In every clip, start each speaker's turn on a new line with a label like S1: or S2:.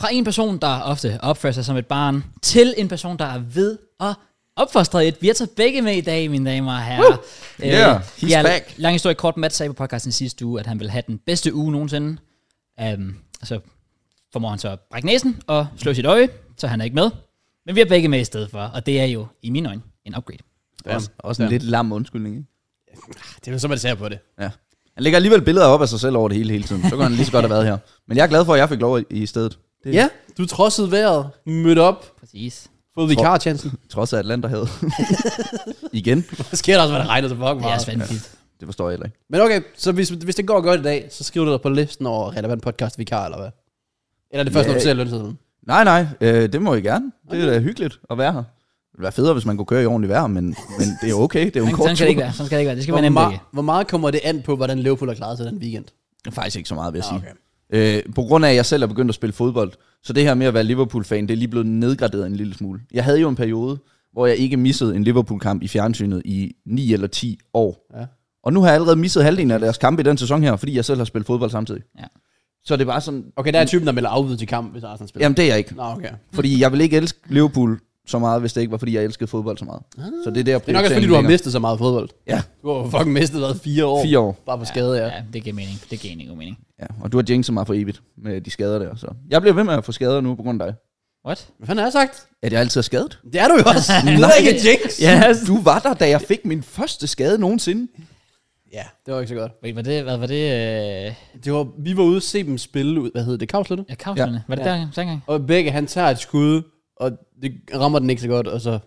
S1: Fra en person, der ofte opfører sig som et barn, til en person, der er ved at opfostre et. Vi har taget begge med i dag, mine damer og herrer. Øh,
S2: Yeah, he's
S1: ja,
S2: back.
S1: Lang historie kort. Matt sagde på podcasten sidste uge, at han ville have den bedste uge nogensinde. Um, så formår han så at brække næsen og slå sit øje, så han er ikke med. Men vi har begge med i stedet for, og det er jo, i mine øjne, en upgrade.
S3: Også,
S2: Også en lidt lam undskyldning, ikke?
S3: Ah, Det er jo så, man ser på det.
S2: Ja. Han lægger alligevel billeder op af sig selv over det hele hele tiden. Så kunne han lige så godt have været her. Men jeg er glad for, at jeg fik lov i, i stedet. Det,
S3: Ja, du trodsede vejret, mødte op,
S1: Præcis.
S3: fået vikarchancen.
S2: Trods af Atlanterhavet. Igen.
S3: Så sker der også, hvad der regner så fucking
S1: Det er også
S3: meget.
S1: vanvittigt.
S2: Det forstår jeg heller ikke.
S3: Men okay, så hvis, hvis det går godt i dag, så skriver du dig på listen over relevant podcast vikar, eller hvad? Eller er det først,
S2: Ja.
S3: når du ser lønsedlen?
S2: Nej, nej. Øh, det må I gerne. Det er da hyggeligt at være her. Det ville være federe, hvis man kunne køre i ordentligt vejr, men, men det er okay. Det er jo en
S1: Sådan,
S2: kort
S1: sådan
S2: tur.
S1: skal det ikke være. Sådan skal det ikke være. Det skal være
S3: Hvor,
S1: nemt
S3: meget,
S1: begge.
S3: hvor meget kommer det an på, hvordan Liverpool har klaret sig den weekend?
S2: Faktisk ikke så meget, vil jeg
S3: Ah,
S2: sige. Øh, på grund af, at jeg selv er begyndt at spille fodbold, så det her med at være Liverpool-fan, det er lige blevet nedgraderet en lille smule. Jeg havde jo en periode, hvor jeg ikke missede en Liverpool-kamp i fjernsynet i 9 eller 10 år.
S3: Ja.
S2: Ja. Og nu har jeg allerede misset halvdelen af deres kampe i den sæson her, fordi jeg selv har spillet fodbold samtidig.
S1: Ja.
S2: Så det er bare sådan,
S3: Okay, der er typen, der melder afbud til kamp, hvis Arsenal spiller.
S2: jamen det er jeg ikke.
S3: Nå, okay.
S2: Fordi jeg vil ikke elske Liverpool så meget, hvis det ikke var, fordi jeg elskede fodbold så meget. Så det er der
S3: Ah. Det er nok også, fordi du har mistet så meget fodbold.
S2: Ja.
S3: Du har jo fucking mistet været fire år.
S2: Fire år.
S3: Bare på skade, ja.
S1: Ja, det giver mening. Det giver ingen god mening.
S2: Ja, og du har jinxet mig for evigt med de skader der. Så. Jeg bliver ved med at få skader nu på grund af dig.
S1: What?
S3: Hvad fanden har jeg sagt?
S2: Er det altid er skadet?
S3: Det er du jo også. Du er
S2: Nej.
S3: ikke en jinx.
S2: Yes. Du var der, da jeg fik min første skade nogensinde.
S3: Ja, det var ikke så godt.
S1: Wait, var det, hvad var det, øh,
S3: Det var, vi var ude og se dem spille ud, hvad hedder det, Kavslønne?
S1: ja, Kavslerne? Var det
S3: Ja.
S1: der dengang?
S3: Og begge, han tager et skud, og det rammer den ikke så godt, og så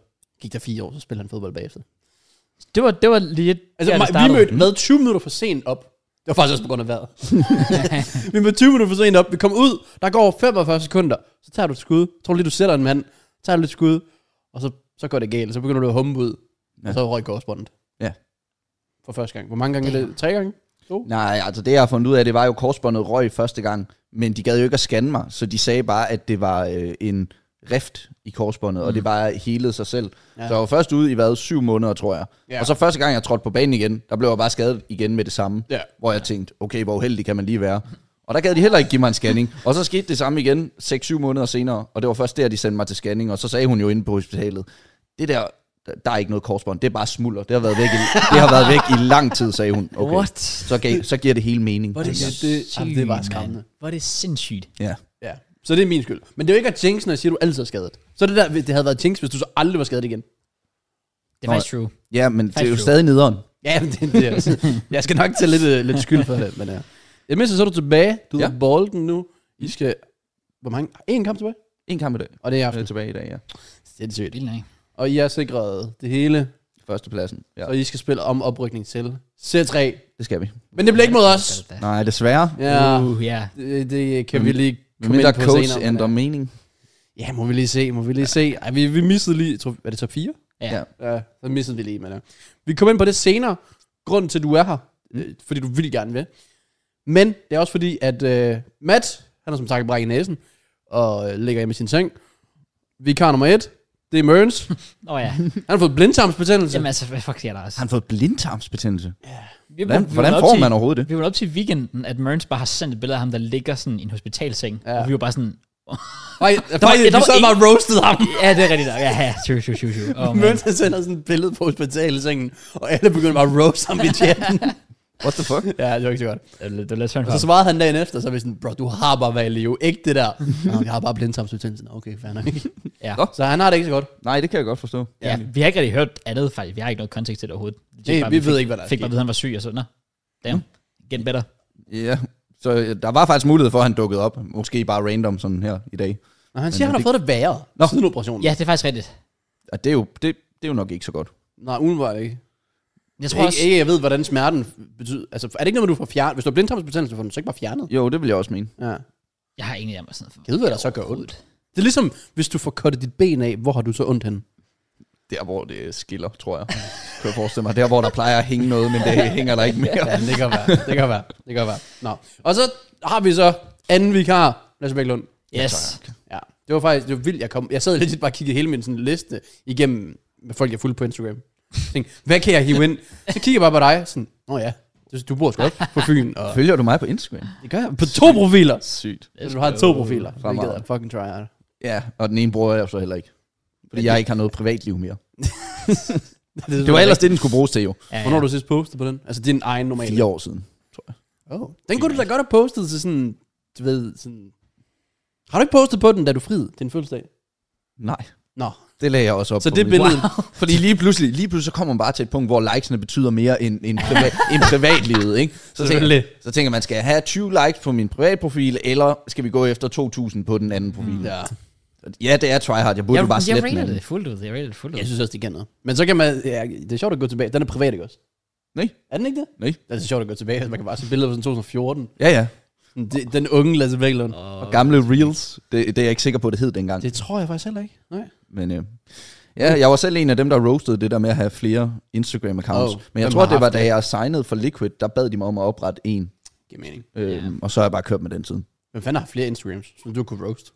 S3: gik der fire år, så spiller han fodbold bagefter.
S1: Det var, det var lige
S3: Altså,
S1: der, det
S3: ja, vi
S1: startede.
S3: mødte med 20 minutter for sent op. Det var faktisk også på grund af vejret. vi mødte 20 minutter for sent op. Vi kom ud, der går 45 sekunder. Så tager du et skud. Tror du lige, du sætter en mand. Tager du et skud, og så, så går det galt. Så begynder du at humpe ud. Ja.
S2: Ja.
S3: Og så røg korsbåndet.
S2: Ja.
S3: For første gang. Hvor mange gange er det? Tre gange?
S2: Nej, altså det jeg har fundet ud af, det var jo korsbåndet røg første gang, men de gad jo ikke at scanne mig, så de sagde bare, at det var øh, en rift i korsbåndet, mm. og det bare helede sig selv.
S3: Ja.
S2: Ja. Så jeg var først ude i hvad, syv måneder, tror jeg.
S3: Ja.
S2: Ja. Og så første gang, jeg trådte på banen igen, der blev jeg bare skadet igen med det samme,
S3: Ja.
S2: hvor jeg tænkte, okay, hvor uheldig kan man lige være. Og der gad de heller ikke give mig en scanning. Og så skete det samme igen 6-7 måneder senere, og det var først der, de sendte mig til scanning, og så sagde hun jo inde på hospitalet, det der, der er ikke noget korsbånd, det er bare smulder, det har været væk i, det har været væk i lang tid, sagde hun. Okay
S1: What?
S2: så, gav, så giver det hele mening.
S3: Hvor er det
S2: tænker jeg.
S3: det, jamen, det var skræmmende.
S1: Hvor er det sindssygt.
S2: Ja.
S3: Ja. Så det er min skyld. Men det er jo ikke at jinx, når jeg siger, at du altid er skadet. Så er det der, det havde været jinx, hvis du så aldrig var skadet igen.
S1: Det er faktisk true.
S2: ja, men det er jo
S1: Faktisk
S2: stadig nederen.
S3: Ja, men det, det er altså. Jeg skal nok tage lidt, øh, lidt skyld for det, men ja. Jeg mindste, så er du tilbage. Du ja.
S2: Ja.
S3: bolden nu. I skal... Hvor mange? En kamp tilbage?
S2: En kamp i dag.
S3: Og det er i
S2: Jeg er
S3: aften.
S2: tilbage i dag, ja.
S3: Sindssygt.
S1: Vildt nok.
S3: Og I er sikret det hele,
S2: Førstepladsen. Ja,
S3: og I skal spille om oprykning til C3.
S2: det skal vi.
S3: Men det bliver ikke mod os.
S2: Nej, desværre.
S3: Ja,
S1: Uh, ja.
S3: det, det kan vi lige
S2: Men
S3: komme ind
S2: mindre
S3: på
S2: coach
S3: senere.
S2: ændrer
S3: men, øh,
S2: mening.
S3: ja. Ja, må vi lige se, må vi lige se. Ej, vi, vi missede lige, tror, var det top 4?
S1: Ja.
S2: Ja.
S3: Ja, så missede vi lige, men ja. Vi kommer ind på det senere. Grunden til, at du er her, mm. fordi du vil gerne vil. Men det er også fordi, at øh, Matt, han har som sagt brækket næsen, og øh, ligger hjemme i sin seng. Vikar nummer et, det er Mørns.
S1: Nå ja.
S3: han har fået blindtarmsbetændelse.
S1: Jamen altså, hvad fuck siger der også?
S2: Har han fået blindtarmsbetændelse?
S1: Vi,
S2: Hvordan,
S1: vi- vi
S2: hvordan
S1: var
S2: får
S1: op
S2: man
S1: til,
S2: overhovedet det?
S1: Vi var op til weekenden, at Mørns bare har sendt et billede af ham, der ligger sådan i en hospitalseng.
S3: Ja.
S1: Ja. Og vi var bare sådan...
S3: Nej, faktisk,
S1: der
S3: vi
S1: var
S3: sad
S1: en-
S3: bare og roastede ham.
S1: Ja, det er rigtigt nok. Ja, ja. True, true, true, true. Oh, man.
S3: Mørns han sender sådan et billede på hospitalsengen, og alle begynder bare at roast ham i chatten.
S2: What the fuck?
S3: ja, det var ikke så godt.
S1: Det er lidt- Det er lidt svært for
S3: Og så
S1: ham.
S3: svarede han dagen efter, så var vi sådan, bro, du har bare valgt jo ikke det der. Nå, jeg har bare blindtarmsbetændelse. Nå, Okay, fair nok.
S1: Ja.
S3: Så han har det ikke så godt.
S2: Nej, det kan jeg godt forstå.
S1: ja. vi har ikke rigtig hørt andet, faktisk. Vi har ikke noget kontekst til det overhovedet. Det
S3: Det, vi, ved ikke, hvad der
S1: Fik bare
S3: er
S1: at vide, at han var syg og sådan noget. Damn. Get better.
S2: Ja. Så øh, der var faktisk mulighed for, at han dukkede op. Måske bare random sådan her i dag.
S3: Og han siger, han har
S2: det-
S3: fået det værre Nå.
S2: Nå.
S3: siden operationen.
S1: Ja, det er faktisk rigtigt.
S2: Og det er jo, det, det er jo nok ikke så godt.
S3: Nej, udenbart ikke.
S1: Jeg
S3: Jeg
S1: tror
S3: tror
S1: også...
S3: ikke, ikke, jeg ved, hvordan smerten betyder. Altså, er det ikke noget, med, du får fjernet? Hvis du har blindtarmsbetændelse, får du den så ikke bare fjernet?
S2: Jo, det vil jeg også mene.
S3: Ja.
S1: Jeg har ingen idé om, hvad sådan noget.
S3: Jeg ved, hvad der så gør ondt. Det er ligesom, hvis du får kottet dit ben af, hvor har du så ondt henne?
S2: Der, hvor det skiller, tror jeg. Kan jeg forestille mig. Der, hvor der plejer at hænge noget, men det hænger der ikke mere.
S3: Ja, det kan være. Det kan være. Det kan være. Nå. Og så har vi så anden vikar, Lasse Bæklund.
S1: Yes.
S3: Ja. Det var faktisk, det var vildt, jeg kom. Jeg sad lidt bare og kiggede hele min sådan, liste igennem med folk, jeg fulgte på Instagram. Jeg tænkte, hvad kan jeg hive ind? Så kigger jeg bare på dig, sådan, nå ja, Du, du bor sgu op på Fyn. Og
S2: Følger du mig på Instagram?
S3: det gør jeg. På to profiler.
S2: Sygt.
S3: Så du har to profiler.
S2: Fremad.
S3: Hvilket er fucking tryhard.
S2: Ja, og den ene bruger jeg så heller ikke. Fordi jeg ikke har noget privatliv mere.
S3: er
S2: Det var ellers det, den skulle bruges til jo.
S1: Ja,
S3: Hvornår har du sidst postet på den? Altså din egen normale.
S2: Fire år siden.
S3: Oh. Den kunne du da godt have postet til sådan, du ved, sådan... Har du ikke postet på den, da du friede din fødselsdag?
S2: Nej.
S3: Nå.
S2: Det lagde jeg også op
S3: Så
S2: på
S3: det
S2: min-
S3: billede...
S2: Fordi lige pludselig, lige pludselig så kommer man bare til et punkt, hvor likesene betyder mere end, end, priva- end privatlivet, ikke? Så tænker,
S3: Selvfølgelig.
S2: så tænker man, skal jeg have 20 likes på min privatprofil, eller skal vi gå efter 2.000 på den anden profil?
S3: Ja.
S2: Ja, det er tryhard. Jeg burde
S1: Jeg,
S2: jo bare
S1: jeg
S2: slette den
S1: rated
S2: anden.
S1: det fuldt ud. Jeg rated det fuldt ud.
S3: Jeg synes også, det kan noget. Men så kan man... Ja, det er sjovt at gå tilbage. Den er privat, ikke også?
S2: Nej.
S3: Er den ikke det?
S2: Nej.
S3: Det er så sjovt at gå tilbage. Man kan bare se billeder fra sådan 2014.
S2: Ja, ja.
S3: Sådan, det- Den unge Lasse Væglund.
S2: Og gamle reels, det, det er jeg ikke sikker på, det hed dengang.
S3: Det tror jeg faktisk heller ikke. Nej.
S2: Men øh, ja, jeg var selv en af dem, der roastede det der med at have flere Instagram-accounts.
S3: Oh,
S2: Oh, Men jeg
S3: hvem
S2: tror,
S3: har
S2: det var,
S3: haft
S2: da
S3: det?
S2: jeg signede for Liquid, der bad de mig om at oprette en.
S3: Giver mening.
S2: Øh,
S1: Ja.
S2: Og så har jeg bare kørt med den siden.
S3: Hvem fanden har flere Instagrams, som du kunne roast?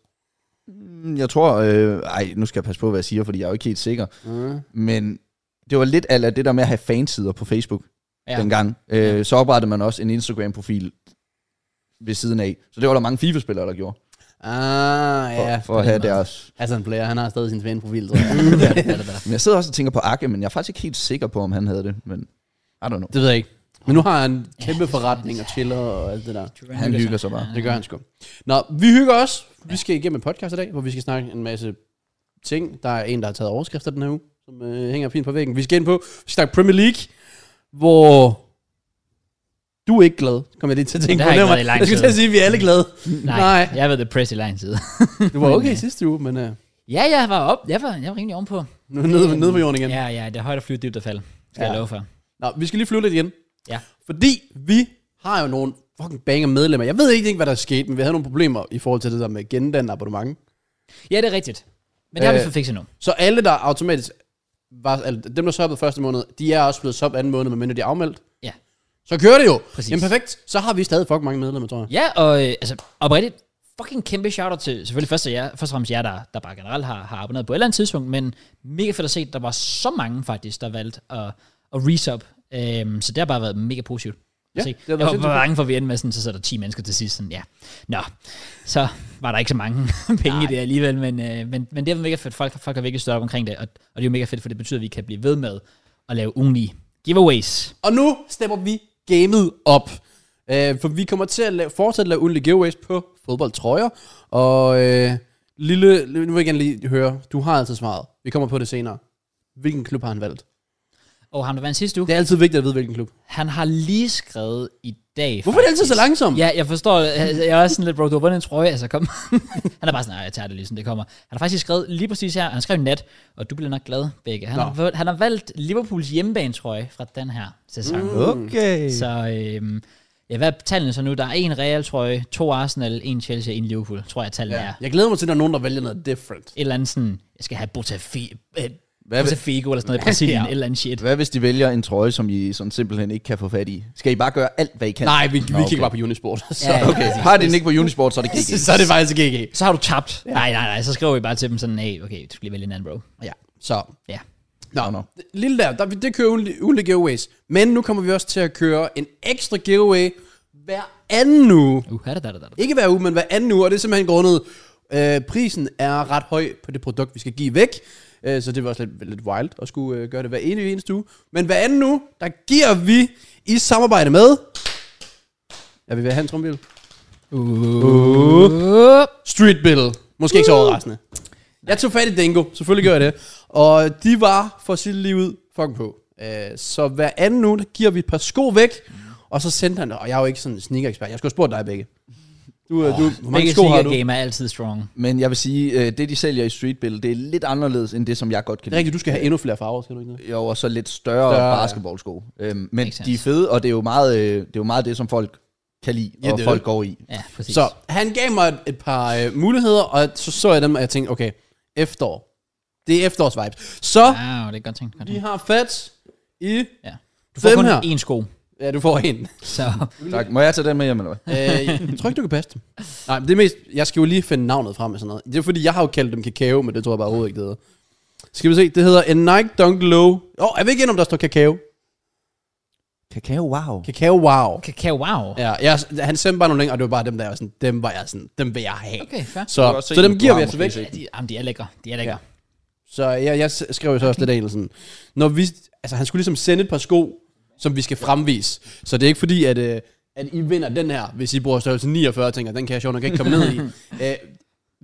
S2: Mm, Jeg tror, øh, ej, nu skal jeg passe på, hvad jeg siger, fordi jeg er jo ikke helt sikker.
S3: Mm.
S2: Men det var lidt af det der med at have fansider på Facebook ja. dengang. Øh,
S1: Ja.
S2: Så oprettede man også en Instagram-profil ved siden af. Så det var der mange FIFA-spillere, der gjorde,
S3: Ah,
S2: for,
S3: ja.
S2: ja, for at have Mm, deres...
S3: Hassan Player, han har stadig sin fanprofil, tror jeg.
S1: Det er det, det er det.
S2: Men jeg sidder også og tænker på Akke, men jeg er faktisk ikke helt sikker på, om han havde det. Men I don't know.
S3: det ved jeg ikke. Men nu har han en kæmpe forretning og chiller og alt det der.
S2: Han hygger sig bare.
S3: Det gør han sgu. Nå, vi hygger os. Vi skal igennem et podcast i dag, hvor vi skal snakke en masse ting. Der er en, der har taget overskrifter den her uge, som øh, hænger fint på væggen. Vi skal ind på, vi skal snakke Premier League, hvor du er ikke glad. Kom jeg lige til at tænke
S1: Det har
S3: på
S1: jeg ikke
S3: Nemmer.
S1: været i lang
S3: Jeg skulle
S1: tid.
S3: til at sige, at vi er alle glade.
S1: Nej,
S3: Nej.
S1: jeg har været depressed i lang tid.
S3: Du var
S1: Men,
S3: okay
S1: øh,
S3: sidste uge, men øh,
S1: ja, jeg var op. Jeg var, jeg var rimelig ovenpå.
S3: nu er nede, nede på jorden igen.
S1: Ja, ja, det er højt at flyve dybt at falde. Skal
S3: Ja.
S1: jeg love for.
S3: Nå, vi skal lige flyve lidt igen.
S1: Ja.
S3: Fordi vi har jo nogle fucking banger medlemmer. Jeg ved ikke, ikke, hvad der er sket, men vi havde nogle problemer i forhold til det der med gendannet abonnement.
S1: Ja, det er rigtigt. Men det har vi
S3: Øh,
S1: fået fikset nu.
S3: Så alle, der automatisk var, altså dem, der subbede første måned, de er også blevet sub anden måned, medmindre de er afmeldt.
S1: Ja.
S3: Så kører det jo.
S1: Præcis.
S3: Jamen perfekt. Så har vi stadig fucking mange medlemmer, tror jeg.
S1: Ja, og øh, altså, oprigtigt, fucking kæmpe shout-out til, selvfølgelig først, og jer, først og fremmest jer, der, der bare generelt har, har abonneret på et eller andet tidspunkt, men mega fedt at se, at der var så mange faktisk, der valgte at, at resub. Øhm, så det har bare været mega positivt.
S3: Ja,
S1: se.
S3: det har
S1: Jeg
S3: været
S1: var
S3: sindssygt
S1: bange for, at vi endte med sådan, så sidder der 10 mennesker til sidst. Sådan, ja. Nå, så var der ikke så mange penge i det alligevel, men, øh, men, men det er mega fedt. Folk, folk har virkelig stået op omkring det, og, og det er jo mega fedt, for det betyder, at vi kan blive ved med at lave ugenlige giveaways.
S3: Og nu stepper vi gamet op. Øh, for vi kommer til at lave, fortsætte at lave ugenlige giveaways på fodboldtrøjer. Og øh, lille, nu vil jeg gerne lige høre, du har altid svaret. Vi kommer på det senere. Hvilken klub har han valgt?
S1: Og ham, der vandt sidste uge,
S3: Det er altid vigtigt at vide, hvilken klub.
S1: han har lige skrevet i dag.
S3: Hvorfor er det altid så langsomt?
S1: Ja, jeg forstår. Altså, Jeg er også sådan lidt, bro, du har vundet en trøje, altså kom. han er bare sådan, nej, jeg tager det lige, sådan det kommer. Han har faktisk skrevet lige præcis her, han skrev i nat, og du bliver nok glad, begge. Han,
S3: Nå.
S1: har, valgt- han har valgt Liverpools hjemmebanetrøje fra den her sæson. Mm.
S2: Okay.
S1: Så øhm, ja, hvad er tallene så nu? Der er en Real trøje, to Arsenal, en Chelsea, en Liverpool, tror jeg tallene ja. er.
S3: Jeg glæder mig til, at der er nogen, der vælger noget different.
S1: Et eller andet sådan, jeg skal have Botafi- øh,
S2: Hvad vil-
S1: Botafigo eller sådan noget i Brasilien,
S3: Ja.
S1: ja. et eller andet shit.
S2: Hvad hvis de vælger en trøje, som I sådan simpelthen ikke kan få fat i? Skal I bare gøre alt, hvad I kan?
S3: Nej, vi, vi
S2: Nå,
S3: kigger
S2: okay.
S3: bare på Unisport. Så,
S1: Ja, ja.
S2: Okay, har de den ikke på Unisport, så er det GG.
S3: så er det faktisk GG.
S1: Så har du tabt. Ja. Nej, nej, nej, så skriver vi bare til dem sådan, hey, okay, du skal lige vælge en anden, bro.
S3: Ja, så
S1: Ja.
S3: Nå,
S2: nå.
S3: no. lille der, der, det kører ugenlige ugenlige giveaways. Men nu kommer vi også til at køre en ekstra giveaway hver anden uge.
S1: Uh, da, da, da, da.
S3: Ikke hver uge, men hver anden uge, og det er simpelthen grundet, øh, prisen er ret høj på det produkt, vi skal give væk. Øh, så det var også lidt, lidt wild at skulle øh, gøre det hver ene, eneste uge. Men hver anden uge, der giver vi i samarbejde med... Jeg vil være hans trumbil.
S1: Uh.
S3: Street Bill. Måske ikke så overraskende. Jeg tog fat i Dingo, selvfølgelig gør jeg det. Og de var for sit liv ud fucking på. Øh, Så hver anden uge, der giver vi et par sko væk, og så sendte han, og jeg er jo ikke sådan en sneaker ekspert, jeg skulle have spurgt dig begge. Du, oh, du, hvor mange
S1: Begge
S3: sko har du? Det
S1: game er altid strong.
S2: Men jeg vil sige, øh, det de sælger i Streetbill, det er lidt anderledes end det, som jeg godt kan
S3: er rigtigt, du skal have endnu flere farver, skal du ikke det?
S2: Jo, og så lidt større,
S3: Større, ja.
S2: større basketballsko. Øhm, men
S1: Makes sense.
S2: de er fede, og det er jo meget, øh, det, er jo meget det som folk kan lide,
S3: Ja,
S2: ja, og
S3: det er
S2: folk
S3: det.
S2: går i.
S1: Ja, præcis.
S3: Så han gav mig et, et par øh, muligheder, og så så jeg dem, og jeg tænkte, okay, efterår. Det er efterårsvibes. Så
S1: Wow, det er godt tænkt. Godt
S3: vi
S1: tænkt.
S3: har fat i...
S1: Ja. Du får
S3: dem
S1: kun
S3: her.
S1: én sko,
S3: Ja, du får en.
S1: så
S2: Tak. Må jeg tage den med hjem, eller hvad?
S3: øh, jeg tror ikke, du kan passe dem. Nej, men det er mest, jeg skal jo lige finde navnet frem og sådan noget. Det er fordi, jeg har jo kaldt dem kakao, men det tror jeg bare overhovedet ikke, det hedder. Skal vi se, det hedder en Nike Dunk Low. Åh, oh, jeg ved ikke endnu, om der står kakao.
S2: Kakao, wow.
S3: Kakao wow.
S1: Kakao, wow.
S3: Ja, jeg, han sendte bare nogle længe, og det var bare dem, der var sådan, dem var jeg sådan, dem vil jeg have.
S1: Okay, fair.
S3: Så,
S2: Du kan også se
S3: så dem
S2: den
S3: giver vi
S2: program,
S3: altså væk.
S2: måske.
S1: Ja, de, jamen, de er lækre. De er lækre.
S3: Så jeg, jeg skrev jo så også lidt af sådan, når vi, altså han skulle ligesom sende et par sko, som vi skal fremvise. Så det er ikke fordi, at, øh, at I vinder den her, hvis I bruger størrelse 49 og tænker, den kan jeg sjovt nok ikke komme ned i. Øh,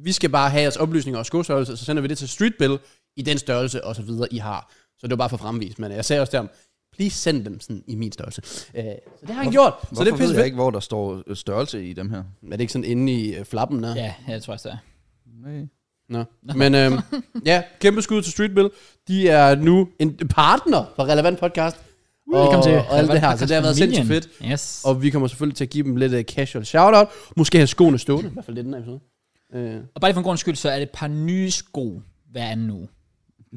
S3: vi skal bare have jeres oplysninger og skostørrelse, så sender vi det til Streetbill i den størrelse og så videre, I har. Så det var bare for fremvis, men jeg sagde også der, please send dem sådan i min størrelse. Øh, så det har han gjort. Så
S2: Hvorfor
S3: det er
S2: ved
S3: pisse
S2: jeg
S3: fedt.
S2: ikke, hvor der står øh, størrelse i dem her?
S3: Er det ikke sådan inde i øh, flappen der?
S1: Ja, jeg tror også, det er.
S2: Nej.
S3: Nå. Men øhm, ja, kæmpe skud til Streetbill. De er nu en partner for Relevant Podcast. Og,
S1: Velkommen til.
S3: og alt det her, så det har været sindssygt fedt.
S1: Yes. Og,
S3: Og vi kommer selvfølgelig til at give dem lidt uh, casual shout-out. Måske have skoene stående, i hvert fald lidt den her episode. Uh,
S1: og bare lige for en grund skyld, så er det et par nye sko hver anden uge.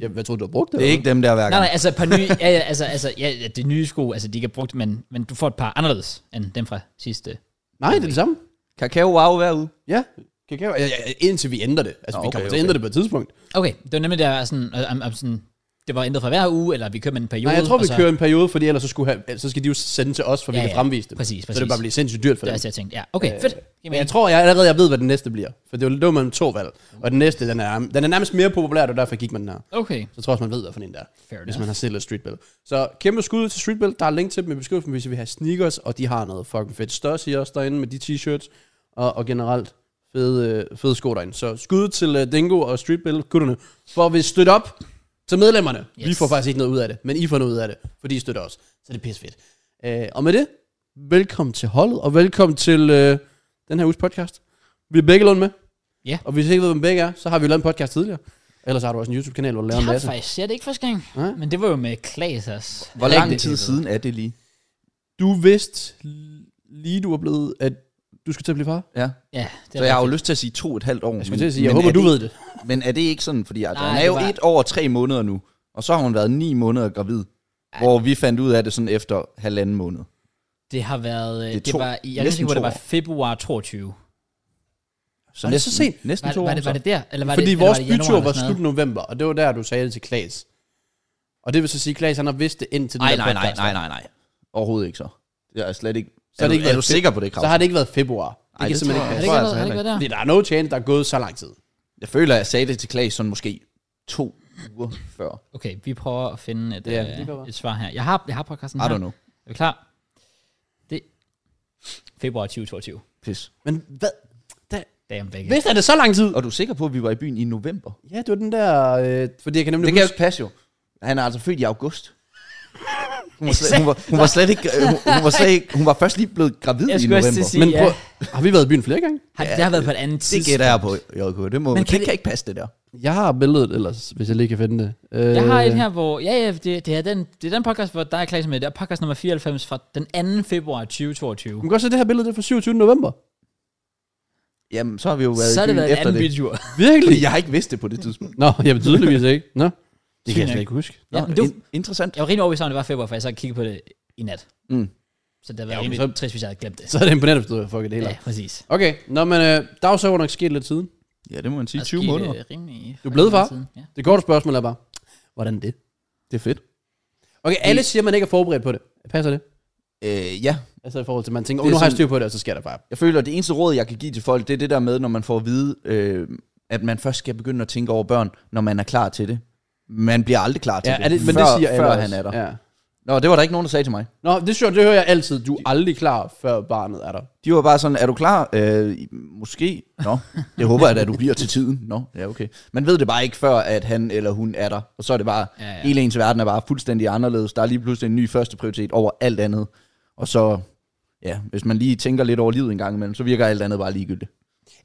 S3: jeg, jeg troede, du har brugt det.
S2: Det er ikke dem der hver
S1: Nej,
S2: gang.
S1: nej, altså et par nye, ja, ja, altså, altså, ja, ja, det er nye sko, altså de ikke er brugt, men, men du får et par anderledes end dem fra sidste.
S3: Nej, det er det samme.
S2: Kakao, wow, hver uge.
S3: Ja, kakao. Ja, ja, ja, indtil vi ændrer det. Altså,
S2: Nå,
S3: okay, vi
S2: okay,
S3: kommer til
S2: okay.
S3: at ændre det på et tidspunkt.
S1: Okay, det var nemlig der sådan, øh, om- om sådan, det var ændret fra hver uge, eller vi kører med en periode.
S3: Nej, jeg tror,
S1: og
S3: vi
S1: så,
S3: kører en periode, fordi ellers så, skulle have, så skal de jo sende til os, for vi
S1: Altså- Ja,
S3: kan
S1: ja.
S3: fremvise det.
S1: Præcis,
S3: Så
S1: præcis.
S3: det bare bliver sindssygt dyrt for
S1: Det er
S3: dem.
S1: også, jeg tænkte, ja, okay, øh, fedt.
S3: Men jeg tror jeg allerede, jeg ved, hvad den næste bliver. For det var, det var mellem to valg. Og den næste, den er, den er nærmest mere populær, og derfor gik man den her.
S1: Okay,
S3: Så tror jeg også, man ved, hvad for en der er,
S1: fair
S3: hvis
S1: enough.
S3: man har stillet Streetbill. Så kæmpe skud ud til Streetbill. Der er link til dem i beskrivelsen, hvis I vil have sneakers, og de har noget fucking fedt størrelse i os derinde med de t-shirts, og, og generelt fede, øh, fede sko derinde. Så skud til uh, Dingo og Streetbill, gutterne, for at vi støtte op til medlemmerne. Yes. Vi
S1: Yes.
S3: får faktisk ikke noget ud af det, men I får noget ud af det, fordi I støtter os. Så det er pissefedt. Uh, og med det, velkommen til holdet, og velkommen til øh, den her uges podcast. Vi er begge lånt med.
S1: Ja.
S3: Og hvis I ikke ved, hvem begge er, så har vi jo lavet en podcast tidligere. Ellers har du også en YouTube-kanal, hvor du laver
S1: Jeg
S3: en
S1: har
S3: masse.
S1: faktisk set det ikke første gang,
S3: Nej.
S1: men det var jo med Klaas også.
S2: Hvor
S1: Eller
S2: lang
S1: ikke
S2: tid
S1: det?
S2: siden er det lige?
S3: Du vidste l- lige, du var blevet, at du skulle til at blive far.
S2: Ja.
S1: Ja, det
S2: Så jeg har jo lyst til at sige to og et halvt år.
S3: Jeg
S2: men-
S3: skulle til at sige, jeg
S2: men
S3: håber,
S2: er
S3: du
S2: det,
S3: ved det.
S2: Men er det ikke sådan, fordi altså,
S1: Nej,
S2: han er jo
S1: det var-
S2: et år og tre måneder nu, og så har hun været ni måneder gravid,
S1: Ej.
S2: hvor vi fandt ud af det sådan efter halvanden måned.
S1: Det har været, øh,
S2: Det er
S1: det, det
S2: to-
S1: var, jeg er
S2: næsten
S1: ikke hvor det
S2: to
S1: var februar 22.
S2: Så
S3: Var det så sent?
S2: Næsten
S1: Var,
S2: to
S1: var,
S2: år. altså.
S1: det,
S2: så.
S1: var det der? Eller var
S3: Fordi
S1: det,
S3: vores
S1: eller var det
S3: bytur var slut november, og det var der, du sagde det til Klaas. Og det vil så sige, at Klaas han har vidst det indtil den
S2: Nej,
S3: her
S2: nej, nej,
S3: podcast.
S2: nej, nej, nej. Overhovedet ikke så. Det er slet ikke... Så
S3: har
S2: er,
S3: det
S2: det
S3: ikke
S2: ikke er
S3: været
S2: du
S3: fedt.
S2: sikker på det,
S3: Så
S2: Krav?
S3: har det ikke været februar. Det
S2: Ej,
S3: kan
S2: det
S3: simpelthen
S1: Er
S2: tror
S3: ikke
S2: jeg
S1: det
S3: passe.
S1: ikke
S2: tror
S1: noget,
S2: altså
S1: er det ikke
S2: heller
S1: noget der?
S3: Fordi der er no chance, der er gået så lang tid.
S2: Jeg føler, jeg sagde det til Klaas sådan måske to uger før.
S1: Okay, vi prøver at finde et,
S3: Ja,
S1: ja,
S3: det kan være.
S1: et svar her. Jeg har, jeg har podcasten
S2: I
S1: her.
S2: don't know.
S1: Er vi klar? Det februar 2022.
S2: Pis.
S3: Men hvad?
S1: Damn, begge.
S3: Vidste er det så lang tid?
S2: Og du er sikker på, at vi var i byen i november?
S3: Ja, det var den der... Øh, fordi jeg kan nemlig
S2: Det kan jo
S3: huske,
S2: ikke passe jo. Han er altså født i august. Hun var, slet, hun var, hun var slet ikke... øh, Hun, hun, var slet ikke, hun var først lige blevet gravid
S1: Jeg
S2: i
S1: skulle også
S2: november.
S1: til at sige-
S3: Men
S1: Ja.
S3: prøv, har vi været i byen flere gange?
S1: Har, det har været på et andet
S2: Det
S1: tidspunkt.
S2: gætter jeg på, JK. Det, må,
S1: Men kan
S2: men kan det
S1: vi-
S2: kan ikke passe, det der.
S3: Jeg har billedet ellers, hvis jeg lige kan finde det. Øh,
S1: Jeg har et her, hvor... Ja, ja, det, det, er den, det er den podcast, hvor der er klasse med. Det er podcast nummer 94 fra den 2. februar 2022.
S3: Man kan godt se, at det her billede det er fra 27. november.
S2: Jamen, så har vi jo været
S1: Så har
S2: i
S1: det
S2: byen
S1: været en
S2: efter
S1: anden
S2: det.
S1: video.
S3: Virkelig?
S2: Fordi jeg har ikke vidst det på det tidspunkt.
S3: Nå, jamen tydeligvis ikke. Nå. Det
S1: kan jeg slet
S3: ikke huske.
S2: Nå,
S1: Ja, men du-
S2: in- interessant.
S1: Jeg var rimelig overbevist om, at det var februar, for jeg så kiggede på det i nat.
S2: Mm.
S1: Så det var
S3: Ja,
S1: ja,
S3: okay,
S1: rimelig
S3: så-
S1: trist, hvis jeg havde glemt det.
S3: Så er det imponerende, hvis du har fucket det hele.
S1: Ja,
S3: op.
S1: præcis.
S3: Okay, nå, men øh, der er jo så godt nok sket lidt siden.
S2: Ja, det må man sige.
S1: Altså,
S2: 20
S1: gik, øh,
S2: måneder.
S1: Rimelig,
S3: Du er blevet far?
S1: Siden. Ja.
S3: Det korte spørgsmål er bare, hvordan det?
S2: Det er fedt.
S3: Okay, alle siger, at man ikke er forberedt på det. Passer det?
S2: Øh, ja,
S3: Altså i forhold til, at man tænker,
S2: Det
S3: oh,
S2: er
S3: nu har jeg
S2: sådan-
S3: styr på det, og så sker der bare.
S2: Jeg føler, at det eneste råd, jeg kan give til folk, det er det der med, når man får at vide, øh, at man først skal begynde at tænke over børn, når man er klar til det. Man bliver aldrig klar til
S3: Ja,
S2: det,
S3: er det, men
S2: før,
S3: det siger alle
S2: før
S3: også.
S2: han er der. Ja.
S3: Ja.
S2: Nå, det var der ikke nogen, der sagde til mig.
S3: Nå, det, er sjovt, det hører jeg altid. Du er aldrig klar, før barnet er der.
S2: De var bare sådan, er du klar? Øh, måske. Nå, det håber jeg da, du bliver til tiden. Nå, ja, okay. Man ved det bare ikke, før at han eller hun er der. Og så er det bare,
S1: Ja,
S2: ja,
S1: ja.
S2: ja. hele ens verden er bare fuldstændig anderledes. Der er lige pludselig en ny første prioritet over alt andet. Og så, ja, hvis man lige tænker lidt over livet en gang imellem, så virker alt andet bare ligegyldigt.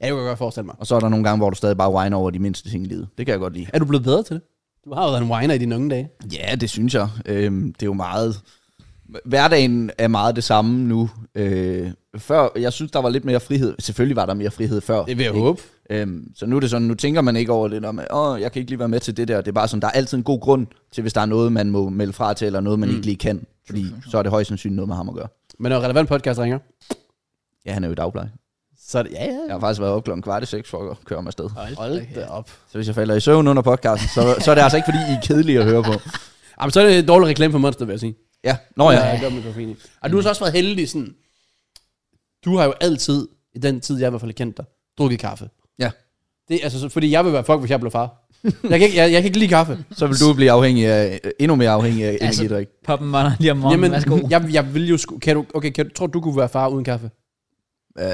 S3: Ja, det kan jeg godt forestille mig.
S2: Og så er der nogle gange, hvor du stadig bare whiner over de mindste ting i livet. Det kan jeg godt lide.
S3: Er du blevet bedre til det? Du har jo været en whiner i dine unge dage.
S2: Ja, det synes jeg. Øhm, det er jo meget... Hverdagen er meget det samme nu. Øh, før, jeg synes, der var lidt mere frihed. Selvfølgelig var der mere frihed før.
S3: Det vil jeg
S2: ikke?
S3: håbe.
S2: Øhm, så nu er det sådan, nu tænker man ikke over det der med, åh, jeg kan ikke lige være med til det der. Det er bare sådan, der er altid en god grund til, hvis der er noget, man må melde fra til, eller noget, man mm. ikke lige kan. Fordi så er det højst sandsynligt noget med ham at gøre.
S3: Men når relevant podcast ringer,
S2: Ja, han er jo i dagpleje.
S3: så er det, ja, ja.
S2: Jeg har faktisk været op klokken kvart i seks for at køre mig afsted.
S3: Hold da op.
S2: Så hvis jeg falder i søvn under podcasten, så, så er det altså ikke, fordi I er kedelige at høre på.
S3: Jamen, så er det en dårlig reklame for Monster, vil jeg sige.
S2: Ja, nå ja.
S3: Ja, det er med graffiti. Og du har så også været heldig sådan... Du har jo altid, i den tid jeg i hvert fald har kendt dig, drukket kaffe.
S2: ja.
S3: Det, er altså, så- fordi jeg vil være fuck, hvis jeg blev far. Jeg kan ikke, jeg, jeg kan ikke lide kaffe.
S2: Så vil du blive afhængig af, endnu mere afhængig af
S1: Altså,
S2: energidrik.
S1: Poppen var der lige om morgenen.
S3: Jamen,
S1: Værsgo.
S3: jeg, jeg vil jo sku, kan du, okay, kan, du- tror du, du kunne være far uden kaffe? Øh,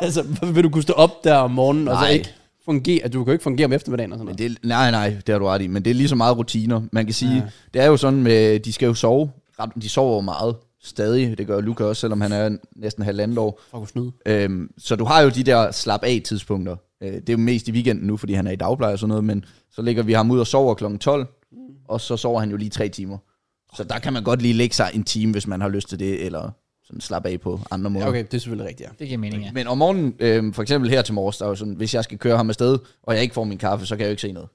S3: altså, vil du kunne stå op der om morgenen, og så
S2: Nej.
S3: ikke fungere, at du kan jo ikke fungere om eftermiddagen og sådan
S2: Men
S3: noget.
S2: det, nej, nej, det har du ret i. Men det er lige så meget rutiner. Man kan sige, ja. det er jo sådan, med, de skal jo sove. ret- De sover jo meget stadig. Det gør Luca også, selvom han er næsten halvandet år.
S3: Fuck, hvor snyde.
S2: Øhm, så du har jo de der slap af tidspunkter. Øh, det er jo mest i weekenden nu, fordi han er i dagpleje og sådan noget, men så ligger vi ham ud og sover kl. 12,
S3: Mm.
S2: og så sover han jo lige tre timer. Så der kan man godt lige lægge sig en time, hvis man har lyst til det, eller sådan slappe af på andre måder.
S3: Okay, det er selvfølgelig rigtigt, ja.
S1: Det giver mening, ja.
S2: Men om morgenen, øh, for eksempel her til morges, der er jo sådan, hvis jeg skal køre ham afsted, og jeg ikke får min kaffe, så kan jeg jo ikke se noget.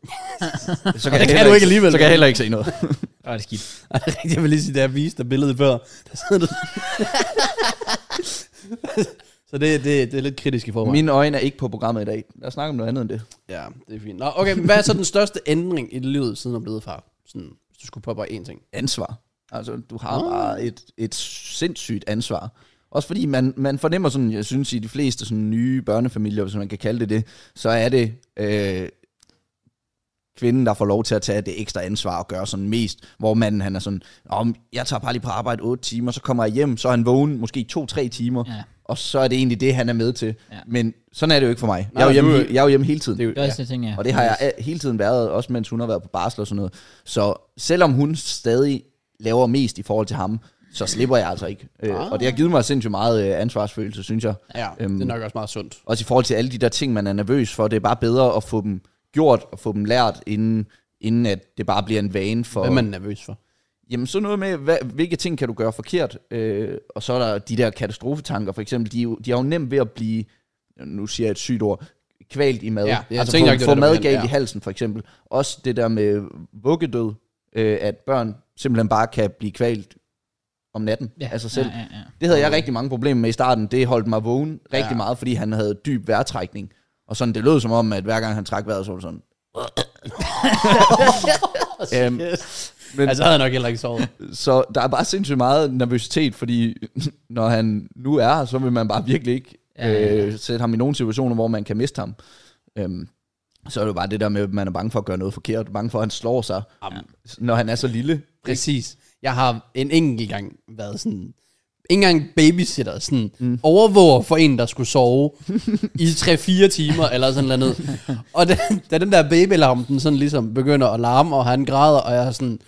S2: så kan, jeg heller
S3: du ikke alligevel.
S2: Så kan jeg heller ikke se noget.
S1: Åh, det er skidt.
S3: Rigtigt, jeg vil lige sige, da jeg viste dig billedet før, der sidder du... så det, det, det er lidt kritisk i forhold.
S2: Mine øjne er ikke på programmet i dag. Lad os snakke om noget andet end det.
S3: Ja, det er fint. Nå, okay, men hvad er så den største ændring i livet, siden du blev far? Sådan, hvis du skulle påpege én ting.
S2: ansvar. Altså, du har
S3: Ah.
S2: bare et, et sindssygt ansvar. Også fordi man, man fornemmer sådan, jeg synes i de fleste sådan nye børnefamilier, hvis man kan kalde det det, så er det øh, kvinden, der får lov til at tage det ekstra ansvar og gøre sådan mest, hvor manden han er sådan, om jeg tager bare lige på arbejde 8 timer, så kommer jeg hjem, så er han vågen måske 2-3 timer,
S1: Ja.
S2: ja. og så er det egentlig det, han er med til.
S1: Ja.
S2: Ja. Men sådan er det jo ikke for mig.
S3: Nej,
S2: jeg, er jo
S3: du
S2: hjemme,
S3: er-
S2: he- jeg er jo hjemme hele tiden.
S3: Det er jo,
S1: Det er også det, ting, ja.
S2: Og det har jeg al- hele tiden været, også mens hun har været på barsel og sådan noget. Så selvom hun stadig laver mest i forhold til ham, så slipper jeg altså ikke. Øh,
S3: Ah.
S2: og det har givet mig sindssygt meget øh, ansvarsfølelse, synes jeg.
S3: ja,
S2: Øhm.
S3: det er nok også meget sundt.
S2: Også i forhold til alle de der ting, man er nervøs for. Det er bare bedre at få dem gjort og få dem lært, inden, inden at det bare bliver en vane for...
S3: Hvad er man nervøs for?
S2: Jamen sådan noget med, hvad, hvilke ting kan du gøre forkert? Øh, og så er der de der katastrofetanker, for eksempel. De, er jo- de er jo nemt ved at blive, nu siger jeg et sygt ord, kvalt i mad.
S3: Ja, jeg
S2: altså
S3: tænker
S2: få,
S3: ikke, det
S2: få
S3: er der, du
S2: mad
S3: mener,
S2: galt
S3: ja.
S2: i halsen, for eksempel. Også det der med vuggedød, øh, at børn simpelthen bare kan blive kvalt om natten ja. af sig selv.
S1: Ja, ja, ja.
S2: Det havde jeg rigtig mange problemer med i starten. Det holdt mig vågen rigtig
S3: Ja.
S2: ja. meget, fordi han havde dyb vejrtrækning. Og sådan, det lød som om, at hver gang han trak vejret, så var det sådan. Øhm,
S3: Men, altså, jeg havde nok heller ikke sovet.
S2: Så der er bare sindssygt meget nervøsitet, fordi når han nu er her, så vil man bare virkelig ikke
S1: Ja, ja, ja.
S2: øh, sætte ham i nogle situationer, hvor man kan miste ham. Øhm, så er det jo bare det der med, at man er bange for at gøre noget forkert, bange for, at han slår sig,
S3: Jamen.
S2: når han er så lille.
S3: Præcis. Jeg har en enkelt gang været sådan... Ikke engang babysitter, sådan mm. overvåger for en, der skulle sove i 3-4 timer eller sådan noget. Og da, da den der babylarm, den sådan ligesom begynder at larme, og han græder, og jeg er sådan,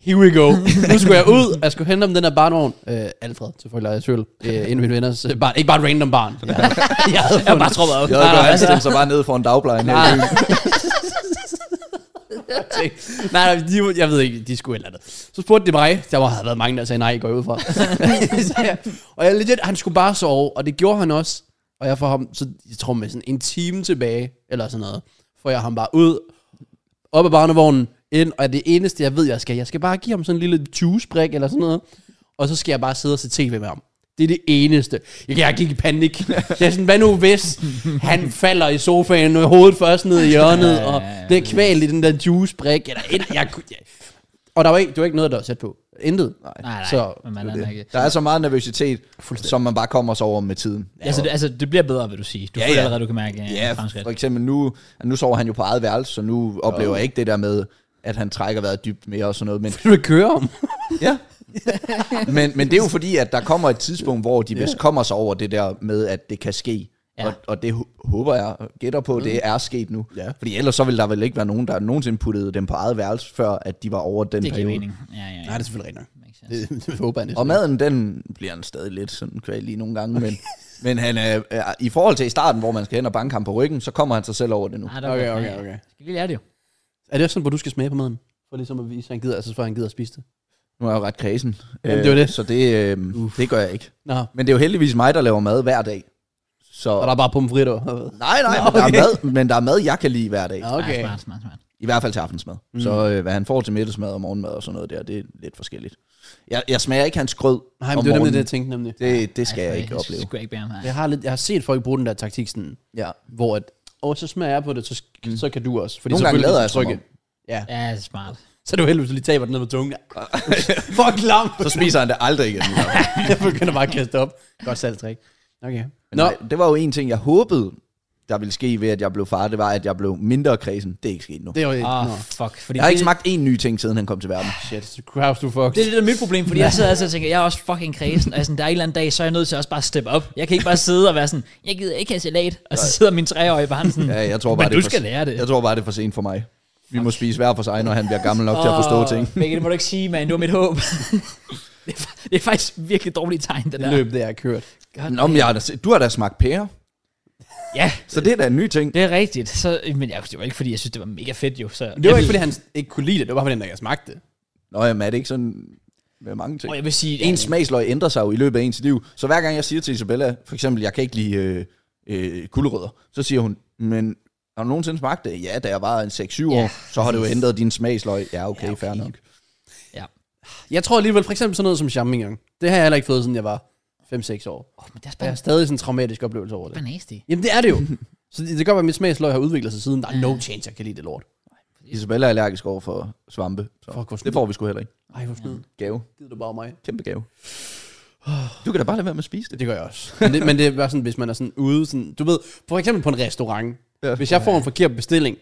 S3: here we go. Nu skulle jeg ud, og jeg skulle hente om den der barnvogn. Øh, Alfred, selvfølgelig er jeg i tvivl. Øh, en af mine venners øh, barn. Ikke bare et random barn. Ja. jeg havde fundet.
S1: Bare troppet op.
S2: Jeg
S1: Nej,
S2: ved
S1: nej,
S2: godt, han
S1: altså.
S2: stiller sig bare ned for en dagpleje.
S3: Nej. nej, nej, de, jeg ved ikke, de skulle et eller andet. Så spurgte de mig, der var, havde været mange, der sagde nej, går jeg ud fra. Så jeg- og jeg, legit, han skulle bare sove, og det gjorde han også. Og jeg får ham, så jeg tror med sådan en time tilbage, eller sådan noget, får jeg ham bare ud, op af barnevognen, ind, og det eneste, jeg ved, jeg skal, jeg skal bare give ham sådan en lille juicebrik eller sådan noget, og så skal jeg bare sidde og se tv med ham. Det er det eneste. Jeg, jeg gik i panik. Jeg er sådan, hvad nu hvis han falder i sofaen med hovedet først ned i hjørnet, og det er kvalt i den der juicebrik, eller et, jeg, kunne- jeg, og der var ikke, det var ikke noget, der var sat på. Intet.
S1: Nej, nej,
S3: Så,
S1: men man
S2: Det
S1: er
S2: er
S1: nok
S2: det.
S1: ikke.
S2: Der er så meget nervøsitet, som man bare kommer sig over med tiden.
S1: Altså, det, altså, det bliver bedre, vil du sige. Du ja,
S2: Ja,
S1: føler
S2: ja.
S1: allerede, du kan mærke ja,
S2: Ja,
S1: fremskridt.
S2: for eksempel nu, nu sover han jo på eget værelse, så nu oplever jeg ikke det der med, at han trækker vejret dybt mere og sådan noget. Men
S3: Vil du ikke køre om?
S2: Ja. men, men det er jo fordi, at der kommer et tidspunkt, hvor de vist kommer sig over det der med, at det kan ske.
S1: Ja. Mm.
S2: Ja. Og, og det hå- håber jeg, og gætter på, det er sket nu.
S3: Ja.
S2: Fordi ellers så ville der vel ikke være nogen, der nogensinde puttede dem på eget værelse, før at de var over
S1: Det
S2: den
S1: giver
S2: periode.
S1: mening. Ja, ja, ja.
S3: Nej, det er selvfølgelig ikke nok.
S1: Makes sense.
S3: Det, det håber jeg næsten.
S2: Og maden, den bliver han stadig lidt sådan kval lige nogle gange, men, men han er, er, i forhold til i starten, hvor man skal hen og banke ham på ryggen, så kommer han sig selv over det nu.
S1: Nej, det er
S3: Okay,
S1: godt.
S3: okay,
S1: Ja, ja.
S3: okay.
S1: Skal vi lære det jo?
S3: Er det også sådan, hvor du skal smage på maden? For ligesom at vise, at han gider, altså for at han gider at spise det.
S2: Nu er jeg jo ret kredsen,
S3: Jamen, det var
S2: Øh,
S3: det.
S2: så det, øh, det gør jeg ikke.
S3: Nå.
S2: Men det er jo heldigvis mig, der laver mad hver dag. Så,
S3: Og der er bare pomfritter.
S2: Nej, nej, men, der er mad, men der er mad, jeg kan lide hver dag.
S3: Nå,
S2: Ja.
S1: Okay.
S3: okay.
S1: Ja, smart, smart, smart.
S2: I hvert fald til aftensmad. Mm. Så øh, hvad han får til middagsmad og morgenmad og sådan noget der, det er lidt forskelligt. Jeg, jeg smager ikke hans grød
S3: Nej, men
S2: om
S3: det var nemlig det,
S2: morgenen.
S3: jeg tænkte nemlig.
S2: det, det skal jeg ikke
S1: det
S2: opleve.
S1: skulle jeg ikke bære om her.
S3: Jeg har, lidt, jeg har set folk bruge den der taktik sådan,
S2: Ja.
S3: hvor at, og så smager jeg på det, så, mm. så kan du også. Fordi
S2: Nogle gange
S3: selvfølgelig
S2: lader
S3: kan
S2: jeg
S3: du
S2: som
S3: trykke- Ja,
S1: Ja, det er smart.
S3: Så er det jo heldigt, hvis du lige taber den ned med tungen. Fuck lam.
S2: Så spiser han det aldrig igen.
S3: jeg begynder bare at kaste op. Godt salgtrik. Okay.
S2: Men
S3: Nå,
S2: nej, det var jo en ting, jeg håbede, der ville ske ved, at jeg blev far. Det var, at jeg blev mindre kredsen. Det er ikke sket nu.
S3: det var jo...
S1: Åh, oh,
S3: Nå.
S1: fuck. Fordi
S2: Jeg har
S1: det,
S2: ikke smagt én ny ting, siden han kom til verden.
S3: Shit, så Kraus, du er fucked.
S1: Det er lidt af mit problem, fordi jeg sidder altså og tænker, jeg er også fucking kredsen. Altså, der er en eller anden dag, så er jeg nødt til også bare at steppe op. Jeg kan ikke bare sidde og være sådan, jeg gider ikke have salat. Og så sidder min treårige barn sådan,
S2: Ja, jeg tror bare,
S1: Men
S2: det er
S1: du
S2: for-
S1: skal lære det.
S2: Jeg tror bare, det er for sent for mig. Vi må spise hver for sig, når han bliver gammel nok til at forstå ting.
S1: Begge, det må du ikke sige, man. Det var mit håb. det, er, fa- det er faktisk virkelig dårligt tegn, det
S3: Det
S1: der.
S3: løb, det jeg har kørt.
S1: God,
S2: Nå, men jeg har da, se- du har da smagt pære,
S1: Ja,
S2: så det er da en ny ting.
S1: det er rigtigt. Så, men jeg, det var ikke, fordi jeg synes, det var mega fedt jo. Så,
S3: Det var ikke, fordi han ikke kunne lide det. Det var bare, fordi han ikke smagte det.
S2: Nå, jamen, er det ikke sådan med mange ting?
S1: Og jeg vil sige,
S2: Ens smagsløg ændrer sig jo i løbet af ens liv. Så hver gang jeg siger til Isabella, for eksempel, jeg kan ikke lide øh, øh, gulerødder, så siger hun, men har du nogensinde smagt det? Ja, da jeg var en 6-7
S1: Ja,
S2: år, så har det jo
S1: præcis.
S2: ændret din smagsløg. Ja, okay,
S1: Ja,
S2: ja,
S1: okay.
S2: okay. fair nok.
S1: Ja.
S3: Jeg tror alligevel, for eksempel sådan noget som champignon. Det har jeg heller ikke fået, siden jeg var 5-6
S1: Oh,
S3: år.
S1: men det er også
S3: Jeg
S1: bare,
S3: har stadig sådan en traumatisk oplevelse over det.
S1: bare nasty.
S3: Jamen, det er det jo. Så det, det kan godt være, at mit smagsløg har udviklet sig siden. Der er no chance, jeg kan lide det lort.
S2: Isabella er allergisk over for svampe, så
S3: Fuck, hvor
S2: det får vi sgu heller ikke.
S3: Ej, hvor snyd.
S2: Gave.
S3: Mm-hmm. Gider du bare mig?
S2: Kæmpe gave. Du kan da bare lade være med at spise det.
S3: Det gør jeg også. men, det, men det er bare sådan, hvis man er sådan ude, sådan, du ved, for eksempel på en restaurant. Ja.
S2: Ja.
S3: Hvis jeg får en forkert bestilling,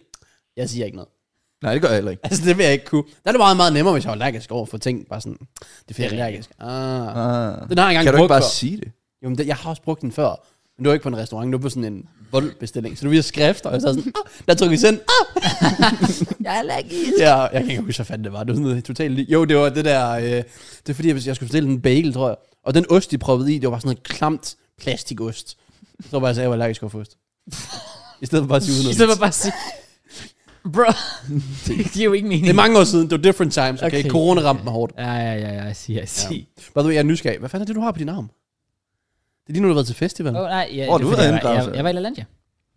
S3: jeg siger ikke noget.
S2: Nej, det gør jeg heller ikke.
S3: Altså, det vil jeg ikke kunne. Der er det meget, meget nemmere, hvis jeg er allergisk over for ting. Bare sådan, det er fordi, jeg
S1: Det
S3: er
S1: er
S3: allergisk. Ah.
S2: Ah.
S3: Den har jeg
S2: Kan
S3: engang
S2: du
S3: brugt
S2: ikke bare
S3: før.
S2: sige det?
S3: Jo, men det, jeg har også brugt den før. Men det var ikke på en restaurant, det var på sådan en voldbestilling. Så det var via skrift, og jeg sad sådan, ah, der trykkede send, ah.
S1: Jeg er allergisk.
S3: Ja, jeg kan ikke huske, hvad fanden det var. Det var sådan noget totalt... li- Jo, det var det der... Øh, det er fordi, jeg, jeg skulle bestille en bagel, tror jeg. Og den ost, de proppede i, det var bare sådan noget klamt plastikost. Jeg tror bare, jeg sagde, at jeg var allergisk over for ost. I stedet for bare at sige uden
S1: I stedet for bare at sige, bro, det giver jo ikke mening.
S3: Det er mange år siden, det var different times, okay?
S1: Okay.
S3: okay. Corona ramte mig hårdt.
S1: Ja, ja, ja, ja, jeg siger, jeg siger.
S3: By the way, jeg er nysgerrig. Hvad fanden er det, du har på din arm? Det er lige nu, du har været til festival.
S1: Åh,
S3: Åh,
S1: oh, nej, ja,
S2: Åh,
S1: det
S2: du
S1: er
S2: ved
S1: fordi,
S2: andet,
S1: jeg, var-
S2: Claus.
S1: jeg, jeg, var i LaLandia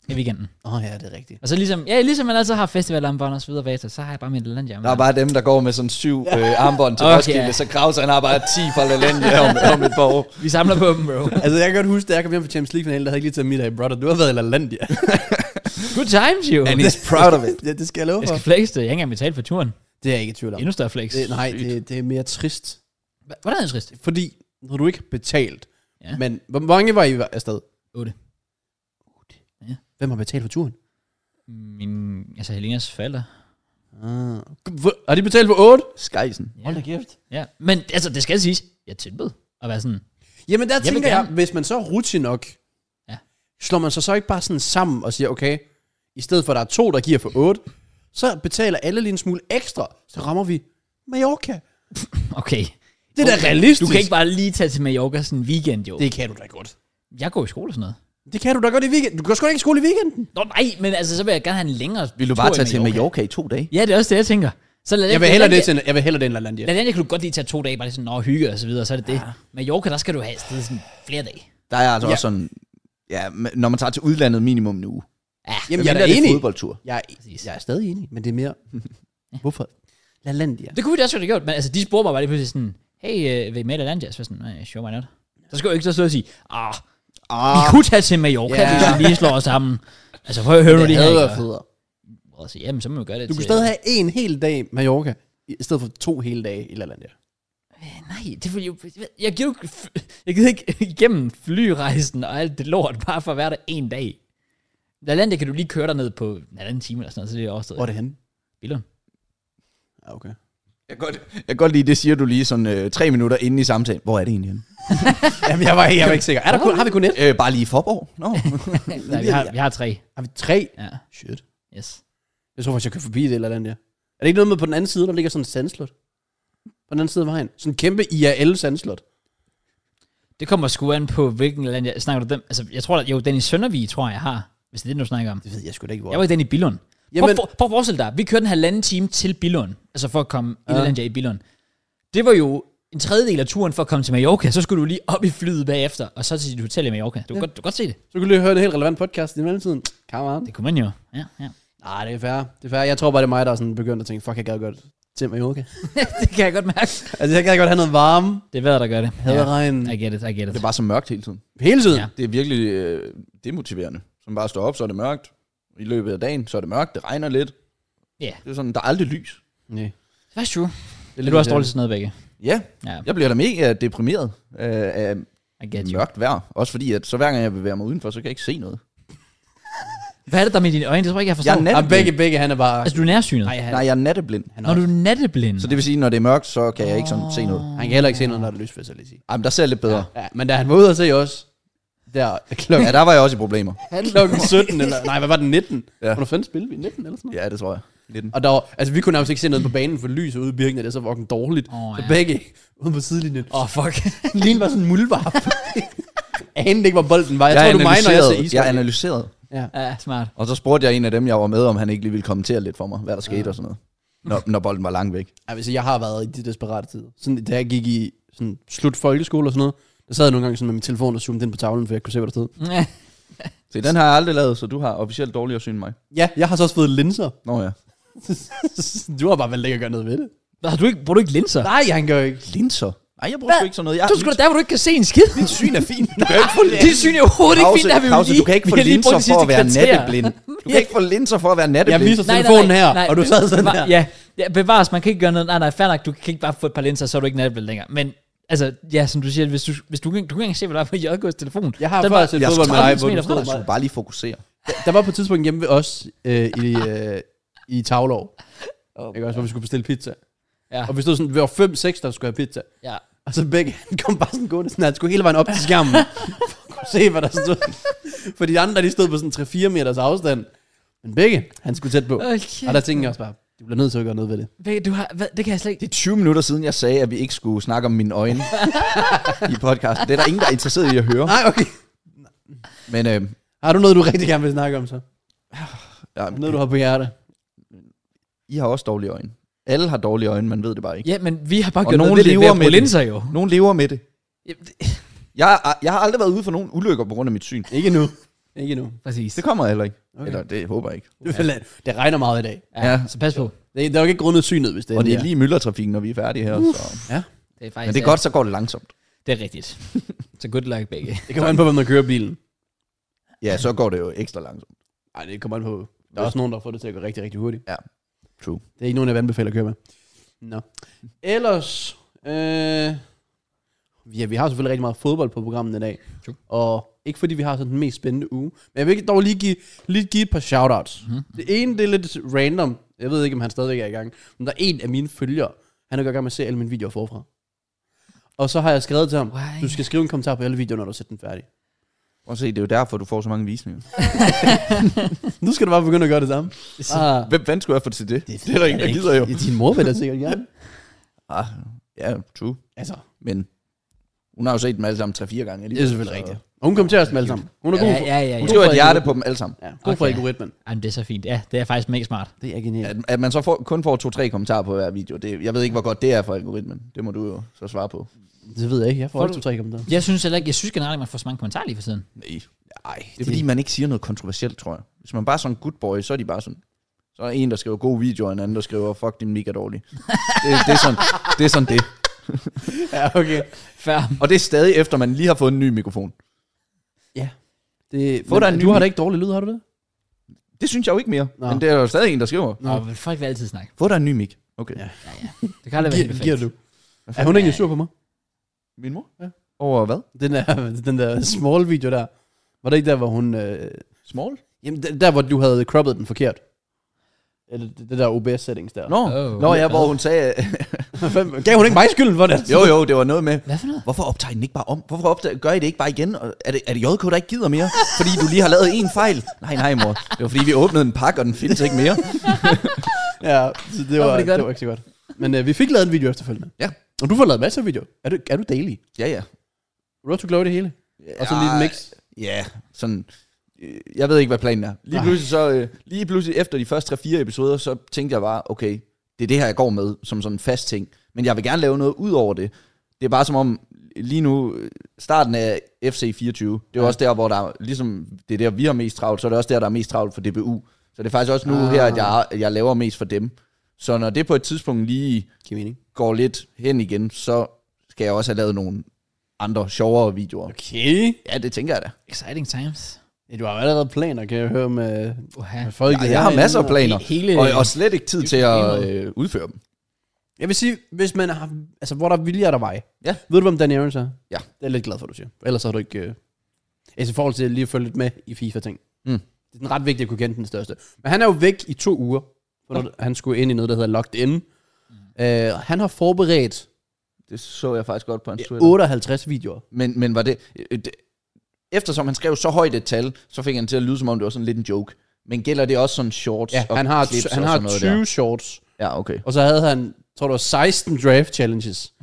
S1: i weekenden.
S3: oh. oh, ja, det er rigtigt.
S1: Og så ligesom, ja, ligesom man altid har festivalarmbånd og så videre bagefter, så har jeg bare min LaLandia.
S2: Der er bare dem, der går med sådan syv øh, armbånd til
S1: Okay.
S2: okay. Roskilde, så Kraus han har bare 10 fra Lalandia om, om et par år.
S1: Vi samler på dem, bro.
S3: Altså, jeg kan godt huske, da jeg kom hjem fra Champions League-finalen, der havde jeg ikke lige taget middag i Brother. Du har været i LaLandia.
S1: Good times, jo.
S2: And he's proud of it.
S3: ja, det skal jeg love
S1: Jeg
S3: for.
S1: skal flex det. Jeg har ikke engang betalt for turen.
S3: Det er jeg ikke i tvivl om.
S1: Endnu større flex.
S3: Det, nej, det, det er mere trist.
S1: Hva- Hvordan er det trist?
S3: Fordi, når du ikke har betalt,
S1: Ja.
S3: ja. men hvor mange var I afsted?
S1: Otte. Ja.
S3: Hvem har betalt for turen?
S1: Min, altså Helenas forældre.
S3: Ah. Hvor- Har de betalt for 8?
S2: Skejsen.
S1: Hold da
S3: kæft.
S1: Ja. Men altså, det skal siges, jeg tilbød at være sådan,
S3: Jamen der
S1: vil
S3: jeg tænker jeg,
S1: gerne.
S3: hvis man så er rutsig nok,
S1: Ja.
S3: ja. slår man sig så ikke bare sådan sammen og siger, okay, i stedet for at der er to, der giver for otte, så betaler alle lige en smule ekstra, så rammer vi Mallorca.
S1: okay.
S3: Det er da
S1: Okay.
S3: realistisk.
S1: Du kan ikke bare lige tage til Mallorca sådan en weekend, jo. Det.
S3: Det kan du da godt.
S1: Jeg går i skole og sådan noget.
S3: Det kan du da godt i weekenden. Du går sgu da ikke i skole i weekenden.
S1: Nå nej, men altså, så vil jeg gerne have en længere
S2: Vil du bare tage til Mallorca i to dage?
S1: Ja, det er også det, jeg tænker. Så lad
S3: Jeg vil hellere det til, jeg vil hellere det end LaLandia.
S1: Lalandia kan du godt lige tage to dage, bare lige sådan, nå, hygge og så videre, så er det det. Mallorca, der skal du have afsted sådan flere dage.
S2: Der er altså
S3: Ja.
S2: også sådan, ja, men når man tager til udlandet minimum en uge.
S1: Ja,
S3: Jamen jeg
S2: Medmindre
S3: er da
S2: det
S3: enig.
S2: fodboldtur.
S3: Jeg, er- jeg er stadig enig, men det er mere... Hvorfor? LaLandia.
S1: det kunne vi da også godt have gjort, men altså, de spurgte mig bare lige pludselig sådan, hey, øh, vil I med i Lalandia? Så var jeg sådan, nej, sure, why not? Så skal jeg jo ikke så stå og sige, ah, vi
S2: Ah,
S1: kunne tage til Mallorca,
S3: Ja.
S1: hvis vi lige slår os sammen. Altså, prøv at høre nu
S3: Det
S1: lige her.
S3: havde
S1: ikke?
S3: været federe.
S1: Og- Og så, jamen, så må vi gøre det
S3: Du
S1: til...
S3: kunne stadig have en hel dag Mallorca, i stedet for to hele dage i LaLandia.
S1: Nej, det ville jo... Jeg gider jo ikke, jeg gider ikke igennem flyrejsen og alt det lort, bare for at være der en dag. Lalandia kan du lige køre derned på en halvanden time eller sådan noget, så det er overstået.
S3: Hvor er det henne?
S1: Billund.
S3: Ja, okay.
S2: jeg, kan godt, jeg kan godt lide, det siger du lige sådan øh, tre minutter inden i samtalen. Hvor er det egentlig henne?
S3: Jamen, jeg var, jeg var ikke sikker. Er der kun, har vi kun et?
S2: Øh, bare lige i Forborg? Nå.
S1: Nej, vi har, vi har tre.
S3: Har vi tre?
S1: Ja,
S3: Shit.
S1: yes.
S3: Jeg tror faktisk, jeg kan forbi det eller andet, ja. Er det ikke noget med på den anden side, der ligger sådan et sandslot? På den anden side af vejen. Sådan en kæmpe IRL-sandslot.
S1: Det kommer sgu an på, hvilken land jeg snakker du dem. Altså, jeg tror, at jo, den i Søndervig, tror jeg, jeg har. Hvis det er det, du snakker om.
S3: Det ved jeg sgu da ikke, hvor.
S1: Jeg var i den i Billund. Jamen,
S3: Jamen-
S1: prøv, prøv, at forestille dig, vi kørte en halvanden time til Billund. Altså for at komme i Lalandia i Billund. Det var jo en tredjedel af turen for at komme til Mallorca. Så skulle du lige op i flyet bagefter, og så til dit hotel i Mallorca. Du kan, godt, du kan godt se det.
S3: Så kunne du lige høre en helt relevant podcast i mellemtiden. Come on.
S1: Det kunne man jo. Ja, ja.
S3: Nej, det er fair. Det er fair. Jeg tror bare, det er mig, der er sådan begyndt at tænke, fuck, jeg gad godt til Mallorca.
S1: det kan jeg godt mærke.
S3: altså, jeg gad godt have noget varme.
S1: Det er vejret, der gør det.
S3: Hader regnen.
S1: I get it, I get it.
S2: det er bare så mørkt hele tiden.
S3: Hele tiden.
S1: Ja.
S3: Ja.
S2: Det er virkelig øh, demotiverende. Som bare står op, så er det mørkt. I løbet af dagen, så er det mørkt. Det regner lidt.
S1: Ja.
S2: Det er sådan, der er aldrig lys.
S3: Nej.
S1: That's true.
S3: Det
S1: Er du også dårlig til sådan noget, begge?
S2: Ja,
S1: Ja,
S2: jeg bliver da mega deprimeret øh, af
S1: I get you.
S2: mørkt vejr. Også fordi, at så hver gang jeg bevæger mig udenfor, så kan jeg ikke se noget.
S1: Hvad er det der er med dine øjne? Det tror jeg ikke, jeg forstår.
S2: Jeg er
S1: Jeg
S3: Ja,
S2: natteblind.
S3: Ah, begge, begge, han er bare...
S1: altså, du er nærsynet.
S3: Nej, han,
S2: Nej, jeg er natteblind.
S3: han, er
S1: Når du
S3: også-
S1: er natteblind.
S2: Så det vil sige, når det er mørkt, så kan jeg ikke sådan se noget.
S3: han kan heller ikke se noget, når det er lys, vil jeg så lige sige.
S2: Ej, men der ser jeg lidt bedre.
S3: Ja, men da han var ude og se os, der klokken,
S2: Ja, der var jeg også i problemer.
S3: klokken 17, eller, nej, hvad var det, 19?
S2: Ja.
S3: Ja. Hvornår fanden spillede vi? 19 eller sådan noget?
S2: Ja, det tror jeg. 19.
S3: Og der var, altså, vi kunne nærmest ikke se noget på banen, for lyset ude i Birken, det er så fucking dårligt.
S1: Åh,
S3: så
S1: ja.
S3: begge ude på sidelinjen.
S1: Åh, oh, fuck.
S3: Lin var sådan en muldvarp. Anede ikke, hvor bolden var. Jeg,
S2: Jeg,
S3: tror, du mig, når jeg
S2: analyserede,
S3: ser
S2: jeg
S3: ishockey.
S2: analyserede.
S3: Ja.
S1: ja, smart.
S2: Og så spurgte jeg en af dem, jeg var med, om han ikke lige ville kommentere lidt for mig, hvad der skete
S3: Ah.
S2: og sådan noget. Når, når bolden var langt væk.
S3: Ej, altså, jeg har været i de desperate tider. Sådan, da jeg gik i sådan, slut folkeskole og sådan noget, der sad jeg nogle gange sådan med min telefon og zoomede ind på tavlen, for jeg kunne se, hvad der stod.
S1: Ja.
S2: Se, den har jeg aldrig lavet, så du har officielt dårligere syn end mig.
S3: Ja, jeg har så også fået linser.
S2: Nå ja.
S3: du har bare valgt ikke at gøre noget ved det.
S1: Har du ikke, bruger du ikke linser?
S3: Nej, han gør ikke.
S2: Linser? Ej, jeg bruger sgu
S1: Hvad?
S2: ikke sådan noget. Jeg
S1: Du skulle da der, hvor du ikke kan se en skid.
S2: Dit syn er fint. Du kan jo ikke få
S1: Det syn er overhovedet ikke fint, der har vi jo
S2: Krause,
S1: lige.
S2: du kan ikke
S1: vi
S2: få
S1: har lige brugt
S2: linser
S1: de
S2: for
S1: sidste
S2: at være
S1: kvarter.
S2: natteblind. Du kan ikke få linser for at være
S3: Jeg
S2: natteblind.
S3: viser telefonen her, og du sad sådan
S1: bevar-
S3: her.
S1: Ja, ja, bevares, man kan ikke gøre noget. Nej, nej, fair nok, du kan ikke bare få et par linser, så er du ikke natteblind længere. Men altså, ja, som du siger, hvis du, hvis du, ikke- du kan ikke engang se, hvad der er på JK's telefon.
S3: Jeg har
S1: Den
S3: faktisk
S1: var-
S3: et
S2: Jeg
S3: fodbold med
S1: skal
S3: dig,
S1: aldrig
S3: hvor du
S1: smile
S3: stod
S2: Jeg
S3: bare.
S2: skulle bare lige fokusere.
S3: Der var på et tidspunkt hjemme ved os øh, i, øh, i Tavlov. Ikke også, hvor vi skulle bestille pizza.
S1: Ja.
S3: Og vi stod sådan, vi var fem, seks, der skulle have pizza.
S1: Ja.
S3: Og så begge, han kom bare sådan gående sådan, her, han skulle hele vejen op til skærmen, for at kunne se, hvad der stod. For de andre, de stod på sådan 3-4 meters afstand. Men begge, han skulle tæt på.
S1: Okay.
S3: Og der tænkte jeg også bare, du bliver nødt til at gøre noget ved det.
S1: Begge, du har, hvad, det kan jeg slet ikke.
S2: Det er 20 minutter siden, jeg sagde, at vi ikke skulle snakke om mine øjne i podcasten. Det er der ingen, der er interesseret i at høre.
S3: Nej, okay.
S2: Men øh,
S3: Har du noget, du rigtig gerne vil snakke om så?
S2: ja,
S3: Noget, du har på hjerte?
S2: I har også dårlige øjne. Alle har dårlige øjne, man ved det bare ikke.
S1: Ja, men vi har bare
S2: Og
S1: gjort
S2: nogen
S1: noget ved det ved
S2: lever
S1: at bruge
S2: med det.
S1: linser jo.
S2: Nogen lever med det.
S1: Jamen, det-
S2: Jeg, er- jeg har aldrig været ude for nogen ulykker på grund af mit syn.
S3: Ikke nu. Ikke nu.
S1: Præcis.
S2: Det kommer jeg heller ikke.
S3: Okay.
S2: Okay. Eller det håber jeg ikke.
S3: Ja. Det regner meget i dag.
S1: Ja, så pas på.
S3: Det er, det er jo ikke grundet synet, hvis det
S2: Og det er
S3: her.
S2: lige myldretrafikken, når vi er færdige her. Så.
S1: Det er faktisk
S2: Men det er godt, så går det langsomt.
S1: Det er rigtigt. så good luck, begge.
S3: Det kommer an på, hvem der kører bilen.
S2: Ja, så går det jo ekstra langsomt.
S3: Nej, det kommer an på. Der er også nogen, der får det til at gå rigtig, rigtig hurtigt.
S2: Ja. True.
S3: Det er ikke nogen, jeg vil anbefale at køre med. Nå. Ellers, øh, ja, vi har selvfølgelig rigtig meget fodbold på programmet i dag.
S1: True.
S3: Og ikke fordi vi har sådan den mest spændende uge. Men jeg vil dog lige give, lige give et par shoutouts.
S2: Mhm.
S3: Mm-hmm. Det ene, det er lidt random. Jeg ved ikke, om han stadigvæk er i gang. Men der er en af mine følgere. Han er godt i gang med at se alle mine videoer forfra. Og så har jeg skrevet til ham,
S1: Why?
S3: du skal skrive en kommentar på alle videoer, når du har set den færdig.
S2: Prøv at se, det er jo derfor, du får så mange visninger.
S3: Nu skal du bare begynde at gøre det samme. Ah,
S2: Hvem fanden skulle jeg få til det? Det er der ingen, der gider jo.
S3: ja, din mor vil da sikkert gerne.
S2: Ah, ja, true.
S3: Altså,
S2: Men hun har jo set dem alle sammen 3-4 gange.
S3: det er selvfølgelig rigtigt. Og hun kommenterer os dem alle sammen. Hun er god
S1: Ja,
S3: for,
S1: ja, ja. ja.
S2: Hun skriver et hjerte på dem alle sammen.
S3: ja, god for
S1: Okay.
S3: algoritmen.
S1: Jamen, det er så fint. Ja, det er faktisk mega smart.
S3: Det er
S2: At,
S3: genialt.
S2: at man så får, kun får 2-3 kommentarer på hver video, det, jeg ved ikke, hvor godt det er for algoritmen. Det må du jo så svare på.
S3: Det ved jeg ikke. Jeg får
S1: Får
S3: også
S1: du-
S3: to-tre kommentarer.
S1: Jeg synes heller ikke, jeg synes generelt, at man får så mange kommentarer lige for tiden.
S2: Nej.
S3: Nej,
S2: Det er fordi, man ikke siger noget kontroversielt, tror jeg. Hvis man bare er sådan en good boy, så er de bare sådan... Så er en, der skriver god video, og en anden, der skriver, fuck, din mega dårlig. Det, det, er sådan, det er sådan det.
S3: Ja, okay.
S1: Før.
S2: Og det er stadig efter, man lige har fået en ny mikrofon.
S3: Det,
S2: Få
S3: men
S2: dig en
S3: du
S2: ny-
S3: har da ikke dårlig lyd, har du det?
S2: Det synes jeg jo ikke mere.
S3: Nå.
S2: Nå. Men det er jo stadig en, der skriver,
S1: Nå, men folk vil altid snakke.
S2: få dig en ny mic. Okay.
S3: Ja.
S2: Ja.
S1: Det kan aldrig være helt perfekt.
S3: du? Er hun egentlig sur på mig?
S2: Min mor?
S3: Ja.
S2: Over hvad?
S3: Den der, den der small video der. Var det ikke der, hvor hun... Øh,
S2: Small?
S3: jamen, der, der, hvor du havde croppet den forkert. Eller det, det der OBS-settings der.
S2: Nå,
S1: Oh.
S2: oh, Nå ja, hvor hun sagde...
S3: Fem- Gav hun ikke mig skylden for det?
S2: jo, jo, det var noget med...
S1: Hvad for noget?
S2: Hvorfor optager I den ikke bare om? Hvorfor optager, gør I det ikke bare igen? Og Er det, er det JK, der ikke gider mere? Fordi du lige har lavet en fejl? Nej, nej, mor. Det var fordi, vi åbnede en pakke, og den findes ikke mere.
S3: Ja, så det
S1: var
S3: var,
S1: det godt.
S3: det var ikke så godt. Men øh, vi fik lavet en video efterfølgende.
S2: Ja.
S3: Og du får lavet masser af videoer. Er du, er du daily?
S2: Ja, ja.
S3: Road to Glory det hele? Og så lige et mix?
S2: Ja, sådan... øh, Jeg ved ikke, hvad planen er. Lige
S3: Ej.
S2: pludselig, så, øh, lige pludselig efter de første 3-4 episoder, så tænkte jeg bare, okay, det er det her, jeg går med, som sådan en fast ting. Men jeg vil gerne lave noget ud over det. Det er bare som om, lige nu, øh, starten af FC24, det er ja. også der, hvor der er- ligesom, det er der, vi har mest travlt, så er det også der, der er mest travlt for DBU. Så det er faktisk også nu
S3: Ah.
S2: ah. her, at jeg, jeg laver mest for dem. Så når det på et tidspunkt lige
S3: Giver mening.
S2: går lidt hen igen, så skal jeg også have lavet nogle andre sjovere videoer.
S3: Okay.
S2: Ja, det tænker jeg da.
S1: Exciting times.
S3: Ja, Du har jo allerede planer, kan jeg høre med,
S1: Oha.
S3: med folk. Øh,
S2: Ja, jeg har masser af planer,
S1: Hele,
S2: og, og slet ikke tid til
S1: Hele-
S2: at øh, udføre dem.
S3: Jeg vil sige, hvis man har, altså hvor der er vilje, er der vej.
S2: Ja.
S3: Ved du, hvem Dan Aarons er?
S2: Ja.
S3: Det er jeg lidt glad for, du siger. Ellers har du ikke... Øh, altså i forhold til lige at følge lidt med i FIFA-ting.
S2: Mm.
S3: Det er den ret vigtigt at kunne kende den største. Men han er jo væk i to uger, for når han skulle ind i noget, der hedder Locked In. Mm. Øh, han har forberedt
S2: Det så jeg faktisk godt på hans Twitter.
S3: 58 videoer.
S2: Men, men var det, øh, det... Eftersom han skrev så højt et tal, så fik han til at lyde, som om det var sådan lidt en joke. Men gælder det også sådan shorts
S3: Ja,
S2: og
S3: han har,
S2: clips
S3: han
S2: og
S3: har
S2: sådan noget
S3: 20
S2: der?
S3: shorts,
S2: Ja, okay.
S3: og så havde han, tror du, 16 draft challenges.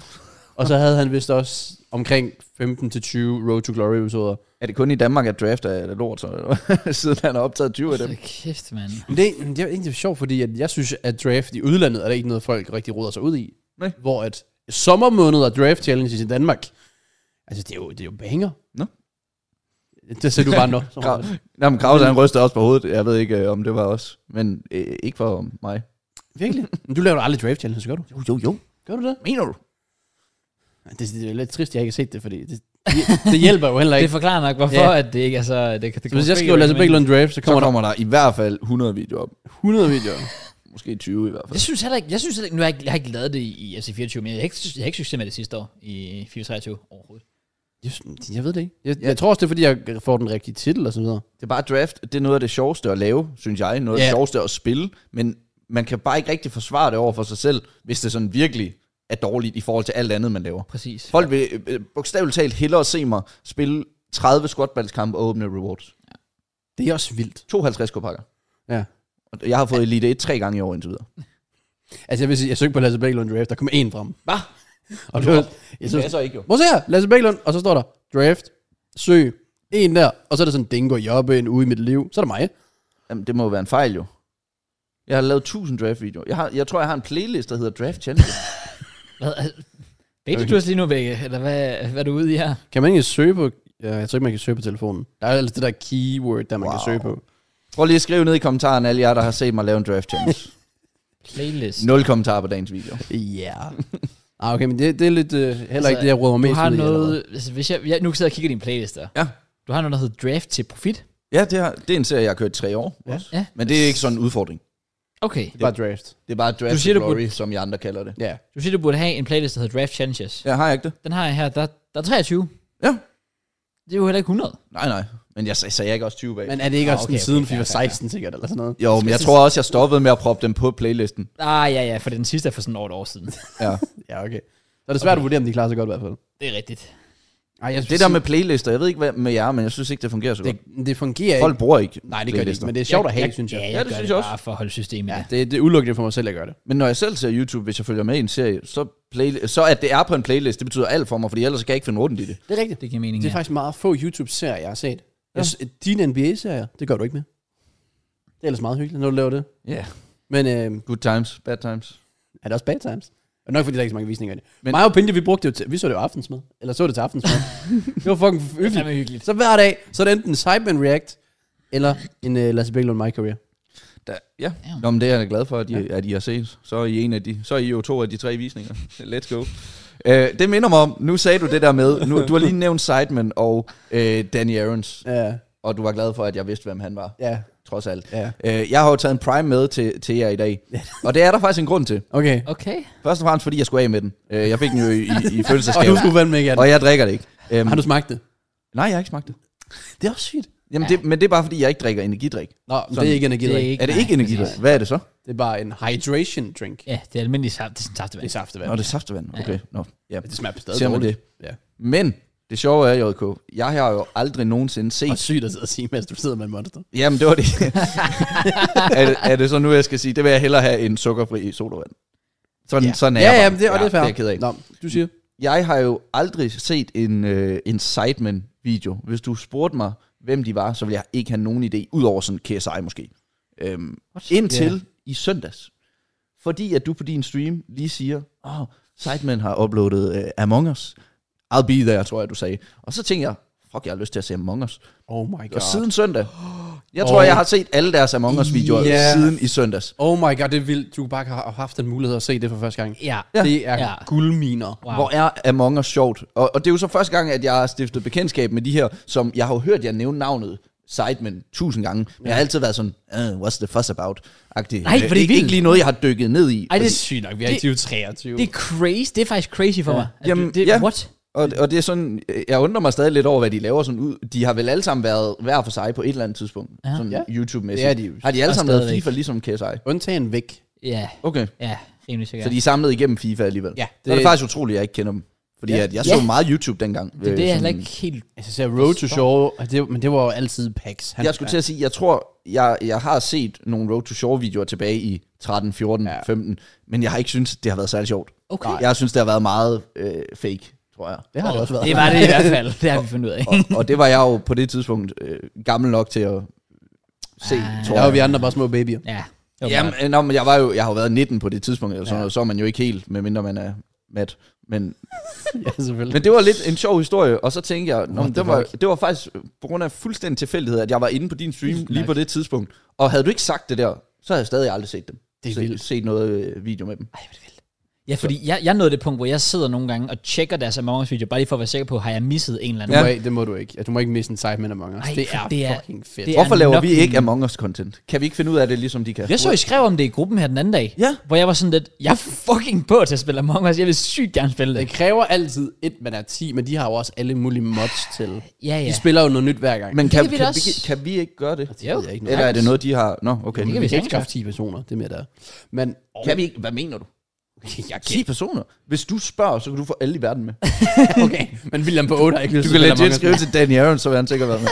S3: og så havde han vist også omkring 15-20 Road to Glory episoder.
S2: Er det kun i Danmark, at draft er er lort, så, siden han har optaget 20 af dem?
S1: Hold kæft, mand.
S3: Men det, er- det er egentlig sjovt, fordi at jeg synes, at draft i udlandet er der ikke noget, folk rigtig råder sig ud i.
S2: Nej.
S3: Hvor at sommermåneder draft challenges i Danmark, altså det er jo, det er jo banger.
S2: Nå.
S3: Det ser du bare nå.
S2: Grav, nej, men Kraus, han rystede også på hovedet. Jeg ved ikke, øh, om det var os. Men øh, ikke for mig.
S3: Virkelig? Men du laver da aldrig draft challenges, gør du?
S2: Jo, jo, jo.
S3: Gør du det?
S2: Mener du?
S3: Det, det er lidt trist, jeg ikke har set det, fordi det, det hjælper jo heller
S1: Det
S3: ikke.
S1: forklarer nok, hvorfor
S3: Ja.
S1: yeah. at det ikke er så... Det, det, det
S3: Så hvis jeg skriver Lasse Bækkelund draft, så
S2: Så
S3: kommer,
S2: kommer,
S3: så
S2: der i hvert fald 100 videoer op.
S3: kommer der 100 videoer.
S2: Måske 20 i hvert fald.
S1: Jeg synes heller ikke, jeg synes heller ikke, nu har jeg, ikke- jeg har ikke lavet det i FC 24, men jeg har ikke, jeg har ikke succes med det sidste år i FIFA 23 overhovedet.
S3: Jeg, mm, jeg ved det ikke. Jeg, jeg tror også, det er, fordi jeg får den rigtige titel og så videre.
S2: Det er bare draft. Det er noget af det sjoveste at lave, synes jeg. Noget af
S1: Ja.
S2: det sjoveste at spille. Men man kan bare ikke rigtig forsvare det over for sig selv, hvis det sådan virkelig er dårligt i forhold til alt andet, man laver.
S1: Præcis.
S2: Folk vil øh, øh, bogstaveligt talt hellere se mig spille 30 squatballskampe og åbne rewards.
S3: Det er også vildt.
S2: 52 kopakker.
S3: Ja.
S2: Og Jeg har fået Elite 1 tre gange i år indtil videre.
S3: Altså jeg vil sige, jeg søgte på Lasse Bækkelund draft, der kom én frem.
S2: Hvad?
S3: Og det var, jeg
S2: Det
S3: synes,
S2: er så ikke jo.
S3: Prøv at se her, Lasse Bæklund, og så står der, draft, søg, en der, og så er der sådan, dingo, jobbe, en uge i mit liv, så er der mig.
S2: Jamen, det må jo være en fejl jo. Jeg har lavet 1000 draft-videoer. Jeg, har, jeg tror, jeg har en playlist, der hedder Draft Challenge.
S1: Hvad, Baby okay. lige nu, Bække, eller hvad, hvad er du ude i her?
S3: Kan man ikke søge på, ja, jeg tror ikke, man kan søge på telefonen. Der er altså det der keyword, der man wow. kan
S2: Wow.
S3: søge på.
S2: Prøv lige at skrive ned i kommentaren, alle jer, der har set mig lave en Draft Challenge.
S1: Playlist.
S2: Nul kommentarer på dagens video.
S3: Ja. Yeah. ah, okay, men det, det er lidt, uh, heller altså, ikke det, jeg råder
S1: Du
S3: mest
S1: har
S3: ud i allerede.
S1: noget... Altså, hvis jeg, jeg, nu sidder jeg og kigger i din playlist der.
S2: Ja.
S1: Du har noget, der hedder Draft til Profit.
S2: Ja, det, har, det er en serie, jeg har kørt i tre år.
S3: Ja.
S2: også.
S1: Ja.
S2: Men det er ikke sådan en udfordring.
S1: Okay.
S3: Det er bare draft.
S2: Det er bare Draft
S1: Du siger,
S2: to
S1: du burde-
S2: Glory, som I andre kalder det.
S3: Ja. Yeah.
S1: Du siger, du burde have en playlist, der hedder Draft Challenges. Ja.
S2: Ja, har jeg ikke det?
S1: Den har jeg her. Der, der er 23.
S2: Ja.
S1: Det er jo heller ikke 100.
S2: Nej, nej. Men jeg sag- sagde jeg ikke også 20 bag.
S3: Men er det ikke
S1: Ah,
S3: også okay,
S1: okay,
S3: sådan, siden
S1: okay, fair,
S3: FIFA
S1: fair, fair.
S3: 16 sikkert, eller sådan noget?
S2: Jo, men jeg tror også, jeg stoppede med at proppe dem på playlisten.
S1: Ah, ja, ja, for den sidste er for sådan over et år siden.
S2: Ja.
S3: Ja, okay. Så er det svært okay. at vurdere, om de klarer sig godt i hvert fald.
S1: det er rigtigt.
S3: Ej, jeg
S2: Det der med playlister, jeg ved ikke hvad med jer, men jeg synes ikke, det fungerer så godt.
S3: det, det fungerer
S2: Folk
S3: ikke.
S2: bruger ikke
S3: Nej, det gør det ikke,
S2: playlister.
S3: men det er sjovt at have, synes jeg.
S1: Ja, jeg
S2: Ja,
S1: ja,
S2: det
S1: det gør
S2: synes
S1: det
S2: jeg også.
S1: bare for at holde systemet. Ja.
S3: Ja, det, det er udelukkende for mig selv, at gøre det.
S2: Men når jeg selv ser YouTube, hvis jeg følger med i en serie, så, play, så at det er på en playlist, det betyder alt for mig, fordi ellers kan jeg ikke finde rundt i det.
S3: Det er rigtigt.
S1: Det giver mening,
S3: Det er
S1: ja.
S3: faktisk meget få YouTube-serier, jeg har set. Ja. Jeg, dine NBA-serier, det gør du ikke med. Det er ellers meget hyggeligt, når du laver det.
S2: Ja. Yeah.
S3: Men øh,
S2: Good times, bad times.
S3: er det også bad times? Og nok fordi der er ikke så mange visninger i det. Men,
S2: Men-
S3: Mig og Pinja, vi brugte det jo til, vi så det jo aftensmad. Eller så det til aftensmad. det var fucking
S1: Det
S3: hyggeligt.
S1: er hyggeligt.
S3: Så hver dag, så er det enten Cyberman React, eller en uh, Lasse Bækkelund My Career.
S2: Da, ja.
S1: Damn.
S2: Nå, men det er jeg da glad for, at I, ja. at I har set. Så er I, en af de, så er I jo to af de tre visninger. Let's go. Uh, det minder mig om, nu sagde du det der med, nu, du har lige nævnt Seidman og uh, Danny Aarons,
S3: Ja,
S2: og du var glad for, at jeg vidste, hvem han var,
S3: ja,
S2: trods alt.
S3: ja.
S2: Uh, jeg har jo taget en prime med til, til jer i dag, og det er der faktisk en grund til.
S3: Okay.
S1: Okay.
S2: Først og fremmest, fordi jeg skulle af med den. Uh, jeg fik den jo i, i, i
S3: Og du
S2: fødselsdagsgave,
S3: skulle fandme ikke af det.
S2: og jeg drikker det ikke. Um,
S3: Har du smagt det?
S2: Nej, jeg har ikke smagt det.
S3: Det er også sygt.
S2: Jamen,
S1: Ja.
S2: det, men det er bare, fordi jeg ikke drikker energidrik.
S3: Nå, men det
S2: Sådan.
S3: er ikke energidrik. Det er,
S1: Det
S3: ikke.
S1: Ikke-
S2: er det
S1: nej,
S2: ikke energidrik?
S1: præcis.
S2: Hvad er det så?
S3: det er bare en hydration drink.
S1: Ja, det er almindelig saft, det er sådan
S3: Det er
S1: saftevand.
S2: Nå,
S3: saftevand.
S2: det er saftevand. Okay, nå. Ja.
S3: Det smager stadig
S2: Ser man
S3: dårligt.
S2: det?
S3: Ja.
S2: Men det sjove er, JK, jeg har jo aldrig nogensinde
S3: Og
S2: set...
S3: sygt at sidde og sige, mens du sidder med en monster.
S2: Jamen, det var det. er, det er det så nu, jeg skal sige? Det vil jeg hellere have en sukkerfri sodavand. Sådan,
S3: ja.
S2: sådan er
S3: ja,
S2: jeg
S3: ja,
S2: bare.
S3: men det, og det er fair.
S2: Det er jeg ked af.
S3: Nå, du siger.
S2: Jeg har jo aldrig set en, øh, en Sidemen-video. Hvis du spurgte mig, hvem de var, så ville jeg ikke have nogen idé, udover sådan KSI måske. Øhm, indtil
S3: Ja.
S2: yeah. i søndags. Fordi at du på din stream lige siger, åh, oh, Sidemen har uploadet øh, Among Us. I'll be there, tror jeg, du sagde. Og så tænkte jeg, fuck, jeg har lyst til at se Among Us.
S3: Oh my
S2: Og
S3: god.
S2: siden søndag. Jeg tror,
S3: Åh.
S2: jeg har set alle deres Among Us-videoer
S3: Ja.
S2: siden i søndags.
S3: Oh my god, det er vildt. Du bare har haft den mulighed at se det for første gang.
S1: Ja.
S3: Ja. Det er
S1: Ja.
S3: ja. guldminer.
S1: Wow.
S2: Hvor er Among Us sjovt? Og, og det er jo så første gang, at jeg har stiftet bekendtskab med de her, som jeg har jo hørt jer nævne navnet site, men tusind gange. Men jeg har altid været sådan, uh, what's the fuss about? -agtig.
S1: Nej, for det er
S2: ikke,
S1: vildt.
S2: ikke lige noget, jeg har dykket ned i.
S1: Ej, det,
S3: sygt nok, vi
S1: er i
S3: 2023.
S1: det er crazy. Det er faktisk crazy for ja. mig. At
S2: Jamen,
S1: du- det,
S2: ja.
S1: What?
S2: Og, og det er sådan, jeg undrer mig stadig lidt over, hvad de laver sådan ud. De har vel alle sammen været hver for sig på et eller andet tidspunkt,
S1: Ja.
S2: ja. sådan
S3: Ja.
S2: ja. YouTube-mæssigt.
S3: Det er de jo.
S2: Har de alle
S1: Og
S2: sammen lavet
S1: stadigvæk.
S2: FIFA ligesom KSI?
S3: Undtagen væk.
S1: Ja,
S2: Okay.
S1: ja, rimelig sikkert.
S2: Så de er samlet igennem FIFA alligevel.
S3: Ja,
S2: Det, er det
S3: det-
S2: faktisk utroligt, at jeg ikke kender dem. Fordi
S3: Ja.
S2: ja. at jeg så
S1: Ja.
S2: meget YouTube dengang.
S1: det,
S2: Øh,
S1: det er jeg
S2: sådan-
S1: heller ikke helt...
S3: Altså, så Road to Show, og det, men det var jo altid PAX. Han,
S2: Jeg skulle til at sige, jeg tror, jeg, jeg har set nogle Road to Shore-videoer tilbage i 13, 14,
S3: Ja.
S2: ja. 15, men jeg har ikke syntes, det har været særlig sjovt.
S1: Okay. Nej.
S2: Jeg synes, det har været meget øh, fake, tror jeg.
S3: Det har det også været.
S1: Det var det i hvert fald. Det har vi fundet ud af.
S2: Og, og det var jeg jo på det tidspunkt øh, gammel nok til at se,
S1: Ah.
S2: tror
S3: Der var
S2: jeg.
S3: vi andre bare små babyer.
S1: Ja.
S2: Jamen, øh, nå, men jeg, var jo, jeg har jo været 19 på det tidspunkt, eller sådan
S3: Ja.
S2: ja. noget, så er man jo ikke helt, medmindre man er mat. Men,
S3: ja, selvfølgelig.
S2: men det var lidt en sjov historie, og så tænkte jeg, nå,
S3: What
S2: men
S3: the
S2: det, var, det var faktisk på grund af fuldstændig tilfældighed, at jeg var inde på din stream
S1: Tusind
S2: lige
S1: tak.
S2: på det tidspunkt. Og havde du ikke sagt det der, så havde jeg stadig aldrig set dem.
S3: Det er
S2: Se-
S3: vildt.
S2: Set noget øh, video med dem.
S1: Ej, hvor er det vildt. Ja, fordi jeg, jeg nåede det punkt, hvor jeg sidder nogle gange og tjekker deres Among Us-videoer, bare lige for at være sikker på, har jeg misset en eller anden.
S3: Du
S2: Ja.
S3: må, ikke- det må du ikke. Ja, Du må ikke misse en sejt med Among Us.
S1: Ej,
S3: det,
S1: for
S3: er
S1: det er-
S3: fucking fedt.
S1: det er-
S2: Hvorfor laver
S1: nok
S2: vi ikke
S1: en-
S2: Among Us-content? Kan vi ikke finde ud af det, ligesom de kan?
S1: Jeg så, I skrev om det i gruppen her den anden dag,
S2: Ja.
S1: hvor jeg var sådan lidt, jeg er fucking på til at spille Among Us, jeg vil sygt gerne spille
S3: Det
S1: det.
S3: kræver altid et, man er 10, men de har jo også alle mulige mods til.
S1: Ja,
S3: De
S1: ja.
S3: spiller jo noget nyt hver gang.
S2: Men kan,
S1: kan vi
S2: kan,
S1: da
S2: kan, vi,
S1: også.
S2: kan vi ikke gøre det?
S1: Jo.
S3: ved Altså, jeg ikke noget.
S2: Eller er det noget, de har... Nå, okay.
S1: Det kan
S3: kan
S1: vi
S3: vi kan ikke
S1: sagtens
S3: skaffe 10 personer, det er mere der. Men
S2: Kan vi ikke? Hvad mener du?
S3: jeg
S2: 10 personer? Hvis du spørger, så kan du få alle i verden med.
S3: okay, men William på 8 har ikke lyst
S2: Du
S3: til
S2: kan
S3: at spille Among
S2: legit
S3: Us.
S2: skrive til Danny Aaron, så vil han sikkert være med.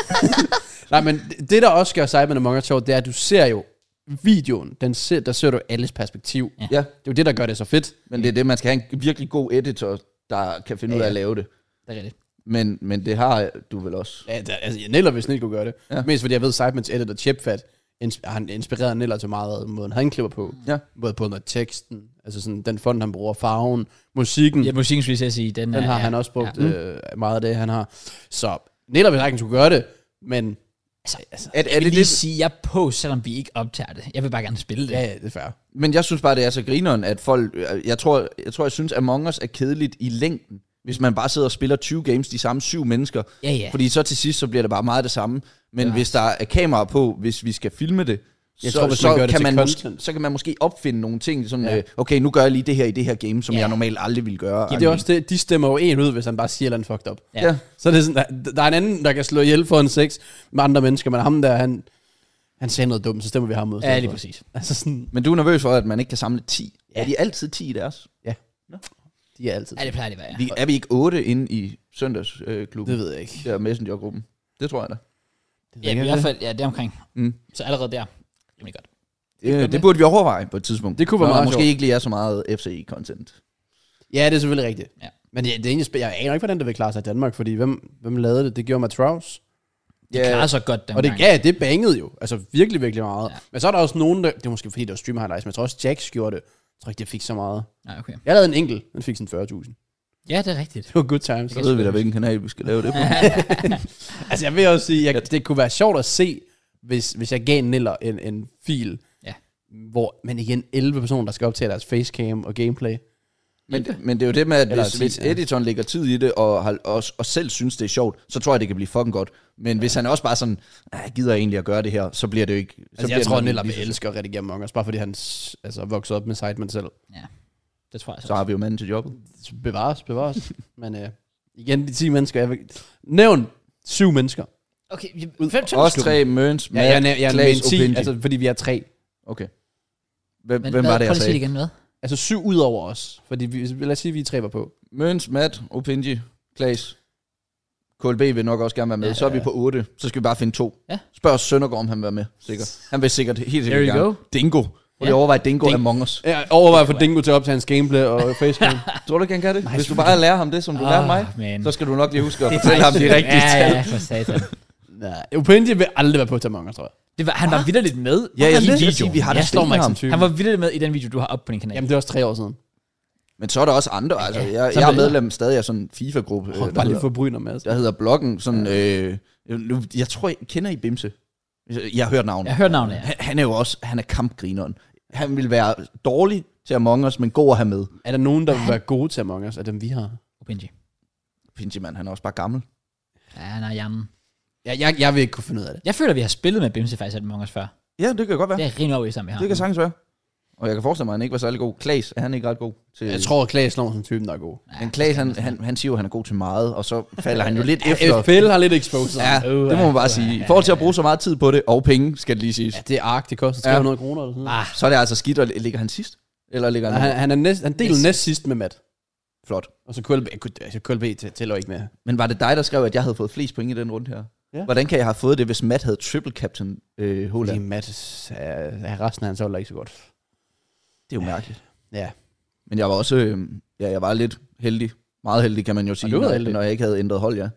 S3: Nej, men det- det, der også gør Simon Among Us sjovt, det er, at du ser jo videoen, den ser, der ser du alles perspektiv. Ja.
S2: ja,
S3: Det er jo det, der gør det så fedt.
S2: men det er det, man skal have en virkelig god editor, der kan finde ud af at lave det.
S1: Det er rigtigt.
S2: Men, men det har du vel også.
S3: Ja, der, altså, Neller vil snit kunne gøre det. Ja.
S2: Ja.
S3: Mest fordi jeg ved, Seidmans editor Chipfat, ins- han inspirerede Neller til meget af måden, han klipper på.
S2: Ja.
S3: Både på noget teksten, altså sådan den fond, han bruger, farven, musikken,
S1: Ja,
S3: yep.
S1: musikken skulle jeg til at sige, den,
S3: den
S1: er,
S3: har
S1: ja.
S3: han også brugt ja. øh, meget af det, han har. Så Neller vil sagtens kunne gøre det, men
S1: Altså, altså,
S2: At, er
S1: jeg vil
S2: det
S1: lige
S2: det?
S1: sige, jeg er på, selvom vi ikke optager det. Jeg vil bare gerne spille det.
S3: ja, ja det er fair.
S2: Men jeg synes bare, det er så grineren, at folk... øh, Jeg tror, jeg, tror, jeg synes, Among Us er kedeligt i længden. Hvis man bare sidder og spiller 20 games, de samme syv mennesker.
S1: Ja, ja.
S2: Fordi så til sidst, så bliver det bare meget det samme. Men ja. hvis der er kameraer på, hvis vi skal filme det,
S3: Jeg
S2: så,
S3: tror, hvis
S2: så,
S3: man gør det
S2: kan
S3: til
S2: man måske,
S3: content.
S2: så kan man måske opfinde nogle ting, sådan,
S3: Ja.
S2: ja. øh, okay, nu gør jeg lige det her i det her game, som
S1: Ja.
S2: ja. jeg normalt aldrig ville gøre.
S3: Det er også det, de stemmer jo en ud, hvis han bare siger, at han fucked up.
S1: Ja.
S2: Ja.
S3: Så er det sådan, der, der er en anden, der kan slå ihjel for en sex med andre mennesker, men ham der, han, han sagde noget dumt, så stemmer vi ham ud. i
S1: Ja,
S3: stedet
S1: lige
S3: for.
S1: præcis.
S3: Altså sådan,
S2: Men du er nervøs for, at man ikke kan samle 10. Ja. Er de altid 10 i deres?
S3: de er altid.
S1: Ja, det plejer det at være.
S2: Vi, er vi ikke 8 inde i søndagsklubben?
S3: Det
S2: Øh,
S3: ved jeg ikke.
S2: der messengergruppen. Det tror jeg da.
S1: Ja, i hvert fald, ja, det er omkring.
S2: Mm.
S1: Så allerede der. Rimelig godt.
S2: Det, det burde vi overveje på et tidspunkt.
S3: øh, Det kunne være
S2: Når
S3: meget
S2: der måske
S3: sjovt.
S2: ikke lige er så meget FCE-content.
S3: Ja, det er selvfølgelig rigtigt.
S1: Ja.
S3: Men det, det er egentlig spæ- jeg aner ikke, hvordan det vil klare sig i Danmark, fordi hvem, hvem lavede det? Det gjorde Matraus.
S1: Det klarer sig godt den
S3: Og det,
S1: gang.
S3: ja, det bangede jo. Altså virkelig, virkelig meget.
S1: Ja.
S3: Ja. Men så er der også nogen, der... Det er måske fordi, det var stream highlights, men jeg tror også, Jax gjorde det. Jeg tror ikke, det fik så meget.
S1: Nej, okay.
S3: Jeg lavede en enkelt, den fik sådan 40.000.
S1: Ja, det er rigtigt.
S3: Det var good times.
S2: Så ved vi da, hvilken kanal vi skal lave det på.
S3: Altså, jeg vil også sige, jeg, det kunne være sjovt at se, hvis, hvis jeg gav Niller en, en fil,
S1: Ja.
S3: hvor, men igen, 11 personer, der skal optage deres facecam og gameplay.
S2: Men, men det er jo det med, at
S3: Eller
S2: hvis,
S3: ti,
S2: hvis
S3: ja.
S2: editoren lægger tid i det, og, har, og, og selv synes, det er sjovt, så tror jeg, det kan blive fucking godt. Men ja. hvis han også bare sådan, "Ah, gider jeg egentlig at gøre det her, så bliver det jo ikke... Så
S3: Altså,
S2: bliver
S3: jeg
S2: det
S3: tror,
S2: nok
S3: Niller
S2: lige så-
S3: vil elske at redigere Among Us, bare fordi han s- altså, voksede op med Sidemen selv.
S1: Ja, det tror jeg altså så.
S2: Så har vi jo manden til jobbet.
S3: Så Bevares, bevares. men øh, igen, de 10 mennesker, jeg vil... Nævn syv mennesker.
S1: Okay,
S2: Os tre, Møns,
S3: Ja,
S2: Matt,
S3: jeg, jeg, jeg,
S2: Klaas og
S3: 10,
S2: Benji.
S3: altså, fordi vi er tre.
S2: Okay. Hvem,
S1: Men,
S2: hvem
S1: hvad,
S2: var
S1: prøv
S2: det, jeg
S1: lige at sige
S2: sagde?
S1: det igen, hvad?
S3: Altså syv ud over os. Fordi vi, lad os sige, at vi tre var på.
S2: Møns, Matt, Opinji, Klaas. KLB vil nok også gerne være med.
S1: Ja,
S2: Ja, så er
S3: ja,
S2: vi
S3: ja.
S2: på 8. Så skal vi bare finde to.
S1: Ja.
S2: Spørg Søndergaard, om han vil være med. Sikkert. Han vil sikkert helt sikkert
S1: There you
S2: gerne.
S1: go.
S2: Dingo. Prøv lige
S1: Ja.
S2: at overveje Dingo
S3: Ding-
S2: Among Us.
S3: Jeg overvejer for Dingo til at optage hans gameplay og facecam.
S2: Tror du ikke, han kan det? Hvis du bare lærer ham det, som du
S1: Ah,
S2: lærer mig,
S1: man.
S2: så skal du nok lige huske at fortælle ham de rigtige
S1: ja,
S2: tal.
S1: Ja, for satan.
S3: Nej, Upendi vil aldrig være på til Among Us, tror jeg.
S1: Det var, han var vidderligt med
S2: Ja, jeg
S1: i
S2: lige
S1: videoen.
S2: sige, vi har
S1: ja,
S2: det
S3: slår mig ikke som
S2: ham.
S3: type.
S1: Han var vildt med i den video, du har op på din kanal.
S3: Jamen, det er også tre år siden.
S2: Men så er der også andre. Altså, jeg,
S1: så
S2: jeg er
S1: ved jeg.
S2: medlem stadig af sådan en FIFA-gruppe, øh,
S3: Hold,
S2: der,
S3: bare lige
S2: hedder,
S3: for bryner med. Altså.
S2: der hedder Bloggen. Sådan, øh, nu- jeg tror, jeg kender I Bimse. Jeg har hørt navnet.
S1: jeg hørte navnet, ja.
S2: Han, han er jo også, han er kampgrineren. Han vil være dårlig til Among Us, men god at have med.
S3: Er der nogen, der vil være gode til Among Us, af dem vi har?
S1: Opinji.
S2: Pinjiman, han er også bare gammel.
S1: Ja, han har hjernen.
S3: Jeg, jeg, jeg vil ikke kunne finde ud af det.
S1: Jeg føler, vi har spillet med Bimse faktisk Among Us før.
S2: Ja, det kan godt være.
S1: Det er jeg rimelig overbevist om, vi har.
S2: Det kan sagtens være. Og jeg kan forestille mig, at han ikke var særlig god. Klaas, er han ikke ret god til...
S3: Øh. Jeg tror, at Klaas Lovsen typen, der er god.
S1: Ja,
S2: Men Klaas, han, han, han siger jo, at han er god til meget, og så falder han jo lidt efter.
S3: FL har lidt exposed.
S2: Ja, det må man bare sige. I forhold til at bruge så meget tid på det, og penge, skal det lige siges,
S3: ja det er ark, det koster 300 kroner eller sådan noget.
S1: Ah,
S2: så er det altså skidt, og ligger han sidst? Eller ligger
S3: Han,
S2: han...
S3: Altså, han, er næst, han deler
S1: Yes.
S3: næst sidst med Matt.
S2: Flot.
S3: Og så KLB, jeg kunne- altså KLB tæ- tæller ikke med.
S2: Men var det dig, der skrev, at jeg havde fået flest point i den runde her?
S3: Ja.
S2: Hvordan kan jeg have fået det, hvis Matt havde triple captain øh,
S3: Fordi
S2: Holland?
S3: Matt, ja, resten af hans hold er ikke så godt.
S2: Det er jo mærkeligt.
S3: Ja.
S2: Men jeg var også... Øh, ja, jeg var lidt heldig. Meget heldig, kan man jo sige,
S3: du var
S2: når,
S3: heldig.
S2: når jeg ikke havde ændret hold, ja.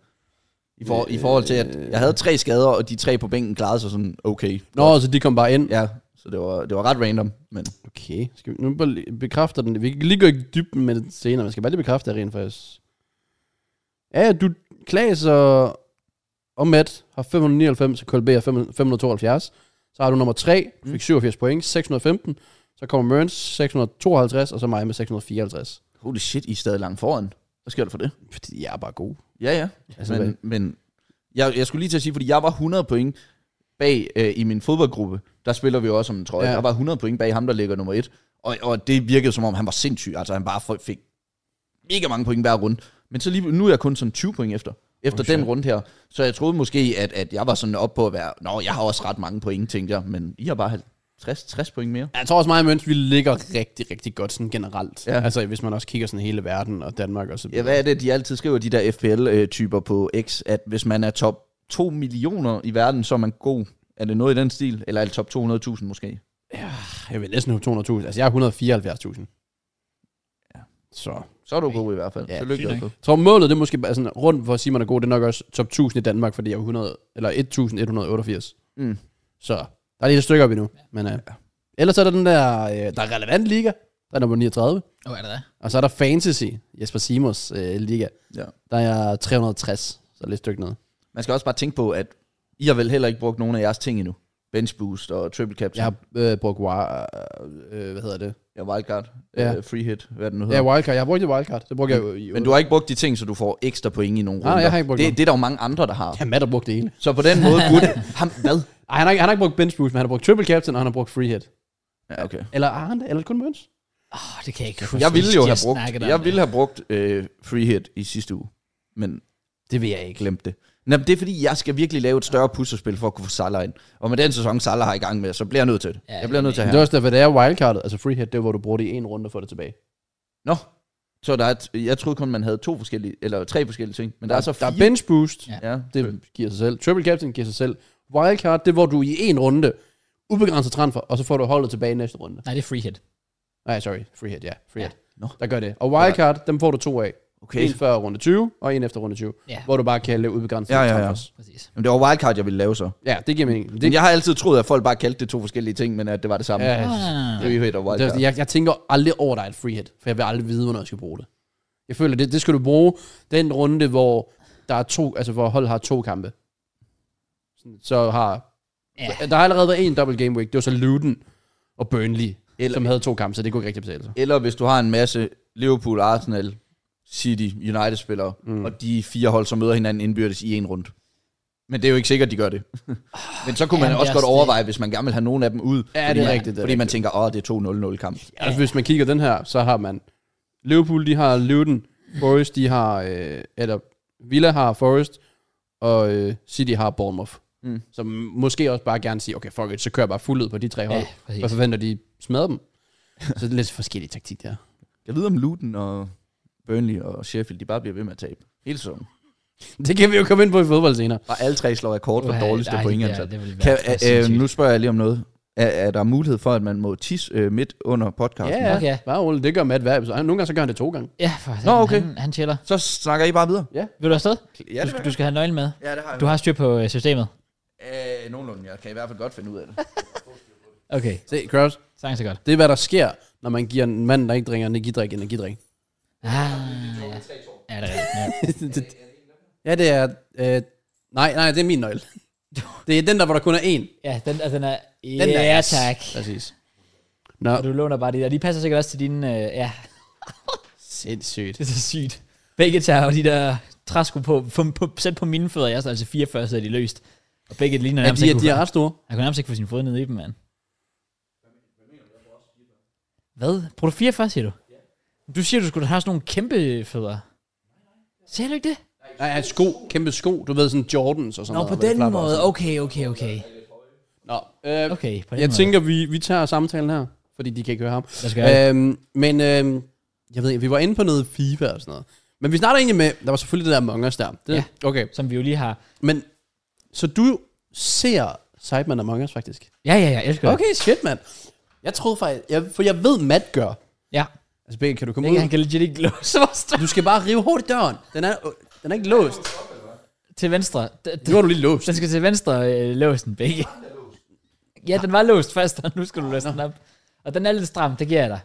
S2: I, for, I forhold til, at jeg havde tre skader, og de tre på bænken klarede sig sådan okay.
S3: Nå, så de kom bare ind.
S2: Ja, så det var, det var ret random, men...
S3: Okay, skal vi, nu bare lige- bekræfter den. Vi kan lige gå i dybden med det senere, men jeg skal bare lige bekræfte det rent faktisk. Ja, ja, du, Klaas og, og Matt har 599, og KLB har 500 572. Så har du nummer 3, du fik 87 point, 615. Så kommer Mørns 652, og så mig med 654.
S2: Holy shit, I er stadig langt foran. Hvad sker der for det?
S3: Fordi jeg er bare god.
S2: Ja, ja.
S3: Altså,
S2: Altså, men men jeg, jeg skulle lige til at sige, fordi jeg var 100 point bag øh, i min fodboldgruppe. Der spiller vi jo også om en trøje.
S3: Ja.
S2: Ja. Jeg var 100 point bag ham, der ligger nummer et. Og, og det virkede som om, han var sindssyg. Altså, han bare fik- fik mega mange point hver runde. Men så lige, nu er jeg kun sådan 20 point efter. Efter
S3: Oh,
S2: oh, den
S3: shit.
S2: runde her. Så jeg troede måske, at, at jeg var sådan op på at være... Nå, jeg har også ret mange point, tænkte jeg. Men I har bare 50-60 point mere.
S3: Jeg tror også mig og Møns, vi ligger rigtig, rigtig godt sådan generelt. Ja.
S2: Ja.
S3: Altså hvis man også kigger sådan hele verden og Danmark og så
S2: Ja, hvad er det, de altid skriver, de der FPL-typer på X, at hvis man er top 2 millioner i verden, så er man god. Er det noget i den stil? Eller er det top 200.000 måske?
S3: Jeg vil næsten have 200.000. Altså jeg er 174.000. Ja. Så
S2: Så er du god i hvert fald.
S3: Ja,
S2: Ja, Tillykke.
S1: fint
S2: Jacob.
S3: Jeg tror målet, det er måske bare sådan rundt for at sige, man er god, det er nok også top 1000 i Danmark, fordi jeg er 100, eller 1188.
S2: Mm.
S3: Så der er lige et stykke op endnu. Men, øh, ellers er der den der, øh, der er relevant liga, der er nummer 39.
S1: oh, er det det?
S3: Og så er der fantasy, Jesper Simons øh, liga,
S2: Ja.
S3: der er 360, så lidt stykke ned.
S2: Man skal også bare tænke på, at I har vel heller ikke brugt nogen af jeres ting endnu. Bench boost og triple capture.
S3: Jeg har øh, brugt, wa- øh, hvad hedder det?
S2: ja wildcard.
S3: Ja.
S2: Ja. Uh, free hit, hvad det nu
S3: Ja,
S2: hedder.
S3: wildcard. Jeg har brugt det wildcard. Det brugte jeg jo i...
S2: Men du har ikke brugt de ting, så du får ekstra point i nogle
S3: Nej,
S2: runder.
S3: jeg har ikke brugt
S2: det,
S3: nogen.
S2: det er der jo mange andre, der har.
S3: Ja, Matt har brugt det hele.
S2: Så på den måde burde... Ham, hvad?
S3: Ej, han har, ikke, han har ikke brugt bench boost, men han har brugt triple captain, og han har brugt free hit.
S2: Ja, okay.
S3: Eller har han det? Eller kun Møns?
S1: Åh, det kan jeg ikke huske.
S2: Jeg ville jo
S1: De
S2: have brugt,
S1: snakket om
S2: jeg
S1: det.
S2: ville have brugt øh, free hit i sidste uge. Men
S3: Det vil jeg ikke.
S2: glemte det. Nå, men det er fordi, jeg skal virkelig lave et større puslespil for at kunne få Salah ind. Og med den sæson, Salah har i gang med, så bliver jeg nødt til det.
S1: Ja,
S2: Ja, jeg bliver nødt til at
S3: Men Det er
S2: have.
S3: også derfor, det er wildcardet, altså free hit, det er, hvor du bruger det i en runde og får det tilbage.
S2: Nå, så der er et, jeg troede kun, man havde to forskellige, eller tre forskellige ting. Men der, er så
S3: der
S2: fire.
S3: er bench boost, ja.
S1: Ja.
S2: ja, det,
S3: Altså, det giver sig selv. Triple captain giver sig selv. Wildcard, det er, hvor du i en runde ubegrænset transfer, og så får du holdet tilbage i næste runde.
S1: Nej, det er free hit.
S3: Nej, sorry. Free hit, ja. Free
S1: Ja.
S3: hit.
S2: Nå.
S3: Der gør det. Og wildcard, dem får du to af.
S2: okay.
S3: En før runde 20, og en efter runde 20.
S1: Ja.
S3: Hvor du bare kan lave ubegrænset
S2: Ja, ja, ja.
S3: transfers.
S1: Præcis.
S2: Jamen, det var wildcard, jeg ville lave så.
S3: Ja, det giver mening.
S2: Men
S3: Det,
S2: jeg har altid troet, at folk bare kaldte det to forskellige ting, men at det var det samme.
S3: Ja,
S2: Ja.
S1: Åh, nej, nej, nej.
S2: Free hit og
S3: det er
S2: wildcard.
S3: også- jeg, jeg tænker aldrig over, at der er et free hit, for jeg vil aldrig vide, hvornår jeg skal bruge det. Jeg føler, det, det skal du bruge den runde, hvor der er to, altså hvor hold har to kampe. Sådan, Så har
S1: Ja.
S3: Ja. Der har allerede været en double game week. Det var så Luton og Burnley, Eller...
S2: Eller-
S3: som havde to kampe, så det kunne ikke rigtig betale sig.
S2: Eller hvis du har en masse Liverpool, Arsenal, City, United-spillere, mm. og de fire hold, som møder hinanden indbyrdes i en runde. Men det er jo ikke sikkert, de gør det. Men så kunne man
S1: Jamen, det er
S2: også godt
S1: også det.
S2: overveje, hvis man gerne vil have nogen af dem ud.
S3: er
S2: fordi man-
S3: rigtigt, det er
S2: Fordi man tænker, åh, det er 2-0-0 kamp.
S3: Ja. Altså, hvis man kigger den her, så har man Liverpool, de har Luton, Forest, de har, øh, eller Villa har Forest, og øh, City har Bournemouth. Mm.
S2: Mm.
S3: Som måske også bare gerne siger, okay, fuck it, så kører jeg bare fuld ud på de tre hold.
S1: Ja, præcis.
S3: Ja, og forventer, de smadrer dem. så det er lidt forskellige taktik der.
S2: Jeg ved om Luton og Burnley og Sheffield, de bare bliver ved med at tabe. Hele sæsonen.
S3: Det kan vi jo komme ind på i fodbold senere.
S2: Bare alle tre slår rekord for
S1: Uha,
S2: dårligste
S1: ej,
S2: point.
S1: det-
S2: Altså.
S1: ja, det ville
S2: Kan,
S1: være for
S2: øh,
S1: sindssygt.
S2: nu spørger jeg lige om noget. Er, er der mulighed for, at man må tisse øh, midt under podcasten?
S3: Ja, ja.
S1: Okay.
S3: Okay. Bare roligt, det gør Matt hver episode. Han- Nogle gange så gør han det to gange.
S1: Ja, for
S2: Nå,
S1: satan,
S2: okay.
S1: han, han chiller.
S2: Så snakker I bare videre.
S1: Vil du afsted?
S2: Ja,
S1: Du, skal- du skal have nøglen med.
S2: ja, det har jeg.
S1: Du har styr på øh, systemet.
S2: Øh, nogenlunde, jeg kan i hvert fald godt finde ud af det.
S1: Okay,
S3: Se, Kraus,
S1: sang så godt.
S3: det er, hvad der sker, når man giver en mand, der ikke drikker energidrik, energidrik.
S1: Ah, ja. Ja, det er rigtigt. Ja.
S3: det, ja, det er... Øh, nej, nej, det er min nøgle. Det er den der, hvor der kun er én.
S1: Ja, den, altså, den er... Ja,
S3: Den der
S1: ja
S3: er-
S1: tak.
S3: Præcis. Nå,
S1: Og du låner bare de der. De passer sikkert også til dine... Øh, ja,
S3: sindssygt.
S1: det er så sygt. Begge tager jo de der træsko på, på, på, selv på mine fødder, jeg står altså 44, så er de løst. Og begge ligner
S3: Ja,
S1: nærmest
S3: de, er-
S1: ikke,
S3: de
S1: kunne-
S3: er ret store.
S1: Jeg kunne nærmest ikke få sin fod ned i dem, mand. Hvad? Bruger du 44, siger du? Du siger, du skulle have sådan nogle kæmpe fødder. Sagde du ikke det?
S3: Nej, ja, sko, kæmpe sko. Du ved, sådan Jordans og sådan
S1: Nå,
S3: noget.
S1: på
S3: hvor det
S1: den
S3: flapper og
S1: måde.
S3: sådan.
S1: Okay, okay, okay.
S3: Nå,
S1: Okay,
S3: øh,
S1: på den
S3: jeg
S1: måde.
S3: tænker, vi, vi tager samtalen her, fordi de kan ikke høre ham.
S1: Lad os gøre det.
S3: Øhm, men øhm, jeg ved ikke, vi var inde på noget FIFA og sådan noget. Men vi starter egentlig med, der var selvfølgelig det der Among Us der. Det,
S1: Ja.
S3: Okay.
S1: Som vi jo lige har...
S3: Men, så du ser Sideman Among Us faktisk?
S1: Ja, ja, ja, jeg elsker det.
S3: Okay, shit, mand. Jeg troede faktisk, jeg, for jeg ved, Matt gør.
S1: Ja.
S3: Altså, Begge, kan du komme
S1: Ikke,
S3: ud?
S1: han kan legit ikke låse vores dør.
S3: Du skal bare rive hårdt i døren. Den er, øh, den er ikke låst.
S1: Til venstre. D-
S3: Nu
S1: d-
S3: har du lige låst.
S1: den skal til venstre øh, låsen, begge. Ja, den var låst først, og nu skal du låse den op. Og den er lidt stram, det giver jeg dig.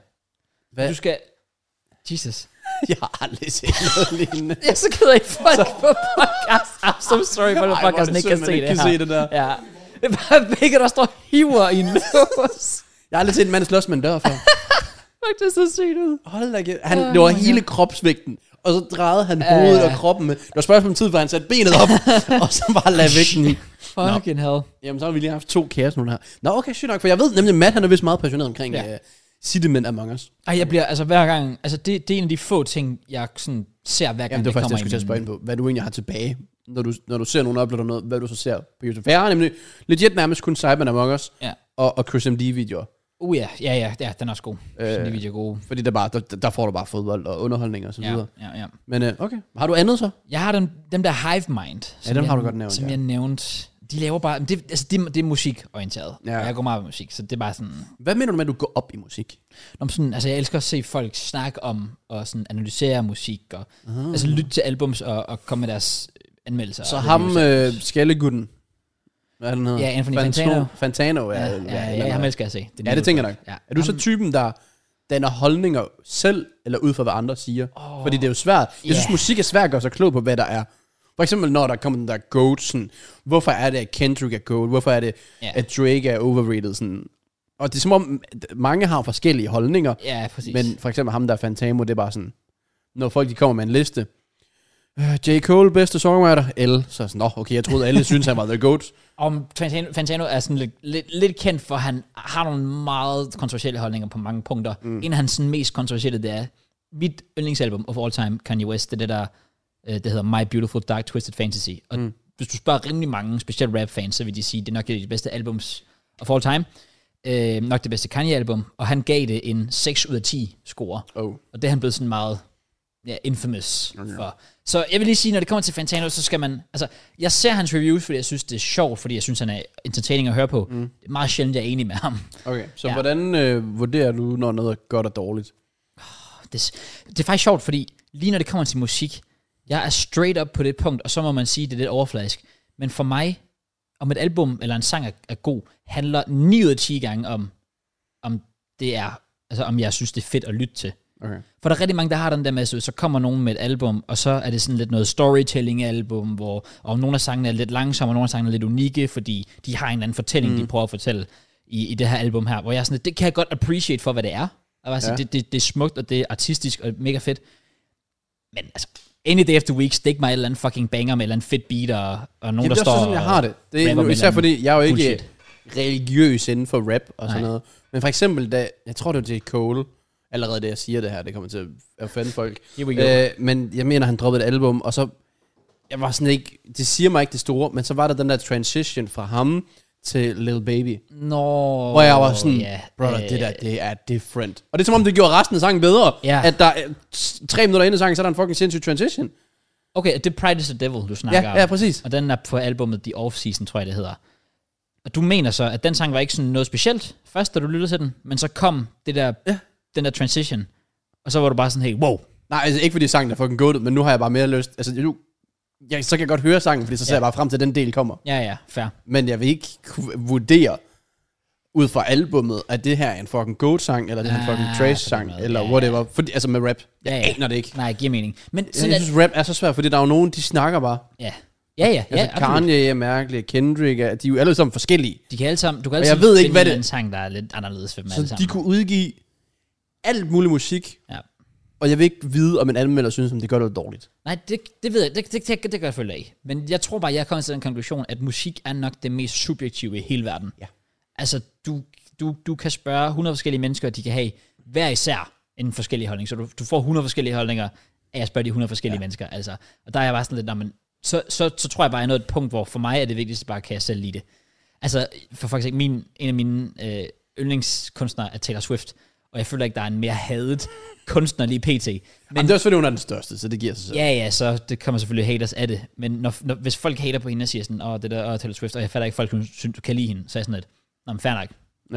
S3: Hvad?
S1: Du skal... Jesus.
S3: Jeg har aldrig set noget lignende.
S1: Jeg er så ked af folk på podcast. I'm so sorry for, at
S3: Ej, hvor er
S1: podcasten
S3: det
S1: ikke kan
S3: synd, man
S1: se
S3: ikke
S1: det
S3: kan
S1: her.
S3: se det der.
S1: Ja. Det er bare begge, der står og hiver i en lås.
S3: Jeg har aldrig set en mand slås med en dør før.
S1: Fuck, det så sygt ud.
S3: Hold da kæft. Han,
S1: Åh,
S3: det var
S1: my God.
S3: hele kropsvægten. Og så drejede han hovedet og kroppen med. Det var et spørgsmål om tid, for han satte benet op, og så bare lagde vægten i.
S1: Fucking hell.
S3: Jamen, så har vi lige haft to kaos nu her. Nå, okay, sygt nok, for jeg ved nemlig, at Matt han er vist meget passioneret omkring
S1: Ja.
S3: ja. uh, Citymen Among Us.
S1: Ej, jeg bliver, altså hver gang, altså det, det er en af de få ting, jeg sådan ser hver gang,
S3: Jamen, det var faktisk det, jeg skulle til at
S1: kommer
S3: spørge ind på. Hvad du egentlig har tilbage, når du, når du ser nogen uploader noget, hvad du så ser på YouTube. For jeg har nemlig legit nærmest kun Cyber Among Us
S1: Ja.
S3: og, og Chris MD-videoer.
S1: Uh ja, ja, ja, ja, den er også god. Øh,
S3: Øh,
S1: de videoer er gode.
S3: Fordi der, bare, der, der får du bare fodbold og underholdning og så
S1: Ja,
S3: videre.
S1: ja, ja.
S3: Men øh, okay, har du andet så?
S1: Jeg har den, dem der Hive Mind, som,
S3: dem
S1: jeg,
S3: har du godt nævnt,
S1: som
S3: ja.
S1: jeg nævnte. De laver bare, men det, altså det, det er musikorienteret.
S3: Ja.
S1: Ja. Jeg går meget op i musik, så det er bare sådan,
S3: Hvad mener du med, at du går op i musik?
S1: Nå, men sådan, altså jeg elsker at se folk snakke om og sådan analysere musik og uh-huh. altså lytte til albums og, og komme med deres øh, anmeldelser.
S3: Ah. Så
S1: og
S3: ham,
S1: reviews.
S3: øh, Skallegutten, hvad er den hedder?
S1: Ja, Anthony Fantano.
S3: Fantano,
S1: ja,
S3: ja.
S1: ja, ja, ja, ja, ham elsker jeg at se.
S3: ja, det tænker jeg nok.
S1: Ja.
S3: Er du så typen, der danner holdninger selv, eller ud fra, hvad andre siger? Oh, Fordi det er jo svært. Jeg yeah. synes,
S1: Ja.
S3: musik er svært at gøre sig klog på, hvad der er. For eksempel, når der kommer den der goat, sådan, hvorfor er det, at Kendrick er goat? Hvorfor er det,
S1: Ja.
S3: yeah. at Drake er overrated? Sådan. Og det er som om, at mange har forskellige holdninger.
S1: Ja, præcis.
S3: Men for eksempel ham der er Fantamo, det er bare sådan, når folk de kommer med en liste, øh, J. Cole, bedste songwriter, L. Så er sådan, nå, okay, jeg troede alle synes han var the goat.
S1: Om Fantano, Fantano er sådan lidt, lidt, lidt kendt for, at han har nogle meget kontroversielle holdninger på mange punkter. Mm. En af hans sådan mest kontroversielle, det er mit yndlingsalbum of all time, Kanye West, det er det der, øh, det hedder My Beautiful Dark Twisted Fantasy. Og mm. hvis du spørger rimelig mange, specielt rap-fans, så vil de sige, det er nok et af de bedste albums of all time. Øh, nok det bedste Kanye-album, og han gav det en 6 ud af 10 score.
S3: Oh.
S1: Og det er han blevet sådan meget ja, infamous for. Så jeg vil lige sige, når det kommer til Fantano, så skal man... Altså, jeg ser hans reviews, fordi jeg synes, det er sjovt, fordi jeg synes, han er entertaining at høre på. Mm. Det er meget sjældent, jeg er enig med ham.
S3: Okay, så
S1: Ja.
S3: ja. hvordan øh, vurderer du, når noget er godt og dårligt?
S1: Det, det er faktisk sjovt, fordi lige når det kommer til musik, jeg er straight up på det punkt, og så må man sige, det er lidt overfladisk. Men for mig, om et album eller en sang er, er god, handler 9 ud af 10 gange om, om det er... Altså, om jeg synes, det er fedt at lytte til.
S3: Okay.
S1: For der er rigtig mange, der har den der masse, så kommer nogen med et album, og så er det sådan lidt noget storytelling-album, hvor og nogle af sangene er lidt langsomme, og nogle af sangene er lidt unikke, fordi de har en eller anden fortælling, mm. de prøver at fortælle i, i det her album her, hvor jeg er sådan lidt, det kan jeg godt appreciate for, hvad det er. Og bare ja.
S3: Ja.
S1: det, det, det er smukt, og det er artistisk, og mega fedt. Men altså, any day after week, stik mig et eller andet fucking banger med et eller andet fedt beat, og, og nogen,
S3: Jamen,
S1: der
S3: det er
S1: står...
S3: også sådan, jeg har det. Det er
S1: rapper
S3: nu,
S1: med
S3: især
S1: en eller anden
S3: fordi, jeg er jo ikke
S1: bullshit.
S3: bullshit. religiøs inden for rap og sådan
S1: Nej.
S3: Nej. noget. Men for eksempel, da, jeg tror det var J. Cole, allerede det jeg siger det her, det kommer til at offende folk.
S1: Here we go.
S3: Øh, men jeg mener, han droppede et album, og så, jeg var sådan ikke, det siger mig ikke det store, men så var der den der transition fra ham til Lil Baby.
S1: Nå,
S3: Hvor jeg var sådan,
S1: ja,
S3: brother,
S1: øh,
S3: det der, det er different. Og det er som om, det gjorde resten af sangen bedre.
S1: Ja.
S3: At der, er- t- tre minutter ind i sangen, så er der en fucking sindssyg transition.
S1: Okay, det er Pride is the Devil, du snakker
S3: Ja,
S1: om.
S3: ja, præcis.
S1: Og den er på albumet The Off-Season, tror jeg, det hedder. Og du mener så, at den sang var ikke sådan noget specielt, først da du lyttede til den, men så kom det der, ja. den der transition, og så var du bare sådan, hey, wow.
S3: Nej, altså ikke fordi sangen er fucking goated, men nu har jeg bare mere lyst. Altså, nu, jeg, så kan jeg godt høre sangen, fordi så ser
S1: Ja.
S3: jeg bare frem til, at den del kommer.
S1: Ja, ja, fair.
S3: Men jeg vil ikke kunne vurdere ud fra albummet, at det her er en fucking goat-sang, eller det her er en
S1: Ah,
S3: fucking
S1: på
S3: trash-sang,
S1: den måde,
S3: eller
S1: ja, ja.
S3: whatever. Fordi, altså med rap. Jeg
S1: Ja, ja.
S3: aner det ikke.
S1: Nej, giver mening. Men sådan,
S3: Jeg
S1: at,
S3: synes, rap er så svært, fordi der er jo nogen, de snakker bare.
S1: ja. Ja, ja, ja,
S3: Altså,
S1: absolut.
S3: Kanye er mærkelig, Kendrick er, de er jo alle sammen forskellige.
S1: De kan alle sammen, du kan
S3: Og
S1: altid
S3: jeg ved ikke,
S1: finde
S3: hvad
S1: en
S3: det-
S1: anden sang, der er lidt anderledes for dem alle
S3: Så
S1: sammen.
S3: de kunne udgive alt mulig musik,
S1: Ja.
S3: Og jeg vil ikke vide, om en anmelder synes, om det gør det dårligt.
S1: Nej, det, det ved jeg, det, det, det, det gør jeg følge af. Men jeg tror bare, jeg kommer til den konklusion, at musik er nok det mest subjektive i hele verden.
S3: Ja.
S1: Altså, du, du, du kan spørge 100 forskellige mennesker, og de kan have hver især en forskellig holdning. Så du, du får 100 forskellige holdninger af at spørge de 100 forskellige ja. mennesker. Altså. Og der er jeg bare sådan lidt, "Nå, men så, så, så tror jeg bare, jeg er nået et punkt, hvor for mig er det vigtigste bare, kan jeg selv lide det. Altså, for, for eksempel min, en af mine øh, yndlingskunstnere er Taylor Swift, og jeg føler ikke, der er en mere hadet kunstner lige pt. Men,
S3: Men det er også fordi, hun er den største, så det giver sig selv.
S1: Ja, ja, så det kommer selvfølgelig haters af det. Men når, når, hvis folk hater på hende og siger sådan, åh, det der, åh, Taylor Swift, og jeg fatter ikke, folk synes, du kan lide hende, så er jeg sådan lidt, nå, men fair nok.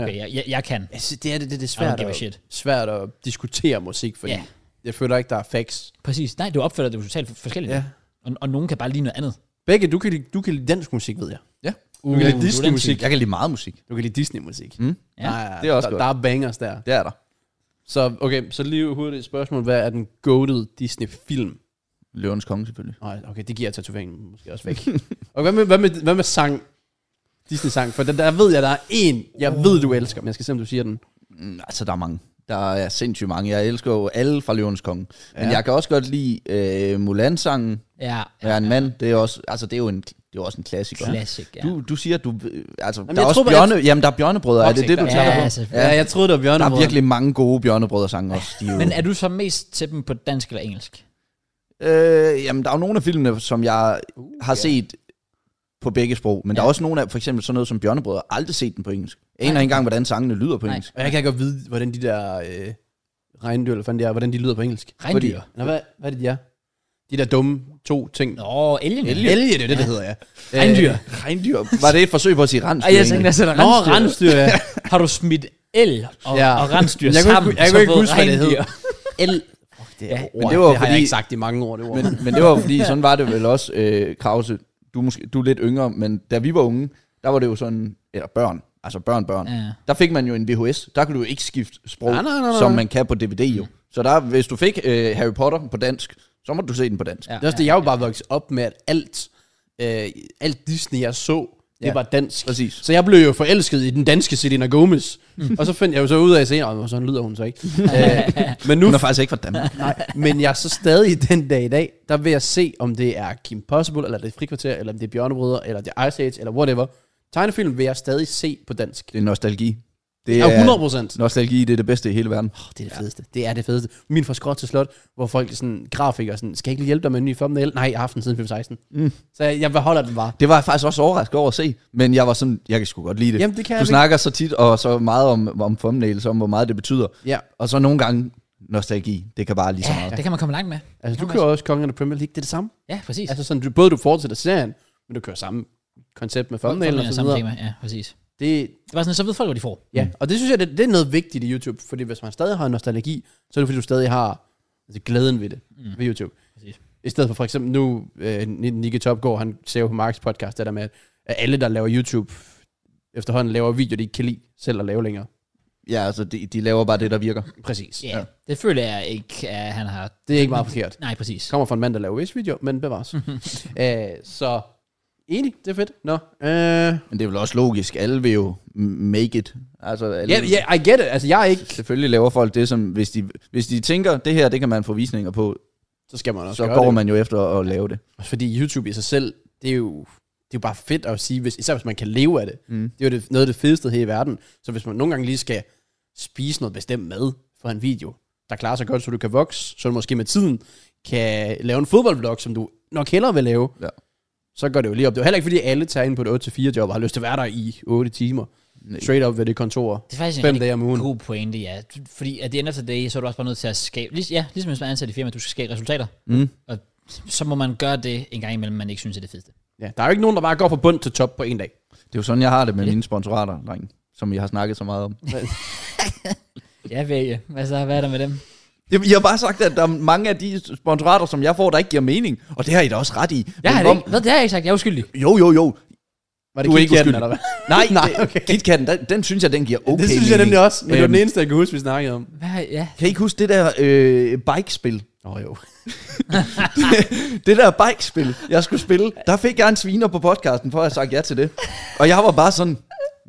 S1: Okay, jeg, jeg, jeg kan.
S3: Altså, det er det, det, det er
S1: I don't
S3: svært,
S1: give a
S3: at,
S1: shit.
S3: svært at diskutere musik, fordi
S1: Ja.
S3: jeg føler ikke, der er facts.
S1: Præcis. Nej, du opfatter det jo totalt for- forskelligt.
S3: Ja.
S1: Og, og nogen kan bare lide noget andet.
S3: Begge, du kan, lide- du kan lide dansk musik, ved jeg.
S2: Ja. Uh,
S3: Du kan
S1: du er den
S3: lide Disney-musik.
S2: Jeg kan lide meget musik.
S3: Du kan lide Disney-musik.
S2: Mm.
S1: Ja.
S3: Nej,
S2: Det er også
S3: der,
S2: godt.
S3: der er bangers der.
S2: Det er der.
S3: Så okay, så lige hurtigt et spørgsmål. Hvad er den goated Disney-film?
S2: Løvens konge selvfølgelig.
S3: Nej, okay, det giver tatoveringen måske også væk. og hvad med, hvad med, hvad med sang? Disney-sang, for der, der ved jeg, der er en, jeg ved, du elsker, men jeg skal se, om du siger den.
S2: Mm, altså, der er mange. Der er sindssygt mange. Jeg elsker jo alle fra Løvens konge. Men
S3: Ja.
S2: jeg kan også godt lide øh, Mulan-sangen.
S1: Ja,
S2: Jeg er en mand. Det er, også, altså, det er jo en, det er jo også en klassiker.
S1: Classic, ja.
S2: Du, du siger, du... øh, Altså, Jamen, der
S3: jeg
S2: er også
S3: tror bare, jeg-
S2: bjørne... Jamen, der er bjørnebrødre. Er det det, du
S3: Ja,
S2: tager
S1: ja,
S2: på?
S1: selvfølgelig.
S2: Ja,
S3: jeg troede, det var Bjørn.
S2: der er virkelig mange gode bjørnebrødre-sange også. De er jo,
S1: Men er du så mest til dem på dansk eller engelsk?
S2: øh, jamen, der er jo nogle af filmene, som jeg har set på begge sprog. Men der er også nogle af, for eksempel sådan noget som bjørnebrødre, aldrig set den på engelsk. Jeg aner
S1: Nej.
S2: ikke engang, hvordan sangene lyder på
S1: Nej.
S2: engelsk.
S3: Og jeg kan ikke godt vide, hvordan de der øh, regndyr, eller fanden de er, hvordan de lyder på engelsk.
S1: Regndyr?
S3: Fordi, eller hvad, hvad er det, de er? De der dumme to ting.
S1: Nå, elgen.
S3: Elge, det er det, det hedder, ja. Øh,
S1: Regndyr.
S2: Regndyr. Var det et forsøg på at sige rens?
S1: Ej, jeg tænkte, altså, der er
S3: Nå,
S1: rensdyr.
S3: rensdyr, ja.
S1: Har du smidt el og,
S3: Ja.
S1: ja. og rensdyr
S3: Jeg kunne ikke-
S1: sammen?
S3: jeg
S1: så
S3: kunne ikke
S1: fået
S3: huske, hvad det hed.
S1: reindyr. El.
S3: Det,
S1: Ja,
S3: er
S2: men det var
S3: det har jeg
S2: fordi-
S3: ikke sagt i mange år, det ord.
S2: Men, men det var fordi, sådan var det vel også, øh, Krause, du, er måske, du er lidt yngre, men da vi var unge, der var det jo sådan, eller børn, altså børn, børn,
S1: Ja.
S2: der fik man jo en VHS, der kunne du jo ikke skifte sprog,
S3: Nej, nej, nej, nej.
S2: som man kan på DVD jo. Så der, hvis du fik øh, Harry Potter på dansk, så må du se den på dansk.
S1: Ja.
S2: Ja.
S3: Det er også det, jeg er jo bare vokset op med, at alt, øh, alt Disney, jeg så, det
S2: Ja,
S3: var dansk.
S2: præcis.
S3: Så jeg blev jo forelsket i den danske Selena Gomez. og så fandt jeg jo så ud af, at senere, "Åh, sådan lyder hun så ikke. øh, men nu,
S2: Hun er faktisk ikke fra Danmark.
S3: nej, men jeg er så stadig den dag i dag, der vil jeg se, om det er Kim Possible, eller det er Frikvarter, eller om det er Bjørnebrødre, eller det er Ice Age, eller whatever. Tegnefilm vil jeg stadig se på dansk.
S2: Det er nostalgi. Det
S3: Ja, 100 procent.
S2: Nostalgi, det er det bedste i hele verden.
S3: Det er det fedeste. Det er det fedeste. Min fra skråt til slot, hvor folk er sådan, grafikere sådan, skal jeg ikke lige hjælpe dig med en ny thumbnail? Nej, jeg har haft den siden 2016. Mm. Så jeg, jeg beholder den bare.
S2: Det var jeg faktisk også overrasket over at se, men jeg var sådan, jeg kan sgu godt lide det.
S3: Jamen, det kan jeg
S2: du
S3: ikke.
S2: snakker så tit og så meget om, om thumbnails, om hvor meget det betyder.
S3: Ja.
S2: Og så nogle gange nostalgi, det kan bare lige så
S1: Ja,
S2: meget.
S1: det kan man komme langt med.
S3: Altså, du
S1: man
S3: kører også Kongen af Premier League, det er det samme.
S1: Ja, præcis.
S3: Altså sådan, du, både du fortsætter serien, men du kører samme koncept med thumbnail og
S1: Thumbnail er
S3: så
S1: samme
S3: videre.
S1: tema. Ja, præcis.
S3: Det,
S1: Det var sådan, så ved folk, hvad de får.
S3: ja, og det synes jeg, det, det, er noget vigtigt i YouTube, fordi hvis man stadig har nostalgi, så er det fordi, du stadig har altså, glæden ved det, mm. ved YouTube.
S1: Præcis.
S3: I stedet for for eksempel nu, øh, Nicky Topgaard, han ser jo på Marks podcast, det der med, at alle, der laver YouTube, efterhånden laver videoer, de ikke kan lide selv at lave længere.
S2: Ja, altså, de, de laver bare det, der virker.
S3: Præcis.
S1: Ja, det føler jeg ikke, at han har...
S3: Det er ikke meget forkert.
S1: Nej, præcis.
S3: Kommer fra en mand, der laver visse videoer, men bevares. Æ, så enig, det er fedt. Nå, øh,
S2: Men det er vel også logisk. Alle vil jo m- make it. Altså, alle,
S3: Ja, yeah, yeah, I get it. Altså, jeg er ikke...
S2: Selvfølgelig laver folk det, som hvis de, hvis de tænker, det her, det kan man få visninger på,
S3: Så skal man også
S2: så
S3: gøre
S2: går
S3: det.
S2: man jo efter at lave det.
S3: Også Fordi YouTube i sig selv, det er jo, det er jo bare fedt at sige, hvis, især hvis man kan leve af det. Mm. Det er jo det, noget af det fedeste her i verden. Så hvis man nogle gange lige skal spise noget bestemt mad for en video, der klarer sig godt, så du kan vokse, så du måske med tiden kan lave en fodboldvlog, som du nok hellere vil lave,
S2: Ja.
S3: så går det jo lige op. Det er jo heller ikke, fordi alle tager ind på et 8-4 job og har lyst til at være der i 8 timer. Nej. Straight up ved det kontor.
S1: Det er faktisk en
S3: Fem
S1: rigtig
S3: dage om ugen.
S1: god pointe, ja. Fordi at the end of the day, så er du også bare nødt til at skabe... Lig, ja, ligesom hvis man er ansat i firma, du skal skabe resultater.
S2: Mm.
S1: Og så må man gøre det en gang imellem, man ikke synes er det fedeste.
S3: Ja, der er jo ikke nogen, der bare går fra bund til top på en dag.
S2: Det er jo sådan, jeg har det med mine sponsorater, drenge, som I har snakket så meget om.
S1: Ja, Væge. Hvad så? Hvad er der med dem?
S2: Jamen, I har bare sagt, at der er mange af de sponsorater, som jeg får, der ikke giver mening, og det har I da også ret i.
S1: Jeg har
S2: Men
S1: det
S2: om-
S1: ikke. Hvad, det har jeg ikke sagt. Jeg er uskyldig.
S2: Jo, jo, jo.
S3: Var det
S2: Du er ikke uskyldig.
S3: KitKatten, eller hvad?
S2: Nej,
S3: Nej,
S2: Nej okay.
S3: okay.
S2: KitKatten, den, den synes jeg, den giver okay
S3: det synes jeg
S2: mening.
S3: nemlig også, men øhm. det var
S2: Øhm,
S3: den eneste, jeg kunne huske, vi snakkede om.
S1: Hvad, har- ja.
S2: Kan I ikke huske det der øh, bikespil?
S3: Åh oh, jo.
S2: det der bikespil, jeg skulle spille, der fik jeg en sviner på podcasten, for at jeg sagt ja til det. Og jeg var bare sådan,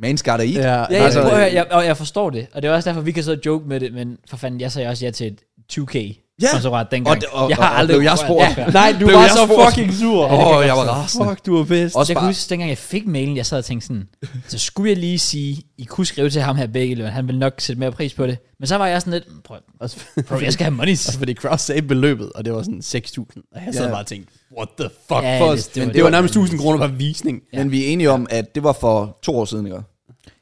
S2: man skal der i.
S3: Ja,
S1: Ja, jeg,
S2: altså,
S1: prøver, jeg, jeg, og jeg forstår det, og det er også derfor, vi kan sidde og joke med det, men for fanden, jeg sagde også ja til et 2K
S2: Ja.
S1: sponsorat dengang.
S2: Og det- og-
S1: jeg har
S2: og- og
S1: aldrig
S2: blev jeg
S1: prøvet
S2: spurgt?
S1: det før.
S3: Nej, du
S2: Blev
S3: var
S2: jeg
S3: så
S2: spurgt?
S3: fucking sur.
S2: Åh,
S3: Ja, det kan
S2: jeg var
S3: godt-
S2: rasende.
S3: Fuck, du var bedst.
S2: Også
S1: jeg kan
S2: bare,
S1: huske, dengang jeg fik mailen, jeg sad og tænkte sådan, så skulle jeg lige sige, I kunne skrive til ham her begge løn, han ville nok sætte mere pris på det. Men så var jeg sådan lidt, "Mm, prøv,
S3: Også,
S1: bro, jeg skal have monies.
S3: også fordi Kraus sagde beløbet, og det var sådan 6.000. Og jeg sad
S2: Ja.
S3: bare og tænkte, what the fuck
S1: Ja,
S3: for
S1: det-
S3: os?
S1: det var-
S3: Men det var nærmest 1.000 kroner per visning.
S2: men vi er enige om, at det var for to år siden, ikke?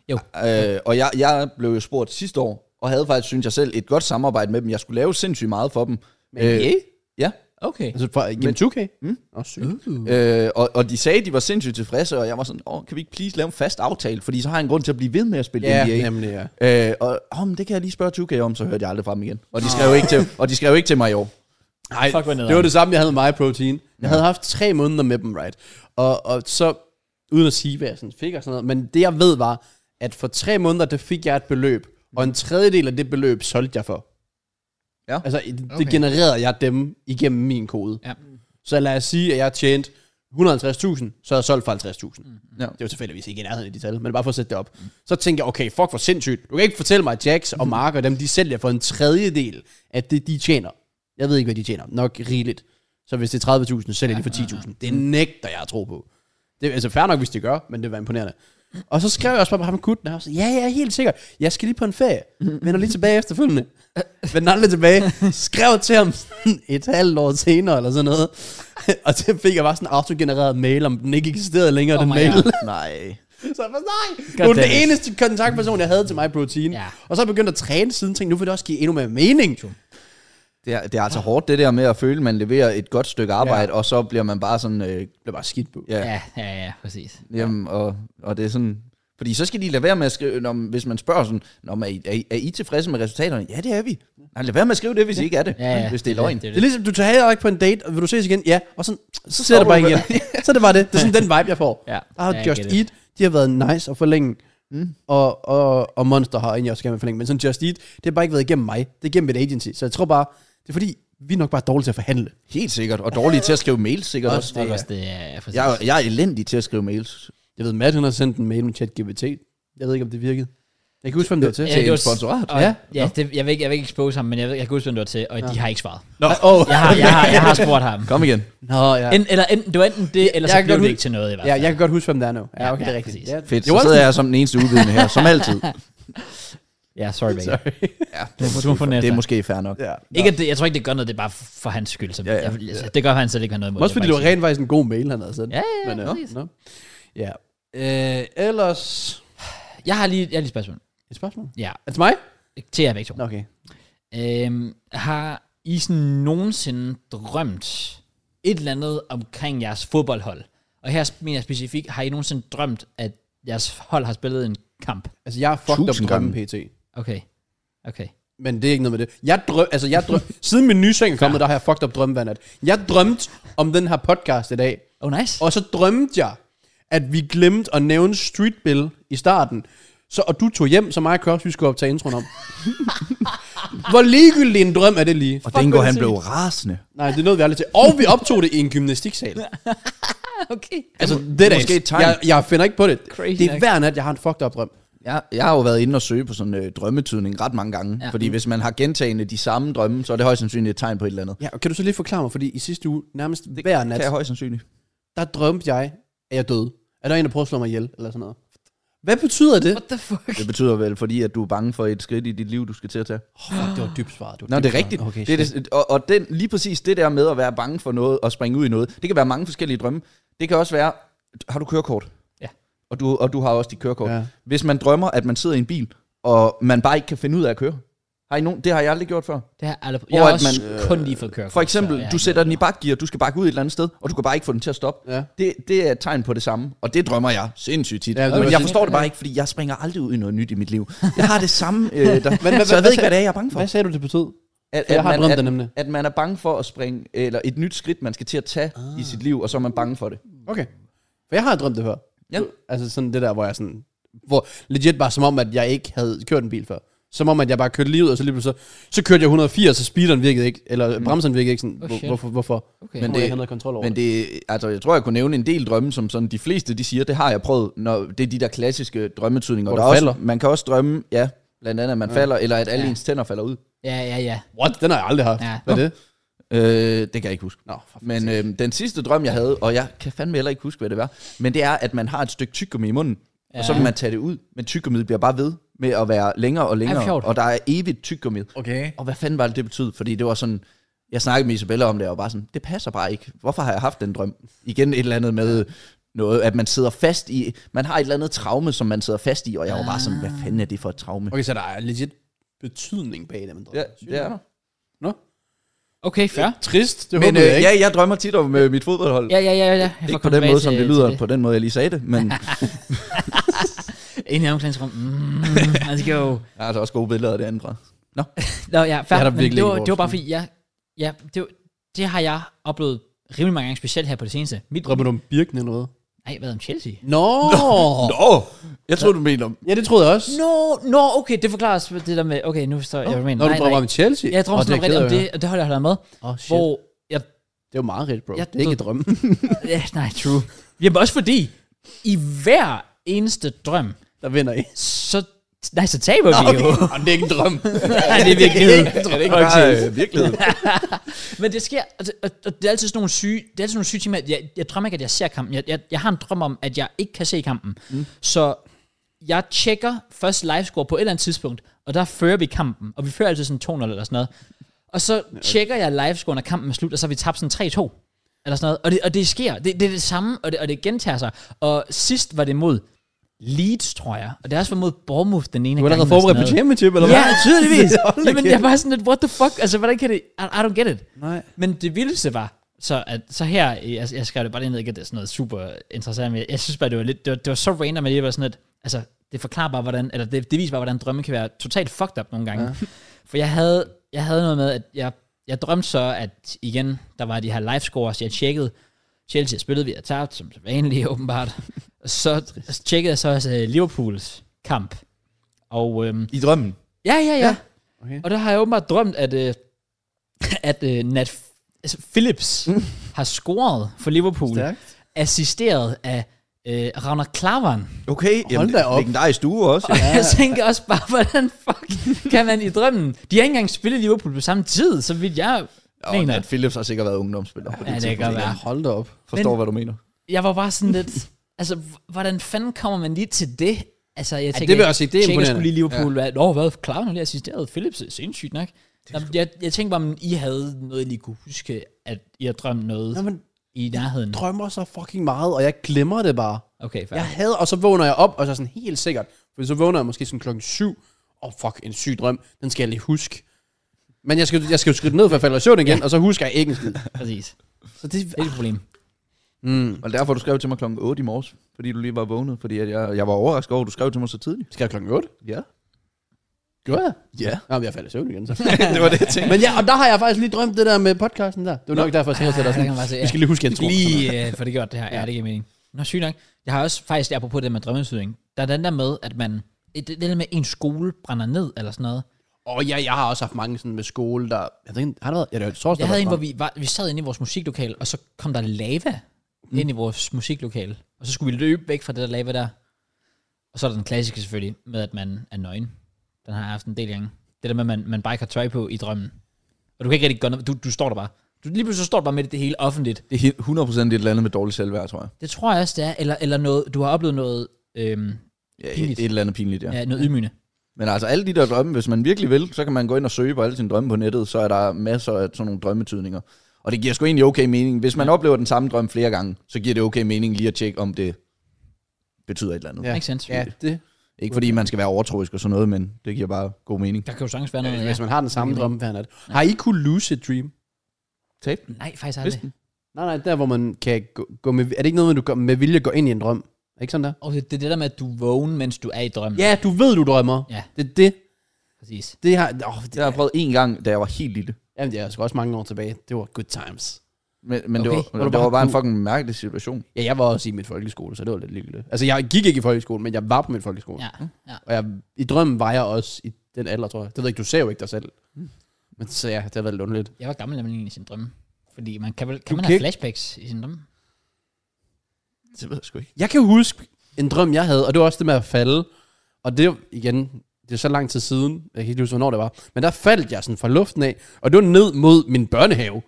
S1: Jo.
S2: Øh, og jeg, jeg blev jo spurgt sidste år, og havde faktisk, synes jeg selv, et godt samarbejde med dem. Jeg skulle lave sindssygt meget for dem. Men øh, Ja.
S1: Okay.
S3: Altså, for, gennem 2K? Mm. Åh, sygt.
S2: Øh, og, og de sagde, de var sindssygt tilfredse, og jeg var sådan, Åh, kan vi ikke please lave en fast aftale? Fordi så har jeg en grund til at blive ved med at spille
S3: Ja,
S2: NBA.
S3: nemlig, ja.
S2: Øh, og oh, men det kan jeg lige spørge 2K om, så hørte jeg aldrig fra dem igen. Og de skrev, ikke, til, og de skrev ikke til mig i år.
S3: Nej,
S1: Fuck, hvor
S3: det var
S1: nederen.
S3: det samme, jeg havde med MyProtein. Jeg havde haft tre måneder med dem, right? Og, og så, uden at sige, hvad jeg sådan fik og sådan noget, men det jeg ved var, at for tre måneder, der fik jeg et beløb, og en tredjedel af det beløb solgte jeg for.
S2: Ja.
S3: Altså, det okay.
S4: Okay.
S3: genererede jeg dem igennem min kode.
S1: Ja.
S3: Så lad os sige, at jeg tjente 150.000, så har jeg solgt for 50.000.
S2: Ja.
S3: Det var tilfældigvis ikke i nærheden af de tal, men bare for at sætte det op. Så tænkte jeg, okay, fuck hvor sindssygt. Du kan ikke fortælle mig, at Jax og Mark og dem, de sælger for en tredjedel af det, de tjener. Jeg ved ikke, hvad de tjener. Nok rigeligt. Så hvis det er 30.000, så sælger de for 10.000. Det nægter jeg at tro på. Det er altså fair nok, hvis de gør, men det var imponerende. Og så skrev jeg også bare på ham gutten, og han var sådan, ja, ja, helt sikkert. Jeg skal lige på en ferie. Vender lige tilbage efterfølgende. Vender aldrig tilbage. Skrev til ham sådan et halvt år senere, eller sådan noget. og så fik jeg bare sådan en autogenereret mail, om den ikke eksisterede længere,
S1: Oh
S3: den
S1: my
S3: mail.
S1: God.
S2: Nej.
S3: Så jeg var nej,
S1: God
S3: God du er
S1: damn it.
S3: den eneste kontaktperson, jeg havde til mig protein.
S1: Ja.
S3: Ja. Og så er jeg begyndt at træne siden, tænkte, nu vil det også give endnu mere mening.
S2: Det er, det er altså hårdt, det der med at føle, man leverer et godt stykke arbejde, ja. og så bliver man bare sådan, øh,
S3: Det blev bare skidt på.
S2: ja, ja.
S1: Ja, ja, ja, præcis.
S2: Jamen, og, og det er sådan... Fordi så skal de lade være med at skrive, når, hvis man spørger sådan, når man, er, I- er, I- er I tilfredse med resultaterne? Ja, det er vi. Nej, lad være med at skrive det, hvis I ikke er det.
S1: Ja, ja.
S2: Hvis det er
S1: Det,
S2: løgn.
S3: Det
S1: det,
S3: er
S1: det.
S3: ligesom, du tager ikke på en date, og vil du ses igen? Ja. Og sådan, så sidder
S2: står
S3: du bare
S2: du
S3: igen. så er det var det. Det er sådan den vibe, jeg får.
S1: Ja.
S3: Ah,
S1: Ja, jeg
S3: Just
S1: get it.
S3: Eat, de har været nice og forlænge. Mm. Og, og, og Monster har egentlig også gerne vil forlænge. Men sådan Just Eat, det har bare ikke været igennem mig. Det er igennem et agency. Så jeg tror bare, det er fordi, vi er nok bare dårlige til at forhandle.
S2: Helt sikkert. Og dårlige til at skrive mails, sikkert også.
S1: Nok også det, ja, ja, præcis.
S2: Jeg, er- jeg er elendig til at skrive mails.
S3: Jeg ved, Matt, han har sendt en mail med ChatGPT. Jeg ved ikke, om det virkede. Jeg kan huske, hvem det var til.
S2: til en
S1: var s-
S2: sponsorat.
S1: Og, ja,
S3: Ja.
S1: ja det, jeg, vil ikke, jeg vil ikke expose ham, men jeg, ved, jeg kan huske, hvem det var til, og ja. de har ikke svaret.
S3: Nå, oh.
S1: Jeg har, jeg har, jeg har spurgt ham.
S2: Kom igen.
S3: Nå, ja.
S1: En, eller enten, det var enten det, eller så
S3: jeg kan
S1: blev
S3: godt
S1: det
S3: hu-
S1: ikke til noget i hvert
S3: Ja,
S1: fald.
S3: jeg kan godt huske, hvem det er nu.
S1: Ja,
S3: Ja, okay,
S1: ja,
S3: det er rigtigt.
S1: præcis.
S3: Ja.
S2: Fedt.
S3: Jo,
S2: Så sidder jeg som den eneste uvidende her, som altid.
S1: Ja, sorry, baby.
S2: Ja,
S1: Du må få den
S2: det er
S1: efter.
S2: måske fair nok.
S3: Ja.
S1: Ikke, at det, jeg tror ikke, det gør noget, det er bare for hans skyld. Så
S2: Ja, ja.
S1: Jeg, altså, det gør han slet ikke har noget imod.
S3: Også fordi
S1: vil
S3: det
S1: jeg
S3: var rent faktisk en god mail, han havde sendt.
S1: Ja, ja,
S3: Men,
S1: præcis.
S3: nå. Ja. Øh, ellers...
S1: bare sige. Jeg har lige, jeg har lige et spørgsmål.
S3: Et spørgsmål?
S1: Ja,
S3: Er det til mig?
S1: til jer begge to.
S3: Nå, Okay.
S1: Øhm, har I sådan nogensinde drømt et eller andet omkring jeres fodboldhold? Og her mener jeg specifikt, har I nogensinde drømt, at jeres hold har spillet en kamp?
S3: Altså, jeg er fucked up
S2: Tusind
S3: drømme
S2: gange.
S3: pt.
S1: Okay. Okay.
S3: Men det er ikke noget med det. Jeg drøm, altså jeg drøm, siden min nye seng er kommet, der har jeg fucked up drømme hver nat. Jeg drømte om den her podcast i dag,
S1: Oh, nice.
S3: Og så drømte jeg, at vi glemte at nævne Street Bill i starten. Så, og du tog hjem, så mig og Kørs, vi skulle optage introen om. Hvor ligegyldig en drøm er det lige.
S2: Og Dingo, han blev rasende.
S3: Nej, det nåede vi aldrig til. Og vi optog det i en gymnastiksal.
S1: okay.
S3: Altså, det er
S2: måske et tegn.
S3: jeg, jeg finder ikke på det.
S1: Crazy
S3: det er
S1: nok.
S3: hver nat, jeg har en fucked up drøm.
S2: Jeg, jeg har jo været inde og søge på sådan øh, drømmetydning ret mange gange.
S1: Ja.
S2: Ja. Fordi hvis man har gentagende de samme drømme, så er det højst sandsynligt et tegn på et eller andet.
S3: Ja, og kan du så lige forklare mig, fordi i sidste uge, nærmest hver nat,
S2: Kan jeg højst sandsynligt.
S3: der drømte jeg, at jeg døde. Er der en, der prøver at slå mig ihjel, eller sådan noget? Hvad betyder det?
S1: What the fuck?
S2: Det betyder vel, fordi at du er bange for et skridt i dit liv, du skal til at tage.
S3: Oh, fuck, det var dybt svaret. var
S2: Nå,
S3: dybt
S2: det er
S3: svaret.
S2: rigtigt.
S3: Okay,
S2: Okay, det er det, og og den, lige præcis det der med at være bange for noget og springe ud i noget, det kan være mange forskellige drømme. Det kan også være, har du kørekort?
S1: Ja.
S2: Og du, og du har også dit kørekort.
S3: Ja.
S2: Ja. Hvis man drømmer, at man sidder i en bil, og man bare ikke kan finde ud af at køre. Har I nogen, det har jeg aldrig gjort før.
S1: Det har jeg aldrig...
S2: Hvor
S1: Jeg har
S2: at
S1: også
S2: man, øh,
S1: man, kun lige fået kørekort.
S2: For eksempel,
S1: så jeg
S2: du
S1: har
S2: sætter
S1: ikke
S2: den i bakgear, du skal bakke ud et eller andet sted, og du kan bare ikke få den til at stoppe.
S3: Ja.
S2: Det, det er et tegn på det samme, og det drømmer jeg sindssygt tit.
S3: Ja,
S2: Ja,
S3: det
S2: men
S3: var
S2: jeg
S3: sådan-
S2: forstår det bare ikke, fordi jeg springer aldrig ud i noget nyt i mit liv. Jeg har det samme, øh, der, men,
S3: hvad-
S2: så jeg
S3: hvad
S2: ved ikke,
S3: sag-
S2: hvad det er, jeg er bange for.
S3: Hvad sagde du, det betød?
S2: At,
S3: Jeg har
S2: man,
S3: drømt
S2: at,
S3: det nemlig.
S2: at man er bange for at springe, eller et nyt skridt, man skal til at tage ah. i sit liv, og så er man bange for det.
S3: Okay. For jeg har drømt det før.
S2: Ja.
S3: Altså sådan det der, hvor jeg sådan... Hvor legit bare som om, at jeg ikke havde kørt en bil før. Som om, at jeg bare kørte lige ud, og så lige pludselig så, så kørte jeg 180, og speederen virkede ikke, eller mm. bremseren virkede ikke sådan.
S1: Oh,
S3: hvor,
S1: shit.
S3: hvorfor? hvorfor?
S1: Okay. Men
S3: Men det, jeg
S2: det-
S3: ikke havde noget kontrol over
S2: Men
S3: men det.
S2: det, altså, jeg tror, jeg kunne nævne en del drømme, som sådan de fleste, de siger, det har jeg prøvet, når det er de der klassiske drømmetydninger.
S3: Hvor
S2: der
S3: du
S2: er
S3: falder.
S2: Også, man kan også drømme, ja, blandt andet, at man ja. falder, eller at alle ja. ens tænder falder ud.
S1: Ja, ja, ja.
S3: What? Den har jeg aldrig haft.
S1: Ja.
S3: Hvad er det?
S2: Øh, det kan jeg ikke huske.
S3: Nå, for
S2: Men øh, den sidste drøm, jeg havde, og jeg kan fandme heller ikke huske, hvad det var, men det er, at man har et stykke tyggegummi i munden, ja. og så vil man tage det ud, men tyggegummiet bliver bare ved med at være længere og længere,
S1: Ej, hvor sjovt.
S2: og der er evigt tyggegummi.
S4: Okay.
S2: Og hvad fanden var det, det betød? Fordi det var sådan, jeg snakkede med Isabella om det, og var bare sådan, det passer bare ikke. Hvorfor har jeg haft den drøm? Igen et eller andet med noget, at man sidder fast i, man har et eller andet traume, som man sidder fast i, og jeg var bare sådan, hvad fanden er det for et traume?
S3: Okay, så der er legit betydning bag det, man drømmer.
S2: Ja, det er der.
S1: Okay, fair.
S3: Trist, det
S2: Men
S3: håber jeg
S2: øh,
S3: ikke.
S2: ja, jeg drømmer tit om øh, mit fodboldhold.
S1: Ja, ja, ja. ja. Jeg får
S2: Ikke på
S1: komme
S2: den
S1: tilbage
S2: måde, som
S1: til-
S2: det
S1: til
S2: lyder, på den måde, jeg lige sagde det, men
S1: Ind i omklædningsrummet. Mm, let's go.
S2: der er altså også gode billeder af det andet. Nå,
S1: Nå, ja, fair.
S3: Det er der
S1: men
S3: virkelig
S1: det,
S3: ikke
S1: var,
S3: i vores
S1: det var bare
S3: skole.
S1: fordi, jeg, ja, det, var- det har jeg oplevet rimelig mange gange, specielt her på det seneste. Mit drøm.
S3: Drømmer du om Birken eller noget?
S1: Nej, hvad om Chelsea?
S3: Nå!
S2: Nå, jeg tror du mener om...
S3: Ja, det troede jeg også.
S1: Nå, no, no, okay, det forklarer os det der med, okay, nu forstår jeg, hvad du mener.
S3: Når du drømmer om Chelsea?
S1: Jeg drømmer
S3: Åh,
S1: sådan
S3: er
S1: om rigtigt om
S3: ked af at
S1: det, og det holder jeg holder med,
S3: høre. Åh, shit.
S1: hvor jeg,
S3: Det er jo meget rigtigt, bro.
S1: Jeg
S3: det er ikke
S1: død-
S3: et drøm.
S1: ja, nej, true. Jamen også fordi, i hver eneste drøm,
S3: der vinder I.
S1: så, nej, så taber vi jo.
S3: Nå, det er ikke en drøm.
S1: Nej, det er virkelig.
S2: Er det ikke bare øh, virkeligheden?
S1: Men det sker, og det, og, og det er altid sådan nogle syge, det er altid sådan nogle syge timer, at jeg, jeg drømmer ikke, at jeg ser kampen. Jeg, jeg, jeg har en drøm om, at jeg ikke kan se kampen. Mm. Så jeg tjekker først livescore på et eller andet tidspunkt, og der fører vi kampen, og vi fører altid sådan 2-0 eller sådan noget. Og så tjekker jeg livescore, når kampen er slut, og så har vi tabt sådan 3-2 eller sådan noget. Og det, og det sker, det, det er det samme, og det, og det gentager sig. Og sidst var det mod Leeds, tror jeg, og det er også var mod Bournemouth den ene
S3: Du
S1: gang.
S3: har allerede
S1: eller
S3: forberedt
S1: sådan
S3: på
S1: noget.
S3: championship, eller
S1: Ja,
S3: hvad?
S1: tydeligvis.
S3: Hold da
S1: Jamen,
S3: kæft.
S1: jeg er bare sådan lidt, what the fuck? Altså, hvordan kan det... I, I don't get it.
S3: Nej.
S1: Men det vildeste var, så, at, så her, jeg, jeg skrev det bare lige ned, ikke at det er sådan noget super interessant, men jeg, jeg synes bare, det var, lidt, det var, det var så random, at det var sådan lidt, altså, det forklarer bare, hvordan, eller det, det viser bare, hvordan drømme kan være totalt fucked up nogle gange. Ja. For jeg havde, jeg havde noget med, at jeg, jeg drømte så, at igen, der var de her live scores, jeg tjekkede, Chelsea spillede vi og tabt, som vanligt åbenbart. Og så tjekkede jeg så også øh, Liverpools kamp. Og øhm,
S2: I drømmen.
S1: Ja, ja, ja. ja.
S3: okay.
S1: Okay. Og der har jeg åbenbart drømt, at, øh, at øh, Nat F- altså, Phillips har scoret for Liverpool, Stærk.
S3: Stærkt.
S1: assisteret af øh, Ragnar Klavan.
S2: Okay,
S3: da op.
S2: legendarisk duo også.
S1: Og jeg tænker også bare, hvordan fuck kan man i drømmen... De har ikke engang spillet Liverpool på samme tid, så vidt jeg
S2: Ja, og
S1: mener.
S2: Nat Phillips har sikkert været ungdomsspiller. på
S1: Ja, det kan
S2: tidspunkt.
S1: godt være.
S3: Hold da op.
S2: Forstår,
S1: Men-
S2: hvad du mener.
S1: Jeg var bare sådan lidt... Altså, h- hvordan fanden kommer man lige til det? Altså, jeg tænker,
S3: det vil jeg også sige, det er
S1: tjekker skulle
S3: imponerende.
S1: lige Liverpool. Ja. Nå, hvad? Klavan har lige assisteret Philips. øh, Sindssygt nok. Jamen, jeg, jeg tænkte bare, om I havde noget, I lige kunne huske, at I har drømt noget.
S3: Nå, men
S1: I nærheden.
S3: drømmer så fucking meget, og jeg glemmer det bare.
S1: Okay, fair.
S3: Jeg
S1: Ja.
S3: havde, og så vågner jeg op, og så er sådan helt sikkert. For så vågner jeg måske sådan klokken syv. Åh, oh, fuck, en syg drøm. Den skal jeg lige huske. Men jeg skal, jeg skal jo skrive den ned, for jeg falder i søvn igen, og så husker jeg ikke en skid.
S1: Præcis.
S3: Så det,
S1: Det er et problem.
S3: mm,
S2: Og derfor, du skrev til mig klokken 8 i morges, fordi du lige var vågnet, fordi at jeg, jeg var overrasket over, at du skrev til mig så tidligt.
S3: skal jeg klokken 8?
S2: Ja.
S3: Gjorde jeg?
S2: Ja.
S3: Nå, men jeg falder i søvn igen, så.
S2: det var det, jeg tænkte.
S3: Men ja, og der har jeg faktisk lige drømt det der med podcasten der. Det var nok derfor, jeg sagde til dig
S1: der kan
S3: sådan,
S1: man bare se,
S3: vi skal lige huske
S1: Jeg
S3: intro.
S1: lige øh, for det gjort det her. Ja, det giver mening. Nå, sygt nok. Jeg har også faktisk, apropos det med drømmesydning, der er den der med, at man, det, det der med, at en skole brænder ned, eller sådan noget.
S3: Og ja, jeg har også haft mange sådan med skole, der... Jeg ved ikke, har der været... Ja, det var, jeg tror, også, der
S1: Jeg havde en,
S3: var
S1: hvor vi, var, vi sad inde i vores musiklokale, og så kom der lava mm. ind i vores musiklokale. Og så skulle vi løbe væk fra det der lava der. Og så er der den klassiske selvfølgelig, med at man er nøgen. Den har jeg haft en del gange. Det der med, at man, man bare ikke har tøj på i drømmen. Og du kan ikke rigtig gøre noget. Du, du står der bare. Du, lige pludselig så står du bare midt i det hele offentligt.
S2: Det er helt- 100% et eller andet med dårligt selvværd, tror jeg.
S1: Det tror jeg også, det er. Eller, eller noget, du har oplevet noget, øhm,
S2: Ja, et,
S1: Pinligt.
S2: et eller andet pinligt, ja.
S1: ja. noget ydmygende.
S2: Men altså, alle de der drømme, hvis man virkelig vil, så kan man gå ind og søge på alle sine drømme på nettet, så er der masser af sådan nogle drømmetydninger. Og det giver sgu egentlig okay mening. Hvis man ja. oplever den samme drøm flere gange, så giver det okay mening lige at tjekke, om det betyder et eller andet.
S3: Ja.
S1: Makes sense.
S3: Ja, det.
S2: Ikke fordi man skal være overtroisk og sådan noget, men det giver bare god mening.
S1: Der kan jo sagtens være noget.
S3: Ja,
S1: Ja,
S3: hvis man har den samme
S1: Ja.
S3: drøm hver nat. Har I kunne lucid dream?
S2: Tape.
S1: Nej, faktisk aldrig.
S2: Vidste
S3: Nej, nej, der hvor man kan gå, gå med... Er det ikke noget, med, at du går, med vilje går ind i en drøm? Er det ikke sådan der?
S1: Og det, det er det der med, at du vågner, mens du er i drømmen.
S3: Ja, du ved, du drømmer.
S1: Ja.
S3: Det er det.
S1: Præcis.
S3: Det har... Oh, det,
S2: Det har jeg prøvet én gang, da jeg var helt lille.
S3: jamen, det er sgu også mange år tilbage. Det var good times.
S2: Men, men okay.
S1: Okay.
S2: det,
S1: Hvor
S2: var,
S3: du
S2: det
S3: bare
S2: var bare en
S3: kunne-
S2: fucking mærkelig situation.
S3: Ja, jeg var også i min folkeskole, så det var lidt lykkeligt. Altså, jeg gik ikke i folkeskole, men jeg var på min folkeskole.
S1: Ja. ja.
S3: Og jeg, i drømmen var jeg også i den alder, tror jeg. Det ved jeg ikke, du ser jo ikke dig selv. Men så ja, det har været lidt underligt.
S1: Jeg var gammel, når man i sin drømme. Fordi man kan, vel, kan man
S3: kan
S1: have
S3: ikke-
S1: flashbacks i sin drømme?
S2: Det ved jeg sgu ikke.
S3: Jeg kan huske en drøm, jeg havde, og det var også det med at falde. Og det, igen, det er så lang tid siden, jeg kan ikke huske, hvornår det var, men der faldt jeg sådan fra luften af, og det var ned mod min børnehave.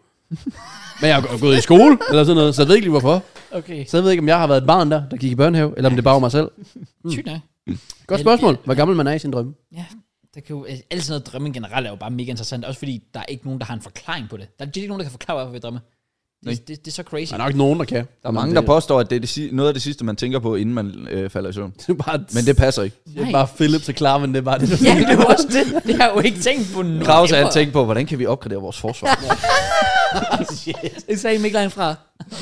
S3: men jeg har gået i skole, eller sådan noget, så jeg ved ikke lige hvorfor.
S1: Okay.
S3: Så jeg ved ikke, om jeg har været et barn der, der gik i børnehave, eller om det bare var mig selv.
S2: Mm.
S1: Sygt nok.
S3: Godt spørgsmål. Hvor gammel man er i sin drømme.
S1: Ja, der kan jo, altså, alt sådan noget drømme generelt er jo bare mega interessant, også fordi der er ikke nogen, der har en forklaring på det. Der er legit ikke nogen, der kan forklare, hvorfor vi drømmer.
S2: Nej.
S1: Det, det, det, er så crazy.
S3: Der er nok nogen, der kan.
S2: Der er mange, der påstår, at det er det, si- noget af det sidste, man tænker på, inden man øh, falder i søvn.
S3: Det er bare,
S2: Men det passer ikke.
S3: det er bare Philips og Clara, men det er bare det.
S1: Ja, det er jo også det. Det har jeg jo ikke tænkt på nu.
S2: Kraus han tænkt på, hvordan kan vi opgradere vores forsvar?
S1: Det sagde Mikkel fra.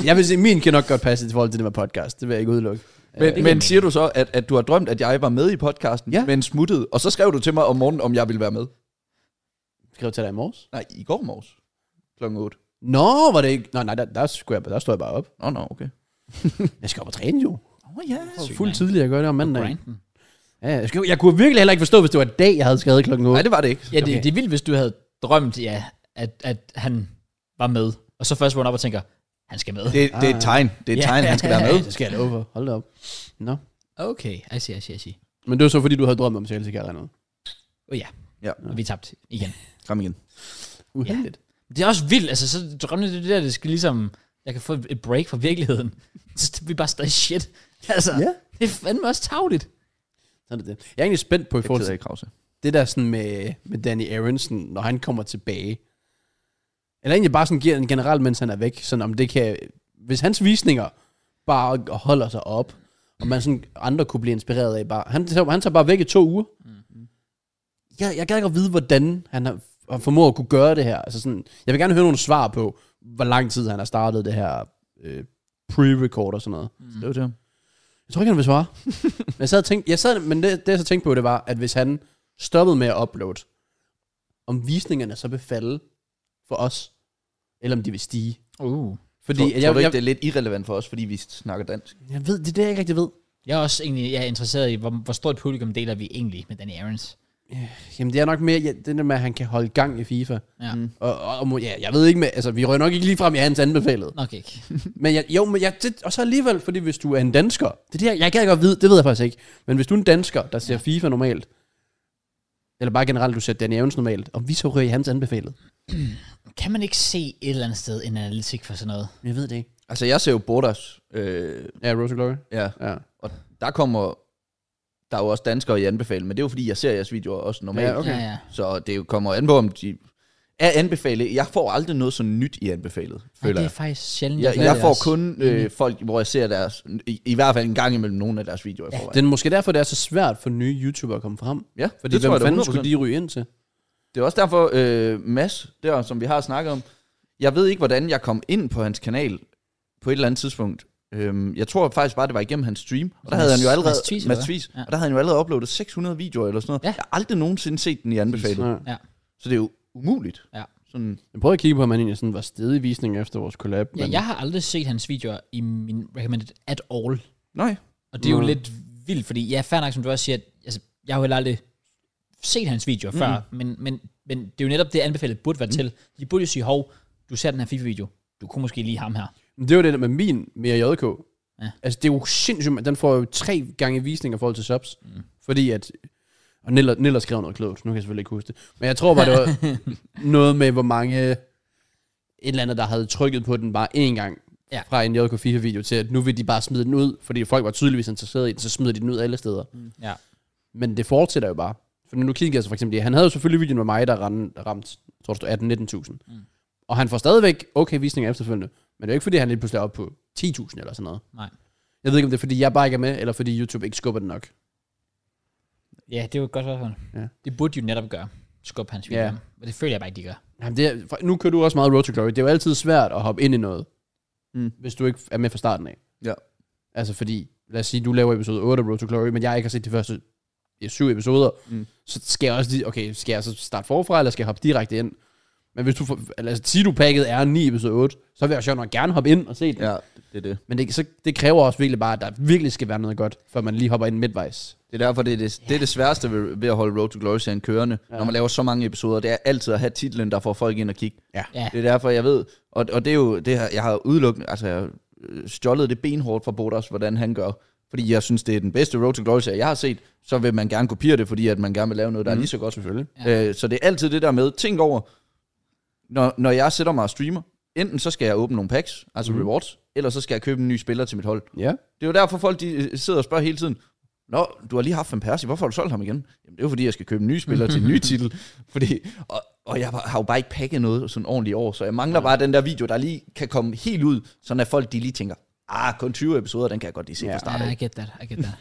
S3: Jeg vil sige, min kan nok godt passe i forhold til det med podcast. Det vil jeg ikke udelukke. Øh,
S2: men, men siger du så, at, at du har drømt, at jeg var med i podcasten,
S3: Ja.
S2: men smuttede, og så skrev du til mig om morgenen, om jeg ville være med?
S3: Skrev til dig i morges?
S2: Nej, i går morges. Klokken 8.
S3: Nå, var det ikke? Nej, nej, der, der, skulle jeg, der stod jeg bare op.
S2: Nå, nå, okay.
S3: Jeg skal op og træne jo.
S2: Åh oh, ja.
S1: Sygt,
S3: Fuld
S1: mand.
S3: tidlig, jeg gør det om mandag.
S1: Grinden.
S3: Ja, jeg, skal, jeg kunne virkelig heller ikke forstå, hvis det var i dag, jeg havde skrevet klokken 8.
S2: Nej, det var det ikke.
S1: Ja, det,
S3: Okay.
S1: det er vildt, hvis du havde drømt, ja, at, at han var med, og så først vågner op og tænker, han skal med.
S2: Det, det er et tegn. Det er et
S1: Ja.
S2: tegn, han skal være med.
S3: det skal jeg love for. Hold da op. Nå.
S1: Okay, I see, I see, I see.
S3: Men det var så, fordi du havde drømt om Chelsea eller noget.
S1: Oh, ja.
S2: Ja.
S1: Og vi tabte igen.
S2: Kom igen.
S3: Uheldigt.
S1: Det er også vildt, altså så drømmene, det er det der, det skal ligesom, jeg kan få et break fra virkeligheden. Så vi er bare stadig shit. Altså,
S3: Ja.
S1: det er fandme også tavligt.
S3: Sådan er det. Jeg er egentlig spændt på i
S2: Det
S3: forhold
S2: keder
S3: til
S2: jeg Krause.
S3: det der sådan med, med Danny Aronson, når han kommer tilbage. Eller egentlig bare sådan giver den generelt, mens han er væk. Sådan om det kan, hvis hans visninger bare holder sig op, og man sådan, andre kunne blive inspireret af bare. Han, tager- han tager bare væk i to uger. Jeg, jeg gad godt vide, hvordan han har har formået at kunne gøre det her. Altså sådan, jeg vil gerne høre nogle svar på, hvor lang tid han har startet det her øh, pre-record og sådan noget.
S2: Skriv til ham.
S3: Jeg tror ikke, han vil svare. men jeg sad og tænkte, jeg sad, men det, det, jeg så tænkte på, det var, at hvis han stoppede med at uploade, om visningerne så vil falde for os, eller om de vil stige.
S1: Uh.
S3: Fordi
S2: Tror,
S3: jeg,
S2: tror du ikke,
S3: jeg,
S2: det er lidt irrelevant for os, fordi vi snakker dansk?
S3: jeg, jeg ved, det er det, jeg ikke rigtig ved.
S1: Jeg er også egentlig jeg er interesseret i, hvor, hvor stort publikum deler vi egentlig med Danny Aarons.
S3: Jamen, det er nok mere ja, det der med, at han kan holde gang i FIFA.
S1: Ja.
S2: Mm.
S1: Mm.
S3: Og, og, og må- ja, jeg ved ikke med, altså, vi rører nok ikke lige frem i hans anbefalet.
S1: Nok ikke.
S3: Men jeg, jo, men jeg, det, og så alligevel, fordi hvis du er en dansker, det der, jeg kan godt vide, det ved jeg faktisk ikke, men hvis du er en dansker, der ser FIFA normalt, eller bare generelt, du ser Danny Evans normalt, og vi så rører i hans anbefalet.
S1: Kan man ikke se et eller andet sted en analytik for sådan noget?
S3: Jeg ved det ikke.
S2: Altså, jeg ser jo Bordas. Øh,
S3: Ja, Rose Glory.
S2: ja,
S3: Ja,
S2: og der kommer... Der er jo også danskere i anbefaling, men det er jo fordi, jeg ser jeres videoer også normalt.
S3: Ja, okay.
S1: Ja, ja.
S2: Så det jo kommer an på, om de er anbefalet. Jeg får aldrig noget så nyt i anbefalet,
S1: Nej,
S2: føler
S1: det er
S2: jeg.
S1: faktisk sjældent.
S2: Jeg,
S1: gør
S2: jeg
S1: det
S2: får
S1: også.
S2: kun øh, folk, hvor jeg ser deres, i, i hvert fald en gang imellem nogle af deres videoer i
S3: det
S2: forvejen.
S3: er måske derfor, det er så svært for nye YouTubere at komme frem.
S2: Ja,
S3: Fordi
S2: det
S3: hvem
S2: tror jeg da
S3: fanden
S2: 100%.
S3: skulle de ryge ind til?
S2: Det er også derfor, øh, Mads, der, som vi har snakket om, jeg ved ikke, hvordan jeg kom ind på hans kanal på et eller andet tidspunkt. Øhm, jeg tror faktisk bare, det var igennem hans stream. Og der havde han jo
S1: Mads-
S2: allerede,
S1: Mads Thies, eller
S2: Mads
S1: hvad?
S2: Thies,
S1: Ja.
S2: og der havde han jo allerede uploadet 600 videoer eller sådan noget.
S1: Ja.
S2: Jeg har aldrig nogensinde set den i anbefalet.
S3: Ja.
S1: Ja.
S2: Så det er jo umuligt.
S1: Ja.
S2: Sådan,
S3: Jeg prøvede at kigge på, om han egentlig sådan var stedig i visning efter vores collab.
S1: Ja, jeg har aldrig set hans videoer i min recommended at all.
S2: nej.
S1: Og det er jo
S3: Nå.
S1: lidt vildt, fordi ja, fair nok, som du også siger, at, altså, jeg har jo heller aldrig set hans videoer mm. før, men, men, men det er jo netop det, anbefalet burde være mm. til. De burde jo sige, hov, du ser den her FIFA-video, du kunne måske lige ham her.
S3: Men det var det der med min mere JK.
S1: Ja.
S3: Ja. Altså, det er jo sindssygt, at den får jo tre gange visninger i forhold til subs. Mm. Fordi at... Og Niller, Niller skrev noget klogt, nu kan jeg selvfølgelig ikke huske det. Men jeg tror bare, det var noget med, hvor mange... Et eller andet, der havde trykket på den bare én gang
S1: Ja.
S3: ja. fra en JK FIFA-video til, at nu vil de bare smide den ud, fordi folk var tydeligvis interesseret i den, så smider de den ud alle steder. Mm.
S1: Ja.
S3: Men det fortsætter jo bare. For nu kigger jeg så for eksempel, han havde jo selvfølgelig videoen med mig, der ramte, ramt, tror du, 18-19.000. Mm. Og han får stadigvæk okay visninger efterfølgende. Men det er jo ikke, fordi han lige pludselig er oppe på 10.000 eller sådan noget.
S1: Nej.
S3: Jeg ved ikke, om det er, fordi jeg bare ikke er med, eller fordi YouTube ikke skubber det nok.
S1: Ja, det er jo et godt spørgsmål.
S3: Ja.
S1: Det burde jo netop gøre. Skub hans
S3: Ja.
S1: videoer. Yeah. Men det føler jeg bare ikke, de gør.
S3: Jamen, det er, for- nu kører du også meget Road to Glory. Det er jo altid svært at hoppe ind i noget,
S2: Mm.
S3: hvis du ikke er med fra starten af.
S2: Ja.
S3: Altså fordi, lad os sige, du laver episode 8 af Road to Glory, men jeg ikke har set de første ja, syv episoder,
S2: Mm.
S3: mm. så skal jeg også lige, okay, skal jeg så starte forfra, eller skal jeg hoppe direkte ind? Men hvis du, får, lad os sige, du pakket er 9 episode 8, så vil jeg sjovt nok gerne hoppe ind og se den.
S2: Ja, det er det.
S3: Men det, så, det kræver også virkelig bare, at der virkelig skal være noget godt, før man lige hopper ind midtvejs.
S2: Det er derfor, det er det, det, er det sværeste ved, ved at holde Road to Glory-serien kørende, ja. når man laver så mange episoder. Det er altid at have titlen, der får folk ind og kigge.
S3: Ja.
S1: Ja.
S2: Det er derfor, jeg ved, og, og det er jo, det her, jeg har udelukkende, altså jeg har øh, stjålet det benhårdt fra Bodas, hvordan han gør. fordi jeg synes, det er den bedste Road to Glory-serie, jeg har set, så vil man gerne kopiere det, fordi at man gerne vil lave noget, der mm. er lige så godt.
S3: Selvfølgelig.
S1: Ja.
S2: Ja. Øh, så det er altid det der med, tænk over, når, når jeg sætter mig og streamer, enten så skal jeg åbne nogle packs, altså mm. rewards, eller så skal jeg købe en ny spiller til mit hold.
S3: Ja.
S2: Det er jo derfor, folk de øh, sidder og spørger hele tiden, Nå, du har lige haft en Persie, hvorfor har du solgt ham igen? Jamen, det er jo fordi, jeg skal købe en ny spiller til en ny titel. Fordi, og, og jeg har jo bare ikke pakket noget sådan ordentligt i år, så jeg mangler bare den der video, der lige kan komme helt ud, sådan at folk de lige tænker, ah, kun 20 episoder, den kan jeg godt lige se
S3: Ja.
S2: fra start
S1: Ja, I
S2: af.
S1: get that, I get that.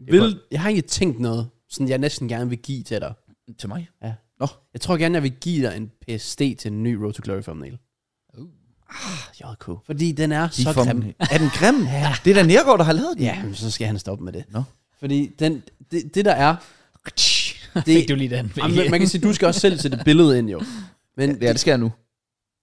S3: Vil, jeg har ikke tænkt noget, sådan jeg næsten gerne vil give til dig.
S2: Til mig?
S3: Ja.
S2: Nå.
S3: Jeg tror gerne, jeg vil give dig en PST til en ny Road to Glory thumbnail. Ah,
S2: JK.
S3: Fordi den er
S2: Uh. De
S3: så
S2: er, for,
S3: grim.
S2: er den grim? ja. Det er da Nergård, der har lavet den.
S3: Ja, men så skal han stoppe med det.
S2: Nå.
S3: Fordi den, det, det der er,
S1: Det, Fik du lige den.
S3: Jamen, man, man kan sige, du skal også selv sætte et billede ind jo. Men
S2: Ja, det skal jeg nu.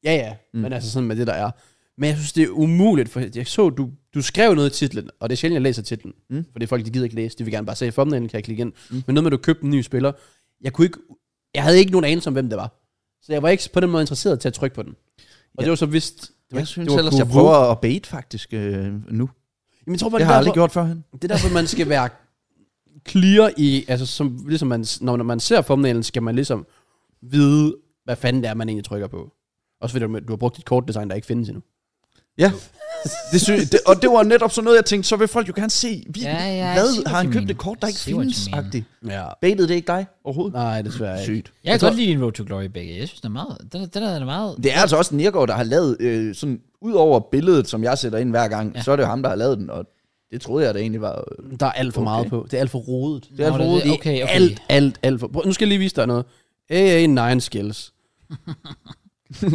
S3: Ja, ja. Mm. Men altså sådan med det, der er. Men jeg synes, det er umuligt, for jeg så, du, du skrev noget i titlen, og det er sjældent, jeg læser titlen. Mm. Fordi folk, de gider ikke læse, de vil gerne bare se thumbnailen, kan jeg klikke ind. Mm. Men noget med, at du købte en ny spiller. Jeg, kunne ikke, jeg havde ikke nogen anelse om, hvem det var. Så jeg var ikke på den måde interesseret til at trykke på den. Og ja. det var så vist... Det var,
S2: Jeg synes
S3: det var
S2: ellers, jeg
S3: Guru.
S2: prøver at bait faktisk øh, nu.
S3: Jamen, jeg tror
S2: Det har
S3: bare, det, er
S2: jeg
S3: derfor,
S2: aldrig gjort førhen.
S3: det er derfor, man skal være clear i... Altså, som, ligesom man, når, når man ser thumbnailen, skal man ligesom vide, hvad fanden det er, man egentlig trykker på. Også fordi du, du har brugt et kortdesign, der ikke findes endnu.
S2: Ja. Det sy- det, og det var netop sådan noget, jeg tænkte, så vil folk jo gerne se, vi,
S1: Ja, ja, jeg
S2: hvad
S1: ser, hvad
S2: har han
S1: du
S2: købt
S1: mener.
S2: et kort, der
S1: Jeg
S2: ikke
S1: ser, hvad du
S2: findes?
S1: mener.
S2: Agtigt.
S3: Ja.
S2: Baited det ikke dig overhovedet?
S3: Nej, desværre ikke.
S2: Sygt.
S1: Jeg kan godt lide en Road to Glory begge. Jeg synes, den er meget... Den, er- den er, den er meget...
S2: Det er altså også Niergaard, der har lavet, øh, sådan, ud over billedet, som jeg sætter ind hver gang, ja. så er det jo ham, der har lavet den, og det troede jeg da egentlig var... øh,
S3: Der er alt for okay. meget
S2: Okay.
S3: på. Det er alt for rodet.
S2: Det er
S1: Nå, det
S2: alt for
S1: er
S2: rodet.
S1: det. Okay, okay.
S3: Alt, alt, alt for... Prøv, nu skal jeg lige vise dig noget. AA 9 skills.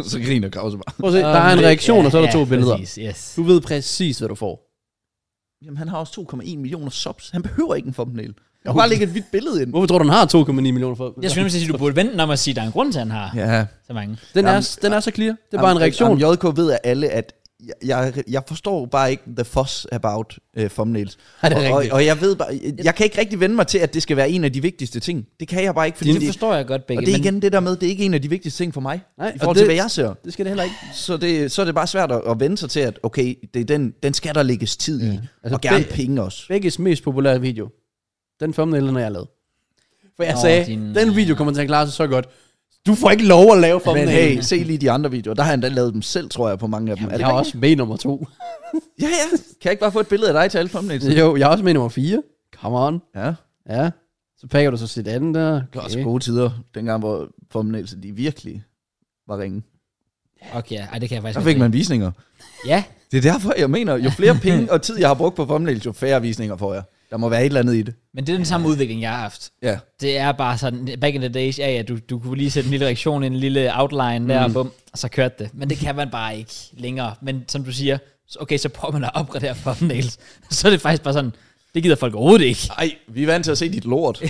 S2: så griner Krause bare.
S3: Prøv at se, der er en
S1: Øhm,
S3: reaktion,
S1: ja,
S3: og så er der
S1: ja,
S3: to billeder.
S1: Præcis, yes.
S3: Du ved præcis, hvad du får.
S2: Jamen, han har også 2,1 millioner subs. Han behøver ikke en thumbnail. Jeg kan bare lægge et hvidt billede ind.
S3: Hvorfor tror du, den har 2,9 millioner for?
S1: Jeg skulle nemlig sige, at du burde vente om at sige, at der er en grund til, at han har
S2: Ja.
S1: så mange.
S3: Den, er,
S2: Jamen,
S3: den er så clear. Det er bare en reaktion.
S2: Jamen, JK ved af alle, at jeg, jeg, jeg forstår bare ikke the fuss about uh, thumbnails.
S3: Ja, det er
S2: og, og,
S3: rigtigt.
S2: og jeg ved bare, jeg kan ikke rigtig vende mig til, at det skal være en af de vigtigste ting. Det kan jeg bare ikke, fordi
S1: Det
S2: det,
S1: forstår jeg godt begge.
S2: og det er
S1: men-
S2: igen det der med, det er ikke en af de vigtigste ting for mig,
S3: Nej,
S2: i
S3: og
S2: forhold til,
S3: det-
S2: hvad jeg ser.
S3: Det skal det heller ikke.
S2: Så, det, så er det bare svært at, at vende sig til, at okay, det er den, den skal der lægges tid i, altså,
S3: Altså,
S2: og gerne
S3: det-
S2: penge også.
S3: Begges mest populære video. Den thumbnail, den har jeg lavet. For jeg
S1: Nå,
S3: sagde,
S1: din-
S3: den video kommer til at klare sig så godt. Du får ikke lov at lave
S2: Men
S3: thumbnail.
S2: hey, se lige de andre videoer. Der har han da lavet dem selv, tror jeg, på mange af dem.
S3: Jamen,
S2: Er det
S3: jeg er
S2: rigtigt?
S3: også med i nummer to.
S2: Ja, ja. Kan jeg ikke bare få et billede af dig til alle thumbnails?
S3: Jo, jeg er også med i nummer fire. Come on.
S2: Ja.
S3: Ja. Så pakker du så sit andet der.
S2: Det var også gode tider, dengang hvor thumbnailsen de virkelig var ringe.
S1: Okay, ja. Ej, det kan jeg faktisk
S2: Der fik
S1: godt
S2: man visninger.
S1: lide. Ja,
S2: Det er derfor, jeg mener, jo flere penge og tid, jeg har brugt på thumbnails, jo færre visninger får jeg. Der må være et eller andet i det.
S1: men det er den samme udvikling, jeg har haft.
S2: Ja.
S1: Det er bare sådan, back in the days, ja, ja, du, du kunne lige sætte en lille reaktion, en lille outline der, mm. bum, og så kørte det. Men det kan man bare ikke længere. Men som du siger, så- okay, så prøver man at opgradere thumbnails. Så er det faktisk bare sådan, det gider folk overhovedet ikke.
S2: Ej, vi er vant til at se dit lort.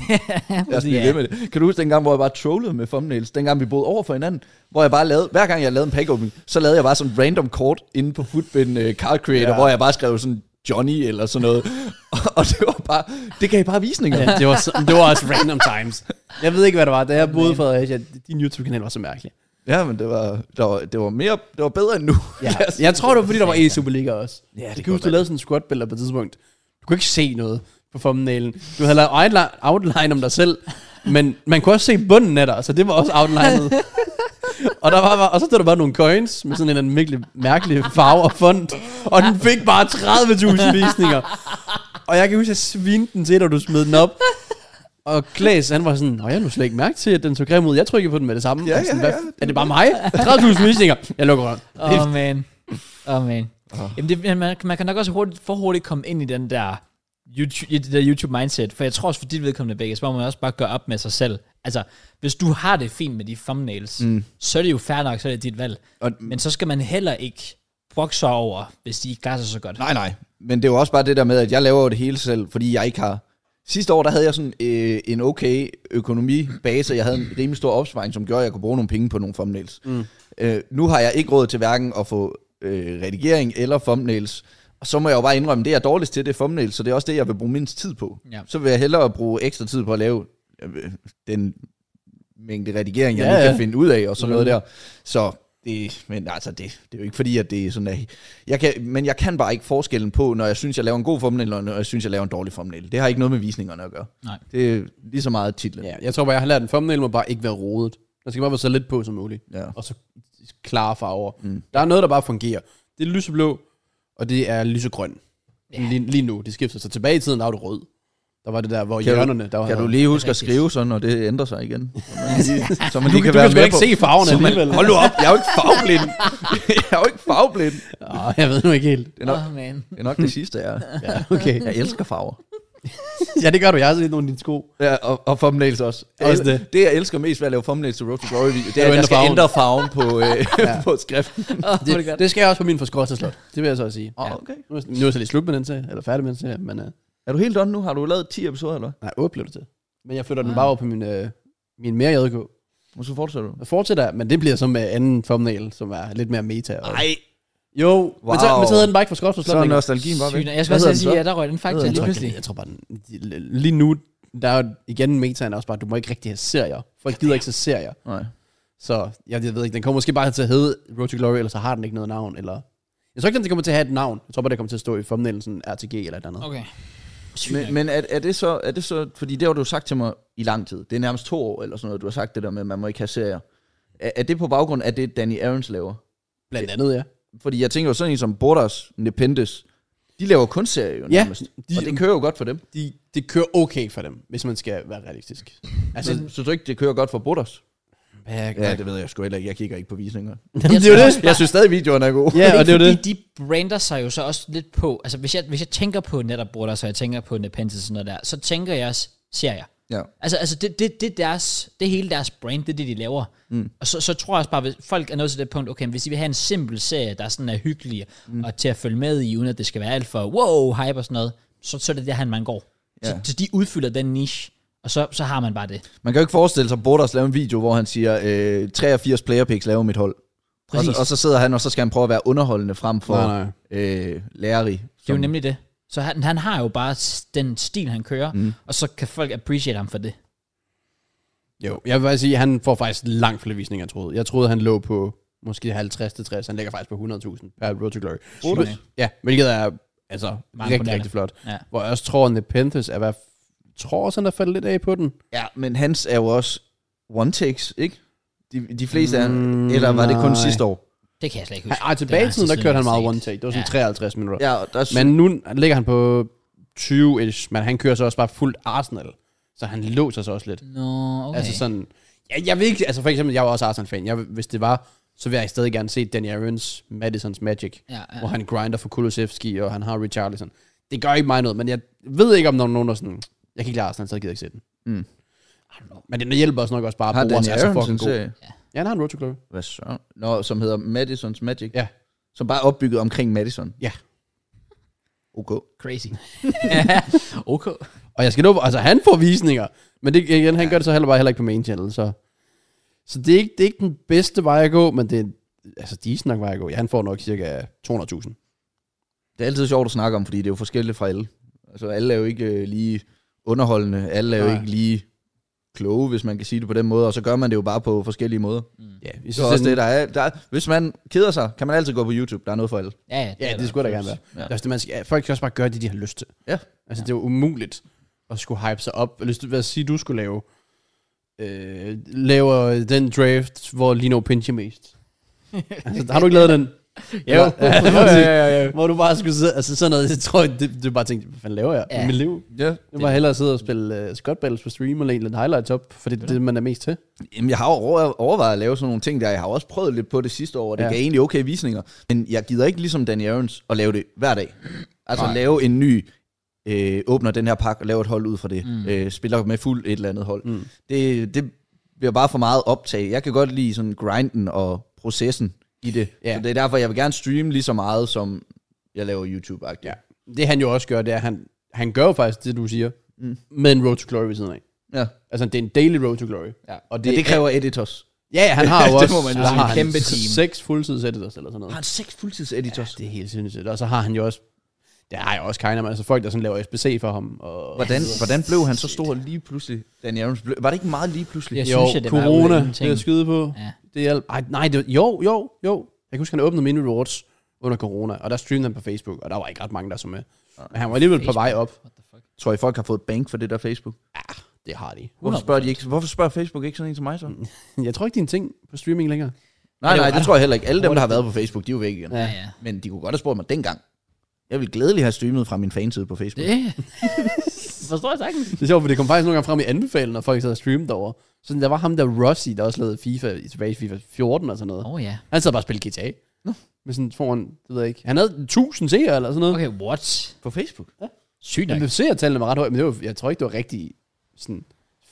S2: Lad os blive
S1: Ja.
S2: ved med det. Kan du huske dengang, hvor jeg bare trollede med thumbnails? Dengang vi boede over for hinanden, hvor jeg bare lavede, hver gang jeg lavede en pack opening, så lavede jeg bare sådan en random kort inde på Footbin uh, Card Creator, ja. hvor jeg bare skrev sådan Johnny eller sådan noget. og, og det var bare, det gav bare visninger.
S3: Ja, det, var så, det var også random times. Jeg ved ikke, hvad det var. Da jeg boede i Fredericia, din YouTube-kanal var så mærkelig.
S2: Ja, men det var, det var, det var, mere, det var bedre end nu.
S3: Ja.
S2: Lad os-
S3: Jeg tror, det var, fordi der var e-Superliga også.
S2: Ja, det
S3: Ja, det
S2: kan
S3: kan huske, du
S2: godt
S3: lavede sådan en squat billeder på et tidspunkt. Du kunne ikke se noget på thumbnailen. Du havde lavet outline- outline om dig selv, men man kunne også se bunden af dig, så det var også outlinet. og, der var, bare- og så stod der bare nogle coins med sådan en eller anden virkelig mærkelig farve og font, og den fik bare 30.000 visninger. Og jeg kan huske, at jeg svinte den til, da du smed den op. Og Klaas, han var sådan, Nå, jeg har nu slet ikke mærke til, at den så grim ud. Jeg trykkede på den med det samme.
S2: Ja,
S3: Og sådan,
S2: ja,
S3: "Hvad
S2: ja.
S3: f- Er det bare mig? 30.000 visninger. Jeg lukker røven.
S1: Åh, oh, man. Åh, oh, man. Jamen, det, men man, man kan nok også hurtigt, for hurtigt komme ind i den der YouTube, i det der YouTube-mindset, for jeg tror også, for dit vedkommende begge, så må man også bare gøre op med sig selv. Altså, hvis du har det fint med de thumbnails, mm. så er det jo fair nok, så er det dit valg.
S2: Og-
S1: Og, men så skal man heller ikke brokke sig over, hvis de ikke gør sig så godt.
S2: Nej, nej. Men det er jo også bare det der med, at jeg laver jo det hele selv, fordi jeg ikke har... Sidste år, der havde jeg sådan øh, en okay økonomibase, og jeg havde en rimelig stor opsparing, som gjorde, at jeg kunne bruge nogle penge på nogle thumbnails. Mm. Øh, nu har jeg ikke råd til hverken at få øh, redigering eller thumbnails, og så må jeg jo bare indrømme, det jeg er dårligst til, det er thumbnails, så det er også det, jeg vil bruge mindst tid på.
S1: Ja.
S2: Så vil jeg hellere bruge ekstra tid på at lave øh, den mængde redigering, jeg
S3: Ja,
S2: ja, ja.
S3: ja. Mhm.
S2: kan finde ud af, og sådan noget der. Så Det, men altså, det, det er jo ikke fordi, at det er sådan, at jeg kan, men jeg kan bare ikke forskellen på, når jeg synes, jeg laver en god thumbnail, og når jeg synes, jeg laver en dårlig thumbnail. Det har ikke noget med visningerne at gøre.
S1: Nej.
S2: Det er lige så meget titlen.
S3: Ja, jeg tror bare, jeg har lært en thumbnail må bare ikke være rodet. Der skal bare være så lidt på som muligt.
S2: Ja.
S3: Og så klare farver.
S2: Mm.
S3: Mm. Der er noget, der bare fungerer. Det er lyseblå, og det er lysegrøn.
S1: Ja.
S3: Yeah. Lige, lige, nu, det skifter sig. Tilbage i tiden, der var det rød. Der var det der, hvor
S2: Kan du-
S3: hjørnerne... der var
S2: Kan du lige huske at
S1: rigtigt.
S2: skrive så, når det ændrer sig igen? Så man lige, så man lige kan
S3: du, kan, du
S2: være
S3: kan sgu
S2: med
S3: ikke
S2: på.
S3: se farverne
S2: Så man-
S3: alligevel.
S2: Hold nu op, jeg er jo ikke fagblind. Jeg er jo ikke fagblind.
S3: Åh, jeg ved nu ikke helt.
S2: Det er nok,
S1: oh, man.
S2: det er nok det sidste, jeg er.
S3: Ja, okay.
S2: Jeg elsker farver.
S3: ja, det gør du. Jeg har set nogle af dine sko.
S2: Ja, og, og thumbnails også. Jeg
S3: Også
S2: el-
S3: det.
S2: det, jeg elsker mest ved at lave thumbnails til Road to Glory, det er,
S3: du
S2: at jeg
S3: ændrer
S2: skal
S3: farven.
S2: ændre farven på, øh, ja. på skriften.
S1: Oh, det, det,
S3: Det, det skal jeg også på min forskårste slot. Det vil jeg så også sige.
S2: Oh, okay.
S3: Nu er, nu er jeg så lige slut med den til, eller færdig med den til, men uh,
S2: Er du helt done nu? Har du lavet 10 episoder, eller hvad?
S3: nej, åbner det til. Men jeg flytter den
S1: Wow.
S3: bare over på min, uh, min mere JK.
S2: Og så fortsætter du.
S3: Jeg fortsætter, men det bliver så med anden thumbnail, som er lidt mere meta. Og...
S2: Nej,
S3: Jo, wow. men, så,
S2: Wow.
S3: men så hedder den bare ikke forskårste slot.
S2: så er nostalgien bare væk.
S1: Sygt. Jeg
S2: Hvad
S1: skulle også til at
S2: hedder den
S1: sige,
S2: så?
S1: ja, der røg den fakta
S2: Hvad
S3: jeg,
S1: lige
S3: tror,
S1: pludselig.
S3: jeg, jeg tror bare, den, lige nu, der er jo igen metaen også bare, du må ikke rigtig have serier. Folk gider ikke se serier.
S2: Nej.
S3: Så jeg, jeg ved ikke, den kommer måske bare til at hedde Road to Glory, eller så har den ikke noget navn, eller... Jeg tror ikke, den kommer til at have et navn. Jeg tror bare, det kommer til at stå i thumbnailen sådan RTG eller et andet. Okay.
S1: Okay. Sygt.
S2: Men, men er, er, det så, er det så, fordi det har du sagt til mig i lang tid, det er nærmest to år eller sådan noget, du har sagt det der med, at man må ikke have serier. Er, er det på baggrund af det, Danny Aarons laver?
S3: Blandt andet, ja.
S2: Fordi jeg tænker jo sådan en som Borders, Nepentes, de laver kun serier jo
S3: Ja,
S2: nærmest.
S3: de-
S2: og det kører jo godt for dem.
S3: De, det kører okay for dem, hvis man skal være realistisk. Altså,
S2: Altså, men, synes du ikke, det kører godt for Borders?
S3: ja,
S2: Ja, det ved jeg sgu heller ikke. Jeg kigger ikke på visninger.
S3: det er jo det.
S2: Jeg synes stadig, videoerne er gode.
S3: Ja, og det er jo det.
S1: fordi de brander sig jo så også lidt på, altså hvis jeg, hvis jeg tænker på netop Brothers, og jeg tænker på Nepenthes og sådan noget der, så tænker jeg også serier.
S2: Ja.
S1: Altså, altså det, det, det, er deres, det er hele deres brand, det er det, de laver. Mm. Og så, så tror jeg også bare, hvis folk er nået til det punkt, okay, hvis de vil have en simpel serie, der sådan er hyggelig, mm. og til at følge med i, uden at det skal være alt for wow, hype og sådan noget, så, så er det der, han man går. Ja. Så,
S2: Ja.
S1: så de udfylder den niche, og så, så har man bare det.
S2: Man kan jo ikke forestille sig, at Borders laver en video, hvor han siger, øh, 83 player picks laver mit hold. Og
S1: Præcis.
S2: så, og så sidder han, og så skal han prøve at være underholdende frem for
S3: Nej,
S2: Øh, lærerig.
S1: Det er jo nemlig det. Så han, han har jo bare s- den stil, han kører, mm. og så kan folk appreciate ham for det.
S3: Jo, jeg vil faktisk sige, at han får faktisk langt flere visninger, end jeg troede. Jeg troede, han lå på måske 50-60. Han ligger faktisk på 100.000 per Road to Glory.
S1: Brutus?
S3: Ja, hvilket er altså, rigtig,
S1: imponerende.
S3: rigtig flot.
S1: Ja.
S3: Hvor jeg også tror, at The Panthers er hvad tror også, han er faldet lidt af på den.
S2: Ja, men hans er jo også one takes, ikke? De, de fleste af mm, Eller var det kun
S3: nej.
S2: sidste år?
S1: Det kan jeg slet ikke
S3: Han,
S1: huske.
S3: ej, tilbage i
S1: Det
S3: tiden,
S1: var
S3: der kørte han
S1: altså
S3: meget
S1: slet
S3: one
S1: ikke
S3: take. Det var sådan
S1: set.
S3: 53 minutter.
S2: Ja, og der
S3: Men nu ligger han på 20-ish, men han kører så også bare fuldt Arsenal. Så han låser sig også lidt. Okay.
S1: Ja. Nå, okay.
S3: Altså sådan... Jeg, jeg ved ikke... Altså for eksempel, jeg var også Arsenal-fan. Jeg, hvis det var, så vil jeg stadig gerne se Danny Aarons, Madisons Magic,
S1: Ja, ja.
S3: hvor han grinder for Kulusevski, og han har Richarlison. Det gør ikke mig noget, men jeg ved ikke, om der er nogen, der er sådan... Jeg kan ikke lade Arsenal, så jeg gider ikke se den.
S2: Mm.
S3: Men det hjælper os nok også bare,
S2: har altså
S3: at Boras
S2: Danny
S3: er så
S2: Aarons en
S3: fucking god.
S2: serie.
S3: Ja, han har en Road to Glory.
S2: Hvad så? Nå, som hedder Madison's Magic.
S3: Ja.
S2: Som bare er opbygget omkring Madison.
S3: Ja.
S2: Okay.
S1: Crazy. okay.
S3: Og jeg skal love, altså han får visninger, men det, igen, han gør det så heller bare heller ikke på main channel, så... Så det er ikke, det er ikke den bedste vej at gå, men det er altså decent nok vej at gå. Ja, han får nok cirka 200.000.
S2: Det er altid sjovt at snakke om, fordi det er jo forskelligt fra alle. Altså, alle er jo ikke øh, lige underholdende. Alle er jo
S3: Nej.
S2: ikke lige kloge, hvis man kan sige det på den måde. Og så gør man det jo bare på forskellige måder.
S3: Ja, vi
S2: Mm. Det er også det, der er. Der er hvis man keder sig, kan man altid gå på YouTube. Der er noget for alle.
S1: Ja, ja.
S3: Ja,
S1: er
S3: det
S1: der.
S3: skulle der gerne være.
S2: Ja.
S3: Ja. Det er også det, man skal, ja, folk skal også bare gøre det, de har lyst til.
S2: Ja.
S3: Altså, det er jo umuligt at skulle hype sig op. Eller hvis du- lad os sige, du skulle lave, øh, laver den draft, hvor Lino pincher mest. altså, har du ikke lavet den?
S1: Jo.
S3: ja, ja, ja. Hvor du bare skulle sidde, altså sådan noget, jeg tror, det, det er bare tænkte, hvad fanden laver jeg ja.
S1: Ja.
S3: i mit liv?
S2: Ja.
S3: Jeg var hellere sidde og spille uh, Scott Battles på stream og lægge lidt highlights op, for det er det, man er mest til.
S2: Jamen, jeg har jo over- overvejet at lave sådan nogle ting der. Jeg har jo også prøvet lidt på det sidste år, og det ja.
S3: Ja.
S2: gav egentlig okay visninger. Men jeg gider ikke ligesom Danny Aarons at lave det hver dag. Altså Nej. lave en ny, øh, åbner den her pakke og laver et hold ud fra det. Mm. Øh, spiller med fuld et eller andet hold. Mm. Det, det bliver bare for meget optag. Jeg kan godt lide sådan grinden og processen i det. Ja.
S3: Ja.
S2: Så det er derfor, jeg vil gerne streame lige så meget, som jeg laver YouTube-agtigt. Ja.
S3: Det han jo også gør, det er, at han, han gør jo faktisk det, du siger, mm. med en Road to Glory ved siden af.
S2: Ja.
S3: Altså, det er en daily Road to Glory.
S2: Ja.
S3: Og
S2: Det, ja, det kræver editors.
S3: Ja, ja, han har jo
S2: Det
S3: også
S2: må man jo
S3: så
S2: sige.
S3: har han
S1: Kæmpe team. Ah,
S3: Seks fuldtidseditors eller sådan noget.
S2: Har han seks fuldtids-editors?
S3: Det er helt sindssygt. Og så har han jo også, det har jeg også kind af, men altså folk, der sådan laver SBC for ham. Og,
S2: Hvordan, hvordan blev han så stor lige pludselig, Danny Aarons? Blev- Var det ikke meget lige pludselig?
S1: Jeg
S3: jo,
S1: synes, at det var
S3: corona
S1: jo en ting.
S3: blev jeg skyde på.
S1: Ja.
S3: Det hjalp. Ej, nej, det, jo, jo, jo. Jeg kan huske, han åbnede mine rewards under corona, og der streamede han på Facebook, og der var ikke ret mange, der så med. Men han var alligevel på vej op.
S1: What the fuck?
S2: Tror I, folk har fået bank for det der Facebook?
S3: Det har de.
S2: Hvorfor spørger, de ikke, hvorfor spørger Facebook ikke sådan en som mig så?
S3: Jeg tror ikke, det er en ting på streaming længere.
S2: Nej,
S1: det
S2: nej,
S1: var-
S2: det tror jeg heller ikke. Mm. Alle dem, der har været på Facebook, de er jo væk igen.
S1: Ja, ja.
S2: Men de kunne godt have spurgt mig dengang. Jeg ville glædeligt have streamet fra min fanside på Facebook.
S1: Det forstår jeg sagtens.
S3: Det er sjovt, for det kom faktisk nogle gange frem i anbefalingen, når folk sad og streamede over. Så der var ham der Rossi, der også lavede FIFA i- tilbage i FIFA 14 og sådan noget.
S1: Åh oh, ja.
S3: Han sad bare og spillede GTA. Nå. Men sådan foran, det ved jeg ikke. Han havde 1000 seere eller sådan noget.
S1: Okay, what?
S2: På Facebook?
S1: Sygt nok.
S3: Okay. Seertallene var ret høje, men det var, jeg tror ikke, det var rigtig sådan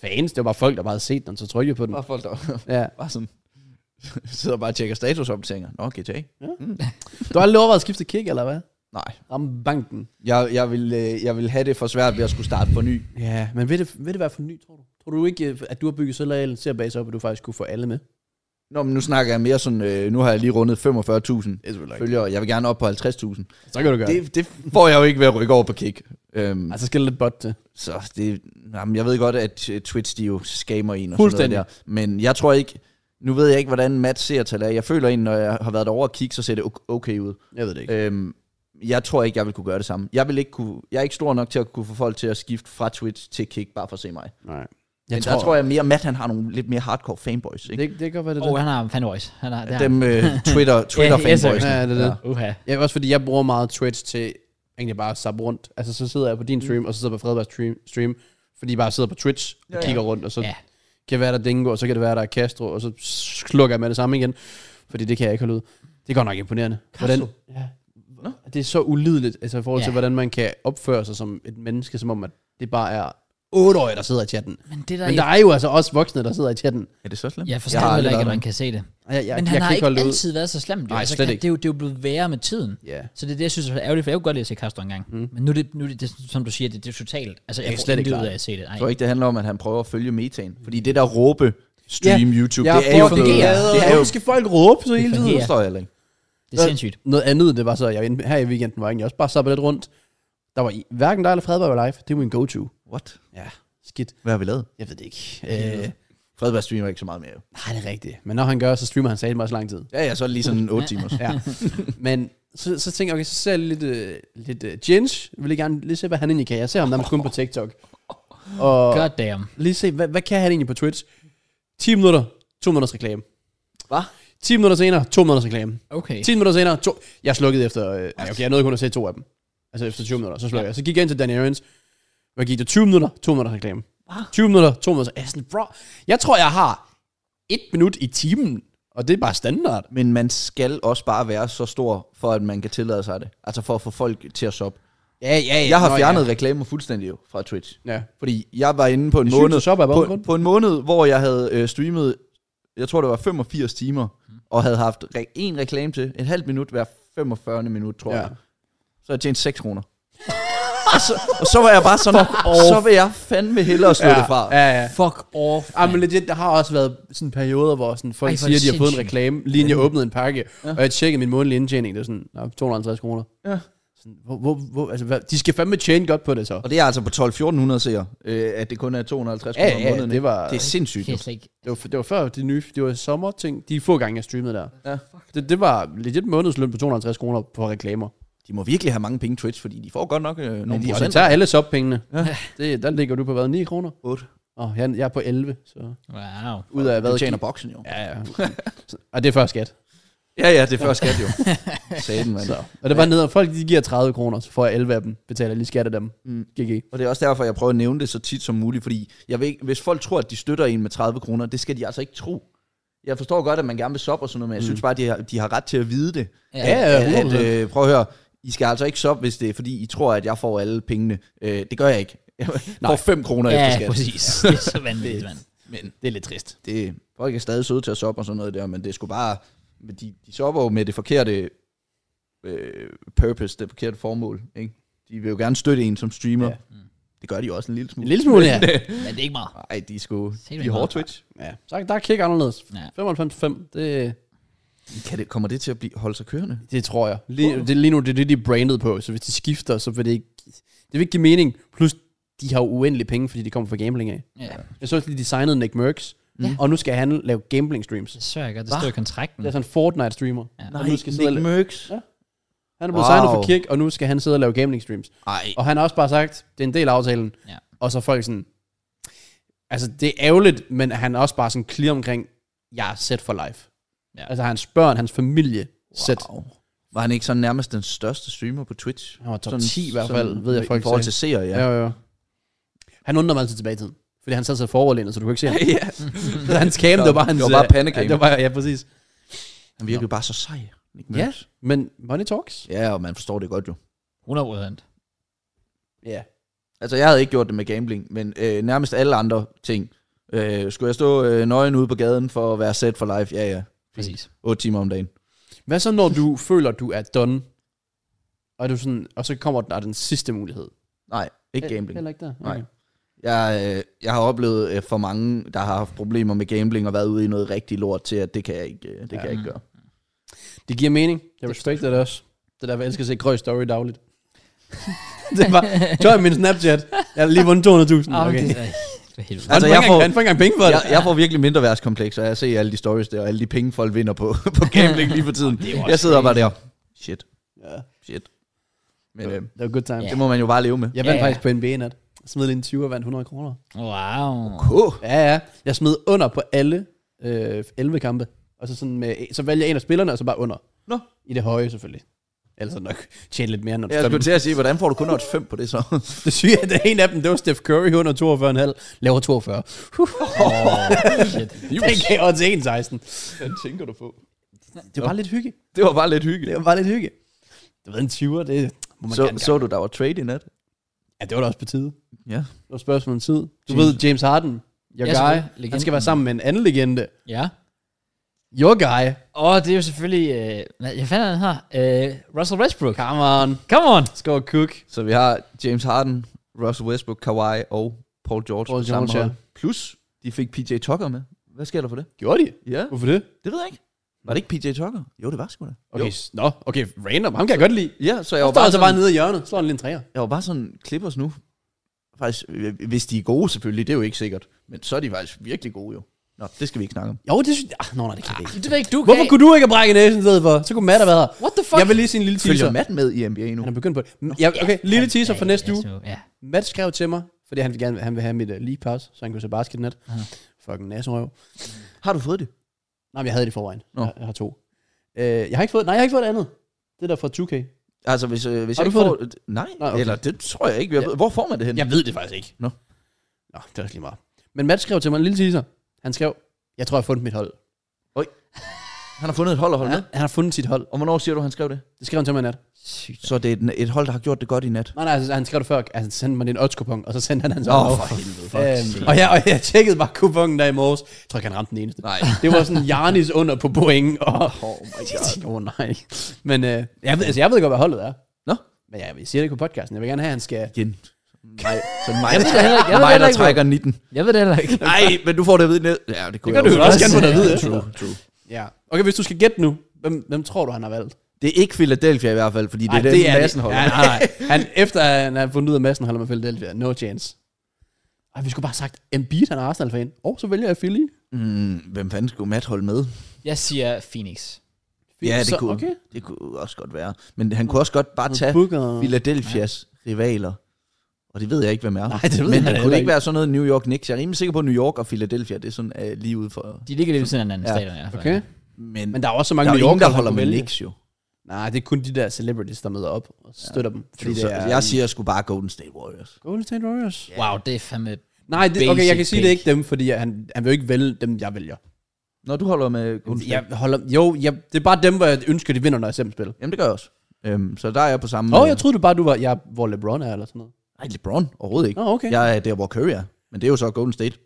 S3: fans. Det var bare folk, der bare havde set den, så trykkede på den.
S2: Bare folk, der
S3: Ja.
S2: bare sådan... sidder bare og tjekker statusopdateringer. Nå, GTA?
S3: Du har aldrig overvejet at skifte kick, eller hvad?
S2: Nej.
S3: Ramme banken.
S2: Jeg, jeg, vil, øh, jeg vil have det for svært ved at skulle starte på ny.
S3: Ja, men vil det, vil det være for ny, tror du? Tror du ikke, øh, at du har bygget så lojal en seerbase op, at du faktisk kunne få alle med?
S2: Nå, men nu snakker jeg mere sådan... Øh, nu har jeg lige rundet 45.000
S3: er selvfølgelig
S2: følgere. Jeg vil gerne op på 50.000.
S3: Så kan du gøre
S2: Det,
S3: det.
S2: det får jeg jo ikke ved at rykke over på Kik. Øhm,
S3: Altså, skal der lidt bot til.
S2: så det, jamen, jeg ved godt, at øh, Twitch de jo skamer en og sådan
S3: Fuldstændig.
S2: noget der. Men jeg tror ikke, nu ved jeg ikke, hvordan Matt ser tal er. Jeg føler en, når jeg har været derovre og kigge, så ser det ok- okay ud.
S3: Jeg ved det ikke.
S2: Øhm, jeg tror ikke, jeg vil kunne gøre det samme. Jeg, vil ikke kunne, jeg er ikke stor nok til at kunne få folk til at skifte fra Twitch til Kick, bare for at se mig. Men
S3: Nej.
S2: jeg
S3: Jeg
S2: der tror jeg mere, Matt han har nogle lidt mere hardcore fanboys. Ikke?
S3: Det, det kan godt være det.
S1: Åh,
S3: der.
S1: oh, han har fanboys. Han har, det har
S2: Dem øh, Twitter, Twitter
S1: Ja, yes, sir.
S2: fanboys.
S3: Ja, det er det.
S1: Uha.
S3: Ja, også fordi jeg bruger meget Twitch til egentlig bare at sappe rundt. Altså, så sidder jeg på din stream, og så sidder jeg på Fredbergs stream, stream fordi jeg bare sidder på Twitch og
S2: Ja, ja.
S3: kigger rundt, og så
S1: Ja.
S3: kan det være, der er Dingo, og så kan det være, der er Castro, og så slukker jeg med det samme igen, fordi det kan jeg ikke holde ud. Det er godt nok imponerende. Hvordan, ja, det er så ulideligt, altså i forhold til,
S1: Ja.
S3: hvordan man kan opføre sig som et menneske, som om at det bare er otteårige, der sidder i chatten.
S1: Men det der,
S3: Men der er jo altså også voksne, der sidder i chatten.
S2: Er det så slemt?
S1: jeg forstår heller ikke, at man
S2: kan.
S1: kan se det.
S3: Og Jeg, jeg,
S1: Men
S3: jeg
S1: han
S3: kan
S1: har
S3: ikke holde
S1: ikke
S3: det ud.
S1: altid været så slemt. jo.
S3: Nej,
S1: Altså,
S3: slet
S1: kan-
S3: ikke.
S1: Det er, jo, det er jo blevet værre med tiden.
S3: Ja.
S1: Så det er det, jeg synes er ærgerligt, for jeg kunne godt lide at se Castro engang. Mm. Men nu er det, nu er det, det, er som du siger, det, det er totalt. Altså, jeg,
S3: er
S1: får
S3: slet
S1: slet
S3: ikke
S1: ikke ud
S3: klar.
S1: af at se det. Ej.
S2: Jeg tror ikke, det handler om, at han prøver at følge metaen. Fordi det der råbe stream
S3: Ja,
S2: YouTube,
S3: jeg
S2: det er jo
S3: får-
S2: blevet... Det er jo...
S3: skal folk råbe så hele
S1: Det
S3: tiden?
S1: fungerer.
S2: Det forstår jeg heller ikke.
S1: Det er sindssygt.
S3: Noget andet, det var så, jeg her i weekenden var egentlig også bare sappet lidt rundt. Der var i, hverken dig eller Fred var jo live. Det var min go-to.
S2: What?
S3: Ja, skidt.
S2: Hvad har vi lavet?
S3: Jeg ved det ikke. Øh,
S2: Fredberg streamer ikke så meget mere. jo.
S3: nej, det er rigtigt. Men når han gør, så streamer han satme også lang tid.
S2: Ja, ja, så er det lige sådan 8 timer.
S3: Ja. Men så, så tænker jeg, okay, så ser jeg lidt, øh, lidt øh, Jens. Jeg vil gerne lige se, hvad han egentlig kan. Jeg ser ham nærmest kun på TikTok. Og
S1: God damn.
S3: lige se, hvad, hvad kan han egentlig på Twitch? 10 minutter, 2 minutters reklame.
S2: Hvad?
S3: 10 minutter senere, 2 minutters reklame.
S1: Okay.
S3: 10 minutter senere, to, jeg slukkede efter, øh, ej, okay, jeg nåede kun at se to af dem. Altså efter 20 minutter, så slukkede ja. jeg. Så gik jeg ind til Danny Arians, og gik der 20 minutter, 2 minutter reklame.
S1: Hva?
S3: 20 minutter, 2 minutter, jeg er sådan, bro, jeg tror, jeg har et minut i timen, og det er bare standard.
S2: Men man skal også bare være så stor, for at man kan tillade sig det. Altså for at få folk til at shoppe.
S3: Ja, ja, ja.
S2: Jeg har
S3: Nå,
S2: fjernet reklamer fuldstændig jo fra Twitch.
S3: Ja. ja.
S2: Fordi jeg var inde på en
S3: Det er sygt,
S2: måned,
S3: at shoppe er bare
S2: på,
S3: grund.
S2: på en måned, hvor jeg havde øh, streamet, jeg tror det var 85 timer, og havde haft re- en reklame til, en halv minut hver 45. minut, tror
S3: Ja.
S2: ja. jeg. Så jeg tjente 6 kroner. og, så, og så var jeg bare sådan, så vil jeg fandme hellere slå
S3: Ja,
S2: ja. det fra.
S3: ja, ja.
S1: Fuck off.
S3: Ej, men legit, der har også været sådan perioder, hvor sådan folk
S1: Ej,
S3: Ej,
S1: hvor er
S3: siger,
S1: det
S3: at de har fået en
S1: sindssygt.
S3: reklame, lige inden jeg åbnede en pakke, ja. og jeg tjekkede min månedlige indtjening, det var sådan, nå, 250 kroner.
S2: Ja.
S3: Sådan, hvor, hvor, hvor, altså, hvad, de skal fandme tjene godt på det så.
S2: Og det er altså på 12-1400 seere, øh, at det kun er 250
S3: Ja,
S2: kroner om
S3: ja,
S2: måneden.
S3: det
S2: ikke?
S3: var-
S2: det er sindssygt.
S1: Det
S2: jo.
S1: er slet ikke...
S3: Det var, det var før de nye, det var sommerting. De få gange, jeg streamede der.
S2: Ja.
S3: Det, det var legit månedsløn på 250 kroner på reklamer.
S2: De må virkelig have mange penge Twitch, fordi de får godt nok øh,
S3: Men
S2: nogle
S3: de, og de
S2: procent.
S3: tager alle sub-pengene.
S2: Ja.
S3: Det, der ligger du på hvad, 9 kroner?
S2: Otte.
S3: Og jeg, jeg er på 11, så
S1: Wow.
S3: ud af hvad?
S2: Du tjener boksen jo.
S3: Ja, ja. Så- og det er før skat.
S2: Ja, ja, det er før skat jo. Saten, mand.
S3: Så. Og det var ned, folk de giver 30 kroner, så får jeg 11 af dem. Betaler lige skat af dem.
S2: Mm.
S3: GG.
S2: Og det er også derfor, jeg prøver at nævne det så tit som muligt, fordi jeg ved ikke, hvis folk tror, at de støtter en med 30 kroner, det skal de altså ikke tro. Jeg forstår godt, at man gerne vil soppe og sådan noget,
S3: Mm.
S2: men jeg synes bare, at de har, de har ret til at vide det.
S1: Ja,
S3: ja,
S2: at, at,
S3: 100%.
S2: øh, prøv at høre, I skal altså ikke soppe, hvis det er, fordi I tror, at jeg får alle pengene. Øh, det gør jeg ikke. Jeg får 5 kroner
S1: Ja,
S2: efter skat.
S1: præcis. Det er så vanvittigt, mand.
S2: Men
S3: Det er lidt trist.
S2: det, folk er stadig søde til at soppe og sådan noget der, men det er sgu bare, men de, de sopper jo med det forkerte øh, purpose, det forkerte formål. Ikke? De vil jo gerne støtte en som streamer.
S3: Ja. Mm.
S2: Ja. Det gør de også en lille smule.
S3: En lille smule, ja.
S1: Men det er ikke meget.
S2: Ej, de er sgu...
S1: Sikke
S2: De er
S1: meget.
S2: hårde Twitch.
S3: ja. Så der er kick anderledes.
S1: Ja.
S3: 95,5, det,
S2: Kan det, kommer det til at blive, holde sig kørende?
S3: det tror jeg. Lige, det, lige nu, det er det, de er branded på, så hvis de skifter, så vil det ikke, det vil ikke give mening. Plus, de har jo uendelige penge, fordi de kommer fra gambling af.
S1: Ja.
S3: Jeg så også lige designet Nick Merckx. Mm. Og nu skal han lave gambling streams.
S1: Det sørger jeg godt, det står i kontrakten.
S3: Det er sådan en Fortnite-streamer. Ja.
S2: Nej,
S3: Og nu skal sidde og
S2: Nick
S3: la-
S2: Merckx.
S3: han er blevet wow. signet
S2: Wow.
S3: for Kirk, og nu skal han sidde og lave gambling streams.
S2: Ej,
S3: Og han har også bare sagt, det er en del af aftalen.
S1: Ja.
S3: Og så er folk sådan, altså det er ærgerligt, men han er også bare sådan clear omkring, jeg er set for life.
S1: Ja.
S3: Ja. Altså hans børn, hans familie, wow. set.
S2: wow. Var han ikke sådan nærmest den største streamer på Twitch?
S3: Han var top
S2: Sådan-
S3: 10 i hvert
S2: sådan
S3: fald, ved jeg, folk
S2: I forhold til
S3: sagde.
S2: seere, ja.
S3: Ja. Jo, jo. Han undrer mig altid tilbage i tiden. Fordi han sad så foroverlænet, så du kunne ikke se ham.
S2: ja.
S3: Så hans cam, det var bare hans...
S2: Det var bare
S3: øh,
S2: pandecam.
S3: Ja, det var, ja, præcis.
S2: Han virkede bare så sej. Nick
S3: Ja.
S2: Merckx.
S3: Men money talks?
S2: ja, og man forstår det godt jo.
S1: 100%.
S3: Ja.
S2: Altså, jeg havde ikke gjort det med gambling, men øh, nærmest alle andre ting. Øh, skulle jeg stå øh, nøgen ude på gaden for at være set for life? Ja, ja.
S1: Præcis.
S2: 8 timer om dagen.
S3: Hvad så, når du føler, du er done? Og, er du sådan, og så kommer der den sidste mulighed.
S2: Nej, ikke gambling.
S3: Heller ikke der. Okay.
S2: Nej. Jeg, øh, jeg har oplevet øh, for mange, der har haft problemer med gambling og været ude i noget rigtig lort til, at det kan jeg ikke, øh, det ja. kan jeg ikke gøre.
S3: Det giver mening. Jeg respekter det også. Det er derfor, jeg elsker at se Grøs Story dagligt. det var, join min Snapchat. Jeg har lige vundet 200.000. Okay.
S1: Åh,
S3: Ah, okay.
S1: det er- for helvede.
S3: Han,
S2: Altså,
S3: får
S2: jeg
S3: jeg
S2: får-
S3: får... han får ikke engang penge for det.
S2: Jeg, jeg får virkelig mindre værtskompleks, og jeg ser alle de stories der, og alle de penge, folk vinder på, på gambling lige for tiden.
S1: jo også
S2: Jeg sidder bare der. Shit,
S3: Ja.
S2: shit. Men øh,
S3: Det var good time.
S2: det må man jo bare leve med.
S3: Jeg vandt
S1: Ja, ja.
S3: faktisk på NBA nat. Jeg smed lige en 20 og vandt 100 kroner.
S1: Wow.
S2: Åh,
S3: Ja, ja. Jeg smed under på alle øh, 11 kampe. Og så, sådan med, så valgte jeg en af spillerne, og så bare under.
S2: Nå.
S3: I det høje, selvfølgelig. Ellers er det nok tjene lidt mere, når du
S2: jeg
S3: står-
S2: skulle til at sige, hvordan får du kun odds 5 på det så?
S3: Det syge er, at en af dem, det var Steph Curry, 142,5, laver 42.
S1: Oh, shit.
S3: Den gav odds 1,16.
S2: Hvad tænker du på?
S3: Det var bare lidt hygge.
S2: Det var bare lidt hyggeligt.
S3: Det var bare lidt hygge. Du ved, en 20'er, det må man så, gerne
S2: Så,
S3: så...
S2: så du, der var trade i nat?
S3: Ja, det var da også på tide. Det
S2: Ja.
S3: var et spørgsmål om tid. Du
S2: James-
S3: ved, James Harden, your
S1: Ja,
S3: guy,
S1: selvfølgelig.
S3: han
S1: Legenden.
S3: skal være sammen med en anden legende.
S1: Ja.
S3: Your guy.
S1: Åh, oh, det er jo selvfølgelig... Øh, hvad jeg fandt han her? Øh, Russell Westbrook.
S3: Come on.
S1: Come on.
S3: Score Cook.
S2: Så vi har James Harden, Russell Westbrook, Kawhi og Paul George
S3: Paul
S2: på samme
S3: George, ja.
S2: hold. Plus, de fik PJ Tucker med. Hvad sker der for det?
S3: Gjorde de?
S2: Ja,
S3: Hvorfor det?
S2: det ved jeg ikke. Var det ikke PJ Tucker? Jo, det var sgu da.
S3: Okay,
S2: Jo.
S3: s- nå, okay, random. Ham kan jeg godt lide.
S2: Ja, så jeg
S3: Jeg
S2: var
S3: står
S2: bare
S3: altså bare
S2: sådan,
S3: nede i hjørnet, slår en lille træer.
S2: jeg var bare sådan Clippers nu. Faktisk, øh, hvis de er gode selvfølgelig, det er jo ikke sikkert. Men så er de faktisk virkelig gode jo. Nå, det skal vi ikke snakke om.
S3: Jo, det synes jeg... Ah, nå, nej, det kan jeg ikke.
S1: Det ved jeg ikke, du
S3: Hvorfor
S1: gav-
S3: kunne du ikke have brækket næsen i stedet for? Så kunne Matt have været her.
S1: What the fuck?
S3: Jeg vil lige sige en lille teaser.
S2: Følger Matt med i NBA nu?
S3: Han er begyndt på det. Ja, okay, lille teaser for næste uge.
S1: Ja.
S3: Matt skrev til mig, fordi han, vil gerne, han vil have mit uh, league pass, så han kunne se basket net.
S1: Aha.
S3: Fucking nasserøv.
S2: Har du fået det?
S3: Nej, men jeg havde det i forvejen.
S2: Nå.
S3: Jeg, jeg, har to. Øh, jeg har ikke fået, nej, jeg har ikke fået det andet. Det der fra 2K.
S2: Altså, hvis, øh, hvis
S3: Har
S2: jeg
S3: du
S2: ikke
S3: fået
S2: får... Det? Nej,
S3: Nej, okay.
S2: eller det tror jeg ikke. Jeg ved. Hvor får man det hen?
S3: Jeg ved det faktisk ikke.
S2: Nå.
S3: Nå, det er også lige meget. Men Matt skrev til mig en lille teaser. Han skrev, jeg tror, jeg har fundet mit hold.
S2: Han har fundet et hold at holde ja. med.
S3: Han har fundet sit hold.
S2: Og hvornår siger du, han skrev det?
S3: Det skrev han til mig i nat.
S1: Sygt.
S2: Så det er et, et hold, der har gjort det godt i nat.
S3: Nej, nej, altså, han skrev det før. Altså, han sendte mig en odds-kupon, og så sendte han hans
S2: Åh,
S3: hold.
S2: for helvede.
S3: Øhm, og, jeg, og jeg tjekkede bare kupongen der i morges. Jeg tror ikke, han ramte den eneste.
S2: Nej.
S3: Det var sådan Jarnis under på point. Og,
S2: Oh my
S3: Åh oh, nej. Men øh, jeg, ved, altså, jeg ved godt, hvad holdet er.
S2: Nå.
S3: Men jeg, jeg siger det ikke på podcasten. Jeg vil gerne have, at han skal...
S2: Igen. Nej, så mig,
S1: Jeg ved det heller ikke. Jeg ved det
S2: mig der
S1: heller ikke,
S2: trækker 19.
S1: Jeg ved det heller ikke.
S2: Nej, men du får det at vide næste. Ja, det kunne
S3: Det gør
S2: jeg
S3: du jo også gerne få det at vide
S2: True,
S3: efter.
S2: true.
S3: Ja. Okay, hvis du skal gætte nu, hvem, hvem tror du, han har valgt?
S2: Det er ikke Philadelphia i hvert fald, fordi det
S3: Ej,
S2: er den massen
S3: det.
S2: hold.
S3: Ja, nej, nej. Han, efter han har fundet ud af massen, holder med Philadelphia. No chance. Ej, vi skulle bare have sagt, Embiid, han er Arsenal-fan. Og så vælger jeg Philly.
S2: Mm, hvem fanden skulle Matt holde med?
S1: Jeg siger Phoenix.
S2: Ja, det
S3: så,
S2: kunne,
S3: Okay.
S2: det kunne også godt være. Men han kunne også godt bare tage
S3: Booker.
S2: Philadelphias rivaler. Og det ved jeg ikke, hvem er.
S3: Nej, det ved
S2: Men han
S3: jeg heller
S2: kunne ikke
S3: ikke.
S2: være sådan noget New York Knicks. Jeg er rimelig sikker på, at New York og Philadelphia, det er sådan uh, lige ude for...
S1: De ligger lidt ved siden af hinanden,
S2: Ja.
S1: ja. staterne i hvert fald.
S3: Okay.
S2: Men,
S3: Men der er også så mange
S2: der er jo
S3: New
S2: ingen,
S3: Yorkere,
S2: der holder
S3: han kunne
S2: med
S3: vælge.
S2: Knicks jo.
S3: Nej, det er kun de der celebrities, der møder op og støtter ja. dem. Fordi
S2: Så
S3: det er,
S2: jeg siger sgu bare Golden State Warriors.
S3: Golden State Warriors.
S1: Wow, det er fandme...
S3: Nej, det, okay, jeg kan
S1: Basic
S3: sige det
S1: pick.
S3: ikke dem, fordi han, han vil jo ikke vælge dem, jeg vælger.
S2: Når du holder med Golden State.
S3: Jeg holder, jo, jeg, det er bare dem, hvor jeg ønsker, de vinder, når jeg selv spiller.
S2: Jamen, det gør jeg også. Øhm, så der er jeg på samme...
S3: Nå, jeg troede du bare, du var, jeg, hvor LeBron er, eller sådan noget.
S2: Nej, LeBron overhovedet ikke.
S3: Nå, okay. Ja.
S2: Jeg er der, hvor Curry er. Men det er jo så Golden State.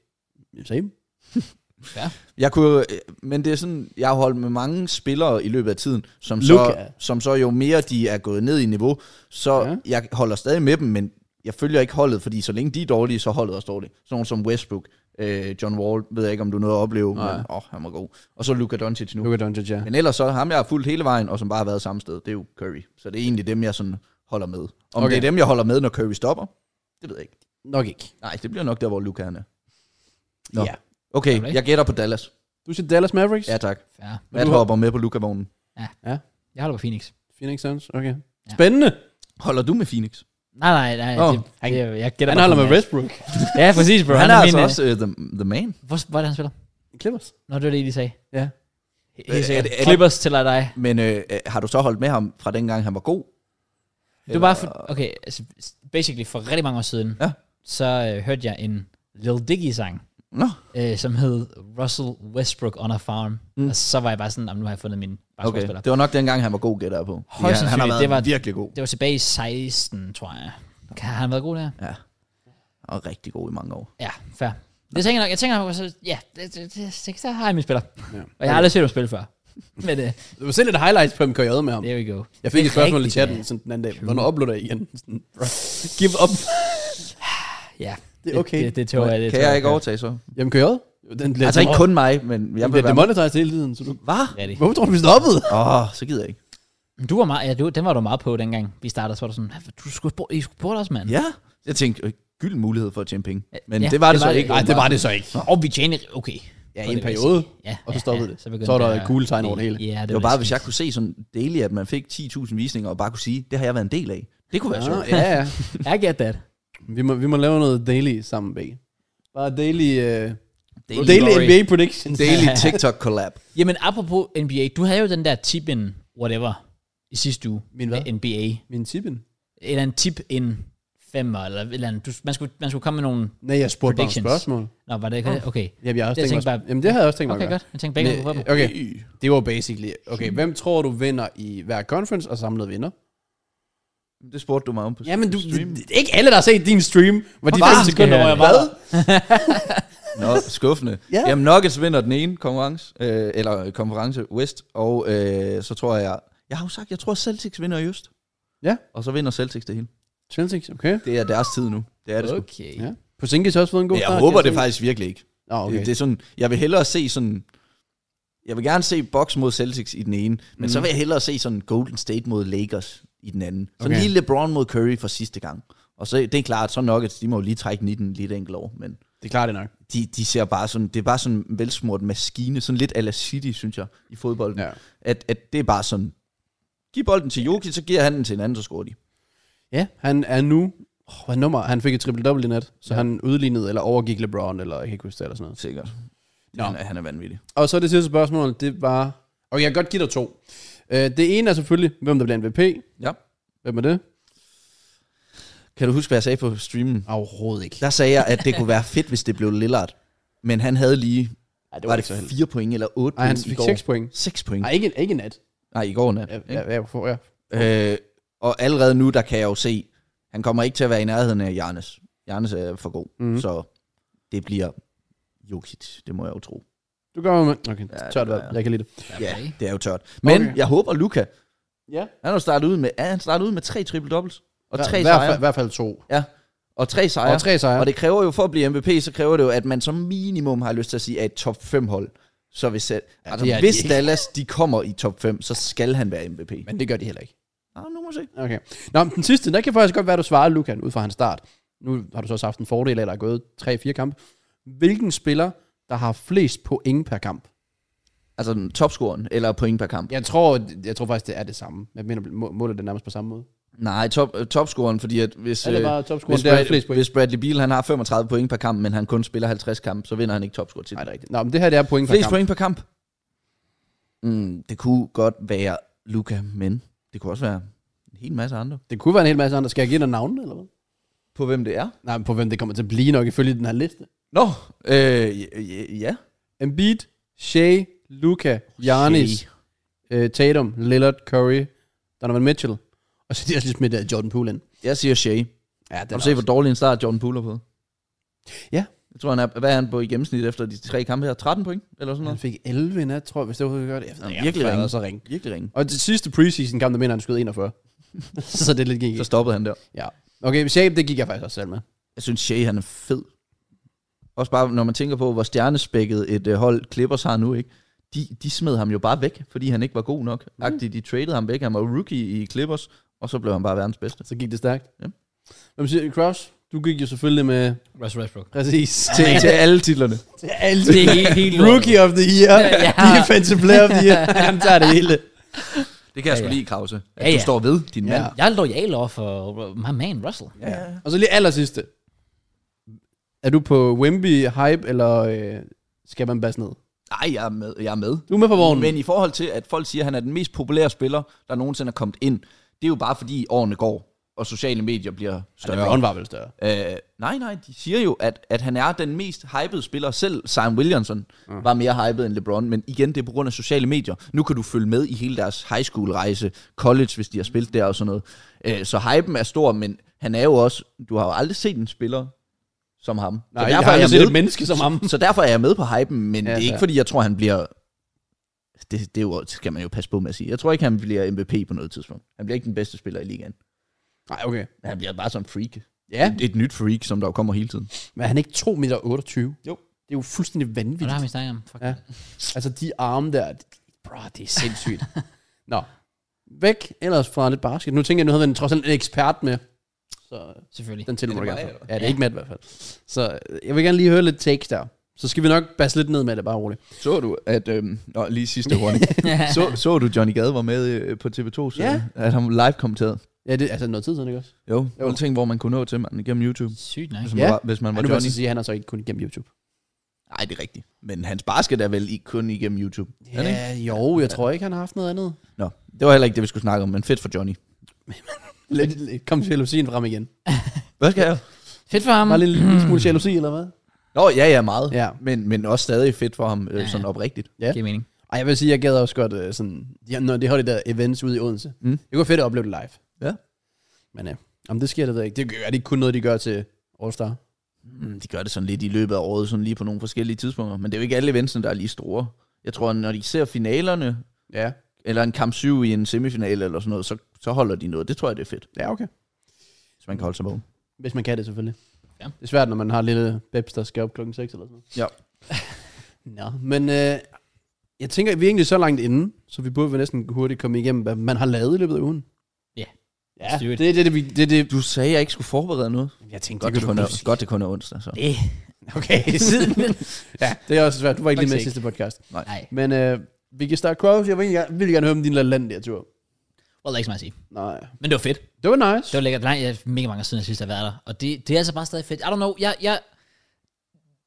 S3: Same.
S2: Jeg kunne, øh, men det er sådan, jeg har holdt med mange spillere i løbet af tiden, som,
S3: Luka.
S2: så, som så jo mere de er gået ned i niveau, så
S3: Ja.
S2: ja. jeg holder stadig med dem, men jeg følger ikke holdet, fordi så længe de er dårlige, så holdet også dårligt. Sådan nogle som Westbrook, øh, John Wall, ved jeg ikke, om du nåede at opleve,
S3: Nej.
S2: men åh, han var god. Og så Luka Doncic nu.
S3: Luka Doncic, ja.
S2: Men ellers så ham, jeg har fulgt hele vejen, og som bare har været samme sted, det er jo Curry. Så det er egentlig dem, jeg sådan holder med. Om
S3: Okay.
S2: okay. det er dem, jeg holder med, når Curry stopper, det ved jeg ikke.
S3: Nok ikke.
S2: Nej, det bliver nok der, hvor Luka han er. Nå.
S3: Ja.
S2: Okay,
S1: Alright.
S2: jeg gætter på Dallas.
S3: Du siger Dallas Mavericks?
S2: Ja tak.
S1: Ja,
S2: Matt
S3: du har-
S2: hopper med på Luca-vognen.
S1: jeg holder på Phoenix.
S3: Phoenix Suns, okay.
S1: Ja.
S3: Spændende.
S2: Holder du med Phoenix?
S1: Nej, nej, nej.
S2: Åh,
S1: det,
S3: han-
S1: det, er jo- jeg gætter
S3: Han
S1: bare
S3: holder
S1: på
S3: med
S1: Mavericks.
S3: Westbrook.
S1: Ja, præcis, bro. Han,
S2: Han, er,
S1: min,
S2: altså
S1: øh,
S2: også uh, the, the man.
S1: Hvor, hvor er det, han spiller?
S3: Clippers.
S1: Nå, det var det, I lige sagde.
S3: Ja.
S1: Helt sikkert.
S2: er det- er det-
S1: Clippers til dig.
S2: Men øh, øh, har du så holdt med ham fra dengang, han var god?
S1: Det var bare for, okay, altså, basically for rigtig mange år siden,
S2: Ja.
S1: så øh, hørte jeg en Lil Dicky-sang,
S2: Nå,
S1: øh, som hed Russell Westbrook on a Farm.
S2: Mm.
S1: Mm. Og så var jeg bare sådan, "Jamen, nu har jeg fundet min
S2: okay.
S1: basketballspiller.
S2: Det var nok dengang, han var god, gætter jeg på. Fordi
S1: Højst
S2: han, han har
S1: sandsynligt,
S2: været
S1: det var-
S2: virkelig god.
S1: Det var tilbage i 16, tror jeg. Kan, har han været god der?
S2: Og rigtig god i mange år.
S1: Ja, fair. Det tænker jeg nok. Jeg tænker nok, så, ja, det, det, det, det, så har jeg min spiller.
S3: Ja.
S1: Og jeg har aldrig set ham spille før. Men uh,
S3: Du har set lidt highlights på MKJ med ham.
S1: there we go.
S3: Jeg fik
S1: Det
S3: et
S1: er
S3: spørgsmål i
S1: rigtigt,
S3: chatten
S1: ja.
S3: sådan den anden dag. Hvornår uploader I igen? Sådan, bro, Give up.
S1: Ja,
S3: Det er okay.
S1: Det, det, det tror jeg. Det,
S2: Kan
S1: tror
S2: jeg ikke overtage så?
S3: Jamen, MKJ? Den bliver
S2: Altså ikke kun mig, men jeg
S3: Den
S2: vil
S3: bliver
S2: være...
S3: demonetized hele tiden, så du...
S2: Hvad?
S1: Ja, det.
S3: Hvorfor tror du, vi stoppede?
S2: Åh, oh, så gider jeg ikke.
S1: Men Du var meget, ja, du, den var du meget på, dengang vi startede. Så var du sådan, "Hvad, du skulle spore, I skulle spore os, mand.
S2: Ja. Jeg tænkte, øh, gylden mulighed for at tjene penge. Men
S1: Ja,
S2: det var det,
S1: det var
S2: så
S1: det.
S2: ikke.
S3: Nej, det var det så ikke.
S1: Og vi tjener, okay.
S3: Ja,
S1: På
S3: i en
S1: det, vil jeg
S3: periode.
S1: sige. Ja,
S3: og så stoppede det.
S1: begyndte
S3: Så var der
S1: at-
S3: gule tegn over det hele.
S1: Ja,
S2: Det var bare, hvis jeg kunne se sådan daily, at man fik 10.000 visninger, og bare kunne sige, det har jeg været en del af. Det kunne være
S3: Ah,
S2: sjovt.
S3: Ja, ja.
S1: I get that.
S3: Vi må, vi må lave noget daily sammen, B. Bare daily... Uh, daily,
S1: glory.
S3: NBA predictions.
S2: Daily TikTok collab.
S1: Jamen, apropos NBA, du havde jo den der tip-in, whatever, i sidste uge.
S3: Min hvad?
S1: med NBA.
S3: Min tippen.
S1: Et eller andet tip-in femmer, eller et eller andet. Du, man, skulle, man skulle komme med nogle...
S3: Nej, jeg spurgte bare om
S1: Predictions.
S3: spørgsmål.
S1: Nå, var det ikke det? Okay.
S3: Jamen, jeg har også
S1: Jeg
S3: tænkt
S1: tænkte
S3: mig,
S1: bare-
S3: jamen, det havde jeg også tænkt mig
S1: Okay,
S3: at gøre.
S1: godt. Jeg tænkte begge på dem.
S3: Næ- Okay, det var basically, okay, hvem tror du vinder i hver conference og samlet vinder?
S2: Det spurgte du mig om på
S3: Jamen, du,
S2: stream.
S3: det er ikke alle, der har set din stream, hvor de
S1: Hvad?
S3: fem sekunder, hvor jeg var
S1: Hvad?
S3: der.
S2: Nå, skuffende.
S3: Ja.
S2: ja. Jamen, Nuggets vinder den ene konkurrence, øh, eller konference West, og øh, så tror jeg, jeg har jo sagt, jeg tror Celtics vinder i Øst.
S3: Ja.
S2: Og så vinder Celtics det hele.
S3: Celtics, okay.
S2: Det er deres tid nu. Det er det sgu.
S1: Okay.
S3: Ja. Porzingis har også fået en god
S2: Men
S3: start.
S2: Jeg håber
S3: kan
S2: det
S3: se.
S2: faktisk virkelig ikke.
S3: Nå, okay.
S2: Det er sådan, jeg vil hellere se sådan, jeg vil gerne se Bucks mod Celtics i den ene, men
S3: Mhm.
S2: så vil jeg hellere se sådan Golden State mod Lakers i den anden. Sådan
S3: Okay.
S2: okay. lige LeBron mod Curry for sidste gang. Og så, det er klart, så Nuggets, de må jo lige trække den i den lidt enkelt år, men
S3: det er klart det nok.
S2: de, de ser bare sådan, det er bare sådan en velsmurt maskine, sådan lidt ala City, synes jeg, i fodbold.
S3: Ja.
S2: At, at det er bare sådan, giv bolden til Jokic, så giver han den til en anden, så scorer de.
S3: Ja, han er nu... Oh, hvad nummer? Han fik et triple-double i nat, så
S2: Ja.
S3: han udlignede eller overgik LeBron, eller jeg kan ikke huske det, eller sådan noget.
S2: Sikkert.
S3: Nå.
S2: Han, er, han er vanvittig.
S3: Og så det sidste spørgsmål, det var... Og jeg kan godt give dig to. Uh, det ene er selvfølgelig, hvem der bliver MVP.
S2: Ja.
S3: Hvem er det?
S2: Kan du huske, hvad jeg sagde på streamen?
S3: Overhovedet ikke.
S2: Der sagde jeg, at det kunne være fedt, hvis det blev Lillard. Men han havde lige,
S3: Ej, det
S2: det
S3: var,
S2: var,
S3: ikke så
S2: det
S3: heldigt.
S2: 4 point eller 8
S3: Ej, han
S2: point i
S3: fik
S2: går?
S3: 6 point.
S2: 6 point.
S3: Nej, ikke, ikke i nat.
S2: Nej, i går nat.
S3: Ja,
S2: ikke?
S3: ja, ja, hvorfor, ja.
S2: Øh, og allerede nu, der kan jeg jo se, han kommer ikke til at være i nærheden af Jarnes. Jarnes er for god,
S3: Mhm.
S2: mm. så det bliver Jokic, det må jeg jo tro.
S3: Du gør med... Okay,
S2: Ja, det
S3: tørt
S2: gør
S3: valg.
S2: jeg.
S3: Jeg kan lide det.
S2: Ja,
S1: Okay.
S2: det er jo tørt. Men
S3: Okay.
S2: okay. jeg håber, Luca,
S3: Ja.
S2: han har startet ud med, ja, han startede ud med tre triple doubles og tre
S3: I hvert fald-
S2: sejre.
S3: I hvert fald to.
S2: Og tre sejre.
S3: Og tre sejre.
S2: Og det kræver jo, for at blive MVP, så kræver det jo, at man som minimum har lyst til at sige, er et top 5 hold. Så hvis, ja, altså,
S3: det er de
S2: hvis
S3: ikke.
S2: Dallas, de kommer i top 5, så skal han være MVP. Men,
S3: Men det gør de heller ikke.
S2: ah, nu må vi se.
S3: Okay. Nå, men den sidste, der kan faktisk godt være, at du svarer Lukan ud fra hans start. Nu har du så også haft en fordel af, at der er gået 3-4 kampe. Hvilken spiller, der har flest point per kamp?
S2: Altså den topscoren, eller point per kamp.
S3: Jeg tror, jeg tror faktisk, det er det samme. Jeg mener, må- målet er nærmest på samme måde.
S2: Nej, top, øh, topscoren, fordi at hvis,
S3: Er det
S2: øh,
S3: bare topscoren,
S2: hvis,
S3: der er
S2: Brad,
S3: flest point?
S2: hvis Bradley Beal han har 35 point per kamp, men han kun spiller 50 kampe, så vinder han ikke topscore til.
S3: Nej, det er rigtigt. Nå, men det her, det er point per
S2: Flest
S3: kamp.
S2: point per kamp? Mm, det kunne godt være Luca, men det kunne også være en hel masse andre.
S3: Det kunne være en hel masse andre. Skal jeg give dig navnene, eller hvad?
S2: På hvem det er?
S3: Nej, men på hvem det kommer til at blive nok, ifølge den her liste.
S2: Nå, øh, ja, ja, ja.
S3: Embiid, Shea, Luka, Giannis,
S2: Shea.
S3: øh, Tatum, Lillard, Curry, Donovan Mitchell. Og så de har også lige smidt øh, Jordan Poole ind.
S2: Jeg siger Shea.
S3: Ja, det
S2: Har du set, hvor dårlig en start Jordan Poole har fået?
S3: Ja.
S2: Jeg tror, han er, hvad er han på i gennemsnit efter de tre kampe her? 13 point? Eller sådan
S3: Han
S2: noget?
S3: fik 11 i nat, tror jeg, hvis det var godt. Jeg ved
S2: Jamen,
S3: ikke,
S2: virkelig
S3: hvorfor han
S2: ringe.
S3: er så ringe.
S2: Virkelig ringe.
S3: Og det sidste preseason kamp, der mener han skød 41. så det er lidt gik.
S2: Så stoppede han der.
S3: Ja. Okay, Shape, det gik jeg faktisk også selv med.
S2: Jeg synes, Shea han er fed. Også bare, når man tænker på, hvor stjernespækket et øh, hold Clippers har nu, ikke? De, de smed ham jo bare væk, fordi han ikke var god nok. Mm. De tradede ham væk. Han var rookie i Clippers, og så blev han bare verdens bedste.
S3: Så gik det stærkt.
S2: Ja.
S3: Hvem siger Cross? Du Du gik jo selvfølgelig med,
S1: Russell Westbrook.
S3: præcis,
S2: til, til alle titlerne.
S3: til alt.
S1: Det er helt, helt lort.
S3: Rookie of the year,
S1: Ja.
S3: defensive player of the year, han tager det hele.
S2: Det kan jeg sgu
S1: Ja, ja.
S2: lide, Krause. At
S1: Ja,
S2: du
S1: ja.
S2: står ved din
S3: Ja.
S2: mand.
S1: Jeg er lojal over for my man, Russell.
S2: Ja.
S3: Og så lige aller sidste. Er du på Wemby hype, eller øh, skal man basse ned?
S2: Nej, jeg er med. Jeg er med.
S3: Du er med på vognen.
S2: Men i forhold til, at folk siger, at han er den mest populære spiller, der nogensinde er kommet ind, det er jo bare fordi årene går, og sociale medier bliver
S3: det
S2: større.
S3: var, hun var vel større.
S2: Øh, nej, nej, de siger jo, at, at han er den mest hypede spiller. Selv Sam Williamson mm. var mere hyped end LeBron, men igen, det er på grund af sociale medier. Nu kan du følge med i hele deres high school-rejse, college, hvis de har spillet der og sådan noget. Øh, så hypen er stor, men han er jo også... Du har jo aldrig set en spiller som ham.
S3: Nej,
S2: så
S3: jeg
S2: derfor
S3: har
S2: er
S3: aldrig set
S2: med-
S3: et menneske som ham.
S2: Så derfor er jeg med på hypen, men
S3: Ja,
S2: ja, det er ikke,
S3: ja.
S2: fordi jeg tror, han bliver... Det, det, er jo, det skal man jo passe på med at sige. Jeg tror ikke, han bliver MVP på noget tidspunkt. Han bliver ikke den bedste spiller i ligaen.
S3: Nej, okay.
S2: Men han bliver bare sådan en freak.
S3: Ja,
S2: Et, et nyt freak, som der jo kommer hele tiden.
S3: men er han ikke 2 meter 28?
S2: Jo.
S3: Det er jo fuldstændig
S1: Og der
S3: vanvittigt.
S1: har vi snakket om. Fuck.
S3: Ja. Altså, de arme der, det- bro, det er sindssygt. Nå, væk ellers fra lidt basket. Nu tænker jeg, nu havde vi en- trods alt en ekspert med. Så øh,
S1: Selvfølgelig.
S3: den tæller
S2: Er
S3: du
S2: det
S3: gerne
S2: mig,
S3: for.
S2: eller?
S3: Ja, det er ikke Matt i hvert fald. Så øh, jeg vil gerne lige høre lidt takes der. Så skal vi nok basse lidt ned med det, bare roligt.
S2: Så du, at... Øhm, nå, lige sidste hurtigt. så, så du, Johnny Gade var med øh, på TV2,
S3: Ja.
S2: at han live kommenterede?
S3: Ja, det er altså noget tid siden, ikke også?
S2: Jo, det var en ting, hvor man kunne nå til manden igennem YouTube,
S1: Sygt nok.
S2: hvis man
S3: Ja.
S2: var, hvis man
S3: Ja,
S2: var
S3: nu vil jeg
S2: Johnny.
S3: så sige, at han har så ikke kun igennem YouTube.
S2: Nej, det er rigtigt. Men hans basket er vel ikke kun igennem YouTube. Er det ikke?
S3: Ja, jo, jeg tror ikke, han har haft noget andet.
S2: Nå, det var heller ikke det, vi skulle snakke om, men fedt for Johnny.
S3: Lidt, lidt- kom jalousien frem igen.
S2: Hvad skal jeg?
S1: Fedt for ham.
S3: Bare lidt, en lille smule jalousi, eller hvad?
S2: Nå, ja, ja, meget.
S3: Ja.
S2: Men, men også stadig fedt for ham, øh,
S1: Ja.
S2: ja. sådan oprigtigt.
S3: Ja.
S1: Giver mening.
S3: Ej, jeg vil sige, jeg gad også godt øh, sådan, de, har- når de har det der events ude i Odense.
S2: Mm.
S3: Det kunne være fedt at opleve det live.
S2: Ja.
S3: Men ja, om det sker, det ved jeg ikke. Det gør- er det ikke kun noget, de gør til All Star.
S2: Mm, de gør det sådan lidt i løbet af året, sådan lige på nogle forskellige tidspunkter. Men det er jo ikke alle eventsene, der er lige store. Jeg tror, når de ser finalerne,
S3: Ja.
S2: eller en kamp 7 i en semifinale eller sådan noget, så, så holder de noget. Det tror jeg, det er fedt,
S3: Ja, okay.
S2: hvis man kan holde sig vågen.
S3: Hvis man kan det, selvfølgelig.
S1: Ja.
S3: Det er svært, når man har lille Babs, der skal op klokken 6 eller sådan noget.
S2: Ja.
S3: Nå, men øh, jeg tænker, at vi er egentlig så langt inde, så vi burde vel næsten hurtigt komme igennem, hvad man har lavet i løbet af ugen.
S1: Ja.
S3: Ja,
S1: Styrt.
S3: det er det, det, vi, det, er det,
S2: Du sagde, at jeg ikke skulle forberede noget.
S3: jeg tænkte,
S2: Godt,
S3: det
S2: det,
S3: kunne
S2: kun
S3: du
S2: er, godt, det kun er onsdag, så.
S1: Det.
S3: Okay, siden. ja, det er også svært. Du var ikke lige med i
S1: Faktisk
S3: sidste podcast.
S1: Nej.
S3: Men øh, vi kan starte Crowes. Jeg vil egentlig gerne, vil gerne høre om din La Landia tur.
S1: Well, der er ikke så meget at sige.
S3: Nej.
S1: Men det var fedt.
S3: Det var nice.
S1: Det var lækkert. Nej, jeg er mega mange år siden, jeg sidst har været der. Og det, det er altså bare stadig fedt. I don't know. Jeg, jeg,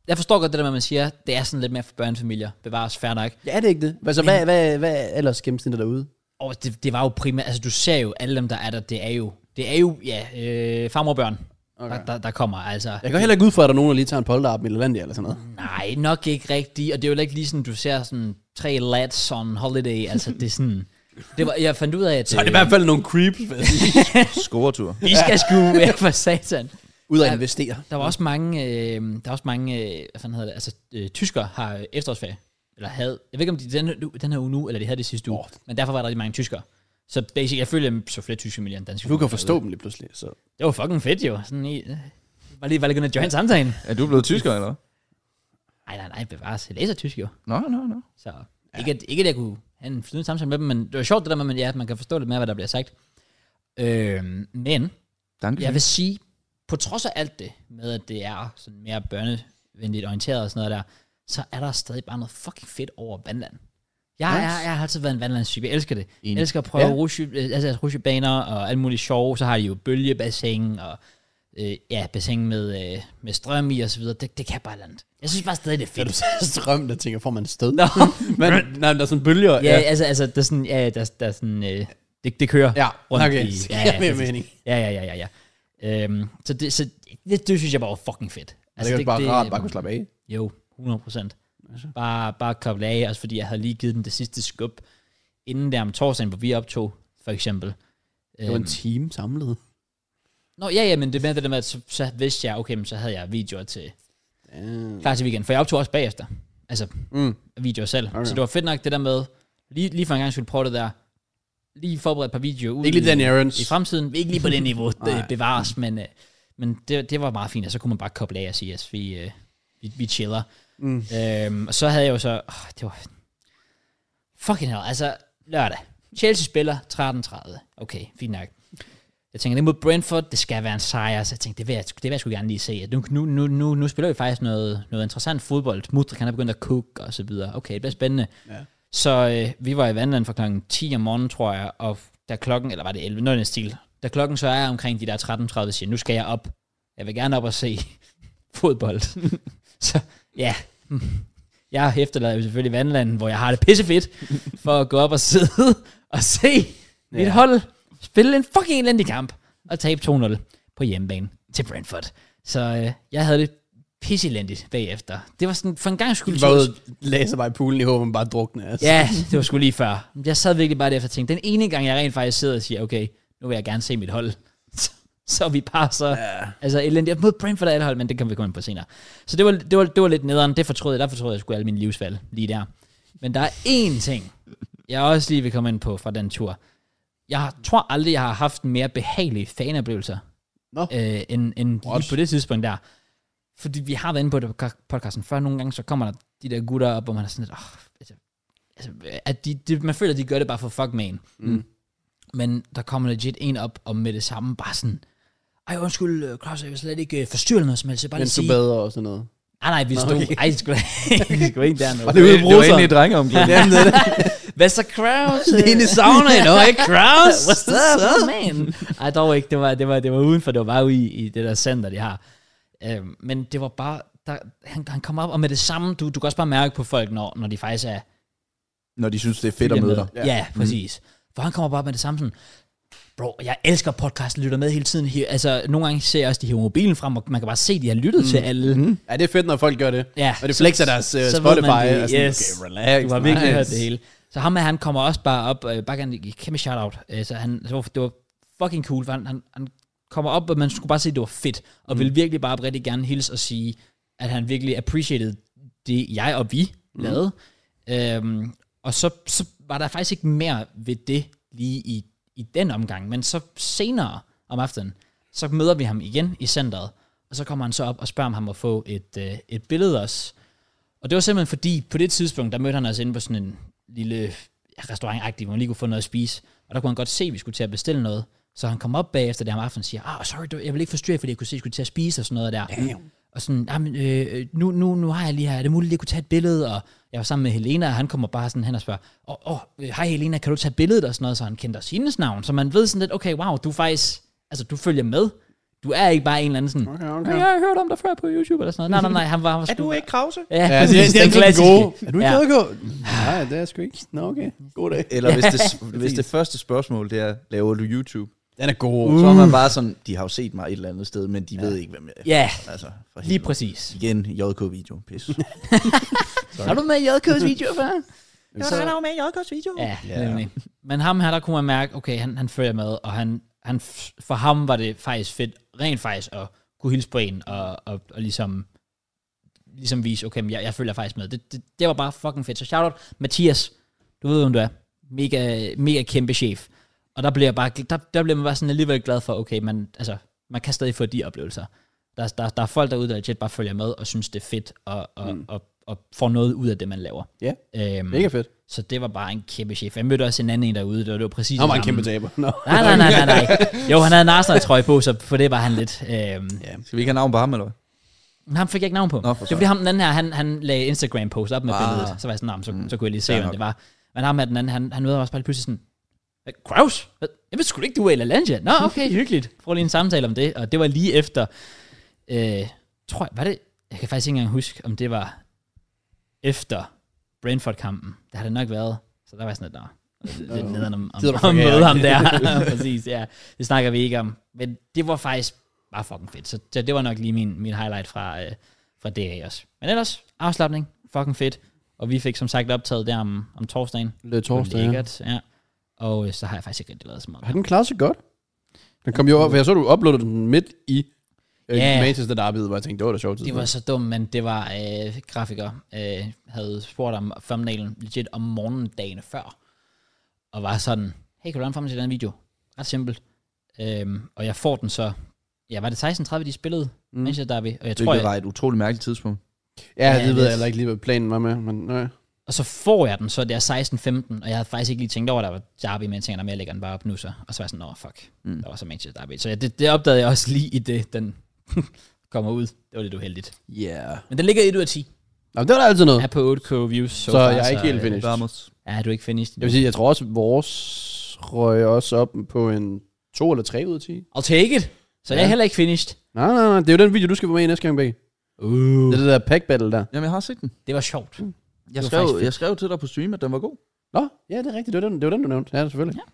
S1: jeg forstår godt det der med, at man siger, det er sådan lidt mere for børnefamilier. Bevares fair nok.
S3: Ja, det er ikke det. Altså, hvad, hvad, hvad er ellers gennemsnittet derude?
S1: Og det, det var jo primært, altså du ser jo, alle dem, der er der, det er jo, det er jo, ja, øh, farmor og børn, okay. der, der, der kommer, altså.
S3: Jeg går heller ikke ud fra, at der er nogen, der lige tager en polterappen i La Landia eller sådan noget.
S1: Nej, nok ikke rigtigt, og det er jo heller ikke lige sådan, du ser sådan tre lads on holiday, altså det er sådan, det var, jeg fandt ud af, at
S3: Så er det i hvert fald nogle creeps, vil jeg sige.
S2: Scoretur.
S1: øh, vi skal sgu være for satan.
S3: Ud at investere.
S1: Der var også mange, øh, der var også mange, øh, hvad fanden hedder det, altså øh, tysker har øh, efterårsferie, eller havde, jeg ved ikke om de den, nu- den her uge nu, eller de havde det sidste uge,
S3: Åh.
S1: men derfor var der rigtig mange tyskere. Så basic, jeg følte, jeg så flere tyske familier end danske.
S3: Du kan
S1: familier
S3: forstå
S1: derude.
S3: dem lige pludselig. Så.
S1: Det var fucking fedt jo, sådan i, øh, var lige, var lige gonna join samtalen.
S2: Er du blevet tysker, eller
S1: Nej, nej, nej, bevares, jeg læser tysk jo.
S2: Nå, nå, nå.
S1: Så ja. ikke, at, ikke at jeg kunne have en flydende samtale med dem, men det var sjovt det der med, at, ja, at man kan forstå lidt mere, hvad der bliver sagt. Øh, men
S2: Danke.
S1: jeg vil sige, på trods af alt det, med at det er sådan mere børnevenligt orienteret og sådan noget der, så er der stadig bare noget fucking fedt over vandland. Jeg, nice.
S3: Nice.
S1: jeg, jeg har altid været en vandlandstype. Jeg elsker det.
S2: Enig.
S1: Jeg elsker at prøve
S3: Ja.
S1: ja. rusje, øh, altså rusjebaner og alt muligt sjov. Så har de jo bølgebassin og øh, ja, bassin med, øh, med strøm i og så videre. Det, det kan bare et eller andet. Jeg synes bare stadig, det er
S3: Da du
S1: fedt.
S3: sagde strøm, der tænker, får man stød?
S1: Nå,
S3: Men, nej, der er sådan bølger.
S1: Ja, altså, altså der er sådan, ja, der, der er sådan, øh, det, det kører
S3: ja.
S1: rundt
S3: okay.
S1: i...
S3: Ja, ja, mere
S1: præcis.
S3: mening.
S1: ja, ja, ja, ja, ja. Øhm, så det, så det, det, synes jeg bare var fucking fedt.
S3: Altså, det er bare rart, bare kunne Altså. slappe af.
S1: Jo, 100 procent. Bare, bare koble af, også fordi jeg havde lige givet den det sidste skub, inden der om torsdagen, hvor vi optog, for eksempel.
S3: Det var
S1: Øhm,
S3: en time samlet.
S1: Nå, ja, ja, men det med det der med, at så, så vidste jeg, okay, men så havde jeg videoer til klar til weekenden, for jeg optog også bagefter. Altså,
S3: Mm.
S1: videoer selv.
S3: Okay.
S1: Okay. Så det var fedt nok det der med, lige, lige for en gang skulle prøve det der, lige forberede et par videoer ud
S3: Ikke lige
S1: i-
S3: Danny Aarons.
S1: i fremtiden. Ikke lige på det niveau,
S3: Nej.
S1: det bevares, men, øh, men det, det var meget fint, og så kunne man bare koble af og sige, at vi, øh, vi, vi chiller.
S3: Mm.
S1: Øhm, og så havde jeg jo så, åh, det var fucking hell, altså lørdag. Chelsea spiller 13.30. Okay, fint nok. Jeg tænker, det er mod Brentford, det skal være en sejr, så jeg tænkte, det vil jeg, det vil jeg sgu gerne lige se. Nu, nu, nu, nu, nu spiller vi faktisk noget, noget interessant fodbold. Mudrik, han er begyndt at cook og så videre. Okay, det bliver spændende.
S3: Ja.
S1: Så øh, vi var i vandland fra klokken 10 om morgenen, tror jeg, og da klokken, eller var det 11, noget i den stil, da klokken så er omkring de der 13.30, siger, nu skal jeg op. Jeg vil gerne op og se fodbold. så ja, jeg efterlader jo selvfølgelig vandlandet, hvor jeg har det pissefedt, for at gå op og sidde og se ja. mit
S3: Ja.
S1: hold spille en fucking elendig kamp og tabe 2-0 på hjemmebane til Brentford. Så øh, jeg havde det pisselendigt bagefter. Det var sådan, for en gang skulle
S3: Du var ude og lagde sig bare i poolen i håb, man bare drukne. Altså.
S1: Ja, det var sgu lige før. Jeg sad virkelig bare der og tænkte, den ene gang, jeg rent faktisk sidder og siger, okay, nu vil jeg gerne se mit hold, så, så er vi bare så, ja. altså elendigt. Mod Brentford er alle hold, men det kan vi komme ind på senere. Så det var, det var, det var lidt nederen, det fortrød jeg, der fortrød jeg sgu alle mine livsvalg lige der. Men der er én ting, jeg også lige vil komme ind på fra den tur. Jeg tror aldrig, jeg har haft en mere behagelig fanoplevelse,
S3: Nå.
S1: øh, end, end lige
S3: What?
S1: på det tidspunkt der. Fordi vi har været inde på det på podcasten før, nogle gange så kommer der de der gutter op, hvor man er sådan lidt, oh, altså, altså, at de, de, man føler, at de gør det bare for fuck man.
S3: Mm.
S1: Men der kommer legit en op, og med det samme bare sådan, ej undskyld, øh, Claus, jeg vil slet ikke øh, forstyrre eller noget som helst, jeg vil bare lige
S3: Mens du
S1: sige, Ah,
S3: bader og sådan noget.
S1: nej nej, vi
S3: Nå,
S1: stod, okay.
S3: okay.
S1: ej, det skulle det skulle ikke dernede.
S3: Og det er ude
S2: det var egentlig
S3: bruseren.
S2: et drengeomklædning.
S3: Jamen, det er det.
S1: Hvad så Kraus?
S3: Inde i saunaen, og ikke Kraus.
S1: What's up, man? Ej, dog ikke. Det var, det var, det var udenfor. Det var bare ude i, i det der center, de har. Øhm, men det var bare... Der, han, han kom op, og med det samme... Du, du kan også bare mærke på folk, når, når de faktisk er...
S2: Når de synes, det er fedt at møde dig.
S1: Ja, ja præcis. For han kommer bare op med det samme sådan... Bro, jeg elsker podcasten, lytter med hele tiden. Her. Altså, nogle gange ser jeg også, de hiver mobilen frem, og man kan bare se, de har lyttet mm. til alle. Mm.
S3: Ja, det er fedt, når folk gør det.
S1: Ja,
S3: Og det
S1: så-
S3: flexer deres uh,
S1: så ved man
S3: Spotify.
S1: det.
S3: og sådan,
S1: Yes.
S3: Okay, relax.
S1: Du har virkelig
S3: nice.
S1: hørt det hele. Så ham her, han kommer også bare op, øh, bare gerne give kæmpe shout-out. Øh, så han, så det var- det var fucking cool, for han, han, han kommer op, og man skulle bare se, at det var fedt, og mm. ville virkelig bare rigtig gerne hilse og sige, at han virkelig appreciated det, jeg og vi mm. lavede. Øhm, og så, så var der faktisk ikke mere ved det lige i, i den omgang, men så senere om aftenen, så møder vi ham igen i centret, og så kommer han så op og spørger om ham at få et, øh, et billede også, og det var simpelthen fordi, på det tidspunkt, der mødte han os inde på sådan en lille restaurantagtig, hvor man lige kunne få noget at spise. Og der kunne han godt se, at vi skulle til at bestille noget. Så han kom op bagefter det om aftenen og siger, ah, sorry, du- jeg vil ikke forstyrre, jer, fordi jeg kunne se, at I skulle til at spise og sådan noget der. Damn. Og sådan, jamen, øh, øh, nu, nu, nu har jeg lige her, er det muligt, at jeg kunne tage et billede? Og jeg var sammen med Helena, og han kommer bare sådan hen og spørger, åh, oh, oh, hej Helena, kan du tage billedet og sådan noget? Så han kendte også hendes navn. Så man ved sådan lidt, okay, wow, du er faktisk, altså du følger med. Du er ikke bare en eller anden sådan,
S3: Okay,
S1: okay. jeg har hørt om dig før på YouTube eller sådan noget. Nej, nej, nej, han var, han var sgu-
S2: Krause?
S1: Ja,
S3: Ja, det,
S1: præcis,
S3: det, det er
S1: den
S3: den klassiske.
S1: klassiske.
S3: Er du ikke ja. adgået? Nej, det er jeg sgu ikke. Nå, okay. God dag.
S2: Eller hvis det, hvis det første spørgsmål, det er, laver du YouTube?
S3: Den er god.
S2: Uh. Så er man bare sådan, de har jo set mig et eller andet sted, men de ja. ved ikke, hvem jeg er.
S1: Mm. Ja,
S2: Altså, for
S1: lige
S2: helvede.
S1: præcis.
S2: Igen, JK-video. Pis.
S1: Er du med i JK's video før?
S3: Så,
S2: med JK's video.
S1: Ja,
S2: Ja.
S1: nemlig. Men ham her, der kunne man mærke, okay, han, han følger med, og han, han, f- for ham var det faktisk fedt, rent faktisk, at kunne hilse på en, og, og, og ligesom, ligesom vise, okay, men jeg, jeg følger faktisk med. Det, det, det var bare fucking fedt. Så shoutout, Mathias, du ved, hvem du er. Mega, mega kæmpe chef. Og der bliver, jeg bare, der, der bliver man bare sådan alligevel glad for, okay, man, altså, man kan stadig få de oplevelser. Der, der, der er folk derude, der legit bare følger med, og synes, det er fedt, og, og, mm. og, og, og får noget ud af det, man laver.
S3: Ja,
S1: Øhm,
S3: mega fedt.
S1: så det var bare en kæmpe chef. Jeg mødte også en anden en derude, det var, det var præcis
S3: Nå,
S1: det
S3: man er en
S1: samme.
S3: kæmpe taber. Nå.
S1: Nej, nej, nej, nej, nej. Jo, han havde en Arsenal-trøje på, så for det var han lidt... Øhm,
S3: Ja.
S2: Skal vi ikke have navn på ham, eller hvad?
S1: men Ham fik jeg ikke navn på.
S2: for
S1: det var
S2: søren.
S1: fordi ham den anden her, han, han lagde Instagram-post op med
S2: Ah.
S1: billedet. Så var jeg sådan, "Nå, men så, så kunne jeg lige se,
S2: Fair
S1: hvem
S2: nok.
S1: det var. Men ham her, den anden, han, han møder også bare lige pludselig sådan, "Hvad, Kraus? Hvad? Jeg ved sgu da ikke, du er i LaLandia. Nå, okay, hyggeligt. Prøv lige en samtale om det. Og det var lige efter, øh, tror jeg, var det, jeg kan faktisk ikke engang huske, om det var efter Brentford-kampen. Det har det nok været. Så der var jeg sådan lidt, nå, lidt nederen om, om,
S3: Gider du
S1: om
S3: fucking
S1: møde
S3: ikke?
S1: ham der. Præcis, ja. Det snakker vi ikke om. Men det var faktisk bare fucking fedt. Så det, det var nok lige min, min highlight fra, øh, fra det af også. Men ellers, afslappning, fucking fedt. Og vi fik som sagt optaget der om, om torsdagen.
S3: Det er torsdag, ja.
S1: Lækkert, ja. Og øh, så har jeg faktisk ikke rigtig lavet så meget.
S3: Har den klaret sig godt? Den kom jo op, for jeg så, du uploadede den midt i øh,
S1: Ja.
S3: yeah. Manchester Derby, hvor jeg tænkte, det var da sjovt.
S1: Det var så dumt, men det var øh, grafiker, øh, havde spurgt om thumbnailen legit om morgenen dagene før, og var sådan, hey, kan du lave en thumbnail til den her video? Ret simpelt. Øhm, og jeg får den så, ja, var det 16.30, de spillede mm. Manchester Derby? Og jeg tror,
S2: Det
S1: jeg,
S2: var et utroligt mærkeligt tidspunkt.
S3: Ja,
S1: Ja,
S3: det ved
S1: det-
S3: jeg heller ikke lige, hvad planen var med, men nej.
S1: Og så får jeg den, så det er 16-15, og jeg havde faktisk ikke lige tænkt over, at der var derby, men jeg tænker, at jeg lægger den bare op nu så. Og så var jeg sådan, nå fuck, mm. der var så Manchester derby. Så ja, det, det opdagede jeg også lige i det, den kommer ud. Det var lidt uheldigt.
S3: Yeah.
S1: Men den ligger 1 ud af 10.
S3: Nå, men det var der altid noget.
S1: Jeg er på 8k views. So
S3: Så
S1: far,
S3: jeg er ikke helt
S1: øh,
S3: finished.
S2: Vamos.
S1: Ja, du er ikke finished.
S3: Jeg vil sige, jeg tror også, vores røg også op på en 2 eller 3 ud af 10.
S1: I'll take it. Så ja. jeg
S3: Ja.
S1: er heller ikke finished.
S3: Nej, nej, nej. Det er jo den video, du skal være med i næste gang, Begge.
S1: Uh.
S3: Det er det der pack battle der.
S2: Jamen, jeg har set den.
S1: Det var sjovt.
S2: Jeg
S1: var
S2: skrev,
S1: faktisk fedt.
S2: jeg skrev til dig på stream, at den var god.
S3: Nå, ja, det er rigtigt. Det var den, det var den du nævnte. Ja, selvfølgelig.
S1: Ja.
S3: Ja.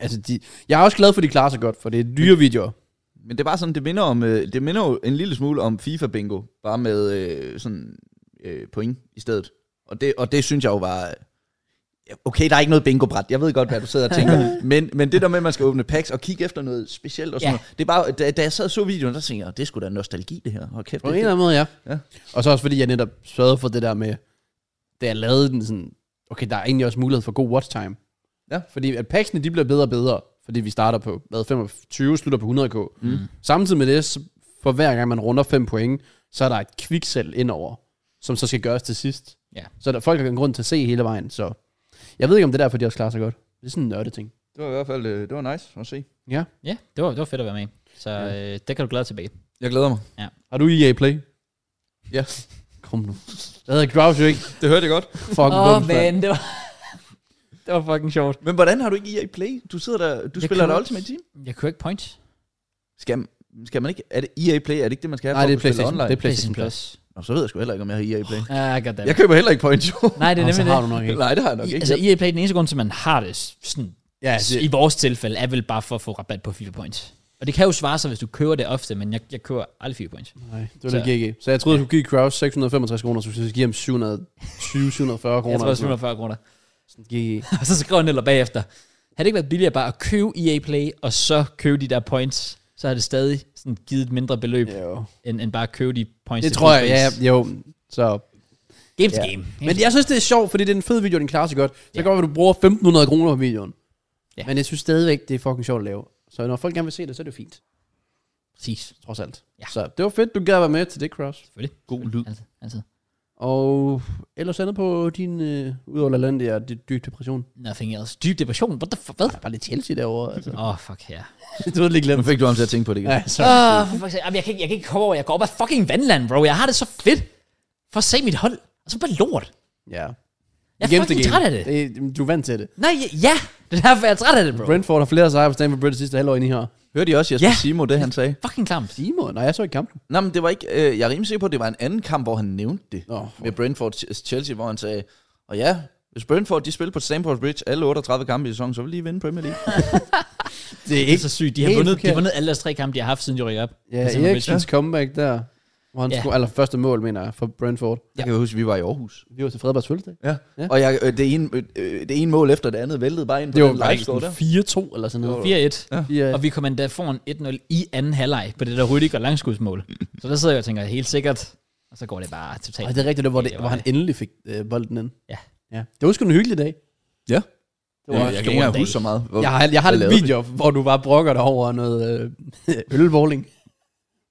S3: Altså, de, jeg er også glad for, at de klarer sig godt, for det er dyre videoer.
S2: Men det er bare sådan, det minder, om, øh, det minder jo en lille smule om FIFA-bingo, bare med øh, sådan øh, point i stedet. Og det, og det synes jeg jo var... øh, Okay, der er ikke noget bingo-bræt. Jeg ved godt, hvad du sidder og tænker. men, men det der med, at man skal åbne packs og kigge efter noget specielt og
S1: Ja.
S2: sådan ja. noget. Det er bare, da, da jeg sad og så videoen, der tænkte jeg, det skulle da nostalgi, det her. Hold kæft,
S3: På
S2: det,
S3: en
S2: det,
S3: eller anden måde, ja.
S2: Ja.
S3: Og så også fordi, jeg netop sørgede for det der med, da jeg lavede den sådan, okay, der er egentlig også mulighed for god watch time.
S2: Ja.
S3: Fordi at packsene, de bliver bedre og bedre, fordi vi starter på, hvad, 25, slutter på 100k. Mm. Samtidig med det, så for hver gang man runder 5 point, så er der et kviksel indover, som så skal gøres til sidst.
S1: Ja.
S3: Så der, folk har en grund til at se hele vejen, så jeg ved ikke, om det er derfor, de også klarer sig godt. Det er sådan en nørdet ting.
S2: det var i hvert fald øh, det var nice at se.
S3: Ja.
S1: Ja, det var, det var fedt at være med. i. Så øh, det kan du glæde dig tilbage.
S2: Jeg glæder mig.
S3: Har du EA Play?
S2: Ja,
S3: Kom nu. Jeg havde Grouch, ikke?
S2: det hørte jeg godt.
S3: Fuck, bums, mand.
S1: det var, det var fucking sjovt.
S2: Men hvordan har du ikke EA Play? Du sidder der, du
S1: Jeg
S2: jeg spiller
S1: kan
S2: der
S1: ikke.
S2: Ultimate Team.
S1: Jeg kunne ikke point.
S2: Skal, skal man ikke? Er det EA Play? Er det ikke det, man skal have
S3: Nej,
S2: for
S3: det er
S2: at kunne spille
S3: PlayStation.
S2: online?
S3: Det er PlayStation Plus.
S2: Nå, så ved jeg sgu heller ikke, om jeg har EA Play.
S1: Ah, uh, goddammit.
S2: Jeg køber heller ikke Point Show.
S1: Nej, det er
S3: Nå,
S1: nemlig
S3: så
S1: det.
S3: har du nok ikke.
S2: Nej, det har jeg nok
S1: I,
S2: ikke.
S1: altså, EA Play, den eneste grund til, at man har det s- sådan,
S3: Ja,
S1: ja, det... i vores tilfælde, er vel bare for at få rabat på FIFA Points. Og det kan jo svare sig, hvis du køber det ofte, men jeg, jeg køber aldrig FIFA Points.
S3: Nej, det var lidt GG. Så jeg troede, du skulle give Kraus 665 kroner, så skulle jeg give ham 720-740 kroner.
S1: Jeg tror, det er
S3: eller sådan
S1: 740 kroner.
S3: noget. GG.
S1: Og så skrev Neller bagefter, havde det ikke været billigere bare at købe EA Play, og så købe de der points, så har det stadig sådan givet et mindre beløb, yeah.
S3: Jo.
S1: end, end bare at købe de points.
S3: Det
S1: til
S3: tror jeg,
S1: fuld
S3: ja,
S1: pris.
S3: jo. Så.
S1: Games
S3: Ja.
S1: yeah. game.
S3: Men jeg synes, det er sjovt, fordi det er en fed video, den klarer sig godt. Så
S1: Ja.
S3: kan godt være, du bruger 1.500 kroner på videoen.
S1: Ja.
S3: Ja. Men jeg synes stadigvæk, det er fucking sjovt at lave. Så når folk gerne vil se det, så er det jo fint.
S1: Præcis.
S3: Trods alt.
S1: Ja.
S3: Så det var fedt, du gad at være med til det, Kraus.
S1: Selvfølgelig.
S2: God lyd.
S1: Altså, altså.
S3: Og ellers andet på din, øh, udover Lalandia, dit dyb depression.
S1: Nothing else. Dyb depression. What the fuck? Hvad?
S3: Der er bare lidt Chelsea derovre, altså.
S1: Åh, oh, fuck her. Yeah.
S3: du havde lige
S2: Nu
S3: glemt.
S2: fik du ham til at tænke på det igen.
S3: Ja, så.
S1: Åh, for fuck's sake. Jamen, jeg kan, ikke, jeg kan ikke komme over. Jeg går op af fucking vandland, bro. Jeg har det så fedt. For at se mit hold. Og så bare lort.
S3: Ja.
S1: Jeg er
S3: Games
S1: fucking
S3: the game.
S1: træt af det.
S3: det. Du er vant til det.
S1: Nej, ja- ja. Det er derfor, jeg er træt af det, bro.
S3: Brentford har flere sejre på Stamford Bridge sidste halvår ind i her.
S2: Hørte I også Jesper
S1: Ja.
S2: ja. Simo, det han sagde?
S1: Fucking klamt.
S3: Simon? Nej, jeg så ikke kampen.
S2: Nå, men det var ikke, øh, jeg er rimelig sikker på, at det var en anden kamp, hvor han nævnte det.
S3: Nå,
S2: Med Brentford Ch- altså Chelsea, hvor han sagde, og ja, hvis Brentford de spiller på Stamford Bridge alle 38 kampe i sæsonen, så vil de vinde Premier League.
S1: Det er ikke så sygt. De har
S3: helt
S1: vundet, de har
S3: forkert.
S1: vundet alle deres tre kampe, de har haft, siden de rykkede op.
S3: Ja,
S1: Altså, med
S3: Eriksens comeback der, hvor han
S1: Ja.
S3: ja. skulle, eller første mål, mener jeg, for Brentford.
S2: Jeg kan huske, at vi var i Aarhus.
S3: Vi var til Fredbergs fødselsdag.
S2: Ja.
S3: Ja.
S2: Og jeg, øh, det, ene, øh, øh, det ene mål efter det andet væltede bare ind på
S3: Det var
S2: den
S3: faktisk
S2: livescore der.
S3: 4-2 eller sådan noget.
S1: 4-1.
S3: Ja.
S1: Og vi kom endda foran 1-0 i anden halvleg på det der Rydik og langskudsmål. Så der sidder jeg og tænker, helt sikkert. Og så går det bare totalt.
S3: Og det er rigtigt, det, hvor, det,
S1: Ja,
S3: hvor han endelig fik øh, bolden ind.
S1: Ja.
S3: ja. Det var sgu en hyggelig dag.
S2: Ja.
S3: Det var,
S2: Øh, jeg
S1: en
S2: kan
S1: stor
S2: ikke engang
S1: dag.
S2: huske så meget. Hvor,
S3: jeg, har, jeg har
S2: Hvad
S3: lidt
S2: lavede
S3: video, hvor du bare brokker dig over noget øh, ølbowling.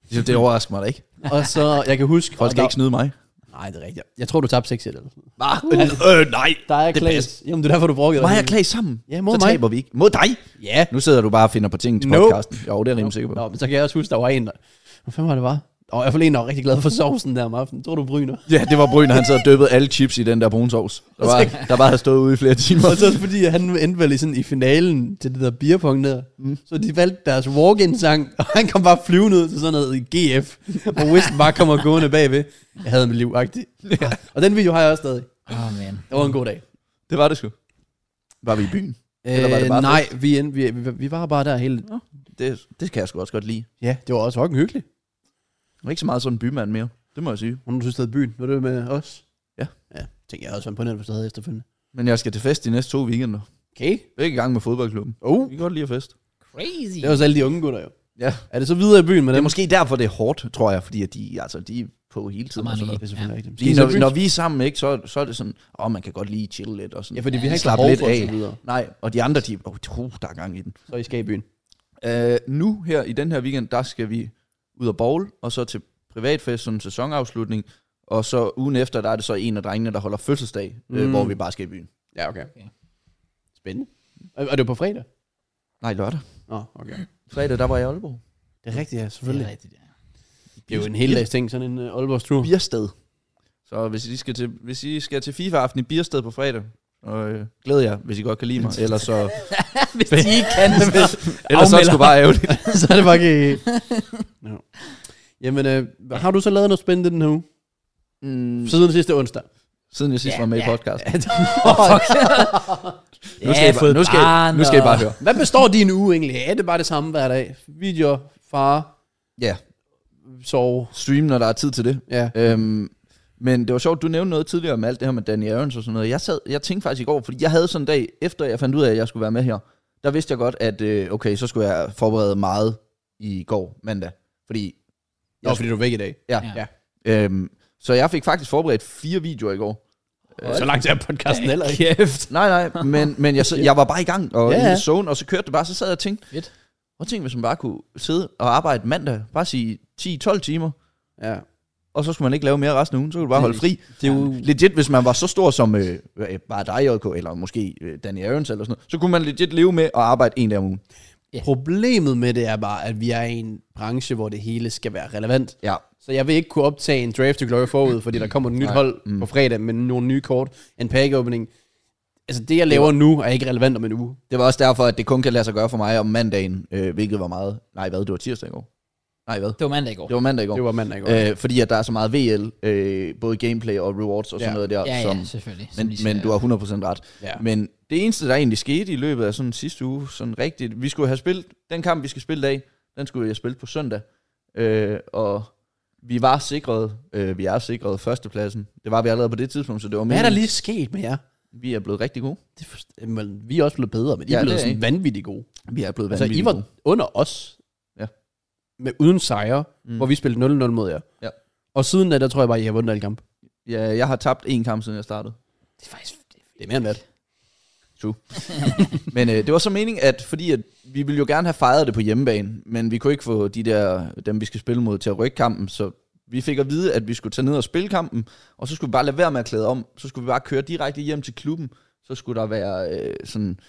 S2: det. det overrasker mig da ikke.
S3: og så, jeg kan huske...
S2: Folk skal
S3: og
S2: ikke snyde mig.
S3: der, Nej, det er rigtigt. Jeg tror, du tabte 6 eller sådan noget.
S2: Hva? Øh, nej.
S3: Der er
S2: Det er
S3: Klaas. Jamen, det er derfor, du brokkede
S2: Mig og
S3: helt vildt.
S2: Klaas sammen.
S3: Ja, mod
S2: så
S3: mig.
S2: taber vi ikke. Mod dig.
S3: Ja.
S2: Nu sidder du bare og finder på ting til
S3: Nope.
S2: podcasten. Jo, det er jeg rimelig sikker på.
S3: Nå, men så kan jeg også huske, der var en, der... Hvad fanden var det var? Og i hvert fald en, der var rigtig glad for sovsen der om aftenen. Tror du bryner?
S2: Ja, det var Bryn, og han sad og døbede alle chips i den der brune sovs. Der, var, der bare havde stået ude i flere timer.
S3: Og så også fordi, at han endte vel i, sådan, i finalen til det der beerpong der. Mm. Så de valgte deres walk-in-sang, og han kom bare flyvende ud til sådan noget i GF. Og Winston bare kommer gående bagved. Jeg havde mit liv, agtigt. Ja. Og den video har jeg også stadig.
S1: Åh, oh, man.
S3: Det var en god dag.
S2: Det var det sgu. Var vi i byen? Eller var det
S3: Øh,
S2: bare
S3: nej, vi, end, vi, vi, vi, var bare der hele...
S2: Det, det kan jeg sgu også godt lide.
S3: Ja, det var også fucking hyggeligt.
S2: Jeg er ikke så meget sådan en bymand mere. Det må jeg sige.
S3: Hun synes, det havde byen. Var det med os?
S2: Ja.
S3: Ja, tænkte jeg også var imponeret, hvis det havde efterfølgende.
S2: Men jeg skal til fest de næste to weekender.
S3: Okay.
S2: Begge gange med fodboldklubben.
S3: Oh,
S2: Vi kan godt lide at fest.
S1: Crazy.
S3: det var også alle de unge gutter jo.
S2: Uh. Ja.
S3: Er det så videre i byen med
S2: Det
S3: dem?
S2: er måske derfor, det er hårdt, tror jeg. Fordi at de, altså, de er på hele tiden.
S1: Og
S2: Og
S1: mange
S2: sådan noget.
S3: Det er selvfølgelig rigtigt.
S2: Fordi når, når, vi er sammen, ikke, så, så er det sådan, åh, oh, man kan godt lige chille lidt og sådan.
S3: Ja, fordi vi har ikke
S2: slappe
S3: behov
S2: lidt
S3: for at
S2: af.
S3: tage videre.
S2: Nej, og de andre, de, oh, uh, der er gang i den.
S3: Så I skal i byen.
S2: Uh, nu her i den her weekend, der skal vi ud og bowl, og så til privatfest som sæsonafslutning, Og så ugen efter, der er det så en af drengene, der holder fødselsdag, mm. øh,
S3: Mm.
S2: hvor vi bare skal i byen.
S3: Ja, okay.
S1: Okay.
S3: Spændende. Og, og det var på fredag?
S2: Nej, lørdag.
S3: Nå, oh, okay.
S2: Fredag, der var jeg i Aalborg.
S3: Det er rigtigt, ja,
S1: Det
S3: selvfølgelig.
S1: er
S3: Det
S1: rigtigt, ja.
S3: er, jo en hel dags ting, sådan en uh, Aalborgs-tur.
S2: Biersted. Så hvis I skal til, hvis I skal til FIFA-aften i Biersted på fredag, og øh, glæder jer, hvis I godt kan lide mig. Ellers så,
S1: Hvis de ikke kan,
S2: ellers så er det sgu
S1: Afmelder.
S2: bare ærgerligt.
S3: så er det bare ikke... no. Jamen, øh, har du så lavet noget spændende den her uge?
S2: Mm,
S3: Siden sidste onsdag.
S2: siden jeg sidst
S1: Ja,
S2: var med i
S1: ja.
S2: podcasten.
S1: oh, fuck.
S2: Nu skal, I, bare, nu, skal, I- nu skal I bare høre.
S3: Hvad består din uge egentlig af? Er det bare det samme hver dag? Videoer, far,
S2: Ja,
S3: sove.
S2: stream, når der er tid til det.
S3: Ja.
S2: Øhm, men det var sjovt, du nævnte noget tidligere om alt det her med Danny Aarons og sådan noget. Jeg, sad, jeg tænkte faktisk i går, fordi jeg havde sådan en dag, efter jeg fandt ud af, at jeg skulle være med her, der vidste jeg godt, at øh, okay, så skulle jeg forberede meget i går mandag. Fordi,
S3: Nå, fordi du er væk i dag.
S2: ja. ja. Øhm, så jeg fik faktisk forberedt fire videoer i går.
S3: Så langt er podcasten heller ikke.
S1: Kæft.
S2: Nej, nej, men, men jeg, så, jeg var bare i gang og
S3: Ja,
S2: ja,
S3: ja.
S2: i zone, og så kørte det bare, så sad jeg og tænkte,
S1: Fedt.
S2: og tænkte, hvis man bare kunne sidde og arbejde mandag, bare sige 10-12 timer,
S3: Ja.
S2: og så skulle man ikke lave mere resten af ugen, så kunne du bare holde fri.
S3: Det er jo...
S2: Legit, hvis man var så stor som øh, øh, bare dig, JK, eller måske øh, Danny Aarons eller sådan noget, så kunne man legit leve med at arbejde en dag om ugen.
S3: Problemet med det er bare, at vi er i en branche, hvor det hele skal være relevant.
S2: Ja.
S3: Så jeg vil ikke kunne optage en draft to glory forud, fordi der kommer et nyt hold på
S2: Mm.
S3: fredag med nogle nye kort, en pack opening. Altså det, jeg laver nu, er ikke relevant om en uge.
S2: Det var også derfor, at det kun kan lade sig gøre for mig om mandagen, øh, hvilket var meget... Nej, hvad? Det var tirsdag i går. Nej, hvad?
S1: Det var mandag i går.
S2: Det var mandag i går.
S3: Det var mandag i går.
S2: var... Øh, fordi at der er så meget VL, øh, både gameplay og rewards og sådan
S3: Ja.
S2: noget der,
S1: Ja, ja,
S2: som...
S1: selvfølgelig. Som
S2: Men,
S1: lige
S2: men
S1: siger-
S2: du har 100% ret.
S3: Ja.
S2: Men det eneste, der egentlig skete i løbet af sådan sidste uge, sådan rigtigt, vi skulle have spillet, den kamp, vi skal spille i dag, den skulle jeg spille på søndag. Øh, og vi var sikret, øh, vi er sikret førstepladsen. Det var vi allerede på det tidspunkt, så det var
S3: Hvad er der
S2: meningen.
S3: lige sket med jer?
S2: Vi er blevet rigtig gode.
S3: Det forst- Jamen, vi er også blevet bedre, men I
S2: Ja,
S3: er
S2: det
S3: blevet
S2: er
S3: sådan
S2: I.
S3: vanvittigt gode.
S2: Vi er blevet
S3: Altså,
S2: vanvittigt
S3: I var
S2: gode.
S3: under os.
S2: Ja.
S3: Med uden sejre, mm.
S2: Mm.
S3: hvor vi spillede 0-0 mod jer.
S2: Ja.
S3: Og siden da, der tror jeg bare, I har vundet alle kampe.
S2: Ja, jeg har tabt én kamp, siden jeg startede.
S1: Det er faktisk...
S3: Det er mere end hvad.
S2: Men øh, det var så meningen, at fordi at vi ville jo gerne have fejret det på hjemmebane, men vi kunne ikke få de der, dem vi skal spille mod, til at rykke kampen, så vi fik at vide, at vi skulle tage ned og spille kampen, og så skulle vi bare lade være med at klæde om, så skulle vi bare køre direkte hjem til klubben, så skulle der være øh, sådan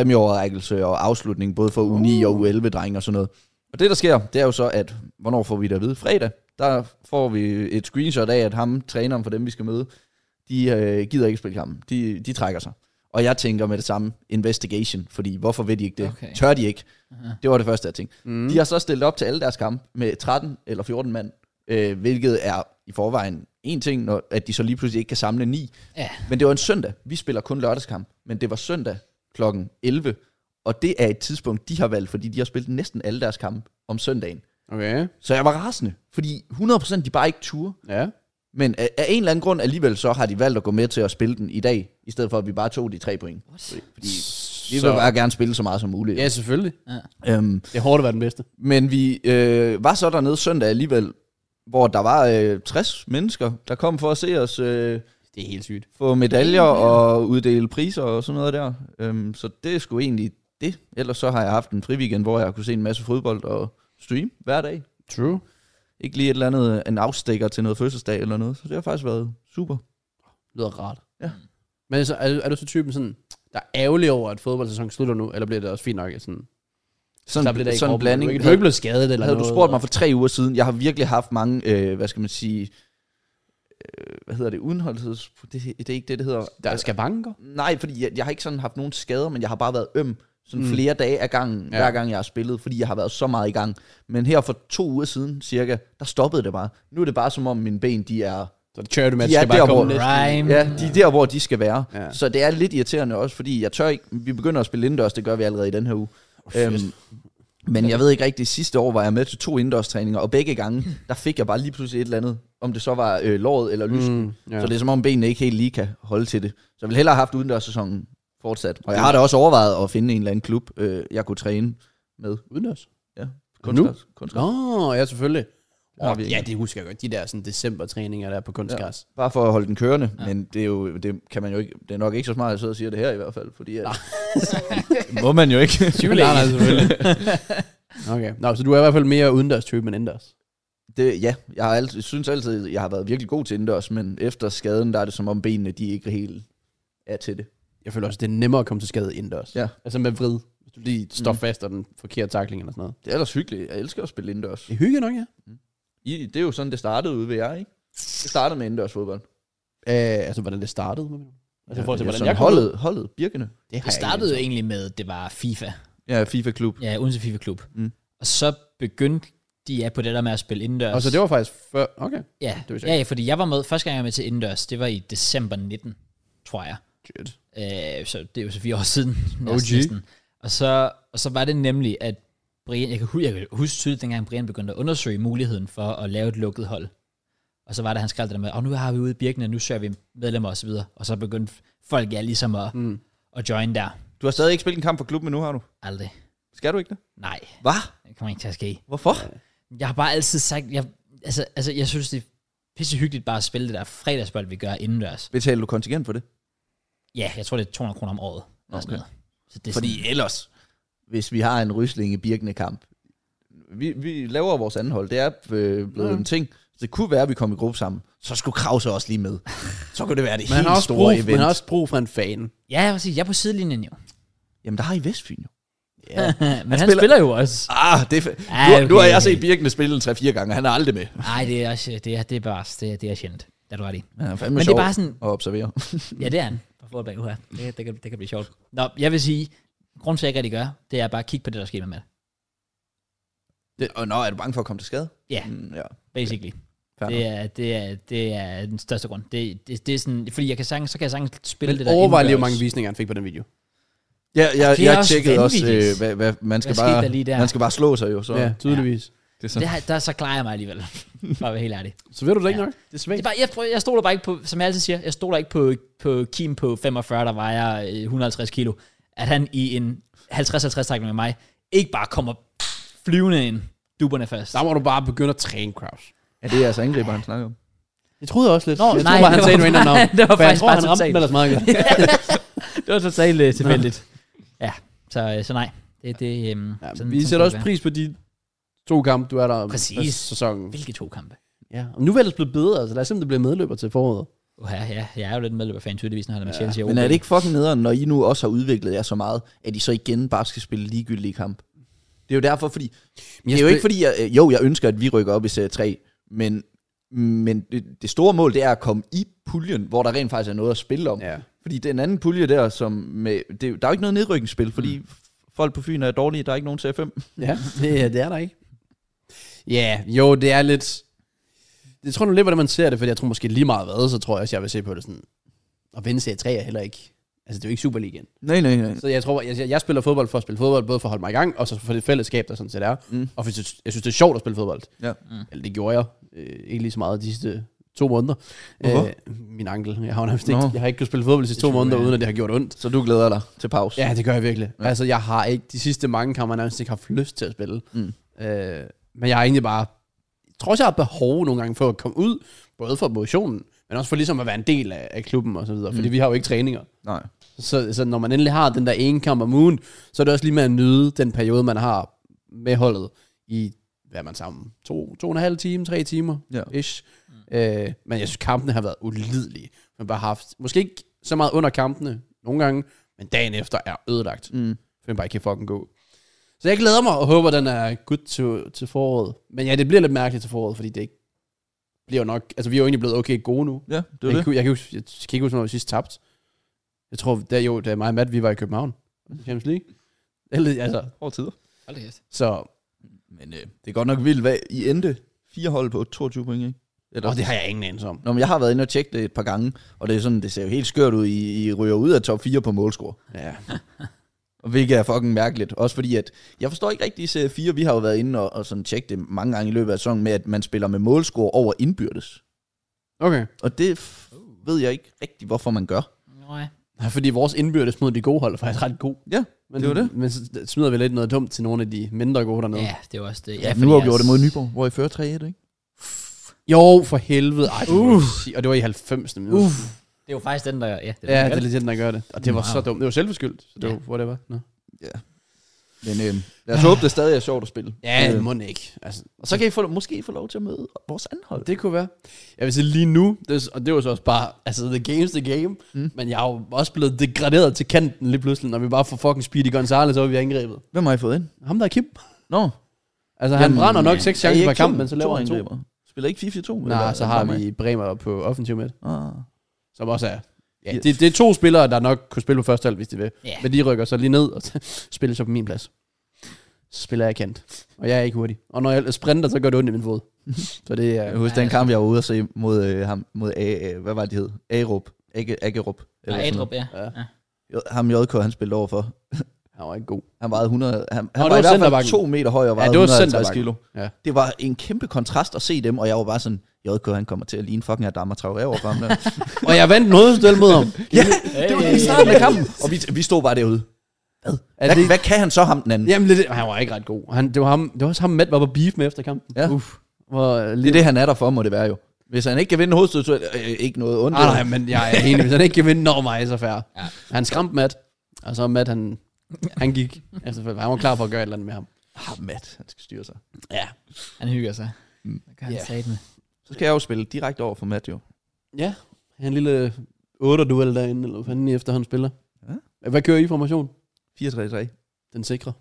S2: præmieoverrækkelse og afslutning, både for U9 og U11-drenge og sådan noget. Og det, der sker, det er jo så, at hvornår får vi det at vide? Fredag, der får vi et screenshot af, at ham, træneren for dem, vi skal møde, de øh, gider ikke spille kampen. De, de trækker sig. Og jeg tænker med det samme, investigation, fordi hvorfor vil de ikke det?
S1: Okay.
S2: Okay. Tør de ikke?
S1: Aha.
S2: Det var det første, jeg tænkte. Mm. De har så stillet op til alle deres kampe med 13 eller 14 mand, øh, hvilket er i forvejen en ting, når, at de så lige pludselig ikke kan samle ni.
S1: Ja.
S2: Men det var en søndag. Vi spiller kun lørdagskamp, men det var søndag kl. 11, og det er et tidspunkt, de har valgt, fordi de har spillet næsten alle deres kampe om søndagen.
S3: Okay.
S2: Så jeg var rasende, fordi 100% de bare ikke turde.
S3: Ja.
S2: Men af, af en eller anden grund alligevel, så har de valgt at gå med til at spille den i dag, i stedet for at vi bare tog de tre point.
S1: What?
S2: Fordi vi
S3: Så-
S2: vil bare gerne spille så meget som muligt.
S3: Ja, selvfølgelig.
S2: Øhm,
S3: Det er hårdt at være den bedste.
S2: men vi øh, var så dernede søndag alligevel, hvor der var øh, 60 mennesker, der kom for at se os øh,
S3: Det er helt sygt.
S2: få medaljer og uddele priser og sådan noget der. Øhm, så det er sgu egentlig det. Ellers så har jeg haft en friweekend, hvor jeg kunne se en masse fodbold og stream hver dag.
S3: True.
S2: Ikke lige et eller andet, en afstikker til noget fødselsdag eller noget. Så det har faktisk været super.
S3: lyder rart.
S2: Ja.
S3: Men så er, er du så typen sådan, der er ærgerlig over, at fodboldsæsonen slutter nu, eller bliver det også fint nok? at Sådan,
S2: Sådan,
S3: bliver der ikke
S2: sådan en
S3: råbt-
S2: blanding.
S3: Du er ikke- du er ikke blevet skadet eller
S2: Havde
S3: noget.
S2: du spurgt mig for tre uger siden, jeg har virkelig haft mange, øh, hvad skal man sige, øh, hvad hedder det, udenholdsheds... Det, det er ikke det, det hedder.
S3: Der er skavanker.
S2: Nej, fordi jeg, jeg har ikke sådan haft nogen skader, men jeg har bare været øm sådan
S3: Mm.
S2: mm. flere dage af gangen,
S3: Ja.
S2: ja. hver gang jeg har spillet, fordi jeg har været så meget i gang. Men her for to uger siden cirka, der stoppede det bare. Nu er det bare som om mine ben, de er,
S3: Så charity match
S2: De er
S3: skal bare
S2: der, hvor-
S3: komme næste.
S1: Rhyme.
S2: ja, de er der, hvor de skal være.
S3: Ja.
S2: Ja. Så det er lidt irriterende også, fordi jeg tør ikke, vi begynder at spille indendørs, det gør vi allerede i den her uge. Oh, øhm, men jeg ved ikke rigtigt, sidste år var jeg med til to indendørs træninger, og begge gange, der fik jeg bare lige pludselig et eller andet, om det så var øh, låret eller lysken.
S3: Mm, ja.
S2: Så det er som om benene ikke helt lige kan holde til det. Så jeg ville hellere have haft udendørssæsonen fortsat. Og jeg har da også overvejet at finde en eller anden klub, øh, jeg kunne træne med.
S3: udendørs.
S2: Ja. Kunstgræs.
S3: Nå, ja, selvfølgelig.
S2: Der har
S3: Oh,
S2: vi
S3: ja,
S2: ikke.
S3: det husker jeg godt. De der sådan, decembertræninger der på kunstgræs.
S2: Bare for at holde den kørende, ja. men det er jo, det kan man jo ikke, det er nok ikke så smart, at jeg sidder og siger det her i hvert fald, fordi at, det må man jo ikke.
S3: Ja. nej, nej, selvfølgelig. okay. Nå, så du er i hvert fald mere udendørs type end indendørs.
S2: Det, ja, jeg har altid, synes altid, jeg har været virkelig god til indendørs, men efter skaden, der er det som om benene, de ikke helt er til det.
S3: Jeg føler også, det er nemmere at komme til skade indendørs.
S2: Ja.
S3: Altså med vrid. Hvis du lige står mm. fast og den forkerte takling eller sådan noget.
S2: Det er ellers hyggeligt. Jeg elsker at spille indendørs.
S3: Det er hyggeligt nok, ja.
S2: I, det er jo sådan, det startede ude ved jer, ikke? Det startede med indendørs fodbold.
S3: Øh, altså, hvordan det startede. hvad mener du? Altså, i forhold til, hvordan jeg kom ud.
S2: holdet, holdet, Birkene.
S3: har
S1: Det
S3: jeg ikke
S1: startede jo
S3: anelse
S1: egentlig med, det var FIFA.
S2: Ja, FIFA-klub.
S1: Ja, Odense FIFA-klub.
S2: Mm.
S1: Og så begyndte de ja, på det der med at spille indendørs.
S3: om. Og så det var faktisk før... Okay.
S1: ja,
S3: det vidste jeg
S1: ja, ja, fordi jeg var med, første gang jeg var med til indendørs, det var i december 19, tror jeg.
S3: Shit.
S1: Øh, så det er jo så fire år siden.
S3: OG.
S1: næsten, næsten. Og så, og så var det nemlig, at Brian, jeg kan, hu- jeg kan huske tydeligt, dengang Brian begyndte at undersøge muligheden for at lave et lukket hold. Og så var det, han skrev det der med, og nu har vi ude i Birkene, nu søger vi medlemmer osv. Og så begyndte folk ja ligesom at, mm. at join der.
S2: Du har stadig ikke spillet en kamp for klubben nu, har du?
S1: Aldrig.
S2: Skal du ikke det?
S1: Nej,
S2: Hvad?
S1: det kommer ikke til at ske.
S2: Hvorfor?
S1: Jeg har bare altid sagt, jeg, altså, altså, jeg synes, det er pisse hyggeligt bare at spille det der fredagsbold, vi gør indendørs.
S2: Betaler du kontingent for det?
S1: Ja, jeg tror, det er 200 kroner om året. Okay. Sådan
S2: Okay.
S1: noget. Så det er sådan,
S2: Fordi ellers, hvis vi har en rysling i Birkene kamp, vi, vi laver vores anden hold, det er øh, blevet mm. en ting. Så det kunne være, at vi kom i gruppe sammen. Så skulle Krause også lige med. Så kunne det være det
S3: Man har,
S2: helt
S3: også
S2: store
S3: brug,
S2: event.
S3: man har også brug for en fan.
S1: ja, jeg vil sige, jeg er på sidelinjen jo.
S2: Jamen, der har I Vestfyn jo.
S1: Men han,
S2: spiller-
S1: spiller jo også.
S2: Ah, det er fa-
S1: Ah,
S2: ah, okay. nu, nu har
S1: okay,
S2: jeg
S1: okay.
S2: set Birkene spille 3-4 gange, han er aldrig med.
S1: Nej, det er også, det er, det er bare, det er, det er sjældent. Det er du ret i.
S2: Ja,
S1: Men det er bare sådan-
S2: At observere.
S1: Ja, det er han. På fodbold, uha. Det, det, kan, det kan blive sjovt. Nå, jeg vil sige, grunden til, at jeg ikke rigtig gør, det er bare at kigge på det, der sker med Matt.
S2: det, og nå, er du bange for at komme til skade?
S1: Ja,
S2: Mm, ja.
S1: basically.
S2: Fair
S1: Det er, det, er, det er den største grund. Det, det, det er sådan, fordi jeg kan sagtens, så kan jeg sagtens spille det der
S3: Overvej lige,
S1: indendørs.
S3: hvor mange visninger han fik på den video.
S2: Ja, jeg,
S1: Det er
S2: jeg
S1: også
S2: tjekkede også,
S1: vanvittigt.
S2: øh, hvad, hvad, man, skal
S1: Hvad skete
S2: bare,
S1: der lige der?
S2: man skal bare slå sig jo. Så.
S3: Ja, tydeligvis.
S2: Det er
S1: Det har, der, så klarer jeg mig alligevel. Bare at være helt ærlig.
S3: Så ved du det ikke
S1: Ja.
S3: nok? Det er
S1: Det
S3: svagt.
S1: er bare, jeg, prøver- jeg stoler bare ikke på, som jeg altid siger, jeg stoler ikke på, på Kim på 45, der vejer øh, 150 kilo. At han i en 50-50 takling med mig, ikke bare kommer flyvende ind, duberne fast.
S3: Der må du bare begynde at træne, Kraus.
S2: Ja, det er altså angriber, han snakker om.
S3: Jeg troede også lidt.
S1: Nå,
S3: jeg
S1: nej,
S3: troede bare, han
S1: det
S3: sagde
S1: var-
S3: et random navn.
S1: det var
S3: For jeg
S1: faktisk
S3: tror,
S1: bare
S3: han ramte
S1: totalt.
S3: den ellers meget godt.
S1: Det var totalt øh, tilfældigt. ja, så, øh, så nej. Det, det, øhm,
S3: Ja,
S1: sådan-
S3: vi
S1: sådan
S3: sætter
S1: kan det
S3: også
S1: være.
S3: pris på de to kampe, du er der om
S1: Præcis.
S3: første sæsonen.
S1: Hvilke to kampe?
S3: Ja. Og nu er vi ellers blevet bedre, så lad os se, om det bliver medløber til foråret.
S1: Oha, ja, jeg er jo lidt en medløberfan tydeligvis, når han er med Chelsea. og
S2: Men
S1: OB.
S2: er det ikke fucking nederen, når I nu også har udviklet jer så meget, at I så igen bare skal spille ligegyldige kamp? Det er jo derfor, fordi... Det er jo
S3: spil-
S2: ikke fordi, jeg, øh, jo, jeg ønsker, at vi rykker op i serie 3, men, men det, det store mål, det er at komme i puljen, hvor der rent faktisk er noget at spille om.
S3: Ja.
S2: Fordi den anden pulje der, som med, det, der er jo ikke noget nedrykningsspil, fordi mm. folk på Fyn er dårlige, der er ikke nogen serie 5.
S3: Ja, det, det er der ikke. Ja, yeah, jo, det er lidt... Jeg tror nu lidt, hvordan man ser det, for jeg tror måske lige meget hvad, så tror jeg også, jeg vil se på det sådan... At vinde serie 3 er heller ikke... Altså, det er jo ikke Superligaen.
S2: Nej, nej, nej.
S3: Så jeg tror, jeg, jeg spiller fodbold for at spille fodbold, både for at holde mig i gang, og så for det fællesskab, der sådan set er.
S2: Mm.
S3: Og for, jeg synes- jeg synes, det er sjovt at spille fodbold.
S2: Ja.
S1: Mm.
S3: Eller det gjorde jeg øh, ikke lige så meget de sidste to måneder. Øh,
S2: Hvorfor?
S3: min ankel. Jeg har, jo nærmest ikke,
S2: Nå.
S3: jeg har ikke kunnet spille fodbold de sidste to
S2: Det tror
S3: måneder,
S2: jeg.
S3: uden at det har gjort ondt.
S2: Så du glæder dig til pause?
S3: Ja, det gør jeg virkelig. Ja. Altså, jeg har ikke de sidste mange kampe, jeg nærmest ikke haft lyst til at spille.
S2: Mm.
S3: Øh, men jeg har egentlig bare... Jeg tror også, jeg har behov nogle gange for at komme ud, både for motionen, men også for ligesom at være en del af, af klubben og så videre. Mm. Fordi vi har jo ikke træninger.
S2: Nej.
S3: Så, så når man endelig har den der ene kamp om ugen, så er det også lige med at nyde den periode, man har med holdet i, hvad er man sammen, to, to og en halv time, tre timer,
S2: Ja.
S3: ish. Mm. Øh, men jeg synes, kampene har været ulidelige. Man har bare haft, måske ikke så meget under kampene nogle gange, men dagen efter er ødelagt.
S2: Mm.
S3: For man bare ikke kan fucking gå. Så jeg glæder mig og håber, den er good til, til foråret. Men ja, det bliver lidt mærkeligt til foråret, fordi det ikke bliver nok... Altså, vi er jo egentlig blevet okay gode nu.
S2: Ja, det er
S3: Jeg,
S2: det.
S3: kan, jeg, kan, huske- jeg kan ikke huske, når vi sidst tabte. Jeg tror, der jo, da mig og Matt, vi var i København. Champions League. Eller, altså,
S2: Over tider.
S1: Hold da kæft.
S3: så...
S2: Men øh, det er godt nok vildt, hvad I endte fire hold på 22 point, ikke? Eller,
S3: Og det har jeg ingen anelse om.
S2: Nå, men jeg har været inde og tjekke det et par gange, og det, er sådan, det ser jo helt skørt ud. I, I ryger ud af top 4 på målscore.
S3: Ja.
S2: Og Hvilket er fucking mærkeligt. Også fordi, at jeg forstår ikke rigtig i serie 4. Vi har jo været inde og, og sådan tjekket det mange gange i løbet af sæsonen med, at man spiller med målscore over indbyrdes.
S3: Okay.
S2: Og det f- ved jeg ikke rigtig, hvorfor man gør.
S1: Nej.
S3: Ja, fordi vores indbyrdes mod de gode hold er faktisk ret god.
S2: Ja,
S3: Men,
S2: det var det.
S3: Men så smider vi lidt noget dumt til nogle af de mindre gode dernede.
S1: Ja, det var også det.
S2: Ja,
S1: fordi
S2: nu har vi
S1: jeg-
S2: gjort det mod Nyborg, hvor I fører 3-1, ikke?
S3: Jo, for helvede. Ej, det må jeg sige. og det var i 90. minut.
S1: Uff. Det er jo faktisk den, der... Ja, det,
S3: Ja, det er
S1: det,
S3: lidt den, der gør det. Og det var
S1: Wow.
S3: så dumt. Det var selvforskyldt. Så det
S1: Ja.
S3: var whatever. Nå.
S2: Ja. Men øh,
S3: øhm,
S2: lad os håbe, det stadig er sjovt at spille. Øh.
S3: Ja, det må den ikke. Altså,
S2: Og så kan I få, måske få lov til at møde vores anden hold.
S3: det kunne være. Jeg vil sige lige nu, det, er s- og det var så også bare, altså the game's the game, mm. men jeg er jo også blevet degraderet til kanten lige pludselig, når vi bare får fucking Speedy Gonzalez over, vi har angrebet.
S2: Hvem har I fået ind?
S3: Ham der er Kim.
S2: Nå.
S3: Altså han brænder nok seks chancer per kamp, men så laver han to.
S2: angriber. Spiller ikke 4-4-2? eller
S3: Nej,
S2: hvad?
S3: så har
S2: Hvad med?
S3: vi Bremer på offensiv midt,
S2: Ah.
S3: som også er... Ja,
S2: Yes.
S3: det, det er to spillere, der nok kunne spille på første hold, hvis de vil.
S1: Ja.
S3: Men de rykker så lige ned og spiller så på min plads. Så spiller jeg kant. Og jeg er ikke hurtig. Og når jeg sprinter, så gør det ondt i min fod. så det er...
S2: Jeg husker den kamp, jeg var ude og se mod, øh, ham, mod A, øh, hvad var det, de hed? Agerup. Age, Agerup.
S1: Nej,
S2: sådan
S1: Adrup, ja.
S3: Ja.
S2: noget. Jo, Ham JK, han spillede overfor.
S3: Han var ikke god.
S2: Han vejede 100... Han, han
S3: det
S2: var
S3: var
S2: i hvert fald
S3: centerbakken.
S2: to meter høj og vejede
S3: det var
S2: 150
S3: centerbakken.
S2: kilo.
S3: Ja.
S2: Det var en kæmpe kontrast at se dem, og jeg var bare sådan, JK, han kommer til at ligne fucking Adam og Traoré over for ham der.
S3: Og jeg vandt noget duel mod ham.
S2: ja, det var lige i starten af kampen. Og vi, vi stod bare derude.
S3: Er
S2: Hvad,
S3: det,
S2: hvad kan han så ham den anden?
S3: jamen, det, han var ikke ret god. Han, det, var ham, det var også ham, Matt var på beef med efter kampen.
S2: Ja.
S3: Uff. Hvor, øh,
S2: Det er
S3: lige,
S2: det, han er der for, må det være jo. Hvis han ikke kan vinde hovedstødet, øh, ikke noget ondt.
S3: ah, nej, men jeg er enig. Hvis han ikke kan vinde, når mig, så færre.
S1: Ja.
S3: Ja. Han skræmte Matt. Og så Matt, han, han gik. Altså, han var klar for at gøre et eller andet med ham.
S2: Ah, Matt, han skal styre sig.
S3: Ja.
S1: Han hygger sig. Mm. Det kan han
S3: Ja.
S1: yeah. med.
S2: Så skal jeg jo spille direkte over for Matt jo.
S3: Ja, han er en lille 8-duel derinde, eller hvad fanden I efterhånden spiller. Ja. Hvad kører I i formation?
S2: 4-3-3.
S3: Den sikre.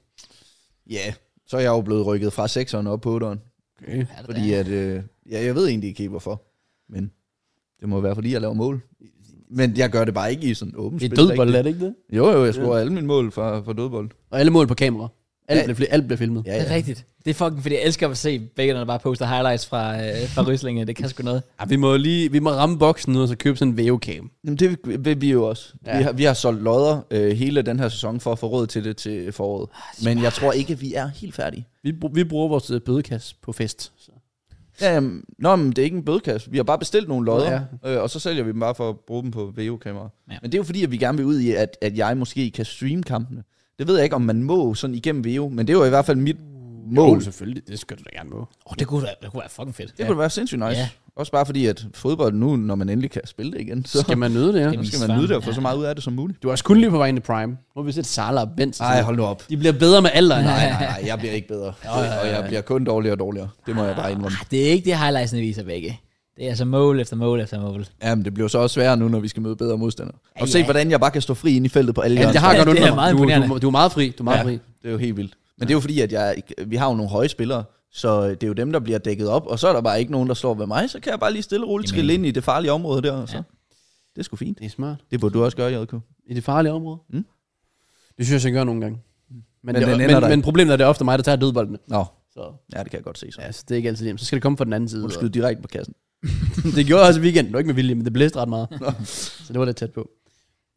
S2: Ja, yeah. så er jeg jo blevet rykket fra 6'eren op på 8'eren.
S3: Okay.
S1: Ja, det
S2: Fordi
S1: er.
S2: at, øh, ja, jeg ved egentlig ikke helt hvorfor. Men det må være fordi, jeg laver mål. Men jeg gør det bare ikke i sådan åbent
S3: Det
S2: spil.
S3: er dødbold,
S2: rigtigt.
S3: er det ikke det?
S2: Jo, jo, jeg scorer alle mine mål fra, fra dødbold.
S3: Og alle mål på kamera. Alt,
S2: Ja.
S3: ja. bliver, fli- alt bliver filmet. Ja.
S1: Det er rigtigt. Det er fucking, fordi jeg elsker at se begge, der bare poster highlights fra, øh, fra Ryslinge. Det kan sgu noget.
S3: Ja, vi må lige vi må ramme boksen nu, og så købe sådan en VO-cam.
S2: Jamen det vil- vil vi jo også. Ja.
S3: Ja.
S2: Vi, har, vi har solgt lodder øh, hele den her sæson for at få råd til det til foråret.
S1: Ah,
S2: Men jeg tror ikke, at vi er helt færdige.
S3: Vi, br- vi bruger vores øh, bødekasse på fest. Så.
S2: Ja, jamen, nå, men det er ikke en bødekasse. Vi har bare bestilt nogle lodder,
S3: Nå,
S2: ja. øh, og så sælger vi dem bare for at bruge dem på VO-kameraer. Ja.
S1: Ja.
S2: Men det er jo fordi, at vi gerne vil ud i, at, at jeg måske kan streame kampene. Det ved jeg ikke, om man må sådan igennem VO, men det var i hvert fald mit mål.
S3: Jo, selvfølgelig. Det skal du da gerne på.
S1: Åh, oh, det, kunne, være- det kunne være fucking fedt.
S2: Det kunne da være sindssygt nice. Ja.
S1: Ja.
S2: Også bare fordi, at fodbold nu, når man endelig kan spille det igen, så
S3: Skal man nøde det, ja?
S2: så
S1: man-
S2: skal man nyde det og få
S1: Ja.
S2: så meget ud af det som muligt.
S3: Du er også kun lige på vej ind i Prime. Nu har vi set Salah og Bent.
S2: Nej, hold nu op.
S3: De bliver bedre med alderen.
S2: Nej, nej, nej, jeg bliver ikke bedre. Og jeg bliver kun dårligere og dårligere. Det må jeg bare indrømme.
S1: Ah, det er ikke det, highlightsene viser begge. Det er altså mål efter mål efter mål.
S2: Jamen, det bliver så også sværere nu, når vi skal møde bedre modstandere. Og se,
S1: ja.
S2: hvordan jeg bare kan stå fri ind i feltet på alle
S3: Ja, det har
S2: hjørner.
S3: godt
S1: Det
S3: ondt
S1: er
S3: på mig.
S1: meget
S3: du, du,
S1: imponerende.
S3: du, er meget fri. Du er meget fri.
S2: Det er jo helt vildt. Men det er jo fordi, at jeg, ikke- vi har jo nogle høje spillere, så øh, det er jo dem, der bliver dækket op, og så er der bare ikke nogen, der slår ved mig, så kan jeg bare lige stille og roligt trille ind i det farlige område der. og Så. Ja. Det er sgu fint.
S3: Det er smart.
S2: Det burde du også gøre, JK.
S3: I det farlige område?
S2: Mm.
S3: Det synes jeg, jeg gør nogle gange. Men,
S2: den
S3: det,
S2: ender der
S3: men, men
S2: ikke.
S3: problemet er, at det er ofte mig, der tager dødboldene.
S2: Nå,
S3: Så
S2: ja, det kan jeg godt se så. Ja.
S3: ja, så det er ikke altid nemt. Så skal det komme fra den anden side.
S2: Du skyder direkte på kassen.
S3: Og- det gjorde jeg også i weekenden. Det var ikke med vilje, men det blæste ret meget. så det var lidt tæt på.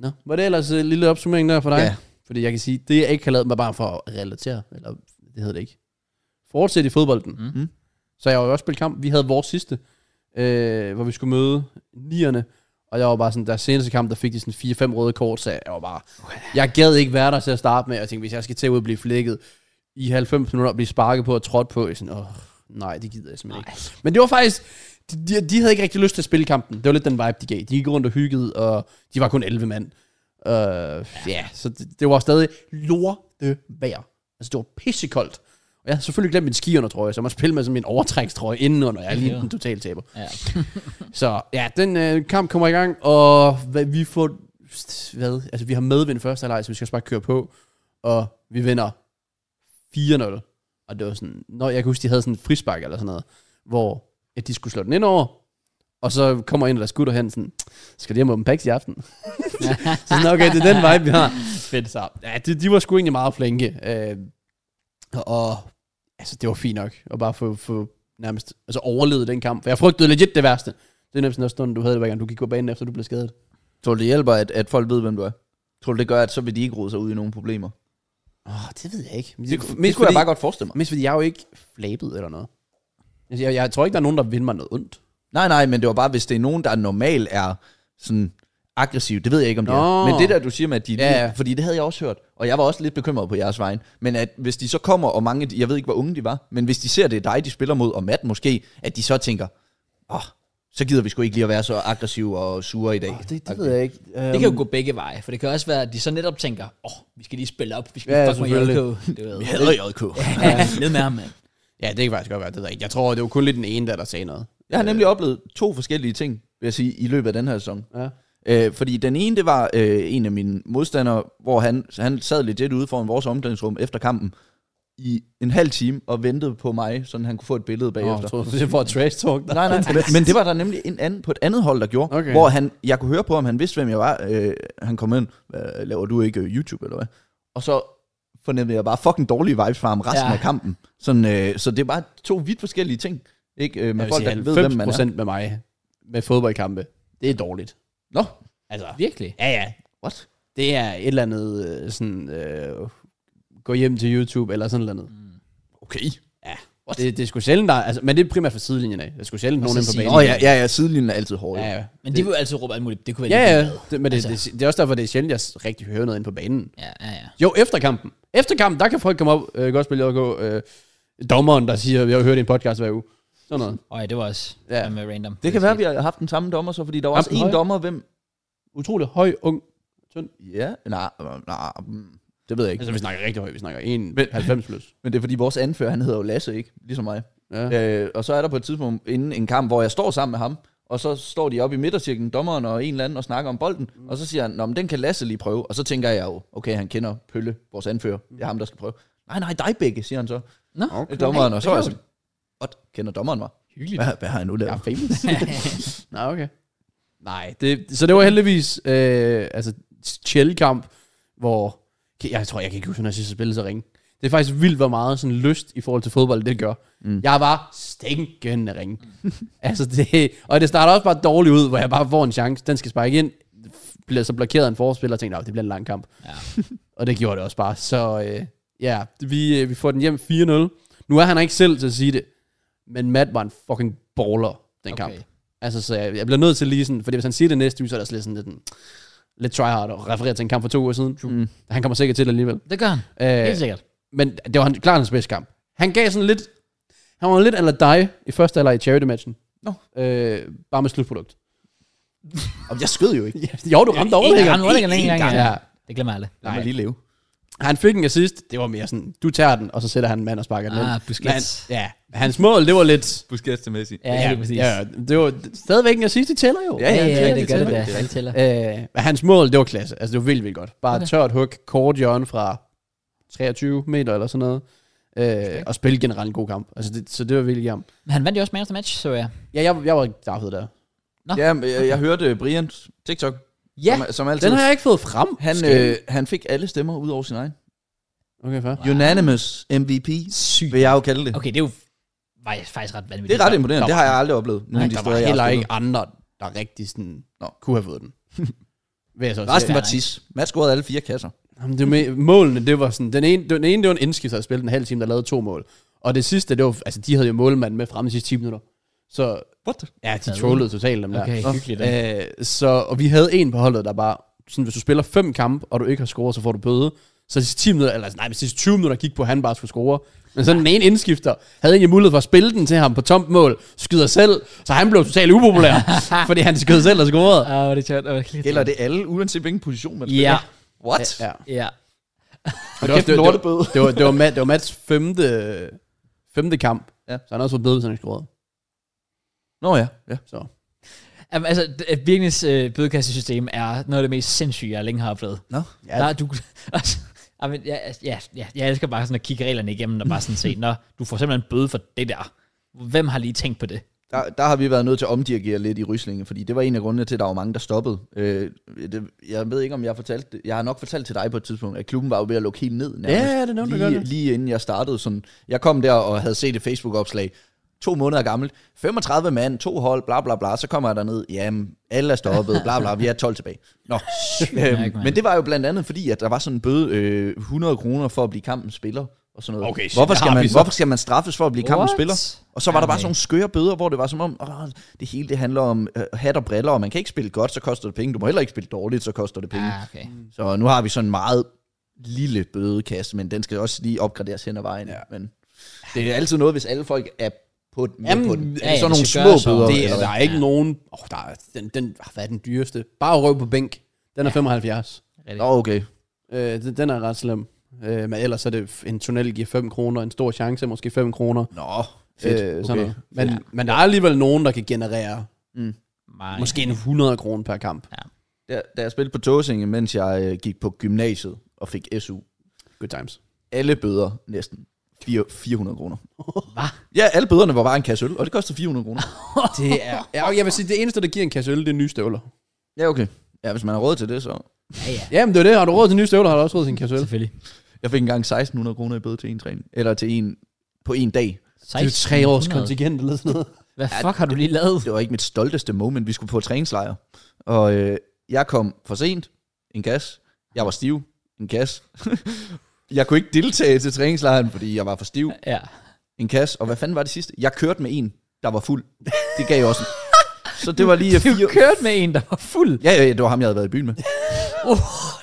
S3: Nå, var det ellers øh, en lille opsummering der for dig?
S2: Ja.
S3: Fordi jeg kan sige, det jeg ikke har lavet mig bare for at relatere, eller det hedder det ikke. Fortsæt i fodbolden.
S2: Mhm.
S3: Så jeg har jo også spillet kamp. Vi havde vores sidste, øh, hvor vi skulle møde nierne. Og jeg var bare sådan, der seneste kamp, der fik de sådan 4-5 røde kort, så jeg var bare, jeg gad ikke være der til at starte med, og jeg tænkte, hvis jeg skal til ud og blive flækket i 90 minutter og blive sparket på og trådt på, jeg er sådan, åh, nej, det gider jeg simpelthen nej. ikke. Men det var faktisk, de, de, de, havde ikke rigtig lyst til at spille kampen. Det var lidt den vibe, de gav. De gik rundt og hyggede, og de var kun 11 mand. Øh, ja, så det, det var stadig lorte vejr. Altså, det var pissekoldt. Og jeg havde selvfølgelig glemt min skiundertrøje, så jeg måtte spille med sådan min overtrækstrøje indenunder. Jeg er lige
S1: Ja.
S3: en total taber.
S1: Ja.
S3: Så ja, den øh, kamp kommer i gang, og hvad, vi får... Hvad? Altså, vi har medvind første halvleg, så vi skal også bare køre på. Og vi vinder 4-0. Og det var sådan... Når jeg kan huske, de havde sådan en frispark eller sådan noget, hvor at de skulle slå den ind over, og så kommer en af deres gutter hen sådan, skal de hjem åbne packs i aften? så sådan, okay, det er den vibe, vi har. Fedt. Så, ja, de, de var sgu egentlig meget flinke. Øh, og altså, det var fint nok at bare få, få nærmest altså, overleve den kamp. For jeg frygtede legit det værste. Det er nemlig sådan også stunden, du havde det, hver gang du gik på banen, efter du blev skadet.
S2: Tror du, det hjælper, at, at folk ved, hvem du er? Tror du, det gør, at så vil de ikke rode sig ud i nogle problemer?
S3: Åh, oh, det ved jeg ikke. Men
S2: Det, det, det kunne jeg bare godt forestille mig.
S3: Mest fordi jeg er jo ikke flabet eller noget. Altså, jeg, jeg tror ikke, der er nogen, der vil mig noget ondt.
S2: Nej, nej, men det var bare, hvis det er nogen, der normalt er sådan aggressiv. Det ved jeg ikke, om det er.
S3: Nå.
S2: Men det der, du siger med, at de...
S3: Ja, ja.
S2: Fordi det havde jeg også hørt. Og jeg var også lidt bekymret på jeres vejen. Men at hvis de så kommer, og mange... af de- Jeg ved ikke, hvor unge de var. Men hvis de ser, det er dig, de spiller mod, og Matt måske, at de så tænker, åh, oh, så gider vi sgu ikke lige at være så aggressive og sure i dag.
S3: Oh, det, det ved jeg ikke. Um,
S1: Det kan jo gå begge veje, for det kan også være, at de så netop tænker, åh, oh, vi skal lige spille op, vi skal
S3: Ja,
S1: ja, fuck med JK.
S3: selvfølgelig.
S1: Du ved.
S2: Vi hader JK.
S1: Ja, ned med ham, mand.
S3: Ja, det kan faktisk godt være. Det ved jeg ikke. Jeg tror, det var kun lidt den ene, der, der sagde noget.
S2: Jeg har nemlig oplevet to forskellige ting, vil jeg sige, i løbet af den her sæson.
S3: Ja.
S2: Øh, fordi den ene, det var øh, en af mine modstandere, hvor han, så han sad legit ude foran vores omklædningsrum efter kampen i en halv time og ventede på mig, så han kunne få et billede
S3: Åh, jeg
S2: bagefter.
S3: troede, det var trash talk. Der.
S2: Nej, nej, men, men det var der nemlig en anden, på et andet hold, der gjorde,
S3: Okay.
S2: hvor han, jeg kunne høre på ham, han vidste, hvem jeg var. Øh, han kom ind, "Hvad, laver du ikke øh, YouTube eller hvad? Og så fornemmede jeg bare fucking dårlige vibes fra ham resten
S1: Ja.
S2: ja. af kampen. Sådan, øh, så det er bare to vidt forskellige ting. Ikke? Øh,
S3: Jeg
S2: med
S3: vil
S2: folk,
S3: sige,
S2: der ikke ved, hvem man er.
S3: 90% med mig med fodboldkampe, det er dårligt.
S2: Nå,
S3: Altså,
S1: Virkelig.
S3: ja, ja.
S2: what?
S3: Det er et eller andet øh, sådan, øh, gå hjem til YouTube eller sådan noget. Mm.
S2: Okay.
S3: Ja, det, det er sgu sjældent, der, altså, men det er primært fra sidelinjen af. Det er sgu sjældent
S1: Og
S3: nogen
S1: så
S3: inde på
S1: sige,
S3: banen.
S2: Nå ja, ja, ja, sidelinjen er altid hård. jo.
S3: ja, ja.
S1: Men de vil jo altid råbe alt muligt. Det kunne være
S3: Ja,
S1: lidt
S3: ja,
S1: ligeglad.
S3: det, men det,
S1: Altså.
S3: altså. det, det, er også derfor, det er sjældent, jeg s- rigtig hører noget inde på banen.
S1: ja, ja, ja.
S3: Jo, efter kampen. Efter kampen, der kan folk komme op, øh, godt spille, og gå, øh, dommeren, der siger, jeg har hørt en podcast hver uge. Sådan noget.
S1: Og ja, det var også
S3: Ja.
S1: ja. med random.
S2: Det kan være, vi har haft den samme dommer så, fordi der var også
S3: Jamen,
S2: en
S3: høj.
S2: dommer, hvem...
S3: Utrolig høj, ung.
S2: Ja, nej, nej, mm, det ved jeg ikke.
S3: Altså, vi snakker rigtig høj, vi snakker 1,90 plus.
S2: Men det er fordi, vores anfører, han hedder jo Lasse, ikke? Ligesom mig.
S3: Ja.
S2: Øh, og så er der på et tidspunkt inden en kamp, hvor jeg står sammen med ham, og så står de oppe i midtercirklen, dommeren og en eller anden, og snakker om bolden. Mm. Og så siger han, Nå, men den kan Lasse lige prøve. Og så tænker jeg jo, okay, han kender Pølle, vores anfører. Det er ham, der skal prøve. Nej, nej, dig begge, siger han så.
S1: Nå,
S2: Okay. Dommeren,
S1: Nej,
S2: og så
S1: det
S2: er jeg
S1: er jo-
S2: sådan, "What? kender dommeren mig?
S1: hyggeligt.
S2: Hvad, hvad har jeg nu lavet?
S3: Jeg er famous. Nå, okay. Nej, det, så det var heldigvis øh, altså chill-kamp, hvor... Jeg tror, jeg kan ikke huske, når jeg sidst spillede så ringe. Det er faktisk vildt, hvor meget sådan lyst i forhold til fodbold, det gør. Mm. Jeg var stinkende ringe. altså det, og det starter også bare dårligt ud, hvor jeg bare får en chance. Den skal sparke ind. Bliver så blokeret af en forspiller, og tænker, "Nå, det bliver en lang kamp.
S1: Ja.
S3: og det gjorde det også bare. Så øh, ja, vi, øh, vi får den hjem 4-0. Nu er han ikke selv til at sige det, men Matt var en fucking baller, den okay.
S1: Okay.
S3: kamp. Altså, så jeg, jeg bliver nødt til lige sådan, fordi hvis han siger det næste uge, så er der sådan lidt sådan lidt, en- lidt tryhard og refererer til en kamp for to uger siden. Mm. Han kommer sikkert til det alligevel.
S1: Det gør han.
S3: Øh,
S1: Helt sikkert.
S3: men det var han, klart hans bedste kamp. Han gav sådan lidt, han var lidt eller dig i første eller i charity matchen.
S2: Nå.
S3: Øh, bare med slutprodukt.
S2: Jamen, jeg skød jo ikke.
S3: jo, du ramte
S1: En gang,
S3: overlæggeren.
S1: nu er det ikke engang.
S3: Ja. ja.
S1: Det glemmer jeg aldrig.
S2: Lad
S3: Nej.
S2: mig lige leve.
S3: Han fik en assist, det var mere sådan, du tager den, og så sætter han en mand og sparker den
S1: Ah,
S3: ind.
S1: Busquets.
S3: Men, ja, hans mål, det var lidt...
S2: Busquets til Messi.
S1: Ja, det er præcis.
S3: ja, det var stadigvæk en assist, det tæller jo.
S1: Ja, ja, ja, Øh, det
S2: det
S1: gør det
S2: tæller.
S1: da.
S2: Det er
S1: Det tæller.
S3: Øh, men hans mål, det var klasse. Altså, det var vildt, vildt godt. Bare
S1: Okay.
S3: okay. tørt hook, kort hjørne fra 23 meter eller sådan noget. Øh, og spille generelt en god kamp. Altså, det, så det var vildt jam.
S1: Men Øh, han vandt jo også man of the match, så jeg.
S3: Ja, jeg, jeg var ikke daffet der.
S1: Nå.
S2: Ja, men jeg, jeg hørte Brians TikTok,
S1: Ja,
S2: som, som altid.
S3: Den har jeg ikke fået frem.
S2: Han,
S3: Skal-
S2: øh, han fik alle stemmer ud over sin egen.
S3: øh, Okay, fair.
S2: Wow. Unanimous MVP,
S1: sygt.
S2: vil jeg jo kalde det. Okay.
S1: Okay, det er jo var- faktisk ret vanvittigt.
S2: Det er ret imponerende.
S3: Der
S2: Det
S3: var-
S2: har jeg aldrig oplevet. Nogen
S1: Nej,
S2: af de
S3: Der
S2: steder,
S3: var
S2: jeg
S3: heller
S2: har
S3: ikke andre, der rigtig sådan, Nå. kunne have fået den. Vil jeg så
S2: spillet. Resten
S3: sige.
S2: var tis. Mads scorede alle fire kasser.
S3: Jamen, det med, målene, det var sådan... Den ene, den ene det var en indskifter, der spillede en halv time, der lavede to mål. Og det sidste, det var... Altså, de havde jo målmanden med frem de sidste 10 minutter. Så
S2: What?
S3: ja, de trollede totalt dem der.
S1: Okay, hyggeligt. da.
S3: Øh, så, og vi havde en på holdet, der bare, sådan, hvis du spiller fem kampe, og du ikke har scoret, så får du bøde. Så de sidste 10 minutter, eller nej, de sidste 20 minutter gik på, at han bare skulle score. Men sådan den ene indskifter havde egentlig mulighed for at spille den til ham på tomt mål, skyder selv, så han blev totalt upopulær, fordi han skød selv og scorede.
S1: Åh, det er tørt. Åh, det er
S2: Gælder det alle, uanset hvilken position man
S1: Ja,
S2: What? Ja,
S3: Ja.
S2: ja.
S1: ja.
S2: kæft,
S3: Og det, var- det,
S2: lortebøde.
S3: var- det, var, det, var, Matt, det var Mats femte, femte kamp,
S2: Ja.
S3: ja. så han har også fået bøde, hvis han ikke scorede.
S2: Nå ja. ja.
S3: Så.
S1: Jamen, altså, d- Birkenes øh, bødekassesystem er noget af det mest sindssyge, jeg længe har oplevet.
S2: Nå.
S1: Ja. Der er du... Altså, jamen, ja, altså, ja, ja, jeg elsker bare sådan at kigge reglerne igennem og bare sådan se, når du får simpelthen en bøde for det der. Hvem har lige tænkt på det?
S2: Der, der har vi været nødt til at omdirigere lidt i Ryslinge, fordi det var en af grundene til, at der var mange, der stoppede. Øh, det, jeg ved ikke, om jeg fortalte det. Jeg har nok fortalt til dig på et tidspunkt, at klubben var jo ved at lukke helt ned nærmest.
S3: Ja, ja, det nævnte du
S2: lige,
S3: godt, ja.
S2: lige inden jeg startede. Sådan, jeg kom der og havde set et Facebook-opslag, to måneder gammelt, 35 mand, to hold, bla bla bla, så kommer jeg derned, jamen, alle er stoppet, bla bla, vi er 12 tilbage. Nå.
S1: mærke,
S2: øhm,
S1: mand.
S2: men det var jo blandt andet fordi, at der var sådan en bøde øh, 100 kroner for at blive kampens spiller. Og sådan noget.
S3: Okay, shit,
S2: hvorfor,
S3: der
S2: skal
S3: har
S2: man,
S3: vi så-
S2: hvorfor skal man straffes for at blive kampens
S1: What?
S2: spiller? Og så var der bare
S1: Ej.
S2: sådan nogle skøre bøder, hvor det var som om, åh, det hele det handler om øh, hat og briller, og man kan ikke spille godt, så koster det penge. Du må heller ikke spille dårligt, så koster det penge.
S1: Ah, okay.
S2: Så nu har vi sådan en meget lille bødekasse, men den skal også lige opgraderes hen ad vejen. Ja. Men det er altid noget, hvis alle folk er på, med
S3: Jamen,
S2: på den?
S3: ja,
S2: Er det
S1: ja,
S2: sådan nogle
S1: det skal gøre
S2: små
S1: så.
S2: bøder?
S3: Det
S2: eller
S3: er,
S2: hvad?
S3: der er ikke ja. nogen... Åh, oh, der er, den, den, ah, hvad er den dyreste? Bare røv på bænk. Den er ja. 75.
S2: Nå, okay.
S3: Øh, den, den er ret slem. Øh, men ellers er det f- en tunnel giver 5 kroner, en stor chance måske 5 kroner.
S2: Nå,
S3: Øh,
S2: fedt.
S3: sådan
S2: okay.
S3: noget. Men, ja. men der er alligevel nogen, der kan generere
S1: Nej.
S3: måske en 100 kroner per kamp.
S2: Da, da jeg spillede på Tåsinge, mens jeg øh, gik på gymnasiet og fik SU,
S3: Good times.
S2: alle bøder næsten fire- 400 kroner.
S1: Hvad?
S2: Ja, alle bøderne var bare en kasse øl, og det kostede 400 kroner.
S3: Det er... Ja, og jeg vil sige, det eneste, der giver en kasse øl, det er nye støvler.
S2: Ja, okay. Ja, hvis man har råd til det, så...
S1: Ja, ja.
S3: Jamen, det er det. Har du råd til nye støvler, har du også råd til en kasse øl.
S1: Selvfølgelig.
S2: Jeg fik engang 1600 kroner i bøde til en træning. Eller til en... På en dag.
S3: Det er jo tre års kontingent eller sådan noget.
S1: Hvad fuck har du lige lavet?
S2: Det var ikke mit stolteste moment. Vi skulle på træningslejr. Og øh, jeg kom for sent. En gas. Jeg var stiv. En gas. jeg kunne ikke deltage til træningslejren, fordi jeg var for stiv.
S1: Ja.
S2: En gas. Og hvad fanden var det sidste? Jeg kørte med en, der var fuld. Det gav også en... Så det var lige
S1: Du
S2: fire...
S1: kørte med en, der var fuld.
S2: Ja, ja, ja, det var ham, jeg havde været i byen med.
S1: Oh,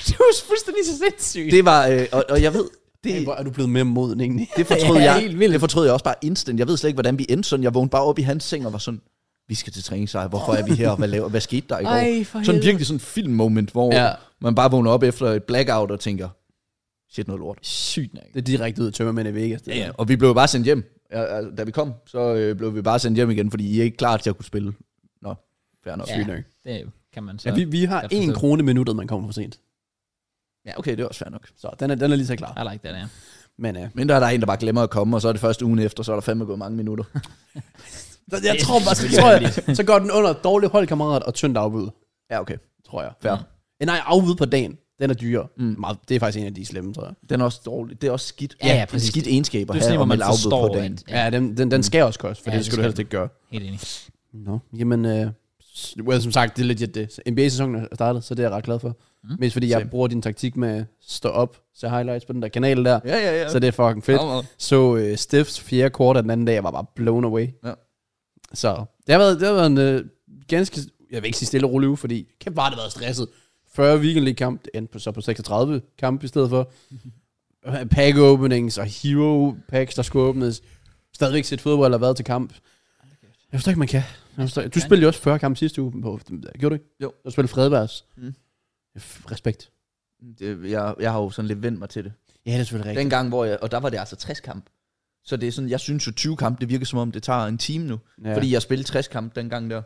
S1: det var fuldstændig så sindssygt.
S2: Det var... Øh, og, og jeg ved... Det,
S3: Hey, hvor er du blevet mere moden egentlig?
S2: Det fortrød,
S1: Ja,
S2: ja,
S1: helt
S2: jeg, det fortrød jeg også bare instant. Jeg ved slet ikke, hvordan vi endte sådan. Jeg vågnede bare op i hans seng og var sådan, vi skal til træningslejr. Hvorfor er vi her? Hvad, laver, hvad skete der i går?
S1: Ej, for
S2: sådan
S1: helvede.
S2: virkelig sådan en filmmoment, hvor
S3: Ja.
S2: ja. man bare vågner op efter et blackout og tænker, shit noget lort.
S1: Sygt nok.
S3: Det er direkte ud af tømmermænd i Vegas. Det
S2: Og vi blev jo bare sendt hjem. Ja, altså, da vi kom, så øh, blev vi bare sendt hjem igen, fordi I er ikke klar til at kunne spille. Nå, fair nok.
S1: Ja.
S2: Ja,
S3: nok.
S1: Det kan man så.
S3: Ja, vi, vi har
S1: Jeg
S3: en
S1: forstår.
S3: krone i minuttet, man kommer for sent.
S2: ja okay, det er også fair nok.
S3: Så den er, den er lige så klar.
S1: I like that, ja.
S3: Men uh,
S2: Men der er der en, der bare glemmer at komme, og så er det første ugen efter, så er der fandme gået mange minutter.
S3: jeg tror bare, så, tror jeg, så går den under dårlig holdkammerat og tyndt afbud,
S2: Ja, okay.
S3: tror jeg.
S2: Fair.
S3: Eh, Nej, afbud på dagen. Den er dyrere. Mm. Meget- Det er faktisk en af de slemme, tror jeg.
S2: Den er også dårlig. Det er også skidt.
S1: Ja, ja,
S2: Det er en
S1: præcis.
S2: Skidt egenskaber
S1: Det er sådan, hvor man forstår,
S2: på dagen.
S1: at, ja,
S3: Ja, ja den, den, den skal også koste, for
S1: Ja,
S3: ja, det
S1: det
S3: skal du
S1: skal
S3: helst
S1: den.
S3: ikke gøre.
S1: helt enig.
S3: Nå, jamen, øh, s- well, som sagt, det er legit det. Så NBA-sæsonen er startet, så det er jeg ret glad for. Mm. Mest fordi jeg
S2: Same.
S3: bruger din taktik med at stå op, se highlights på den der kanal der,
S2: Ja, ja, ja.
S3: så det er fucking fedt.
S2: Meget, meget.
S3: Så øh, Steffs fjerde quarter den anden dag, jeg var bare blown away.
S2: Ja.
S3: Så det har været, det har været en øh, ganske, jeg vil ikke sige stille og rolig uge, fordi kæft var det været stresset. 40 weekendlig kamp, det endte på, så på 36 kamp i stedet for. pack openings og hero packs, der skulle åbnes. Stadigvæk set fodbold eller været til kamp. Jeg forstår ikke, man kan. Jeg forstår, ikke. du spillede jo også 40 kampe sidste uge. På, gjorde du ikke?
S2: Jo.
S3: Du spillede Fredbergs.
S2: Mm.
S3: Mm. Respekt.
S2: Det, jeg, jeg har jo sådan lidt vendt mig til det.
S3: Ja, det er selvfølgelig rigtigt.
S2: Den gang, hvor jeg, og der var det altså 60 kamp. Så det er sådan, jeg synes jo 20 kamp, det virker som om, det tager en time nu.
S3: Ja.
S2: Ja. Fordi jeg spillede 60 kamp dengang der.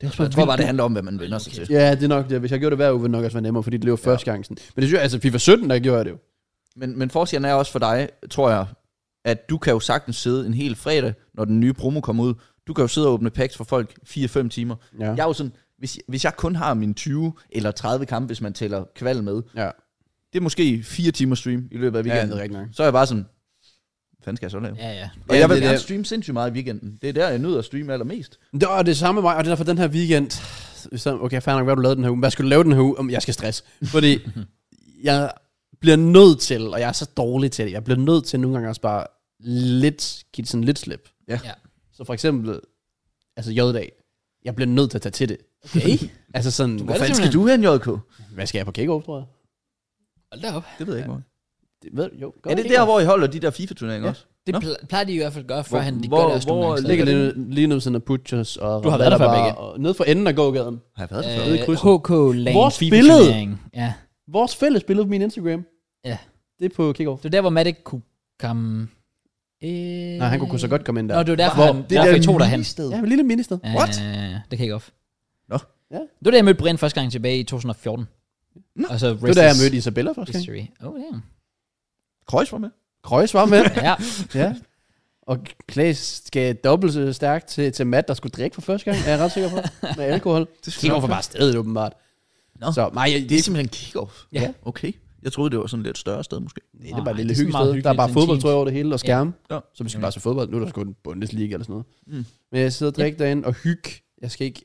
S3: det er også
S2: Så jeg
S3: bare
S2: tror bare,
S3: vildt.
S2: det handler om, hvad man vender sig til.
S3: Ja, det er nok det. Hvis jeg gjorde det hver uge, ville det nok også være nemmere, fordi det blev første gang. Sådan. Men det synes jeg, altså FIFA 17, der gjorde jeg det jo.
S2: Men, men forskellen er også for dig, tror jeg, at du kan jo sagtens sidde en hel fredag, når den nye promo kommer ud. Du kan jo sidde og åbne packs for folk 4-5 timer.
S3: Ja.
S2: Jeg er jo sådan, hvis, hvis jeg kun har mine 20 eller 30 kampe, hvis man tæller kval med,
S3: ja.
S2: det er måske 4 timer stream i løbet af
S3: ja det
S2: weekenden.
S3: er
S2: Ja,
S3: rigtig nok.
S2: så er jeg bare sådan, hvad fanden skal jeg så lave?
S1: Ja, ja.
S2: Og
S3: Ja,
S2: jeg
S3: det
S2: vil
S3: er
S2: gerne
S3: det.
S2: streame sindssygt meget i weekenden. Det er der, jeg nyder at streame allermest.
S3: Det var det samme med mig, og det er derfor den her weekend. Så, okay, fair nok, hvad har du lavede den her uge. Hvad skal du lave den her uge? Om jeg skal stress. Fordi jeg bliver nødt til, og jeg er så dårlig til det, jeg bliver nødt til nogle gange også bare lidt, give det sådan lidt slip.
S1: Ja.
S3: Så for eksempel, altså J-dag, jeg bliver nødt til at tage til det.
S1: Okay.
S3: Altså sådan,
S1: Hvad
S2: Hvad
S1: er det
S2: fanden skal du have en JK? Det
S3: hvad skal jeg på kick tror jeg?
S1: Hold da op.
S2: ved jeg ikke, hvor.
S3: Det, ved, jo,
S2: Er det der, hvor I holder de der FIFA-turneringer
S3: Ja.
S2: også?
S1: Det
S2: Nå.
S1: pl- plejer de i hvert fald at gøre, før
S2: Hvor-
S1: han de
S2: hvor-
S1: gør det også
S2: hvor
S1: nogle gange.
S3: ligger
S2: ligger
S3: det lige nu sådan Butchers og
S1: Du har været der før,
S3: Rabarbar
S1: Mikke.
S3: og nede for enden af gågaden.
S2: Har jeg været der
S3: nede altså, i
S1: Øh,
S3: krydset.
S1: HK Lane
S3: Vores
S1: FIFA
S3: billede.
S1: turnering. Ja.
S3: Vores fælles billede på min Instagram.
S1: Ja.
S3: Det er på kickoff.
S1: Det var der, hvor Matt ikke kunne komme... Øh...
S3: Nej, han kunne så godt komme ind der.
S1: Nå, det var derfor,
S3: Hvor-
S1: han, det derfor I tog derhen.
S2: Sted.
S3: Ja, men lille minister.
S1: Ja,
S2: What?
S1: ja, ja, det kan ikke off.
S2: Nå.
S3: Ja.
S1: Det var da jeg mødte Brian første gang tilbage i 2014.
S2: Nå.
S1: Og så
S3: Det var da jeg mødte Isabella første gang.
S1: History. Oh, damn.
S2: Kreuz var med.
S3: Krøjs var med.
S1: Ja,
S3: ja. Og Klaas skal dobbelt så stærkt til, til Matt, der skulle drikke for første gang, er jeg ret sikker på, med alkohol.
S2: Det
S3: Kig over for bare stedet, åbenbart.
S2: Nå.
S3: Så, nej, jeg,
S2: Det er simpelthen kick-off.
S1: Ja.
S2: Okay. Jeg troede, det var sådan et lidt større sted måske.
S3: det er bare et
S1: Nej,
S3: lille
S1: det er sådan meget
S3: hyggested. Der er
S1: hyggeligt,
S3: bare
S1: sådan
S3: fodbold,
S1: teams.
S3: tror jeg, over det hele, og skærme.
S2: Ja. Ja.
S3: Så vi skal bare se fodbold. Nu er der sgu en Bundesliga eller sådan noget.
S2: Mm.
S3: Men jeg sidder og drikker derinde og hyg. Jeg skal ikke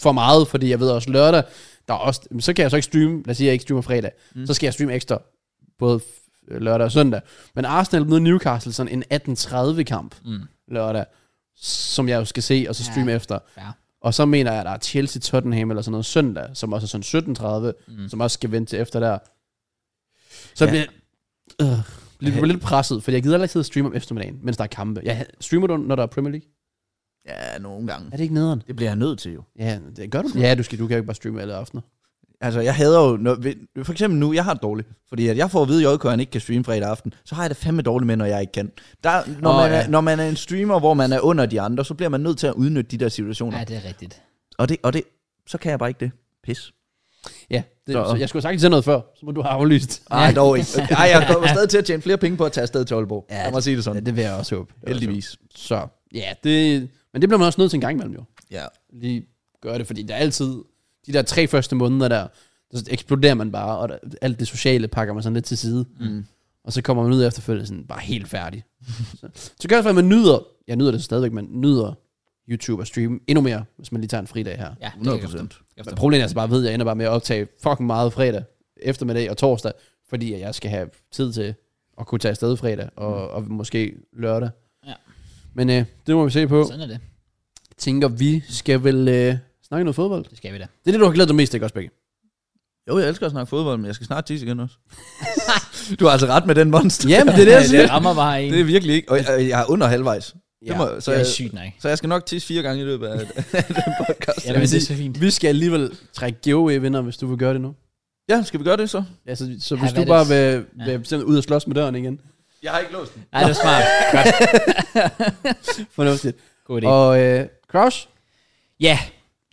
S3: for meget, fordi jeg ved også lørdag, der er også, så kan jeg så ikke streame, lad os sige, jeg ikke streamer fredag, mm. så skal jeg streame ekstra, både f- lørdag og søndag. Men Arsenal møder Newcastle, sådan en 18.30 kamp
S1: Mm.
S3: lørdag, som jeg jo skal se, og så streame
S1: Ja.
S3: ja. efter.
S1: Ja.
S3: Og så mener jeg, at der er Chelsea Tottenham eller sådan noget søndag, som også er sådan 17.30, mm. som også skal vente til efter der. Så
S2: Ja.
S3: ja. bliver øh, lidt, lidt presset, for jeg gider heller ikke sidde og streame om eftermiddagen, mens der er kampe. Jeg streamer du, når der er Premier League?
S2: Ja, nogle gange.
S3: Er det ikke nederen?
S2: Det bliver jeg nødt til jo.
S3: Ja, det gør du. Ja, du, skal, du kan jo ikke bare streame alle aftener.
S2: Altså, jeg hader jo... Når, ved- for eksempel nu, jeg har det dårligt. Fordi at jeg får at vide, at JK han ikke kan streame fredag aften. Så har jeg det fandme dårligt med, når jeg ikke kan. Der, når,
S3: Åh,
S2: oh, man er,
S3: ja.
S2: når man er en streamer, hvor man er under de andre, så bliver man nødt til at udnytte de der situationer.
S1: Ja,
S2: Ja.
S1: det er rigtigt.
S2: Og, det, og det, så kan jeg bare ikke det. Pis.
S3: Ja, det,
S2: Så-
S3: så, så, jeg skulle have sagt til noget før, så må du have aflyst.
S2: Ej, dog ikke. Ej, jeg kommer stadig til at tjene flere penge på at tage afsted til Aalborg. Ja,
S3: Ja,
S2: Lad mig sige det sådan.
S3: Ja, det vil jeg også håbe.
S2: Heldigvis.
S3: Så ja, det, men det bliver man også nødt til en gang imellem jo.
S2: Ja.
S3: Lige gøre det, fordi der er altid, de der tre første måneder der, så eksploderer man bare, og der, alt det sociale pakker man sådan lidt til side.
S2: Mm.
S3: Og så kommer man ud efterfølgende sådan bare helt færdig. så, så gør det for, at man nyder, jeg nyder det stadigvæk, man nyder YouTube og stream endnu mere, hvis man lige tager en fridag her.
S1: Ja, det
S2: 100
S1: kan jeg godt
S2: procent.
S3: Men problemet er altså bare, ved, at jeg ender bare med at optage fucking meget fredag, eftermiddag og torsdag, fordi at jeg skal have tid til at kunne tage afsted fredag, og, og måske lørdag.
S1: Mm. Ja.
S3: Men øh, det må vi se på.
S1: forstå.
S3: Jeg
S1: Sådan er det.
S3: tænker, vi skal vel øh, snakke noget fodbold.
S1: Det skal vi da.
S3: Det er det, du har glædet dig mest til, ikke også, Becky?
S2: Jo, jeg elsker at snakke fodbold, men jeg skal snart tisse igen også. du har altså ret med den monster.
S3: Jamen, det er det, jeg
S1: det
S3: siger.
S1: rammer bare en.
S2: Det er virkelig ikke. Og jeg, jeg er under halvvejs. Det
S3: Ja.
S2: må, så,
S1: det
S2: jeg,
S1: er sygt nok.
S2: så jeg skal nok tisse fire gange i løbet af den podcast.
S1: Jamen,
S3: vil
S1: det er
S3: sige-
S1: så fint.
S3: Vi skal alligevel trække giveaway-vinder, hvis du vil gøre det nu.
S2: Ja, skal vi gøre det så?
S3: Ja, så, så
S1: Ja,
S3: hvis
S1: hvad
S3: du
S1: er
S3: bare
S1: det?
S3: vil,
S1: Ja.
S3: vil ja. ud og slås med døren igen.
S2: Jeg har ikke låst den.
S1: Nej, det var smart. Godt.
S3: Fornuftigt.
S1: God idé.
S3: Og øh, Crush,
S1: Ja,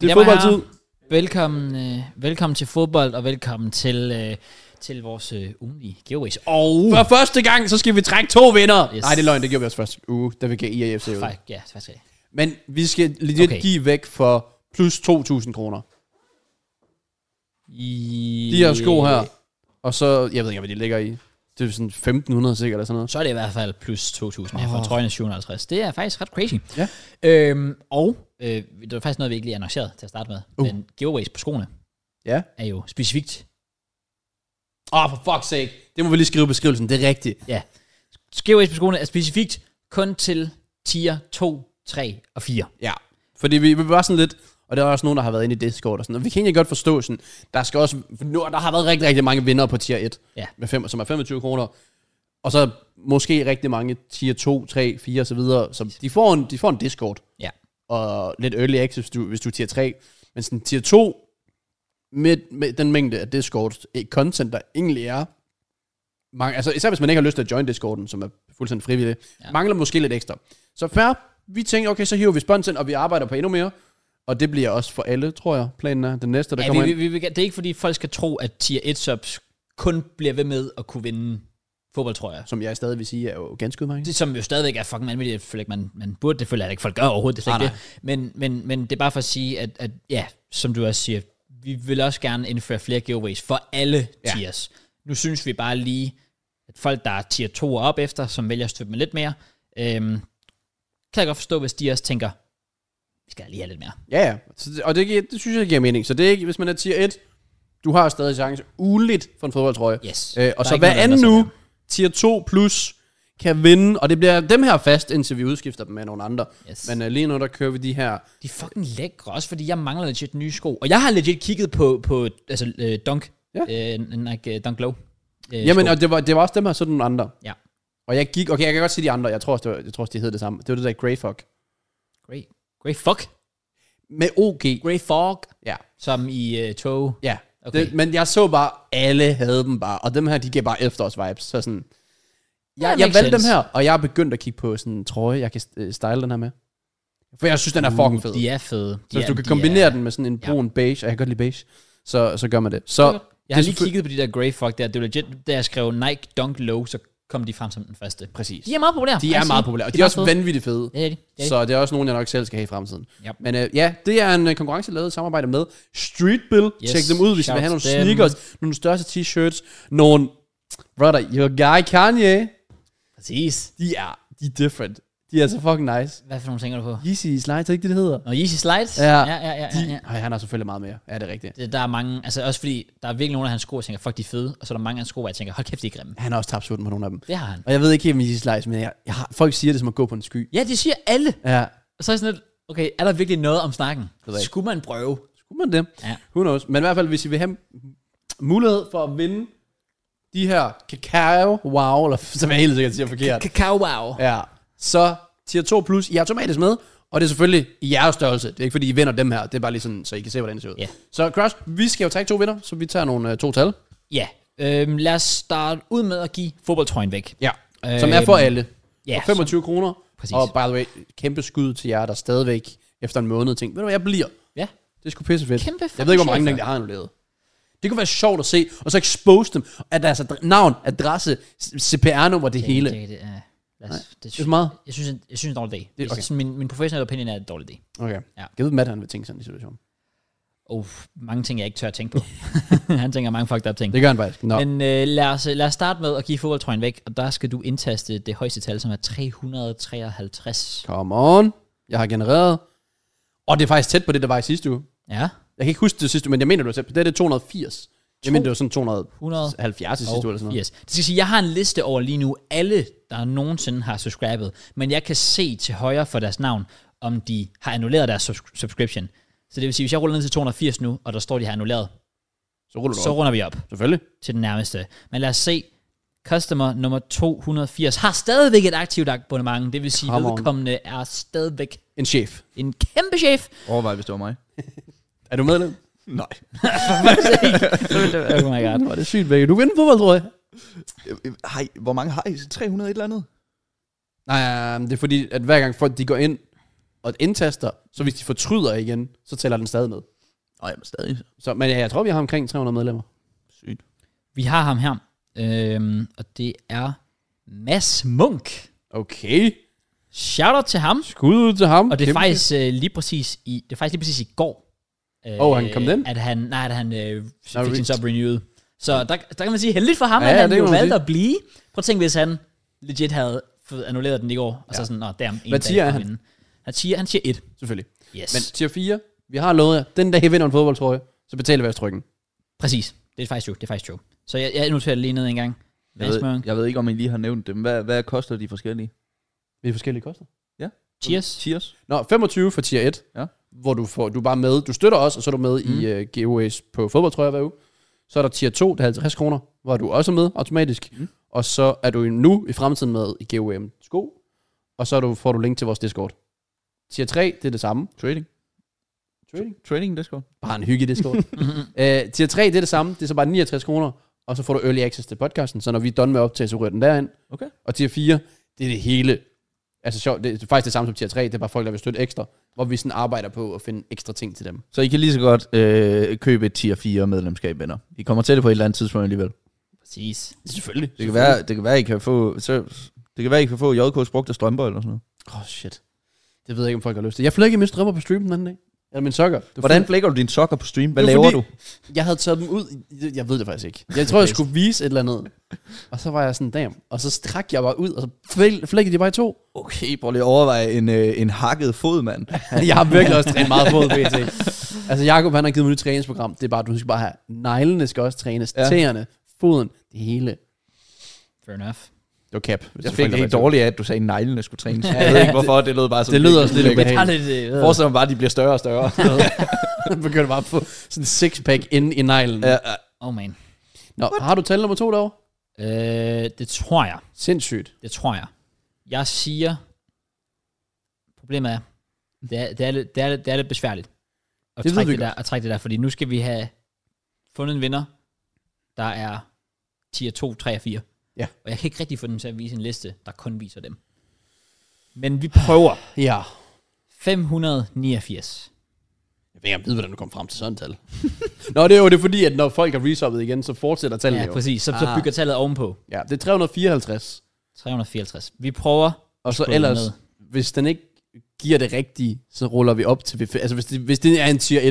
S3: det er
S1: Damer og herrer,
S3: fodboldtid.
S1: Velkommen, øh, velkommen til fodbold, og velkommen til, øh, til vores øh, ugenlige giveaways. Og...
S3: For første gang, så skal vi trække to vinder.
S1: Uh. Yes.
S3: Yes. Nej, det er løgn, det gjorde vi også første uge, da vi gav IAFC ud.
S1: Fuck, ja, faktisk rigtigt.
S3: Men vi skal legit
S1: Okay.
S3: okay. give væk for plus 2.000 kroner.
S1: I...
S3: De her sko her, og så, jeg ved ikke, hvad de ligger i. Det er sådan 1.500 sikkert eller sådan noget.
S1: Så er det i hvert fald plus 2.000 her for
S3: Åh.
S1: trøjen er 750. Det er faktisk ret crazy.
S3: Ja.
S1: Øhm, og øh, det var faktisk noget, vi ikke lige annoncerede til at starte med. Uh.
S3: Uh.
S1: Men giveaways på skoene
S3: Ja.
S1: er jo specifikt.
S3: Åh, oh, for fuck's sake. Det må vi lige skrive i beskrivelsen, det er rigtigt.
S1: Ja. Giveaways på skoene er specifikt kun til tier 2, 3 og 4.
S3: Ja. Fordi vi, vi var sådan lidt, og der er også nogen, der har været inde i Discord og sådan noget. Vi kan egentlig godt forstå sådan, der skal også, for nu, der har været rigtig, rigtig mange vinder på tier 1,
S1: Ja.
S3: med fem, som er 25 kroner. Og så måske rigtig mange tier 2, 3, 4 og så videre. Så de får en, de får en Discord.
S1: Ja.
S3: og lidt early access, hvis du, hvis du er tier 3. Men sådan tier 2, med, med den mængde af Discord eh, content, der egentlig er, mange, altså især hvis man ikke har lyst til at join Discorden, som er fuldstændig frivillig,
S1: Ja.
S3: ja. mangler måske lidt ekstra. Så fair, vi tænker, okay, så hiver vi sponsen, og vi arbejder på endnu mere. Og det bliver også for alle, tror jeg, planen er. Den næste, der ja,
S1: Ja,
S3: kommer
S1: vi,
S3: vi,
S1: vi, vi, vi, det er ikke fordi, folk skal tro, at tier 1 subs kun bliver ved med at kunne vinde fodboldtrøjer.
S3: ind, som jeg stadig vil sige, er jo ganske udmærket.
S1: Det, som jo stadigvæk er fucking vanvittigt, jeg føler ikke, man, man burde, det føler jeg ikke, folk gør overhovedet, det er slet
S3: Nej,
S1: ikke det. Men, men, men det er bare for at sige, at, at ja, som du også siger, vi vil også gerne indføre flere giveaways for alle ja.
S3: Ja.
S1: tiers. Nu synes vi bare lige, at folk, der er tier 2 og op efter, som vælger at støtte med lidt mere, øhm, kan jeg godt forstå, hvis de også tænker, vi skal lige have lidt mere.
S3: Ja, ja. Så det- Og det, giver, det synes jeg giver mening. Så det er ikke, hvis man er tier 1, du har stadig chance ugenligt for en fodboldtrøje.
S1: Yes.
S3: Øh,
S1: Der er
S3: og så
S1: ikke
S3: hver
S1: noget, der
S3: anden
S1: ændrer sig
S3: nu, tier 2 plus, kan vinde. Og det bliver dem her fast, indtil vi udskifter dem med nogle andre.
S1: Yes.
S3: Men uh, lige nu, der kører vi de her.
S1: De er fucking lækre også, fordi jeg mangler legit nye sko. Og jeg har legit kigget på, på altså, øh, Dunk.
S3: Ja.
S1: Øh, Nike, øh, dunk Low. Øh,
S3: Jamen,
S1: sko.
S3: og det var, det var også dem her, så nogle andre.
S1: Ja.
S3: Og jeg gik, okay, jeg kan godt se de andre. Jeg tror også, det var, jeg tror også de hed det samme. Det var det der Grey Fog.
S1: Great. Great fuck.
S3: Med OG.
S1: Great fog.
S3: Ja.
S1: Som i øh, tog.
S3: Ja.
S1: Okay.
S3: Okay. Det, men jeg så bare, alle havde dem bare. Og dem her, de giver bare efterårs-vibes. Så sådan, jeg, jeg
S1: makes
S3: valgte dem
S1: sense.
S3: her, og jeg er begyndt at kigge på sådan en trøje, jeg kan øh, style den her med. For jeg synes, den er fucking fed.
S1: Uh, De er fede. De
S3: Så hvis
S1: er,
S3: du kan
S1: de
S3: kombinere
S1: er-
S3: den med sådan en
S1: Ja.
S3: brun beige, og jeg kan godt lide beige, så, så gør man det. Så
S1: Jeg har
S3: det er
S1: lige
S3: selvfø-
S1: kigget på de der Grey fuck der. Det var legit, da jeg skrev Nike Dunk Low, så kom de frem som den første.
S3: præcis.
S1: De er meget populære.
S3: De er meget populære, og de er også
S1: venner.
S3: vanvittigt fede.
S1: Ja, det er de. Det er de.
S3: Så det er også nogen, jeg nok selv skal have i fremtiden.
S1: Yep.
S3: Men øh, ja, det er en øh, konkurrence lavet i samarbejde med Streetbill.
S1: Yes,
S3: Yes. Tjek dem ud, hvis I
S1: shout
S3: vil have nogle
S1: til dem.
S3: sneakers, nogle største t-shirts, nogle... Brother, your guy Kanye,
S1: Præcis.
S3: de er, de er different. De er så fucking nice.
S1: Hvad for nogle tænker du på?
S3: Yeezy Slides, er ikke det, det hedder?
S1: Nå, Yeezy Slides?
S3: Ja.
S1: ja, ja, ja, ja,
S3: De,
S1: ja.
S3: Ej, han har selvfølgelig meget mere. Ja, det er rigtigt.
S1: Det, der er mange, altså også fordi, der er virkelig nogle af hans sko, jeg tænker, fuck de er fede, og så er der mange af hans sko, hvor jeg tænker, hold kæft, de er grimme.
S3: Han har også tabt sutten på nogle af dem.
S1: Det har han.
S3: Og jeg ved ikke helt, om Yeezy Slides, men jeg, jeg har, folk siger det som at gå på en sky.
S1: Ja, det siger alle.
S3: Ja,
S1: Og så er jeg sådan lidt, okay, er der virkelig noget om snakken?
S3: ved jeg ikke.
S1: Skulle man prøve?
S3: Skulle man det?
S1: Ja.
S3: Who knows? Men i hvert fald, hvis I vil have mulighed for at vinde de her kakao, wow, eller som jeg helt sikkert siger forkert.
S1: Kakao wow.
S3: Ja. Så tier 2 plus, I er automatisk med, Og det er selvfølgelig i jeres størrelse. Det er ikke fordi, I vinder dem her. Det er bare lige sådan, så I kan se, hvordan det ser ud.
S1: Ja.
S3: Så Crush, vi skal jo trække to vinder, så vi tager nogle øh, to tal.
S1: Ja, øhm, lad os starte ud med at give fodboldtrøjen væk.
S3: Ja. Som er for
S1: Øhm,
S3: alle.
S1: ja,
S3: for 25 kroner.
S1: Præcis.
S3: Og by the way, kæmpe skud til jer, der stadigvæk efter en måned tænkte, ved du hvad, jeg bliver.
S1: Ja.
S3: Det skulle pisse fedt.
S1: Kæmpe
S3: jeg ved ikke, hvor mange
S1: fucking
S3: der egentlig har annulleret. Det kunne være sjovt at se, og så expose dem, at deres adre- navn, adresse, CPR-nummer, det hele.
S1: Det, det, ja. Lad os, det, det,
S3: er for meget.
S1: Jeg synes, jeg, jeg synes, det er en dårlig idé.
S3: Det-
S1: Det,
S3: okay.
S1: okay. min, min professionelle opinion er en dårlig idé.
S3: Okay.
S1: Ja.
S3: Ja. Jeg ved, Matt, han vil tænke sådan i situationen.
S1: Oh, mange ting, jeg ikke tør at tænke på. Han tænker mange fucked up ting.
S3: Det gør han faktisk. Nå.
S1: Men øh, lad, os, lad os starte med at give fodboldtrøjen væk, og der skal du indtaste det højeste tal, som er 353.
S3: Come on. Jeg har genereret. Og det er faktisk tæt på det, der var i sidste uge.
S1: Ja,
S3: Jeg kan ikke huske det sidste uge, men jeg mener, det var tæt på. Det er det 280. Jeg mener, det var sådan
S1: 100.
S3: 270 i sidste uge eller sådan noget.
S1: Yes. Det skal sige, jeg har en liste over lige nu alle, der nogensinde har subscribet, men jeg kan se til højre for deres navn, om de har annulleret deres subs- subscription. Så det vil sige, hvis jeg ruller ned til 280 nu, og der står, de har annulleret,
S3: Så ruller du
S1: så
S3: op.
S1: runder vi op
S3: Selvfølgelig.
S1: til den nærmeste. Men lad os se, customer nummer 280 har stadigvæk et aktivt abonnement, det vil sige,
S3: Come on.
S1: vedkommende er stadigvæk
S3: En chef.
S1: en kæmpe chef.
S2: Overvej, hvis det var mig.
S3: Er du medlem?
S2: Nej.
S1: oh my god.
S3: Var det sygt, Vække. Du vinder fodbold, tror jeg.
S2: Hej, hvor mange har I? 300 et eller andet?
S3: Nej, det er fordi, at hver gang folk de går ind og indtaster, så hvis de fortryder igen, så tæller den stadig med.
S2: Nej, men stadig.
S3: Så, men ja, jeg tror, vi har omkring 300 medlemmer.
S2: Sygt.
S1: Vi har ham her, øhm, og det er Mads Munk.
S3: Okay.
S1: Shout out til ham.
S3: Skud ud til ham.
S1: Og det er faktisk øh, lige præcis i det er faktisk lige præcis i går. Øh,
S3: Åh, han kom den?
S1: At han nej, at han øh, fik
S3: Nå,
S1: sin
S3: re-
S1: sub renewed. Så der, der kan man sige heldigt for ham,
S3: Ja,
S1: ja, at
S3: ja,
S1: han
S3: det
S1: jo
S3: kan man
S1: valgte
S3: sige.
S1: at blive. Prøv at tænke, hvis han legit havde fået annulleret den i går, og så sådan, nå, der er en
S3: Hvad tier
S1: dag fra
S3: er han?
S1: vinden." Han siger, han siger et.
S3: Selvfølgelig.
S1: Yes.
S3: Men
S1: Men,
S3: tier 4, vi har lovet jer, den dag I vinder en fodboldtrøje, så betaler vi jeres trykken.
S1: præcis. Det er faktisk jo, det er faktisk jo. Så jeg, jeg noterer det lige ned en gang.
S2: Jeg
S1: Mads
S2: ved,
S1: Munk.
S2: jeg ved ikke, om I lige har nævnt dem. Hvad, hvad koster de forskellige?
S3: Vi er forskellige koster.
S1: Cheers.
S2: Cheers.
S3: Nå, 25 for tier 1,
S2: Ja.
S3: hvor du, får, du er bare med, du støtter os, og så er du med mm. i uh, giveaways på fodboldtrøjer hver uge. Så er der tier 2, det er 50 kroner, hvor du også er med automatisk.
S2: Mm.
S3: Mm. Og så er du nu i fremtiden med i GOM sko, og så er du, får du link til vores Discord. Tier 3, det er det samme.
S2: Trading.
S3: Trading.
S2: Trading, det skal
S3: Bare en hygge Discord. uh, tier 3, det er det samme, det er så bare 69 kroner, og så får du early access til podcasten, så når vi er done med at optage, så ryger den derind.
S2: Okay.
S3: Og tier 4, det er det hele. Altså sjovt, det er faktisk det samme som tier 3, det er bare folk, der vil støtte ekstra, hvor vi sådan arbejder på at finde ekstra ting til dem.
S2: Så I kan lige så godt øh, købe et tier 4 medlemskab, venner. I kommer til det på et eller andet tidspunkt alligevel.
S1: Præcis.
S3: Selvfølgelig.
S2: Det kan være, det kan være I kan få... Så, det kan være, I kan få JK's brugte strømper eller sådan noget.
S3: Åh, oh, shit. Det ved jeg ikke, om folk har lyst til. Jeg flækkede mine strømper på streamen den anden dag. Eller min sokker. Det var
S2: Hvordan
S3: fint.
S2: flækker du dine sokker på stream? Hvad
S3: Det er
S2: laver
S3: fordi-
S2: du?
S3: Jeg havde taget dem ud. i- Jeg ved det faktisk ikke. Jeg tror, jeg skulle vise et eller andet. Og så var jeg sådan, damn. Og så strak jeg bare ud, og så flæ- flækkede de bare i to.
S2: Okay, prøv lige at overveje en, øh, en hakket fod, mand.
S3: jeg har virkelig også trænet meget fod, PT. Altså, Jacob, han har givet mig et nyt træningsprogram. Det er bare, du skal bare have, neglene skal også trænes,
S2: Ja.
S3: ja. tæerne, foden, det hele.
S1: Fair enough.
S3: Det var kæp.
S2: Jeg fik det helt dårligt af, at du sagde, at neglene skulle trænes. Jeg ved ikke, hvorfor. Det lød bare som...
S3: Det lyder også lidt
S2: ulækkert.
S1: Jeg
S3: ubehageligt.
S1: har lidt, øh, hvad-
S2: Forestil dig bare, at de bliver større og større.
S3: Han begyndte bare at få sådan en six-pack inde i neglen.
S2: ja,
S1: oh man.
S3: Nå, har du tal nummer to derovre?
S1: Øh, det tror jeg.
S3: Sindssygt.
S1: Det tror jeg. Jeg siger, problemet er, det er, det er, lidt, det er, lidt- det er lidt besværligt at,
S3: Det ved
S1: det trække
S3: vi
S1: det der, at trække det der, fordi nu skal vi have fundet en vinder, der er tier 2, 3 og 4.
S3: Ja.
S1: Og jeg kan ikke rigtig få dem til at vise en liste, der kun viser dem. Men vi prøver.
S3: Ja.
S1: 589.
S3: Jeg ved ikke, om jeg ved, hvordan du kom frem til sådan et tal. Nå, det er jo det er fordi, at når folk har resubbet igen, så fortsætter tallene
S1: Ja,
S3: jo.
S1: præcis. Så, så
S3: Ah.
S1: bygger tallet ovenpå.
S3: Ja, det er 354.
S1: 354. Vi prøver.
S3: Og så
S1: Skål
S3: ellers,
S1: ned.
S3: hvis den ikke giver det rigtige, så ruller vi op til... vi- Altså, hvis det, hvis det er en tier 1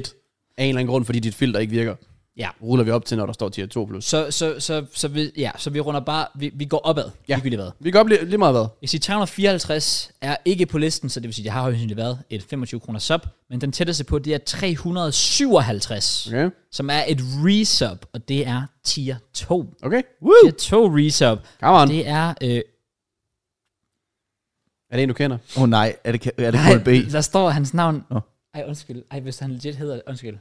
S3: af en eller anden grund, fordi dit filter ikke virker,
S1: Ja.
S3: ruller vi op til, når der står tier 2 plus.
S1: Så, så, så, så, vi, ja, så vi runder bare, vi, vi går opad.
S3: Ja.
S1: Ligegyldigt hvad.
S3: Vi kan op lige, lige meget hvad.
S1: Jeg siger 354 er ikke på listen, så det vil sige, det har højst sandsynligt været et 25 kroner sub, men den tætteste på, det er 357, okay.
S3: Okay?
S1: som er et resub, og det er tier 2.
S3: Okay? Woo!
S1: Tier 2 resub,
S3: Come on.
S1: det er... Øh,
S3: Er det en, du kender?
S2: Åh oh, nej, er det, er det kun B?
S1: der står hans navn.
S2: Nå.
S1: Ej, undskyld. Ej, hvis han legit hedder... Undskyld.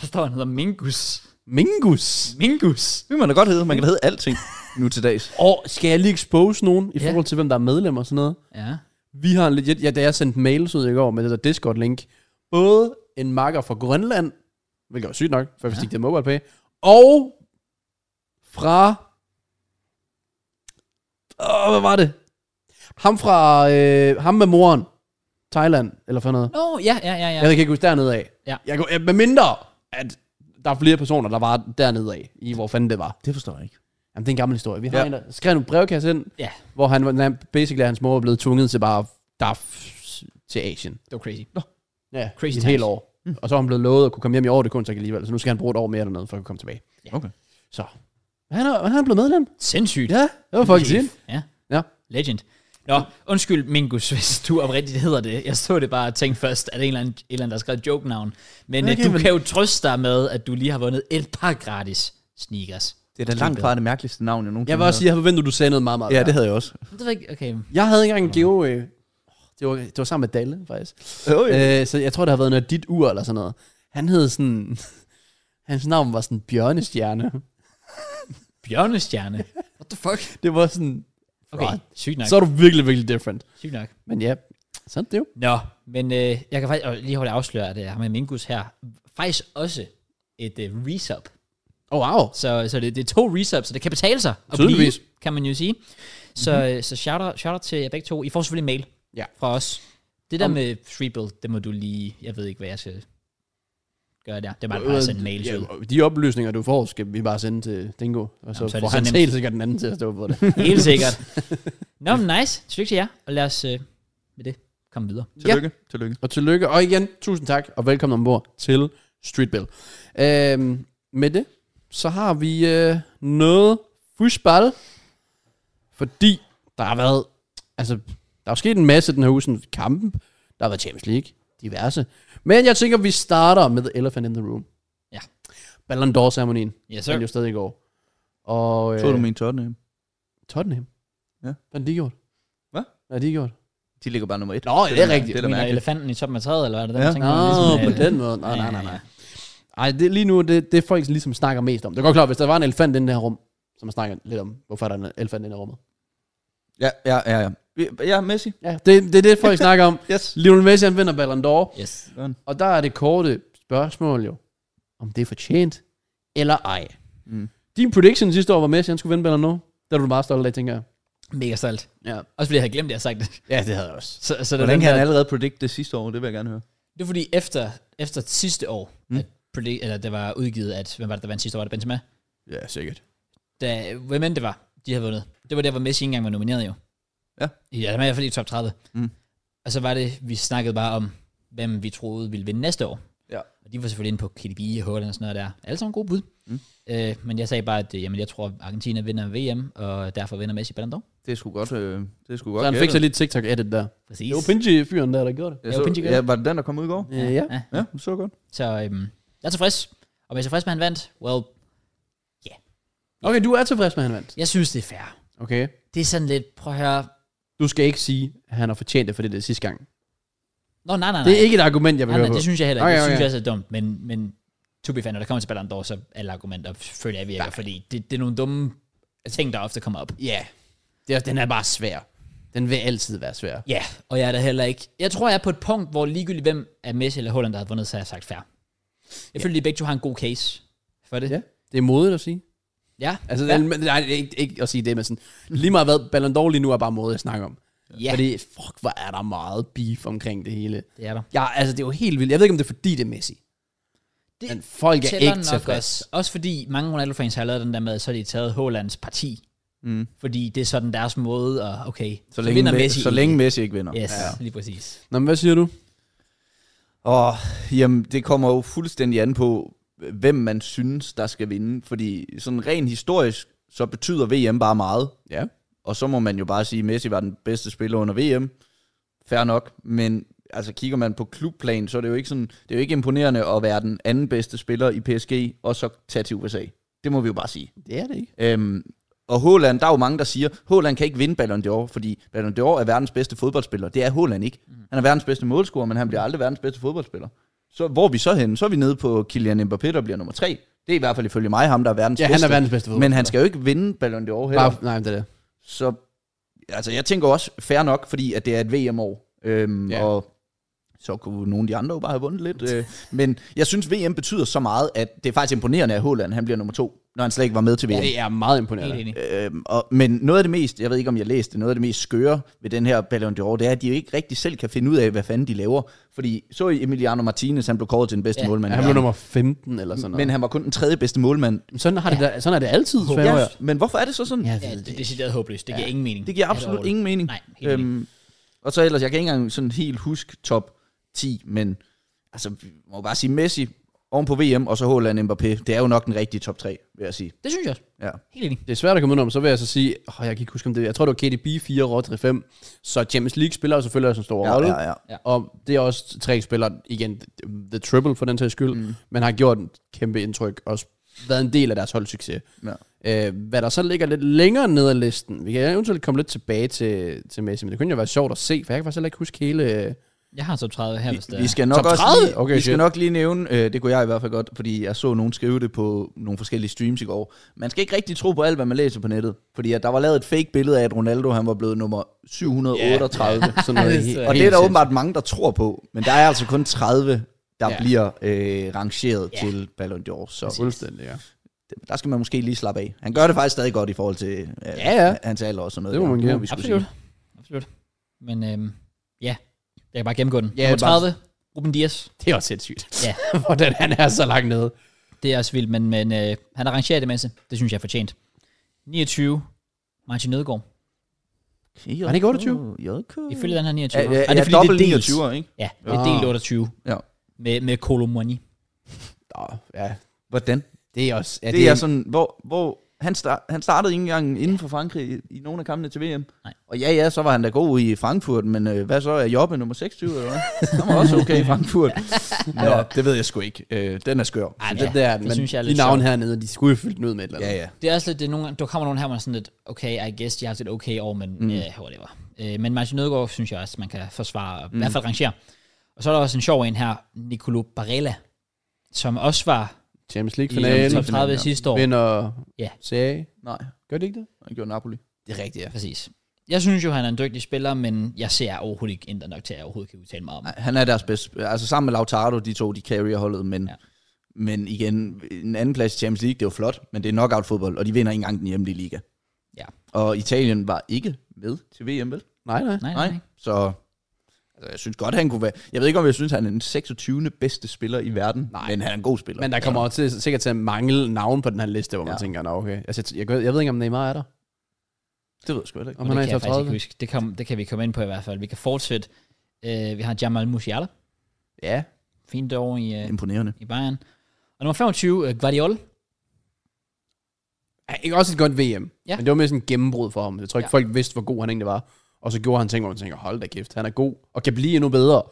S1: der står, han hedder Mingus.
S3: Mingus!
S1: Mingus?
S2: Det kan man da godt hedde. Man kan da hedde alting nu til dags.
S3: Og skal jeg lige expose nogen i
S1: Ja.
S3: forhold til, hvem der er medlem og sådan noget?
S1: Ja.
S3: Vi har en legit, ja, da jeg sendte mails ud i går med det der Discord-link, både en makker fra Grønland, hvilket var sygt nok, for hvis
S1: Ja.
S3: ja. ikke det er MobilePay, og fra... Åh, hvad var det? Ham fra... Øh, ham med moren. Thailand, eller for noget.
S1: Nå, ja, ja, ja, ja.
S3: Ja. Jeg kan ikke huske dernede af.
S1: Ja.
S3: Jeg kunne, med mindre, at der er flere personer, der var dernede af, i hvor fanden det var.
S2: Det forstår jeg ikke.
S3: Jamen, det er en gammel historie. Vi har
S2: Ja.
S3: ja. en, der skrev en brevkasse ind,
S1: Ja,
S3: hvor han, han basically hans mor var blevet tvunget til bare der til Asien.
S1: det var crazy.
S3: Ja,
S1: Crazy
S3: i et
S1: times.
S3: helt år. Mm. Og så er han blevet lovet at kunne komme hjem i år, det kunne han så ikke alligevel. Så nu skal han bruge et år mere dernede, for at kunne komme tilbage.
S2: Okay.
S3: Så. Han er, han er blevet medlem.
S1: Sindssygt.
S3: Ja, det var fucking
S1: Chief.
S3: sin.
S1: Ja.
S3: Ja.
S1: Legend. Nå, undskyld Mingus, hvis du oprigtigt hedder det. Jeg så det bare og tænkte først, at en eller anden, en eller anden der har skrevet joke-navn. Men okay,
S2: Okay,
S1: du
S2: men-
S1: kan jo trøste dig med, at du lige har vundet et par gratis sneakers.
S2: Det er da langt fra det mærkeligste navn, jeg nogensinde
S3: Jeg vil også sige,
S2: har
S3: jeg forventer, du sagde noget meget, meget
S2: hørt. Ja,
S3: værre.
S2: det havde jeg også.
S1: Det var ikke, okay.
S3: Jeg havde ikke engang en geo... Øh, det, var, det var sammen med Dalle, faktisk.
S2: Oh,
S3: Øh, så jeg tror, det har været noget dit ur eller sådan noget. Han hed sådan... Hans navn var sådan Bjørnestjerne.
S1: Bjørnestjerne. What the fuck?
S3: Det var sådan...
S1: Okay,
S3: Right.
S1: sygt nok.
S3: Så er du virkelig, virkelig different.
S1: Sygt nok.
S3: Men ja, sådan er det jo.
S1: Nå, men øh, jeg kan faktisk og lige holde afsløre, at øh, ham med Mingus her, faktisk også et øh, resub.
S3: Oh, wow.
S1: Så, så det, det er to resubs, så det kan betale sig at blive,
S3: Tydeligvis. Mhm.
S1: kan man jo sige. Så, mm-hmm. så shout, out, shout out til jer begge to. I får selvfølgelig mail
S3: Ja.
S1: fra os. Det der
S3: Om-
S1: med freebuild, det må du lige... Jeg ved ikke, hvad jeg skal gøre der. Det er bare bare at sende mails ud.
S3: Øh, Ja, de oplysninger, du får, skal vi bare sende til Dingo. Og så,
S1: Jamen, så er
S3: så
S1: det
S3: får
S1: så
S3: han
S1: nemt.
S3: helt sikkert den anden til at stå på det.
S1: Helt sikkert. Nå, men nice. Tillykke til jer, og lad os øh, med det komme videre.
S2: Tillykke. Ja. Tillykke.
S3: og tillykke. Og igen, tusind tak, og velkommen ombord til Street Bill. Øhm, med det, så har vi øh, noget fusball, fordi der har været, altså, der er jo sket en masse den her uge, sådan kampen, der har været Champions League, diverse. Men jeg tænker, vi starter med The Elephant in the Room.
S1: Ja.
S3: Ballon d'Or-ceremonien,
S1: Yes,
S3: den er jo
S1: sir.
S3: stadig i går. Og, øh,
S2: Så du min Tottenham.
S3: Tottenham?
S2: Ja.
S3: Hvad har de gjort?
S2: Hvad?
S3: Hvad har de gjort?
S2: De ligger bare nummer et.
S3: Nå, ja, det er rigtigt.
S2: Det er
S1: Du
S2: da
S1: mener
S2: mærkeligt.
S1: elefanten i toppen af træet, eller hvad er det, den
S2: Ja.
S1: tænker?
S3: Nå,
S1: man
S3: på
S1: ligesom, øh,
S3: den måde. Nej, nej, nej,
S1: ja, ja,
S3: nej.
S1: ja.
S3: Ej, det, lige nu, det, det er folk, som ligesom snakker mest om. Det er godt klart, hvis der var en elefant i det her rum, så man snakker lidt om, hvorfor der er en elefant i det her rummet.
S2: Ja, ja, ja. ja. Vi- Ja, Messi.
S3: Ja, det, det er det, folk snakker om.
S2: Yes.
S3: Lionel Messi, han vinder Ballon d'Or.
S1: Yes.
S3: Og der er det korte spørgsmål jo, om det er fortjent eller ej.
S2: Mm.
S3: Din prediction sidste år var Messi, han skulle vinde Ballon d'Or. Der er du meget stolt af, tænker jeg.
S1: Mega stolt.
S3: Ja.
S1: Også fordi jeg havde glemt, at jeg havde sagt det.
S3: ja, det havde jeg også.
S1: Så, så det er
S2: Hvordan
S1: den
S2: kan
S1: der-
S2: han allerede predict det sidste år? Det vil jeg gerne høre.
S1: Det er fordi efter, efter sidste år, mm.
S2: Mm.
S1: at, predi- eller det var udgivet, at hvem var det, der vandt sidste år? Var det Benzema?
S2: Ja, sikkert.
S1: Da, hvem end det var, de havde vundet. Det var der, hvor Messi ikke engang var nomineret jo.
S2: Ja.
S1: Ja, han var i hvert fald i top 30.
S2: Mm.
S1: Og så var det, vi snakkede bare om, hvem vi troede ville vinde næste år.
S2: Ja.
S1: Og de var selvfølgelig inde på KDB, Holland og sådan noget der. Alle sammen gode bud.
S2: Mm.
S1: Øh, men jeg sagde bare, at øh, jamen, jeg tror, at Argentina vinder VM, og derfor vinder Messi Ballon d'Or.
S2: Det er sgu godt. Øh, det er sgu godt.
S3: Så han fik
S2: gættet.
S3: så lidt TikTok-edit der.
S1: Præcis.
S3: Det var Pinji-fyren der, der gjorde det.
S2: Jeg
S1: Ja,
S2: så,
S1: Pinji gør
S2: ja,
S1: det.
S2: var det den, der kom ud i går?
S3: Øh, ja.
S1: ja.
S2: Ja, så godt.
S1: Så øhm, jeg er tilfreds. Og hvis jeg er tilfreds med, at han vandt, well,
S3: Okay, du er tilfreds med, at han vandt.
S1: jeg synes, det er fair.
S3: Okay.
S1: Det er sådan lidt, prøv at høre,
S3: Du skal ikke sige, at han har fortjent det, for det er det sidste gang.
S1: Nå, nej, nej, nej.
S3: Det er ikke et argument, jeg vil
S1: nej,
S3: høre
S1: nej,
S3: på.
S1: det synes jeg heller ikke.
S3: Okay,
S1: Okay, okay. Det
S3: okay.
S1: synes jeg også er dumt, men, men to be fair, når der kommer til Ballon d'Or, så er alle argumenter føler jeg virker, nej. fordi det, det er nogle dumme ting, der ofte kommer op.
S3: Ja. Det er, den er bare svær. Den vil altid være svær.
S1: Ja, og jeg er da heller ikke... Jeg tror, jeg er på et punkt, hvor ligegyldigt hvem af Messi eller Holland, der har vundet, så har jeg sagt fair. Jeg ja. føler, at de begge to har en god case for det.
S3: Ja. Det er modigt at sige.
S1: Ja,
S3: Altså,
S1: ja.
S3: ja. den, nej, det er ikke, ikke at sige det, men sådan, lige meget hvad Ballon d'Or lige nu er bare måde at snakke om.
S1: ja. Fordi...
S3: Fordi, fuck, hvor er der meget beef omkring det hele.
S1: det er der.
S3: Ja, altså, det er jo helt vildt. Jeg ved ikke, om det er fordi, det er Messi.
S1: Det
S3: Men folk er
S1: tæller
S3: ikke
S1: nok
S3: tilfredse.
S1: også. Også fordi mange Ronaldo-fans har lavet den der med, at så har de taget Hollands parti.
S2: Mm.
S1: Fordi det er sådan deres måde, og okay,
S2: Så længe,
S1: vinder
S2: Messi,
S1: Messi.
S2: så længe Messi ikke vinder.
S1: Yes, ja. lige præcis.
S3: Nå, men hvad siger du?
S2: Og jamen, det kommer jo fuldstændig an på, hvem man synes, der skal vinde. Fordi sådan rent historisk, så betyder VM bare meget.
S3: Ja.
S2: Og så må man jo bare sige, at Messi var den bedste spiller under VM. Fair nok, men altså kigger man på klubplan, så er det jo ikke sådan, det er jo ikke imponerende at være den anden bedste spiller i PSG, og så tage til USA. Det må vi jo bare sige.
S3: Det er det ikke.
S2: Øhm, og Haaland, der er jo mange, der siger, Haaland kan ikke vinde Ballon d'Or, fordi Ballon d'Or er verdens bedste fodboldspiller. Det er Haaland ikke. Han er verdens bedste målscorer, men han bliver aldrig verdens bedste fodboldspiller. Så hvor er vi så henne? Så er vi nede på Kylian Mbappé, der bliver nummer tre. Det er i hvert fald ifølge mig ham, der er verdens
S3: Ja, han
S2: bedste.
S3: er verdens bedste
S2: Men han skal jo ikke vinde Ballon d'Or heller.
S3: Bare, nej, men det er det.
S2: Så altså jeg tænker også, fair nok, fordi at det er et VM-år, øhm,
S3: Ja.
S2: ja. og så kunne nogle af de andre jo bare have vundet lidt. Øh, men jeg synes, VM betyder så meget, at det er faktisk imponerende, at Håland han bliver nummer to, når han slet ikke var med til VM.
S3: Det er meget
S1: Helt
S3: imponerende.
S1: enig.
S2: Øhm, og, men noget af det mest, jeg ved ikke om jeg læste, det, noget af det mest skøre ved den her Ballon d'Or, det er, at de jo ikke rigtig selv kan finde ud af, hvad fanden de laver. Fordi så I Emiliano Martinez, han blev kåret til den bedste
S1: Ja.
S2: ja, målmand.
S3: Ja,
S2: i
S3: han blev
S2: verden.
S3: nummer 15 eller sådan noget.
S2: men han var kun den tredje bedste målmand.
S3: sådan, har det, ja. sådan er det altid, Svend.
S2: Ja, men hvorfor er det så sådan?
S3: Jeg
S1: Ja,
S3: ved
S1: det er decideret håbløst. Det giver ingen mening.
S2: Det giver
S1: At
S2: absolut
S1: all.
S2: ingen mening. Øhm,
S1: Nej, helt enig.
S2: og så ellers, jeg kan ikke engang sådan helt huske top 10, men altså, vi må jo bare sige Messi oven på VM, og så Haaland Mbappé. Det er jo nok den rigtige top 3, vil jeg sige.
S1: Det synes jeg også.
S2: Ja.
S1: Helt enig.
S3: Det er svært at komme udenom, så vil jeg så sige, åh, jeg kan ikke huske om det, jeg tror det var KDB 4, Rodri 5, så Champions League spiller jo selvfølgelig også en stor rolle,
S2: ja, ja.
S1: Ja.
S3: og det er også tre spillere, igen, the triple for den sags skyld, mm. men har gjort et kæmpe indtryk, også været en del af deres holdsucces.
S2: ja.
S3: Øh, hvad der så ligger lidt længere ned ad listen, vi kan eventuelt komme lidt tilbage til, til Messi, men det kunne jo være sjovt at se, for jeg kan faktisk heller ikke huske hele... øh,
S1: Jeg har top 30 her, hvis det
S2: Vi,
S1: er.
S2: vi skal nok
S3: Top
S2: også
S3: 30?
S2: lige,
S3: Okay,
S2: okay, vi skal
S3: shit.
S2: nok lige nævne, øh, det kunne jeg i hvert fald godt, fordi jeg så nogen skrive det på nogle forskellige streams i går. Man skal ikke rigtig tro på alt, hvad man læser på nettet, fordi at der var lavet et fake billede af, at Ronaldo han var blevet nummer 738. Yeah.
S3: Sådan noget,
S1: Det er
S3: helt-
S1: svært.
S2: Og
S3: helt
S2: det er der
S3: sindssygt.
S2: åbenbart mange, der tror på, men der er altså kun 30, der
S3: Ja.
S2: ja. bliver øh, rangeret
S1: Ja.
S2: ja. til Ballon d'Or, så
S3: Fuldstændig, ja.
S2: der skal man måske lige slappe af. Han gør det faktisk stadig godt i forhold til øh,
S3: Ja, ja.
S2: hans alder og sådan noget.
S3: Det må man
S2: Ja,
S3: give.
S2: vi skulle
S1: Absolut.
S2: sige.
S1: Absolut. Men øhm, ja, jeg kan bare gennemgå den.
S3: Ja,
S1: Ja, Nummer
S3: det er bare-
S1: 30, Ruben Dias.
S3: Det er også sindssygt,
S1: Ja.
S3: hvordan han er så langt nede.
S1: Det er også vildt, men, men øh, han arrangerer det masse. Det synes jeg er fortjent. 29, Martin Nødgaard.
S3: Var han ikke 28?
S2: JK.
S1: Ifølge den her 29.
S2: Ja, ja,
S1: er
S2: ja,
S1: fordi, det er
S2: dobbelt
S1: delt?
S2: 29'er, ikke?
S1: Ja, det er delt 28
S2: Ja.
S1: med, med Colomani.
S3: Nå, ja,
S2: Hvordan?
S3: det er også... Ja,
S2: Ja, det, det er sådan, hvor, hvor han, start, han startede ikke engang inden for Frankrig i, i nogle af kampene til VM.
S1: Nej.
S2: Og ja, ja, så var han da god i Frankfurt, men øh, hvad så er Jobbe nummer 26 eller hvad? Han var også okay i Frankfurt. Nå, det ved jeg sgu ikke. Øh, den er skør.
S1: Ej,
S3: Ja, det der,
S1: det
S3: men
S1: synes jeg er
S3: de
S1: lidt
S3: navn
S1: sjovt.
S3: hernede, de skulle jo fylde den ud med et eller andet.
S2: Ja, ja.
S1: Det er også lidt, det er nogle, der kommer nogen her, hvor man er sådan lidt, okay, I guess, de har haft et okay år, men mm. yeah, whatever. Øh, men Martin Nødgaard, synes jeg også, man kan forsvare, og i hvert fald rangere. Og så er der også en sjov en her, Nicolo Barella, som også var
S3: Champions
S1: i
S3: League finalen,
S1: top 30 sidste år.
S3: vinder
S1: Ja.
S3: CA.
S2: Nej,
S3: Gør det ikke det?
S2: han gjorde Napoli.
S3: Det er rigtigt, ja.
S1: Præcis. Jeg synes jo, han er en dygtig spiller, men jeg ser overhovedet ikke Inter nok til, at jeg overhovedet kan udtale mig om.
S2: Nej, han er deres bedste. Altså sammen med Lautaro, de to, de carrier holdet, men...
S1: Ja.
S2: Ja. Men igen, en anden plads i Champions League, det er jo flot, men det er knockout fodbold, og de vinder ikke engang den hjemlige liga.
S1: Ja.
S2: Og Italien var ikke med til VM, vel?
S3: Nej, nej.
S1: Nej, nej.
S2: Nej.
S1: nej.
S2: Så altså, jeg synes godt, han kunne være... Jeg ved ikke, om jeg synes, han er den 26. bedste spiller i verden,
S3: Nej.
S2: Nej. men han er en god spiller.
S3: Men der kommer også til, sikkert til at mangle navn på den her liste, hvor man
S2: Ja.
S3: tænker, nå okay. Altså, jeg, jeg, jeg ved ikke, om Neymar er der.
S2: Det ved jeg sgu heller ikke.
S3: Om
S1: Og
S3: han
S1: det
S3: er
S1: kan
S3: i
S1: jeg
S3: top
S1: faktisk ikke
S3: 30.
S1: huske. Det, kom, det kan vi komme ind på i hvert fald. Vi kan fortsætte. Øh, vi har Jamal Musiala.
S3: Ja.
S1: Fint over i, øh,
S2: Imponerende.
S1: i Bayern. Og nummer 25, øh, Guardiol.
S3: Ja, Ikke også et godt VM.
S1: Ja.
S3: Men det var mere sådan et gennembrud for ham. Jeg tror ikke,
S1: Ja.
S3: folk vidste, hvor god han egentlig var. Og så gjorde han ting, hvor man tænker, hold da kæft, han er god. Og kan blive endnu bedre.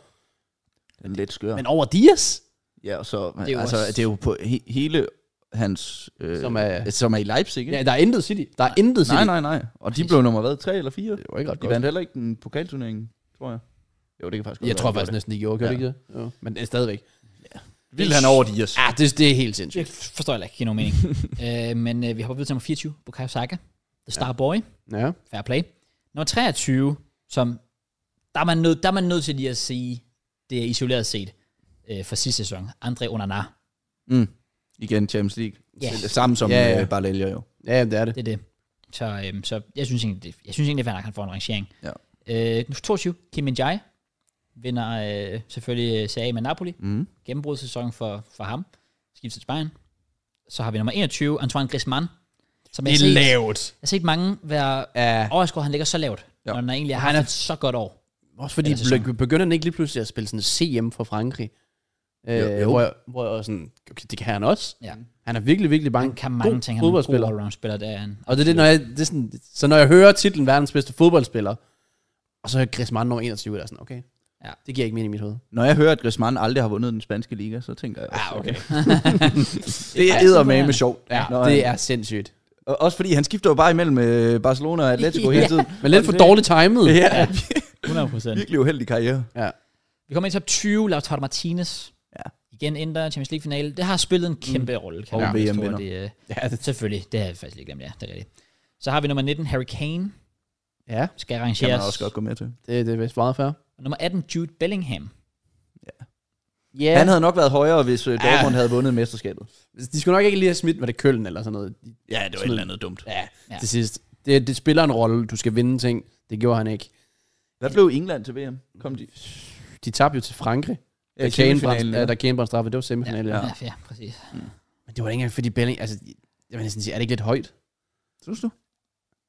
S2: Den er lidt skør. Men,
S3: Men over Dias,
S2: ja, og så, det
S1: er jo
S2: er altså,
S1: også-
S2: det er jo på he- hele hans... Øh,
S3: Som er-
S2: som er i Leipzig, ikke?
S3: ja, der er intet City. Der er intet City.
S2: nej, nej, nej. Og de blev nummer hvad? Tre eller fire?
S3: Det var ikke ret
S2: De
S3: godt.
S2: vandt heller ikke den pokalturnering, tror jeg. Jo, det kan faktisk godt
S3: Jeg
S2: være,
S3: tror
S2: de gjorde
S3: faktisk næsten, de gjorde, gør det
S2: Ja.
S3: ikke det? Jo. Men øh, stadigvæk.
S2: det. Vildt han over Dias.
S3: Ja, det, det er helt sindssygt.
S1: Det forstår jeg heller ikke, giver nogen mening. øh, men øh, vi hopper videre til nummer 24, Bukayo Saka. The Star Boy.
S3: Ja.
S1: Fair play. Nummer 23, som der er man nødt, der er man nødt til lige at sige, det er isoleret set øh, for sidste sæson. André Onana.
S2: Mm. Igen Champions League.
S1: Ja.
S2: Det er Samme som
S3: Ja, ja.
S2: øh, Bardelia jo.
S3: Ja, jamen, det er det.
S1: Det er det. Så, øhm, så jeg synes egentlig, det, jeg synes egentlig, det er fair nok, at han får en rangering.
S2: Ja.
S1: Øh, nu 22, Kim Min-jae vinder øh, selvfølgelig øh, Serie A med Napoli.
S2: Mm.
S1: Gennembrudssæson for, for ham. Skiftet til Spanien. Så har vi nummer 21, Antoine Griezmann. Som jeg har, set, jeg
S3: lavt.
S1: har set mange være
S3: Ja.
S1: overrasket, over, at han ligger så lavt,
S2: Ja.
S1: når han egentlig har haft et så godt år.
S3: Også fordi
S1: Ja, det er
S3: begy- begynder han ikke lige pludselig at spille sådan CM for Frankrig. Øh,
S2: Jo, jo.
S3: Hvor, jeg, hvor jeg var sådan, okay, det kan han også.
S1: Ja.
S3: Han er virkelig, virkelig mange,
S1: Han kan mange
S3: Mm. god
S1: ting. Han er en god
S3: fodboldspiller.
S1: allround-spiller, det er han.
S3: og det er det, når jeg, det er sådan, så når jeg hører titlen verdens bedste fodboldspiller, og så er Griezmann nummer 21, der er sådan, okay,
S1: Ja.
S3: det giver ikke mening i mit hoved.
S2: Når jeg hører, at Griezmann aldrig har vundet den spanske liga, så tænker jeg...
S3: Ah, okay.
S2: Det
S1: Ej,
S2: er
S1: så
S2: eddermame
S1: imponerende.
S2: sjovt.
S3: Ja,
S2: Når
S3: det
S2: han-
S3: er sindssygt.
S2: Og også fordi han skifter jo bare imellem øh, Barcelona og Atletico hele
S1: Ja.
S2: tiden.
S3: Men lidt for dårligt timet.
S2: Ja,
S1: 100 procent.
S2: virkelig uheldig karriere.
S3: Ja.
S1: Vi kommer ind til top 20, Lautaro Martinez.
S2: Ja.
S1: Igen Inter, Champions League-finale. Det har spillet en kæmpe rolle, kan
S2: Og
S1: man vist tro,
S2: VM-vinder.
S1: at det, øh,
S3: ja det,
S1: Selvfølgelig, det har jeg faktisk lige glemt, ja, det er rigtigt. Så har vi nummer 19, Harry Kane.
S3: Ja,
S1: skal
S2: Kan
S1: arrangeres.
S2: man også godt gå med til.
S3: det, det er vist meget fair.
S1: Og Nummer 18, Jude Bellingham.
S3: Ja.
S2: Han havde nok været højere, hvis øh, Dortmund havde vundet mesterskabet.
S3: De skulle nok ikke lige have smidt, var det Køln eller sådan noget. De-
S2: Ja, det
S3: et eller
S2: andet dumt.
S3: Ja,
S1: Ja.
S3: ja. til sidst. Det, det spiller en rolle, du skal vinde ting. Det gjorde han ikke.
S2: Hvad blev England til VM? Kom de?
S3: De tabte jo til Frankrig. Ja, der Kane
S2: semifinalen,
S3: brændte, ja, der Kane brændte straffe, det var semifinalen. Ja.
S1: Ja,
S3: Ja.
S1: ja præcis.
S3: Men det var ikke engang, fordi Belling, altså, jeg vil næsten sige, er det ikke lidt højt?
S2: Synes du?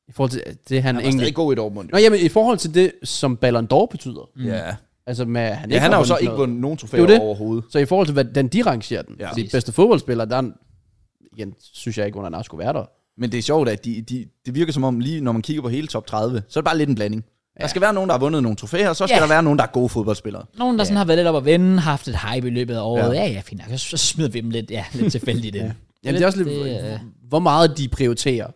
S3: I forhold til øh, det, han,
S2: Han var
S3: egentlig...
S2: stadig god i Dortmund.
S3: Nå, jamen, i forhold til det, som Ballon d'Or betyder.
S1: Mm.
S2: Ja.
S3: Altså, med, han,
S2: ja,
S3: Mm. ikke
S2: han har jo så
S3: noget.
S2: ikke vundet nogen
S3: Det er jo
S2: trofæer
S3: det.
S2: overhovedet.
S3: Så i forhold til, hvordan de rangerer den.
S2: Ja.
S3: Ja. De bedste fodboldspillere, der er en, igen, synes jeg ikke, under skulle være der.
S2: Men det er sjovt, at de, de, det virker som om, lige når man kigger på hele top 30, så er det bare lidt en blanding. Ja. Der skal være nogen, der har vundet nogle trofæer, og så skal
S1: Ja.
S2: der være nogen, der er gode fodboldspillere.
S1: Nogen, der sådan har været lidt op at vende, har haft et hype i løbet af året.
S2: Ja.
S1: Ja, ja, fint nok. Så smider vi dem lidt, ja, lidt tilfældigt ind. ja.
S3: Jamen, det er også lidt,
S1: Det, øh,
S3: hvor meget de prioriterer.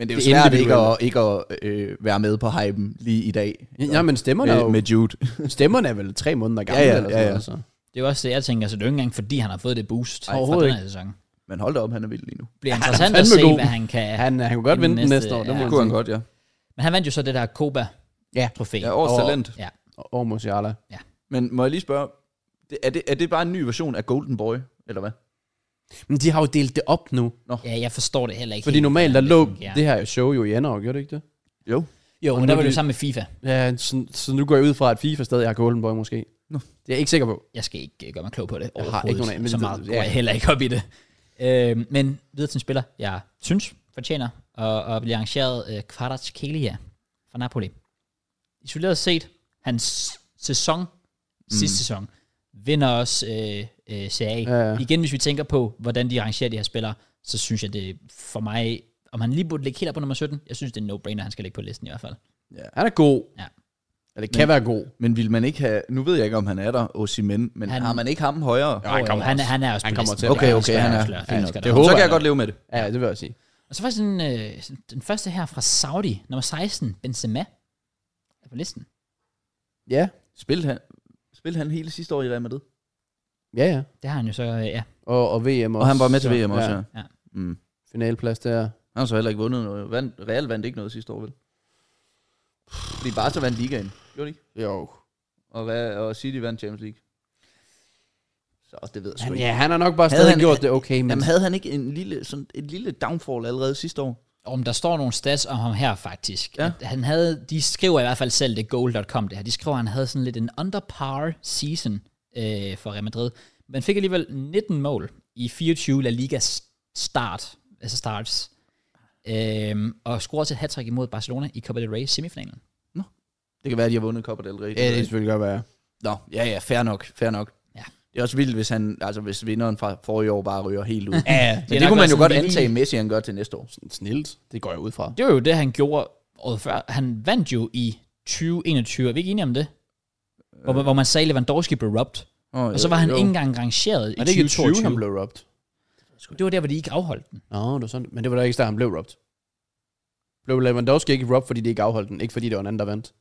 S2: Men det er jo
S3: Det
S2: det
S3: er
S2: svært ikke
S3: individuelle.
S2: at, ikke at øh, være med på hypen lige i dag.
S3: Ja, men stemmerne, er
S2: med,
S3: jo,
S2: med Jude.
S3: stemmerne er vel tre måneder gamle.
S2: Ja, ja,
S3: eller
S2: ja,
S3: sådan
S2: ja.
S3: noget, så.
S1: det er jo også det, jeg tænker, så det er jo ikke engang, fordi han har fået det boost Ej, fra
S3: overhovedet
S1: den her sæson. Det
S2: Men hold da op, han er vild lige nu.
S1: bliver interessant at
S3: fandme
S1: se,
S3: god.
S1: hvad han kan. Han,
S3: Han, han kunne godt
S1: Inden
S3: vinde den
S1: næste-
S3: næste år. Det
S1: ja.
S3: må
S1: Det
S3: man sige.
S2: godt, ja.
S1: Men han vandt jo så det der
S3: Ja.
S1: Copa-trofæ.
S2: Ja, årets
S3: Og-
S2: talent.
S1: ja.
S3: Og- Og Musiala.
S2: Men må jeg lige spørge, det, er, det, er det bare en ny version af Golden Boy, eller hvad?
S3: Men de har jo delt det op nu.
S1: ja, jeg forstår det heller ikke.
S3: Fordi
S1: helt,
S3: normalt, der
S1: hvordan
S3: lå
S1: fungerer.
S3: det her show jo i januar, gjorde det ikke det?
S2: Jo.
S1: Jo,
S3: Og
S1: men
S3: nu
S1: der var det
S3: er
S1: jo
S3: det-
S1: sammen med FIFA.
S3: Ja, så, så nu går jeg ud fra, at FIFA stadig har Golden Boy måske.
S2: Nå.
S3: Det er jeg ikke sikker på.
S1: Jeg skal ikke øh, gøre mig klog på det
S3: Jeg har ikke
S1: overhovedet.
S3: nogen af- men
S1: så
S3: det-
S1: meget
S3: ja.
S1: går jeg heller ikke op i det. Øh, men videre til en spiller, jeg synes fortjener at, at blive arrangeret øh, Kvartac Kelia fra Napoli. Isoleret set, hans sæson,
S3: Mm.
S1: sidste sæson, vinder også øh, øh, Serie A.
S3: Ja, ja.
S1: Igen, hvis vi tænker på, hvordan de arrangerer de her spillere, så synes jeg det er for mig, om han lige burde ligge helt op på nummer 17, jeg synes det er en no-brainer, han skal ligge på listen i hvert fald.
S3: Han er god.
S1: Ja.
S3: Eller kan
S2: Men-
S3: være god.
S2: Men vil man ikke have, nu ved jeg ikke, om han er der, Osimhen, men
S1: Han-
S2: han, har man ikke ham højere?
S3: han kommer
S1: øh, han,
S3: også.
S1: han er også
S3: Han
S1: på
S3: kommer
S1: listen.
S3: til at
S2: Okay,
S3: være-
S2: okay, han er.
S1: klar.
S2: Fint nok.
S1: skal
S3: Det
S1: der-
S3: håber
S2: Så kan jeg
S3: jeg.
S2: godt leve med det.
S3: Ja, det vil jeg sige.
S1: Og så faktisk den, øh, sådan den første her fra Saudi, nummer 16, Benzema, er på listen.
S3: Ja,
S2: Spillede han, spillede han hele sidste år i Real Madrid?
S3: ja, ja.
S1: Det har han jo så, øh, ja.
S3: Og, og VM også.
S2: Og han var med til VM også, ja.
S1: Ja.
S2: Mm.
S3: Finalplads der.
S2: Han har så heller ikke vundet noget. Vand, Real vandt ikke noget sidste år, vel? Fordi Barca vandt ligaen, gjorde de ikke?
S3: Jo.
S2: Og, hvad, og City vandt Champions League. Så det ved jeg sgu
S3: Han,
S2: ikke.
S3: ja, han har nok bare
S2: Havde
S3: stadig
S2: han-
S3: gjort det okay, men
S2: Jamen, havde han ikke en lille, sådan, et lille downfall allerede sidste år?
S1: Om der står nogle stats om ham her faktisk.
S2: Ja.
S1: Ja. At han havde, de skriver i hvert fald selv, det er goal.com det her, de skriver, at han havde sådan lidt en under par season øh, for Real Madrid. Men fik alligevel 19 mål i 24 La Liga start, altså starts. Øhm, og scorede til hat imod Barcelona i Copa del Rey semifinalen.
S2: Det kan være, at de har vundet Copa del Rey.
S3: ja, det kan selvfølgelig godt være.
S2: Nå, ja, ja, fair nok, fair nok.
S1: Ja.
S2: Det er også vildt, hvis, han, altså, hvis vinderen fra forrige år bare ryger helt ud. Men
S1: Ja,
S2: det, kunne man jo godt antage, Messi han gør til næste år.
S3: Snilt. Det går jeg ud fra.
S1: Det var jo det, han gjorde året før. Han vandt jo i 2021. Er vi ikke enige om det? Hvor, hvor man sagde, at Lewandowski blev robbed.
S2: Oh,
S1: Og så var han ikke engang rangeret i
S3: Er det ikke i 20,
S1: 2022.
S3: han blev robbed?
S1: Det var der, hvor de ikke afholdt den.
S3: Nå, det var sådan. Men det var da ikke der, han blev robbed. Blev Lewandowski ikke robbed, fordi de ikke afholdt den? Ikke fordi det var en anden, der vandt?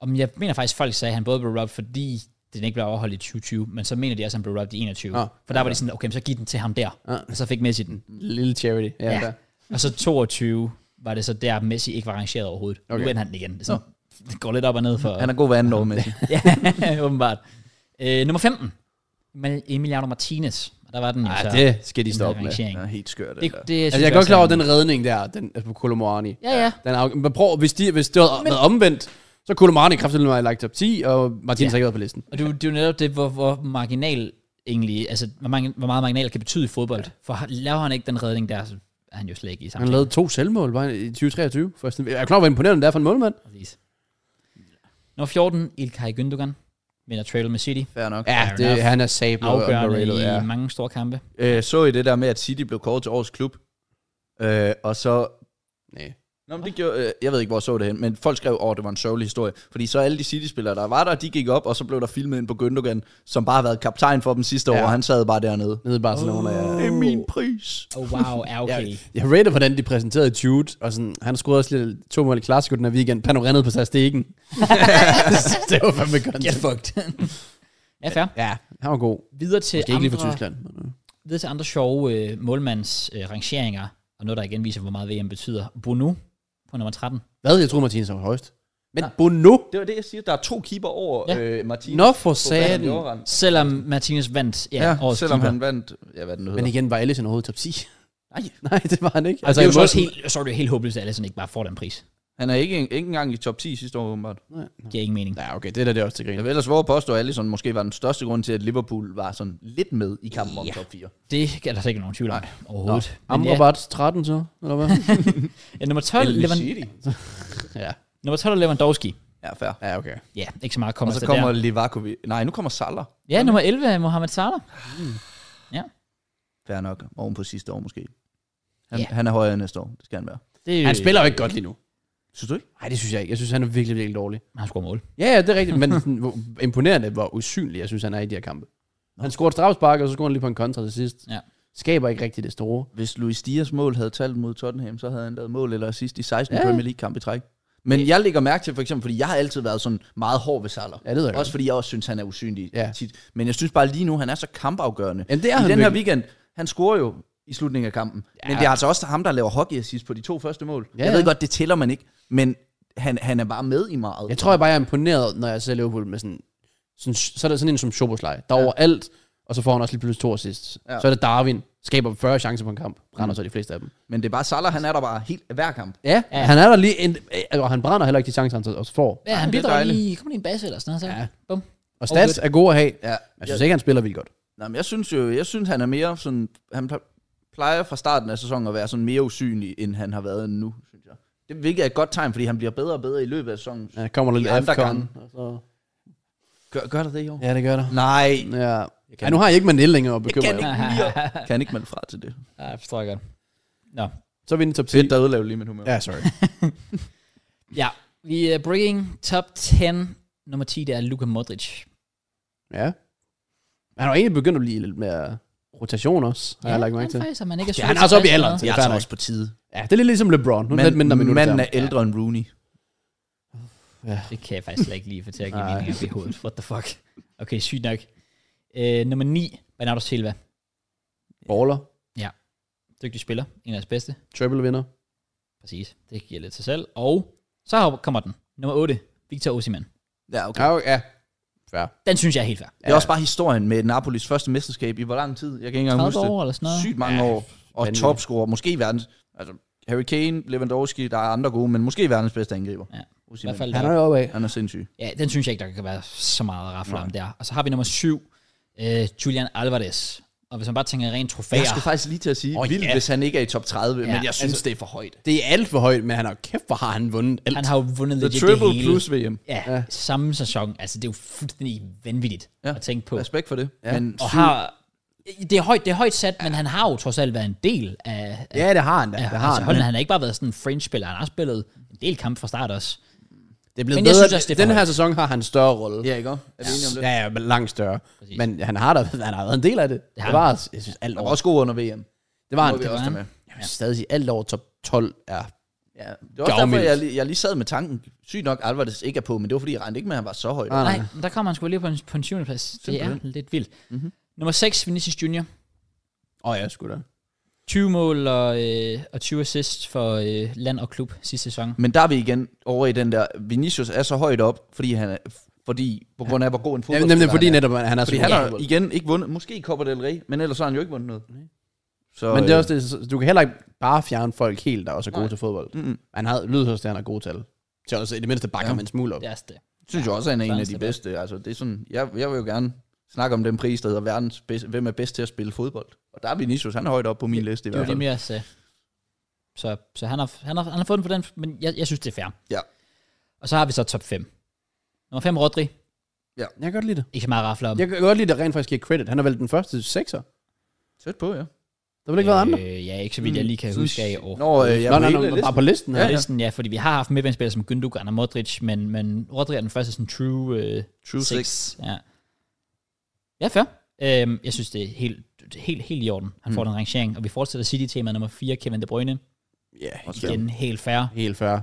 S1: Og jeg mener faktisk, folk sagde, at han både blev robbed, fordi den ikke blev afholdt i 2020, men så mener de også, at han blev robbed i 21.
S3: Ah,
S1: For der var de sådan, okay, men så giv den til ham der.
S3: Ah.
S1: Og så fik Messi den.
S3: Lille charity. Ja,
S1: Ja.
S3: ja. Der.
S1: Og så 22 var det så der, Messi ikke var rangeret overhovedet. Okay.
S3: Okay.
S1: Nu vandt han den igen. Det, er sådan, det går lidt op og ned for...
S2: Han er god hver anden år, Messi.
S1: ja, åbenbart. Øh, nummer 15. Mal- Emiliano Martinez. Og der var den jo
S3: Ej,
S1: så.
S3: det skal de
S1: den
S3: stoppe
S1: her
S3: med.
S1: rangering.
S2: Ja, helt skørt. Det,
S1: Det,
S2: der.
S1: det, synes
S3: Altså, jeg er godt
S1: også
S3: klar over
S1: er en-
S3: den redning der, den, altså på Kolomorani.
S1: Ja, ja.
S3: Den er, men prøv, hvis, de, hvis det havde været omvendt, så Kolomorani kraftigt mig lagt top 10, og Martinez
S1: Ja.
S3: ja. ikke været på listen.
S1: Og det, er jo- det er jo netop det, hvor, hvor marginal egentlig, altså hvor, mange, hvor meget marginal kan betyde i fodbold. Ja. For har- laver han ikke den redning der, så er han jo slet ikke i
S3: Han
S1: samtalen.
S3: lavede to selvmål bare i 2023. Først. Jeg er klar over, hvor imponerende det er for en målmand.
S1: Præcis. Nummer 14, İlkay Gündoğan, vinder trail med City.
S2: Fair nok.
S3: Ja,
S1: Fair
S3: det,
S1: enough.
S3: han er sablet og
S1: Afgørende
S3: underrated.
S1: i
S3: Ja.
S1: ja. mange store kampe.
S2: Øh, så I det der med, at City blev kåret til årets klub? Øh, og så...
S3: Nej.
S2: Nå, men det gjorde, øh, jeg ved ikke, hvor jeg så det hen, men folk skrev, åh, det var en sørgelig historie. Fordi så alle de City-spillere, der var der, de gik op, og så blev der filmet ind på Gündogan, som bare har været kaptajn for dem sidste ja.
S3: Ja.
S2: år, og han sad bare dernede.
S3: Nede i Barcelona, ja.
S2: Det er min pris.
S1: Oh, wow, er okay.
S3: Jeg, jeg rated, hvordan de præsenterede Jude, og sådan, han scorede også lidt to mål i Clasico den her weekend. Han rendede på sig stikken. det var fandme godt.
S1: Get fucked. ja, fair.
S3: Ja, han var god.
S1: Videre til
S3: Måske ikke lige fra
S1: andre-
S3: Tyskland. men, øh.
S1: videre til andre sjove øh, målmands øh, rangeringer, og noget, der igen viser, hvor meget VM betyder. Bono på nummer 13.
S3: Hvad? Jeg tror, Martinez var højst. Men
S2: Nej.
S3: Bono?
S2: Det var det, jeg siger. Der er to keeper over
S1: Ja.
S2: ja. øh, Martinez.
S3: Nå for
S2: på banen
S3: satan.
S2: i overrand.
S1: Selvom Martinez vandt ja,
S2: Ja,
S1: ja årets
S2: selvom
S1: keeper.
S2: han vandt... Ja, hvad den nu
S3: Men
S2: hedder.
S3: igen, var Ellison overhovedet top 10?
S2: Nej,
S3: Nej, det var han ikke.
S1: Altså,
S2: det er
S1: det
S2: jo
S1: er
S2: så
S1: jo også
S2: sådan-
S1: helt, så er det jo helt håbløst, at Allison ikke bare får den pris.
S2: han er ikke, ikke engang i top 10 sidste år, åbenbart.
S1: Det giver ingen mening.
S3: Ja, okay, det der det er også til
S2: Jeg
S3: grin.
S2: vil ellers våge at påstå, at Allison måske var den største grund til, at Liverpool var sådan lidt med i kampen om
S1: Ja.
S2: top 4.
S1: Det er der slet ikke nogen tvivl om overhovedet. Men ja,
S3: Amrabat 13 så, eller hvad?
S1: ja, nummer 12, Levan,
S3: ja.
S1: nummer 12 er Lewandowski.
S2: Ja, fair.
S3: ja, okay.
S1: Ja, ikke så meget
S2: Og
S1: kommer
S2: så
S1: Altså, der.
S2: kommer Livakovic. Nej, nu kommer Salah.
S1: Ja, nummer 11 er Mohamed Salah.
S2: Fair nok. Oven på sidste år måske. Han,
S1: Ja.
S2: han er højere end næste år. Det skal han være.
S1: Det,
S3: Han spiller jo ikke godt lige nu.
S2: Synes du ikke?
S3: Nej, det synes jeg ikke. Jeg synes, han er virkelig, virkelig dårlig.
S1: Han scorer mål.
S3: Ja, ja, det er rigtigt, men sådan, hvor imponerende, hvor usynlig jeg synes, han er i de her kampe. Han scorede et strafspark, og så scorede han lige på en kontra til sidst.
S1: Ja.
S3: Skaber ikke rigtig det store.
S2: Hvis Luis Dias mål havde talt mod Tottenham, så havde han lavet mål eller assist i 16 ja. Premier League-kamp i træk. Men jeg lægger mærke til, for eksempel, fordi jeg har altid været sådan meget hård ved Salah.
S3: Ja, det ved jeg
S2: Også fordi jeg også synes, han er usynlig
S3: Ja.
S2: ja. tit. Men jeg synes bare lige nu, han er så kampafgørende.
S3: Jamen, det er
S2: I
S3: han
S2: den her
S3: virkelig.
S2: weekend, han scorer jo i slutningen af kampen. Ja. Men det er altså også ham, der laver hockey assist på de to første mål.
S3: Ja,
S2: Ja, jeg ved
S3: ja.
S2: godt, det tæller man ikke, men han, han er bare med i meget.
S3: Jeg tror jeg bare, jeg er imponeret, når jeg ser Liverpool med sådan... sådan så er der sådan en som Schoboslej, der er overalt, og så får han også lige pludselig to assist. Ja.
S2: Ja.
S3: Så er det Darwin, skaber 40 chancer på en kamp, brænder mm. så de fleste af dem.
S2: Men det er bare Salah, han er der bare helt hver kamp.
S3: Ja, ja. han er der lige en, øh, og han brænder heller ikke de chancer, han så også får.
S1: Ja, han
S2: det er
S1: bidrager
S2: dejligt.
S1: lige, kommer lige en basse eller sådan noget. Så.
S3: Ja.
S1: Ja. Bum.
S3: Og stats er gode at have.
S2: Ja.
S3: Jeg synes ikke, han spiller vildt godt.
S2: Nej, men jeg synes jo, jeg synes, han er mere sådan, han plejer fra starten af sæsonen at være sådan mere usynlig, end han har været nu, synes jeg. Det hvilket er et godt tegn, fordi han bliver bedre og bedre i løbet af sæsonen.
S3: Ja, kommer lidt
S2: I andre
S3: AFCON.
S2: gange.
S3: og så-
S2: Gør, gør der det i år? Ja.
S3: Ja, det gør der.
S2: Nej,
S3: Ja. ja, nu har jeg ikke Manel længere at bekymre jer.
S2: kan ikke melde fra til det.
S1: Ja, jeg forstår jeg godt.
S3: Så er vi inde i top 10.
S2: Fedt, der ødelagde lige mit humør. Ja.
S3: Ja, sorry.
S1: Ja, vi er bringing top 10. Nummer 10, det er Luka Modric.
S3: ja. Han har jo egentlig begyndt at blive lidt mere rotation også, har ja, jeg lagt mærke
S1: han
S3: til.
S1: faktisk, om han ikke er
S3: Ja,
S1: sulten
S3: han er også oppe i
S1: tilfreds
S3: alderen,
S1: med
S3: så
S2: Jeg
S3: det er fair
S2: tager
S3: nok.
S2: også på tide.
S3: Ja, det er lidt ligesom LeBron. Nu er det lidt mindre minutter.
S2: manden
S3: til
S2: er
S3: ham.
S2: ældre end Rooney.
S1: noget. Det kan jeg faktisk slet ikke lige få til at give
S3: Nej.
S1: mening op i hovedet. What the fuck? Okay, sygt nok. Øh, nummer 9, Bernardo Silva.
S3: Baller.
S1: Dygtig spiller. En af hans bedste.
S3: Triple vinder.
S1: Præcis. Det giver lidt sig selv. Og så kommer den. Nummer 8, Victor Osimhen.
S2: Ja, okay.
S3: Ja, ja. Fair.
S1: Den synes jeg er helt fair.
S2: Det er også bare historien med Napolis første mesterskab i hvor lang tid? Jeg kan ikke engang
S1: 30
S2: huske det.
S1: år eller sådan noget.
S2: Sygt mange
S3: Ja,
S2: år. Og
S3: vanvittigt.
S2: topscorer. Måske i verdens... Altså, Harry Kane, Lewandowski, der er andre gode, men måske verdens bedste angriber.
S1: Ja. I
S2: Osimhen.
S1: hvert fald
S3: Han er jo oppe af.
S2: Han er sindssyg.
S1: Ja, den synes jeg ikke, der kan være så meget at rafle
S2: Nej.
S1: om der. Og så har vi nummer syv, øh, Julian Alvarez. Og hvis man bare tænker rent trofæer,
S2: Jeg skulle faktisk lige til at sige,
S3: Åh,
S2: oh, vildt,
S3: ja.
S2: hvis han ikke er i top 30, ja, men jeg synes,
S3: altså-
S2: altså, det er for højt.
S3: Det er alt for højt, men han har kæft, hvor har han vundet alt.
S1: han har jo vundet
S2: The
S1: lidt
S2: triple
S1: det hele.
S2: plus VM.
S1: Ja,
S3: Ja.
S1: ja, samme sæson. Altså, det er jo fuldstændig vanvittigt ja. Altså,
S2: Ja.
S1: at tænke på.
S2: Respekt for det. Ja. Men
S1: Og har, det er højt, det er højt sat, ja. men han har jo trods alt været en del af, af
S3: Ja, det har han da.
S1: ja,
S3: det har
S1: altså,
S3: han.
S1: holdet. Han har ikke bare været sådan en fringe-spiller, han har også spillet en del kampe fra start også.
S3: Det er blevet
S1: Men jeg
S3: bedre.
S1: synes også, det er for
S3: Den her sæson har han en større rolle.
S2: ja, ikke? også? Er vi enige om det?
S3: Ja, ja, men langt større.
S1: Præcis.
S3: Men han har da han har været en del af det. Det,
S1: har
S3: var, jeg synes, alt
S2: Han
S3: over.
S2: var også god under VM.
S3: Det var
S2: Må
S3: han.
S2: vi
S3: Det var
S2: også
S3: han.
S2: tage med.
S3: Jeg vil stadig sige, alt over top 12 er...
S2: Ja. Det var også
S3: Gavmildt.
S2: derfor, jeg, lige- jeg lige sad med tanken. Sygt nok, Alvarez ikke er på, men det var fordi, jeg regnede ikke med, at han var så højt.
S3: Ah,
S1: Nej, men der kommer han sgu lige på en, på en syvende plads. Det er
S2: Simpelthen.
S1: lidt vildt. Mm-hmm. Nummer 6, Vinicius Junior.
S3: Åh, oh, ja, sgu da.
S1: 20 mål og, øh, og 20 assists for øh, land og klub sidste sæson.
S3: Mm.
S2: Men der er vi igen over i den der, Vinicius er så højt op, fordi han er, fordi, på grund af, hvor god en
S3: Ja,
S2: fodboldspiller
S3: nemlig fordi
S2: han er.
S3: netop, han er så
S2: Fordi han
S3: god.
S2: har igen ikke vundet, måske Copa del Rey, men ellers har han jo ikke vundet noget. Så,
S3: Men det er
S2: øh,
S3: også det, så- du kan heller ikke bare fjerne folk helt, der også er gode
S2: Nej.
S3: til fodbold.
S2: Mm-mm.
S3: Han havde lyder også, at han er gode til. Så også i det mindste bakker
S2: Ja.
S3: man en smule op.
S1: Det er også det.
S2: synes jo også, at han er en af
S1: Sørensen
S2: de
S1: er bedst.
S2: bedste. Altså, det er sådan, jeg, jeg vil jo gerne snakke om den pris, der hedder verdens bedste, hvem er bedst til at spille fodbold. Og der er Vinicius, han er højt op på min liste
S1: Det
S2: i
S1: var
S2: hvert fald.
S1: nemlig også... Øh, så så han, har, han, har, han har fået den på den, men jeg, jeg synes, det er fair.
S2: Ja.
S1: Og så har vi så top 5. Nummer 5, Rodri.
S3: Jeg kan godt lide det.
S1: Ikke så meget rafler om.
S3: Jeg kan godt lide, at der rent faktisk giver credit. Han er vel den første sekser.
S2: Tæt på, ja.
S3: Der vil ikke være andre.
S1: Øh, ja, ikke så vidt jeg lige kan
S2: Mm, Synes-
S1: huske af i år.
S2: Nå, øh, jeg
S3: Nå,
S2: er
S3: nej,
S2: på hele
S3: nej, bare
S2: listen.
S3: på listen her.
S1: Ja, listen, ja, fordi vi har haft medvindspillere som Gündogan og Modric, men, men Rodri er den første sådan true, øh,
S2: True
S1: six.
S2: six.
S1: Ja, ja fair. Øhm, jeg synes, det er helt, det er helt, helt i orden. Han mm. får den rangering, og vi fortsætter City-temaet nummer 4, Kevin De Bruyne.
S3: Ja,
S2: Ja.
S1: Igen, helt fair.
S3: helt fair.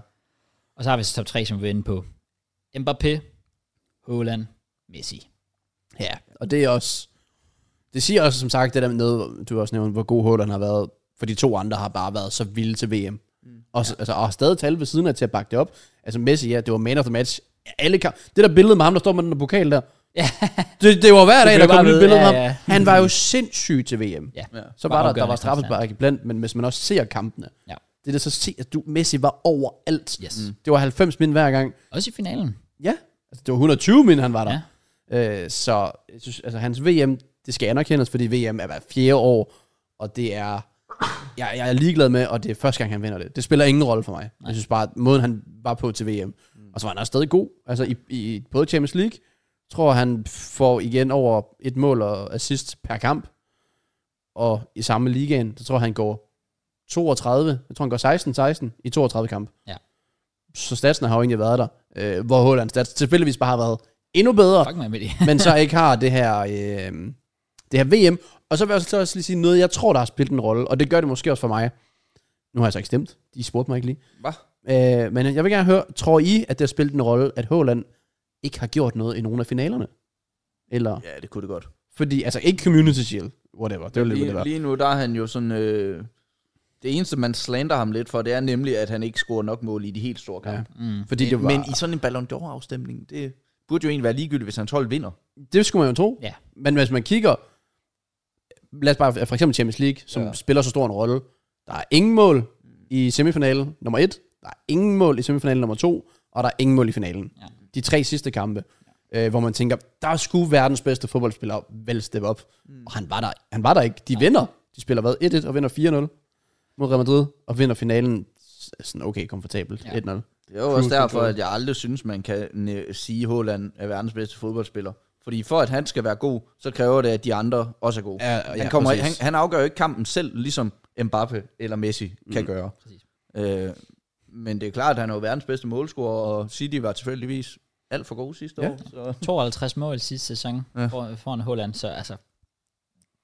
S1: Og så har vi så top 3, som vi er inde på. Mbappé, Haaland, Messi.
S3: Ja, og det er også... Det siger også, som sagt, det der med, du også nævnte, hvor god Håland har været. For de to andre har bare været så vilde til VM. Mm. Og, så, altså, og har stadig tal ved siden af til at bakke det op. Altså Messi, ja, det var man of the match. Alle kamp. Det der billede med ham, der står med den der pokal der.
S1: Ja.
S3: Det, det var hver dag,
S1: blev
S3: der kom
S1: bare
S3: et nyt
S1: ved,
S3: billede
S1: ja,
S3: med
S1: ja. Mm.
S3: ham. Han var jo sindssyg til VM.
S1: Ja.
S3: Så var der, der
S1: afgørende
S3: var
S1: konstant.
S3: straffespark iblandt, men hvis man også ser kampene,
S1: Ja.
S3: det der så se, at du, Messi var overalt.
S1: Yes.
S3: Mm. Det var 90 min hver gang.
S1: Også i finalen.
S3: Ja, altså, det var 120 min, han var der. Ja. Øh, så jeg synes, altså, hans VM, det skal anerkendes, fordi VM er hver fjerde år, og det er, jeg, jeg er ligeglad med, og det er første gang, han vinder det. Det spiller ingen rolle for mig. Nej. Jeg synes bare, at måden han var på til VM, og så var han også stadig god, altså i, i både Champions League, tror han får igen over et mål og assist per kamp, og i samme ligaen, så tror jeg, han går 32, jeg tror han går 16-16 i 32 kamp.
S1: Ja.
S3: Så statsen har jo egentlig været der, øh, hvor Holland stats tilfældigvis bare har været endnu bedre,
S1: Fuck mig med det.
S3: men så ikke har det her, øh, det her VM. Og så vil jeg også, så også lige sige noget, jeg tror, der har spillet en rolle, og det gør det måske også for mig. Nu har jeg så ikke stemt. De spurgte mig ikke lige.
S2: Hvad?
S3: Øh, men jeg vil gerne høre, tror I, at det har spillet en rolle, at Holland ikke har gjort noget i nogen af finalerne? Eller, ja.
S2: Ja, det kunne det godt.
S3: fordi, altså ikke Community Shield, whatever, det var lige, hvad det
S2: Lige,
S3: var.
S2: lige nu, der er han jo sådan... Øh, det eneste, man slander ham lidt for, det er nemlig, at han ikke scorer nok mål i de helt store kampe.
S3: Ja,
S2: Ja.
S1: Mm.
S3: fordi det var,
S2: Men i sådan en Ballon d'Or-afstemning, det burde jo egentlig være ligegyldigt, hvis hans hold vinder.
S3: det skulle man jo tro.
S1: Ja.
S3: Men hvis man kigger, lad os bare, for eksempel Champions League, som ja.
S2: Ja.
S3: spiller så stor en rolle, der er ingen mål i semifinalen nummer et, der er ingen mål i semifinalen nummer to, og der er ingen mål i finalen.
S1: Ja.
S3: De tre sidste kampe, ja. øh, hvor man tænker, der skulle verdens bedste fodboldspiller vel steppe op. Mm. Og han var, der, han var der ikke. De vinder. De spiller hvad? 1-1 og vinder 4-0 mod Real Madrid, og vinder finalen s- sådan okay komfortabelt
S1: Ja.
S3: 1-0.
S2: Det er jo også
S3: Cruise
S2: derfor,
S3: control.
S2: at jeg aldrig synes, man kan næ- sige, at Haaland er verdens bedste fodboldspiller. Fordi for at han skal være god, så kræver det, at de andre også er gode.
S3: Ja, ja,
S2: han, kommer,
S3: præcis.
S2: han, han afgør jo ikke kampen selv, ligesom Mbappe eller Messi kan mm. gøre.
S1: Præcis.
S2: Øh, men det er klart, at han er jo verdens bedste målscorer, og City var tilfældigvis alt for god sidste
S3: Ja.
S2: ja. år. Så.
S1: 52 mål sidste sæson
S2: Ja.
S1: for, foran Holland, så altså,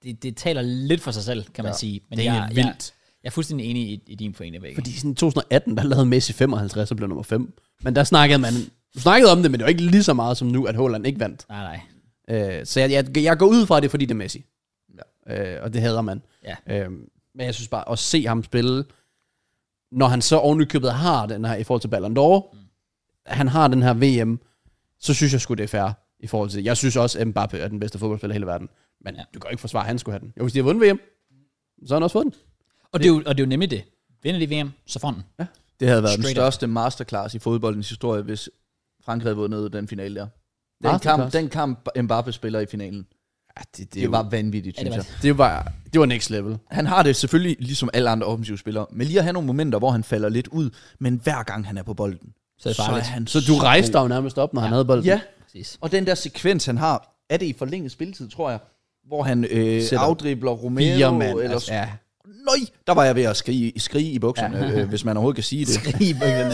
S1: det, det taler lidt for sig selv, kan man
S2: Ja.
S1: sige. Men
S3: Det er
S1: jeg,
S3: egentlig
S1: Jeg,
S3: vildt.
S1: jeg er fuldstændig enig i, i din pointe, Vække.
S3: Fordi sådan i 2018, der lavede Messi 55 og blev nummer 5. Men der snakkede man du snakkede om det, men det var ikke lige så meget som nu, at Holland ikke vandt.
S1: Nej, nej.
S3: Øh, så jeg, jeg, jeg går ud fra at det, er, fordi det er Messi. Ja. Øh, og det hader man.
S1: Ja.
S3: Øh, men jeg synes bare, at se ham spille, når han så ovenikøbet har den her, i forhold til Ballon d'Or, mm. han har den her VM, så synes jeg sgu, det er fair i forhold til Jeg synes også, at Mbappe er den bedste fodboldspiller i hele verden. Men
S1: Ja.
S3: ja. du kan jo ikke forsvare, at han skulle have den. Jo, hvis de har vundet VM, så har han også fået den.
S1: Og det, er jo, og det er jo nemlig det. Vinder de VM, så får den.
S2: Det havde været den
S1: Straight
S2: største masterclass i fodboldens historie, hvis Frankrig havde vundet den finale der. Den
S3: Masterclass?
S2: kamp, den kamp, Mbappe spiller i finalen, det,
S3: Ja,
S2: det var vanvittigt,
S1: Ja, det
S2: synes
S1: var
S2: jeg.
S3: det, var, det var next level.
S2: Han har det selvfølgelig ligesom alle andre offensive spillere, men lige at have nogle momenter, hvor han falder lidt ud, men hver gang han er på bolden,
S1: Så er det farligt.
S2: han
S3: Så du rejste
S2: god.
S3: dig jo nærmest op, når ja. han havde bolden.
S2: Ja,
S1: Præcis.
S2: og den der sekvens, han har, er det i forlænget spilletid, tror jeg, hvor han øh,
S3: Sætter
S2: afdribler Romero,
S3: Fire mand.
S2: eller...
S3: Altså,
S2: Altså,
S3: ja.
S2: Nøj, der var jeg ved at skrige, skrige i bukserne, ja. øh, hvis man overhovedet kan sige det.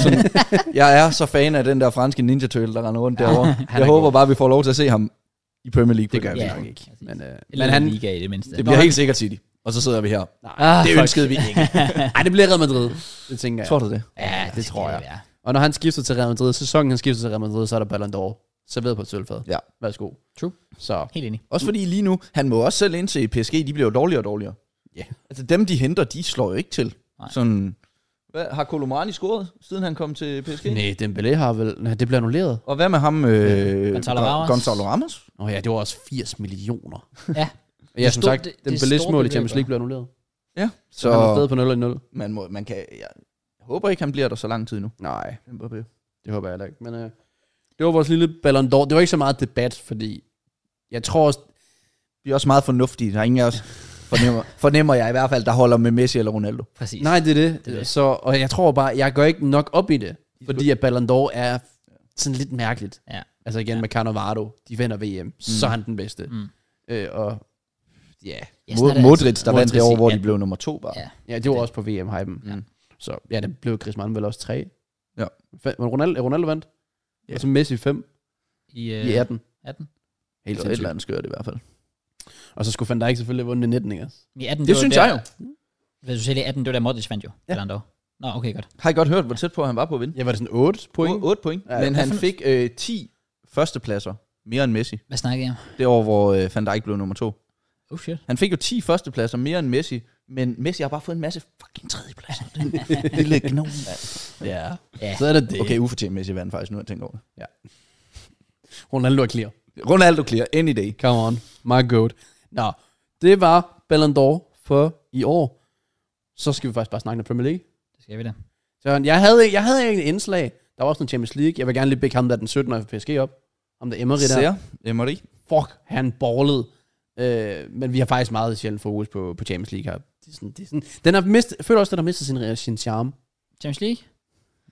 S1: Sådan.
S2: Jeg er så fan af den der franske Ninja Turtle, der render rundt ja. derovre.
S3: er
S2: Jeg håber bare, vi får lov til at se ham i Premier League. på
S3: Det gør vi
S1: Ja,
S3: nok ikke.
S1: præcis.
S3: Men, øh,
S1: Eller
S3: men han...
S1: han, liga i det mindste.
S2: Det bliver helt sikkert City. Og så sidder vi her.
S1: ah,
S2: Det
S1: fuck.
S2: ønskede vi ikke.
S3: Ej, det bliver Real Madrid. Det tænker jeg.
S2: Tror du det?
S1: Ja, det,
S3: det tror
S1: skal
S3: jeg.
S1: det være.
S3: Og når han skifter til Real Madrid, sæsonen han skifter til Real Madrid, så er der Ballon d'Or. Serveret på et sølvfad.
S2: Ja.
S3: Værsgo.
S1: True.
S3: Så
S1: Helt enig.
S2: Også fordi lige nu, han må også selv indse, at PSG de bliver jo dårligere og dårligere.
S3: Ja.
S2: Altså dem, de henter, de slår jo ikke til.
S1: Nej.
S2: Nej. Sådan, hvad, har Colomani scoret, siden han kom til PSG?
S3: Nej, Dembélé har vel... Nej, det blev annulleret.
S2: Og hvad med ham? Øh,
S1: Gonzalo
S2: Gon-
S1: Ramos.
S2: Gonzalo Ramos?
S3: Nå ja, det var også 80 millioner.
S1: Ja.
S3: Ja, som
S1: store-
S3: sagt,
S1: det- det er
S3: Dembélés
S1: store
S3: mål i
S1: beløb,
S3: Champions
S1: ja.
S3: League blev annulleret.
S2: Ja.
S3: Så han er
S2: Så
S3: stadig på 0 og 0.
S2: man, må, man kan... Jeg, jeg håber ikke, han bliver der så lang tid nu.
S3: Nej.
S2: Mbappé.
S3: Det håber jeg heller ikke. Men øh, det var vores lille Ballon d'Or. Det var ikke så meget debat, fordi jeg tror også,
S2: Vi er også meget fornuftige. Der er ingen af os, fornemmer, fornemmer jeg i hvert fald, der holder med Messi eller Ronaldo.
S1: Præcis.
S3: Nej, det er det.
S1: Det er det.
S3: Så, og jeg tror bare, jeg går ikke nok op i det, fordi at Ballon d'Or er sådan lidt mærkeligt.
S1: Ja.
S3: Altså igen ja. med Cannavaro, de vinder VM, mm. så er han den bedste.
S1: Mm.
S3: Øh, og ja,
S1: Ja, sådan er
S2: Mod,
S1: det
S2: Modric,
S1: altså.
S2: der vandt det
S1: Modric,
S2: år, hvor
S1: ja.
S2: de blev nummer to bare.
S1: Ja.
S3: ja det var også på VM-hypen.
S2: Ja.
S3: Så ja, det blev Griezmann vel også tre.
S2: Ja.
S3: Fa- Men Ronaldo, Ronaldo vandt,
S2: Ja.
S3: og så Messi fem
S1: I,
S3: i
S1: øh,
S3: 18.
S1: 18.
S3: Helt
S2: Helt et eller
S3: sindssygt.
S2: andet skørt i hvert fald.
S3: Og så skulle Van Dijk selvfølgelig have vundet i 19, ikke? også?
S1: I 18
S2: Det
S1: var
S2: synes
S1: der,
S2: jeg jo.
S1: Hvis du siger, det er 18, det var der Modric vandt jo. Ja. Eller andet år. Nå, okay, godt.
S2: Har I godt hørt, hvor tæt på han var på at vinde?
S3: Ja, var det sådan 8 point?
S2: 8 point.
S3: Ja,
S2: Ja, men
S3: hvad
S2: han
S3: for-
S2: fik øh, 10 førstepladser mere end Messi.
S1: Hvad snakker jeg om?
S2: Det år, hvor øh, Van Dijk blev nummer to.
S1: Oh shit.
S2: Han fik jo 10 førstepladser mere end Messi Men Messi har bare fået en masse fucking tredjepladser. Den lille gnom, mand.
S3: Ja.
S1: Ja.
S3: Så er det det.
S2: Okay, ufortjent Messi vandt faktisk nu, jeg tænker over det.
S3: Ronaldo er clear.
S2: Ronaldo clear, any day.
S3: Come on. My goat. Nå, det var Ballon d'Or for i år. Så skal vi faktisk bare snakke om Premier League.
S1: Det skal vi da.
S3: Så jeg havde, jeg havde egentlig et indslag. Der var også noget Champions League. Jeg vil gerne lige bække ham, der er den 17 år for PSG op. Ham der Emery der.
S2: Ser, Emery.
S3: Fuck, han ballede. Øh, men vi har faktisk meget sjældent fokus på, på Champions League her. Det er sådan, det er sådan, den har mist, jeg føler også, den har mistet sin, øh, sin charme.
S1: Champions League?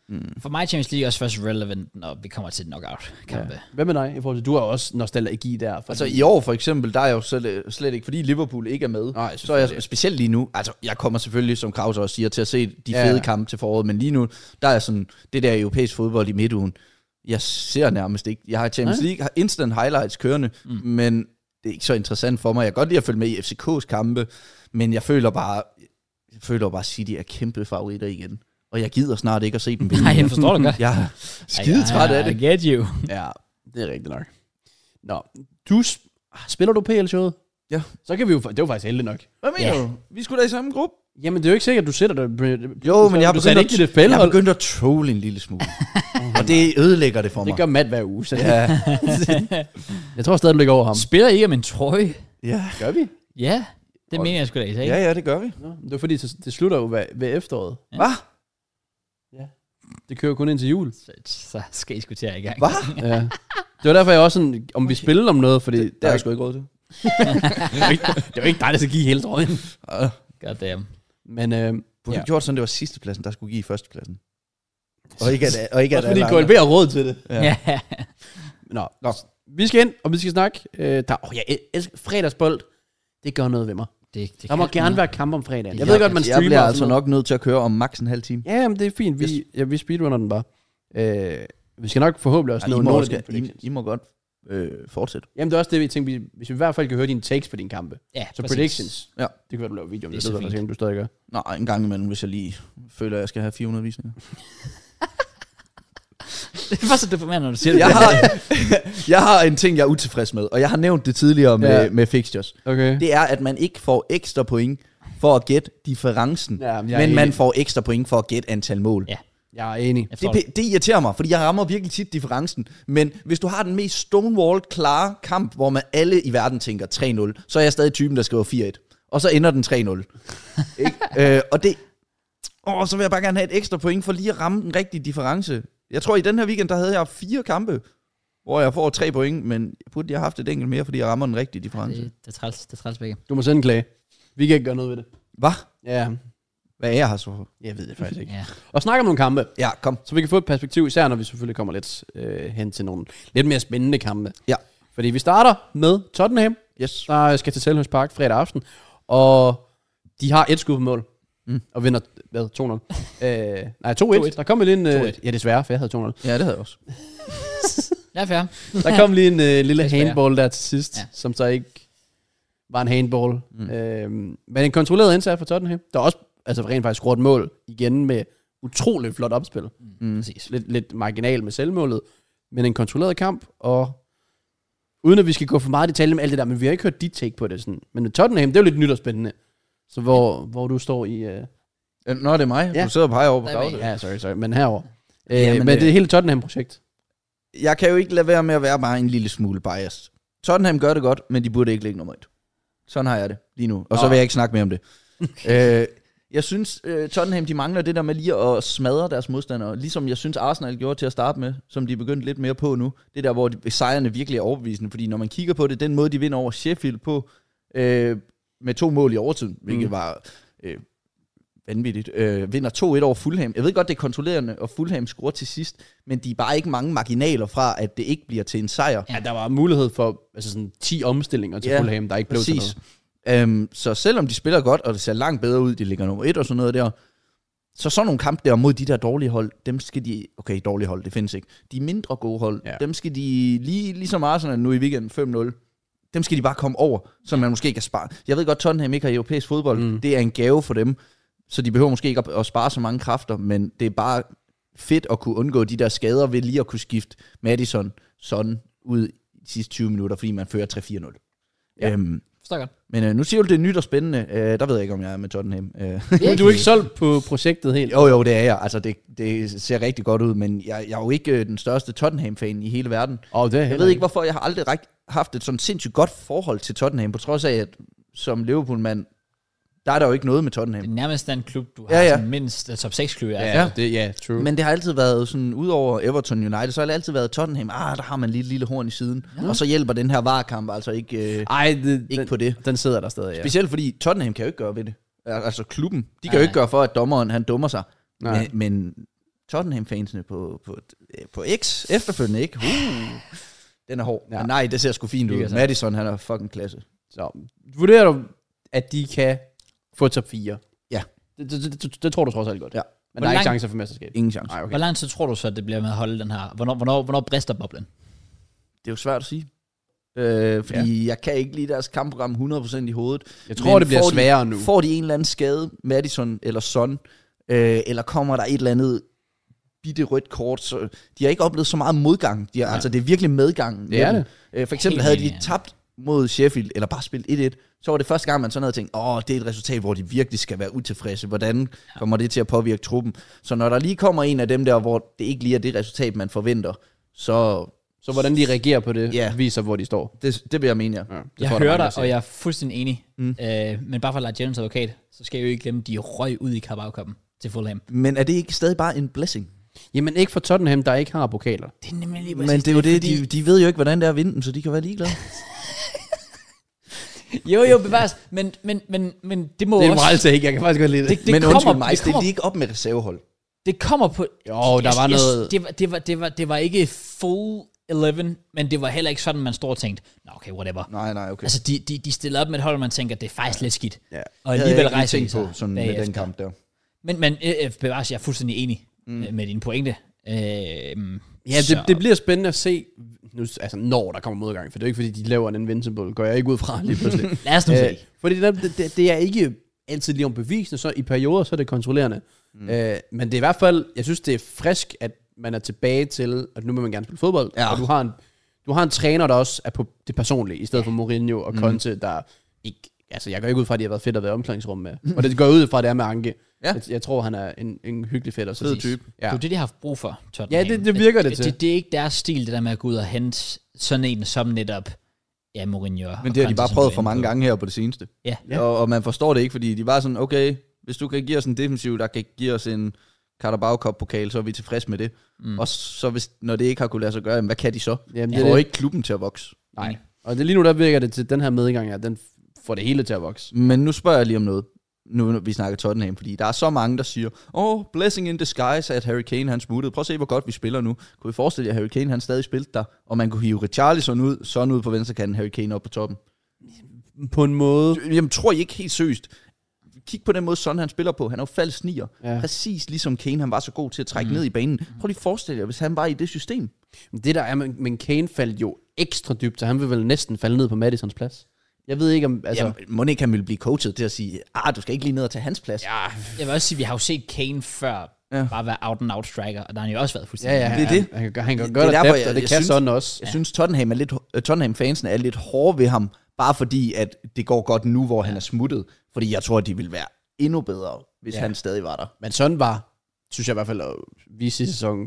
S2: Mm.
S1: For mig er Champions League også først relevant, når vi kommer til knockout-kampe. Ja.
S3: Hvad med dig? I forhold til, du har også nostalgi der. For
S2: Altså i år for eksempel, der er jeg jo slet, slet ikke, fordi Liverpool ikke er med.
S3: Nej,
S2: så er jeg specielt lige nu, altså jeg kommer selvfølgelig, som Kraus også siger, til at se de
S3: Ja.
S2: fede kampe til foråret, men lige nu, der er sådan, det der europæisk fodbold i midtugen, jeg ser nærmest ikke. Jeg har Champions League, har instant highlights kørende, mm. men det er ikke så interessant for mig. Jeg kan godt lide at følge med i FCK's kampe, men jeg føler bare, jeg føler bare, at City er kæmpe favoritter igen. Og jeg gider snart ikke at se dem vinde.
S1: Nej, jeg forstår det godt.
S2: Jeg er skide træt af
S1: I
S2: det.
S1: get you.
S3: Ja, det er rigtigt nok. Nå, du, sp- spiller du PL-showet?
S2: Ja.
S3: Så kan vi jo, fa- det var faktisk heldigt nok.
S2: Hvad mener
S1: Ja.
S2: du? Vi skulle da i samme gruppe.
S3: Jamen, det er jo ikke sikkert, at du sætter dig. på-
S2: Jo, men jeg har
S3: du sætter
S2: begyndt,
S3: ikke
S2: at,
S3: dit
S2: jeg har
S3: FPL-hold.
S2: begyndt at trolle en lille smule. og det ødelægger det for mig.
S3: Det gør Matt hver uge, så ja.
S2: Ja,
S3: jeg tror stadig, du ligger over ham.
S1: Spiller I om en trøje?
S2: ja.
S3: Gør vi?
S1: Ja, det
S2: Og-
S1: mener jeg sgu da, I sagde.
S2: ja, ja, det gør vi.
S3: Nå, det er fordi, det, det slutter jo ved, ved efteråret.
S2: Hvad?
S3: Det kører kun ind til jul.
S1: Så, så skal I sgu til at i gang.
S2: Hvad?
S3: Ja. Det var derfor, jeg også sådan, om vi spillede om noget, fordi
S2: Det, det har jeg sgu ikke råd til.
S3: det var ikke dig, der skal give hele trøjen.
S1: God damn.
S3: Men øh,
S2: Ah, Du har
S3: Ja.
S2: gjort sådan, det var sidstepladsen, der skulle give førstepladsen. Og ikke at, og ikke at
S3: også fordi
S2: alle
S3: KLB har råd til det.
S1: Ja. ja.
S3: Nå,
S2: Nå.
S3: vi skal ind, og vi skal snakke. Øh, der, oh, jeg el- elsker fredagsbold. Det gør noget ved mig.
S1: Det, det
S3: Der må
S1: kan
S3: gerne
S1: noget.
S3: være kamp om fredagen. Jeg
S1: Ja,
S3: ved godt, man
S2: Jeg
S3: streamer
S2: bliver
S3: og
S2: mm. altså
S3: sådan noget.
S2: nok nødt til at køre om maks en halv time.
S3: Ja, men det er fint. Vi, ja, vi speedrunner den bare. Øh, vi skal nok forhåbentlig også
S2: Ej,
S3: nå
S2: Altså, I, må
S3: nogle af
S2: også,
S3: dine
S2: I,
S3: predictions.
S2: I må godt øh, fortsætte.
S3: Jamen, det er også det, vi tænkte, vi, hvis vi i hvert fald kan høre dine takes på dine kampe.
S1: Ja,
S3: Så
S1: præcis.
S3: predictions.
S2: Ja.
S3: Det kan være, du laver video
S1: Det
S3: om det.
S1: er
S3: Det
S1: så
S3: ved jeg
S1: fint.
S3: faktisk ikke, om du stadig gør.
S2: Nej, en gang imellem, hvis jeg lige føler, at jeg skal have 400 visninger.
S1: Det er faktisk deprimerende, når du siger det.
S2: Jeg har, jeg har en ting, jeg er utilfreds med, og jeg har nævnt det tidligere med,
S3: Ja.
S2: ja. med fixtures.
S3: Okay.
S2: det er, at man ikke får ekstra point for at gætte differencen,
S3: Ja,
S2: ja,
S3: men
S2: men,
S3: jeg er
S2: men man
S3: enig.
S2: får ekstra point for at gætte antal mål.
S1: Ja,
S2: Ja,
S3: Jeg er enig.
S1: Jeg
S2: det,
S1: forstår
S2: pe- det irriterer mig, fordi jeg rammer virkelig tit differencen. Men hvis du har den mest stonewall klare kamp, hvor man alle i verden tænker 3-0, så er jeg stadig typen, der skriver 4-1. Og så ender den 3-0. Ikke? øh, og det... Åh, så vil jeg bare gerne have et ekstra point for lige at ramme den rigtige difference. Jeg tror, i den her weekend, der havde jeg fire kampe, hvor jeg får tre point, men jeg burde lige have haft et enkelt mere, fordi jeg rammer den rigtige
S1: det,
S2: difference.
S1: det er træls, det er træls begge.
S3: Du må sende en klage. Vi kan ikke gøre noget ved det.
S2: Hvad?
S3: Ja,
S2: Hvad er jeg har så?
S3: jeg ved det faktisk ikke.
S1: Ja.
S3: Og snak om nogle kampe,
S2: Ja, kom.
S3: så vi kan få et perspektiv, især når vi selvfølgelig kommer lidt øh, hen til nogle lidt mere spændende kampe.
S2: Ja.
S3: Fordi vi starter med Tottenham,
S2: Yes.
S3: der skal til Selhøjs Park fredag aften, og de har et skud på mål, mm. og vinder, hvad, 2-0? øh, nej, 2-1.
S1: 2-1.
S3: Der kom lige en, øh,
S1: 2-1.
S3: ja desværre, for jeg havde 2-0.
S2: Ja, det havde jeg også.
S1: Ja, fair.
S3: Der kom lige en øh, lille
S1: Desværre.
S3: handball der til sidst, ja.
S1: Ja.
S3: som så ikke var en handball. Mm. Øhm, men en kontrolleret indsats for Tottenham. Der er også altså rent faktisk scoret et mål igen med utrolig flot opspil.
S1: Mm. Præcis.
S3: Lidt, lidt marginal med selvmålet, men en kontrolleret kamp, og uden at vi skal gå for meget i detalje med alt det der, men vi har ikke hørt dit take på det. Sådan. Men med Tottenham, det er jo lidt nyt og spændende. Så hvor, hvor du står i... Øh,
S2: Øh, Nå, det er mig.
S3: Ja.
S2: Ja. Du sidder og peger over på
S1: Der er
S2: Claus.
S3: ja, sorry, sorry, men herover. Øh,
S2: Ja, men
S3: men
S2: det-
S3: det er hele Tottenham-projekt.
S2: Jeg kan jo ikke lade være med at være bare en lille smule biased. Tottenham gør det godt, men de burde ikke ligge nummer et. Sådan har jeg det lige nu. Og så
S3: Nå.
S2: vil jeg ikke snakke mere om det. øh, jeg synes, øh, Tottenham de mangler det der med lige at smadre deres modstandere. Ligesom jeg synes, Arsenal gjorde til at starte med, som de er begyndt lidt mere på nu. Det der, hvor de, sejrene virkelig er overbevisende. Fordi når man kigger på det, den måde, de vinder over Sheffield på, øh, med to mål i overtiden, hvilket
S3: Mm.
S2: mm. var øh, vanvittigt, øh, vinder 2-1 over Fulham. Jeg ved godt, det er kontrollerende, og Fulham scorer til sidst, men de er bare ikke mange marginaler fra, at det ikke bliver til en sejr.
S3: Ja, der var mulighed for altså sådan 10 omstillinger til
S2: Ja,
S3: Fulham, der ikke blev til noget.
S2: Præcis. Øhm, så selvom de spiller godt, og det ser langt bedre ud, de ligger nummer et og sådan noget der, så sådan nogle kampe der mod de der dårlige hold, dem skal de... Okay, dårlige hold, det findes ikke. De mindre gode hold,
S3: Ja.
S2: ja. dem skal de lige, ligesom Arsenal nu i weekenden 5-0, dem skal de bare komme over, så man måske kan spare. Jeg ved godt, Tottenham ikke har europæisk fodbold.
S3: Mm.
S2: Mm. Det er en gave for dem, så de behøver måske ikke at, at spare så mange kræfter, men det er bare fedt at kunne undgå de der skader ved lige at kunne skifte Madison sådan ud i de sidste 20 minutter, fordi man fører 3-4-0.
S3: Ja.
S2: Ja. Øhm,
S1: Forstår godt.
S2: Men øh, nu siger du, det er nyt og spændende. Øh, der ved jeg ikke, om jeg er med Tottenham. Øh.
S3: Men du er ikke solgt på projektet helt.
S2: Jo, jo, det er jeg. Altså, det, det ser rigtig godt ud, men jeg, jeg er jo ikke øh, den største Tottenham-fan i hele verden.
S3: Og det er
S2: Jeg ved ikke, hvorfor jeg har aldrig rigt, haft et sådan sindssygt godt forhold til Tottenham, på trods af, at som Liverpool-mand, der er der jo ikke noget med
S1: Det
S2: Tottenham.
S1: er nærmest den klub, du har
S2: Ja,
S1: ja,
S2: ja.
S1: ja. Sådan mindst uh, top 6 klub. Ja.
S3: Ja, det, ja, true.
S2: Men det har altid været sådan, udover Everton United, så har det altid været Tottenham. Ah, der har man lige et lille horn i siden. Ja. Og så hjælper den her varekamp altså ikke, øh,
S3: Ej, det,
S2: ikke
S3: den,
S2: på det.
S3: den sidder der stadig, ja.
S2: Specielt fordi Tottenham kan jo ikke gøre ved det. Al- Altså klubben, de kan
S1: Nej,
S2: jo ikke
S1: nej.
S2: gøre for, at dommeren han dummer sig.
S3: Nej.
S2: Men, men Tottenham-fansene på, på, øh, på X efterfølgende ikke. Uh, den er hård.
S3: Ja.
S2: Ja. Nej, det ser sgu fint
S1: Det
S2: ud.
S1: gør sig.
S2: Madison, han er fucking klasse.
S3: Så, vurderer du, at de kan få top 4?
S2: Ja.
S3: Det, det, det, det, det tror du trods alt godt.
S2: Ja.
S3: Men
S1: Hvor
S3: der er ikke
S1: langt-
S3: chancer for mesterskab.
S2: Ingen chance.
S3: Nej, okay.
S1: Hvor lang tid tror du så, at det bliver med at holde den her? Hvornår, hvornår, hvornår brister boblen?
S2: Det er jo svært at sige. Øh, fordi ja. jeg kan ikke lide deres kampprogram 100% i hovedet.
S3: Jeg tror,
S2: Men
S3: det bliver
S2: får de-
S3: sværere nu.
S2: Får de en eller anden skade, Madison eller Son, øh, eller kommer der et eller andet bitte rødt kort, så de har ikke oplevet så meget modgang. De har, ja. Altså, det er virkelig medgang.
S3: Det er
S2: med dem. Øh, for eksempel
S1: Helt
S2: havde
S1: enig,
S2: de
S1: ja.
S2: tabt mod Sheffield, eller bare spillet 1-1, så var det første gang, man sådan havde tænkt, åh, det er et resultat, hvor de virkelig skal være utilfredse. Hvordan kommer det til at påvirke truppen? Så når der lige kommer en af dem der, hvor det ikke lige er det resultat, man forventer, så
S3: Så hvordan de reagerer på det,
S2: Ja.
S3: viser, hvor de står.
S2: det, det vil jeg mene, ja.
S3: Ja, det
S1: Jeg
S3: tror, der er
S1: hører
S3: mange,
S1: dig,
S3: der
S1: og
S3: siger.
S1: jeg er fuldstændig enig. Mm. Øh, men bare for at lade Jellens advokat, så skal jeg jo ikke glemme, at de røg ud i Carabao-koppen til Fulham.
S2: Men er det ikke stadig bare en blessing?
S3: Jamen ikke for Tottenham, der ikke har pokaler.
S1: Det er nemlig lige
S2: Men det er jo det, de, de ved jo ikke, hvordan det er at vinde dem, så de kan være ligeglade.
S1: Jo, jo, bevares. Men, men, men, men det må
S3: Det er en
S1: også...
S3: moral take, jeg kan faktisk godt lide det.
S1: Det, det,
S2: men
S1: kommer,
S2: undskyld mig,
S1: det,
S2: stillede
S1: kommer,
S2: de ikke op med reservehold?
S1: det kommer på...
S3: Jo, der var noget-
S1: det, var, det, var, det, var, det var ikke full 11, men det var heller ikke sådan, man står og tænkte, nå okay, whatever.
S2: Nej, nej, okay.
S1: Altså, de, de, de stiller op med et hold, og man tænker, det er faktisk lidt skidt.
S2: ja.
S1: og alligevel rejser de
S2: tænkt på
S1: sig
S2: sådan med
S1: bagefter.
S2: den kamp der.
S1: Men, men øh, øh, bevares, jeg er fuldstændig enig mm. med din pointe. Øh,
S3: Ja, det, det bliver spændende at se, nu, altså når der kommer modgang, for det er jo ikke, fordi de laver en Invincible, går jeg ikke ud fra lige pludselig.
S1: Lad os nu
S3: øh,
S1: se.
S3: fordi det, er- det, det- det er ikke altid lige om bevisene, så i perioder, så er det kontrollerende. Mm. Øh, men det er i hvert fald, jeg synes, det er frisk, at man er tilbage til, at nu vil man gerne spille fodbold,
S2: Ja.
S3: og du har, en, du har en træner, der også er på det personlige, i stedet for Mourinho
S2: Mm.
S3: og Conte, der ikke, altså jeg går ikke ud fra, at de har været fedt at være i omklædningsrum med, og det går jeg ud fra, at det er med Anke.
S2: Mm. Ja.
S3: Jeg, jeg tror, han er en, en hyggelig fætter. så
S2: Fed
S3: at sige.
S2: type.
S1: Ja.
S3: Ja.
S1: Det er jo det, de har haft brug for, Tottenham.
S3: Ja, det- det virker det til.
S1: Det, det er ikke deres stil, det der med at gå ud og hente sådan en som netop, ja, Mourinho. og
S2: Men det har de
S1: Conte,
S2: bare
S1: som
S2: prøvet
S1: du er
S2: for
S1: inde
S2: mange
S1: på.
S2: gange her på det seneste.
S1: Ja.
S3: Ja.
S2: Og, og man forstår det ikke, fordi de var sådan, okay, hvis du kan give os en defensiv, der kan give os en Carabao Cup pokal, så er vi tilfredse med det. Mm. Og så hvis, når det ikke har kunne lade sig gøre, jamen, hvad kan de så?
S3: Jamen,
S2: de
S3: det er
S2: får
S3: det.
S2: ikke klubben til at vokse.
S3: Nej. Og det, lige nu der virker det til, at den her medgang, ja, den får det hele til at vokse.
S2: Men nu spørger jeg lige om noget. Nu når vi snakker Tottenham, fordi der er så mange, der siger, åh, oh, blessing in disguise, at Harry Kane han smuttede. Prøv at se, hvor godt vi spiller nu. Kunne I forestille jer, at Harry Kane han stadig spilte der, og man kunne hive Richarlison ud, sådan ud på venstre kanten, Harry Kane op på toppen.
S3: På en måde.
S2: Jamen, tror I ikke helt seriøst? Kig på den måde, sådan han spiller på. Han er jo falsk nier.
S3: Ja.
S2: Ja. Præcis ligesom Kane, han var så god til at trække mm. ned i banen. Prøv lige at forestille jer, hvis han var i det system.
S3: Det der er, men, men Kane faldt jo ekstra dybt, så han vil vel næsten falde ned på Madisons plads. Jeg ved ikke om, altså...
S2: Altså, Jamen, må ikke han ville blive coachet til at sige, ah, du skal ikke lige ned og tage hans plads. Ja.
S1: Jeg vil også sige, at vi har jo set Kane før ja.
S2: Ja.
S1: bare være out and out striker, og der har han jo også været fuldstændig.
S3: ja, ja,
S2: det er det.
S3: Han, han, kan- han kan
S2: Det-
S3: gøre
S2: det
S3: det,
S2: er
S3: derfor,
S2: derfor, jeg-
S3: og det
S2: jeg
S3: kan
S2: synes-
S3: sådan også.
S2: Jeg synes, Tottenham er lidt, øh, Tottenham-fansen er lidt hårde ved ham, bare fordi, at det går godt nu, hvor ja. han er smuttet. Fordi jeg tror, de ville være endnu bedre, hvis ja. han stadig var der.
S3: Men sådan var, synes jeg i hvert fald, at vi sidste sæson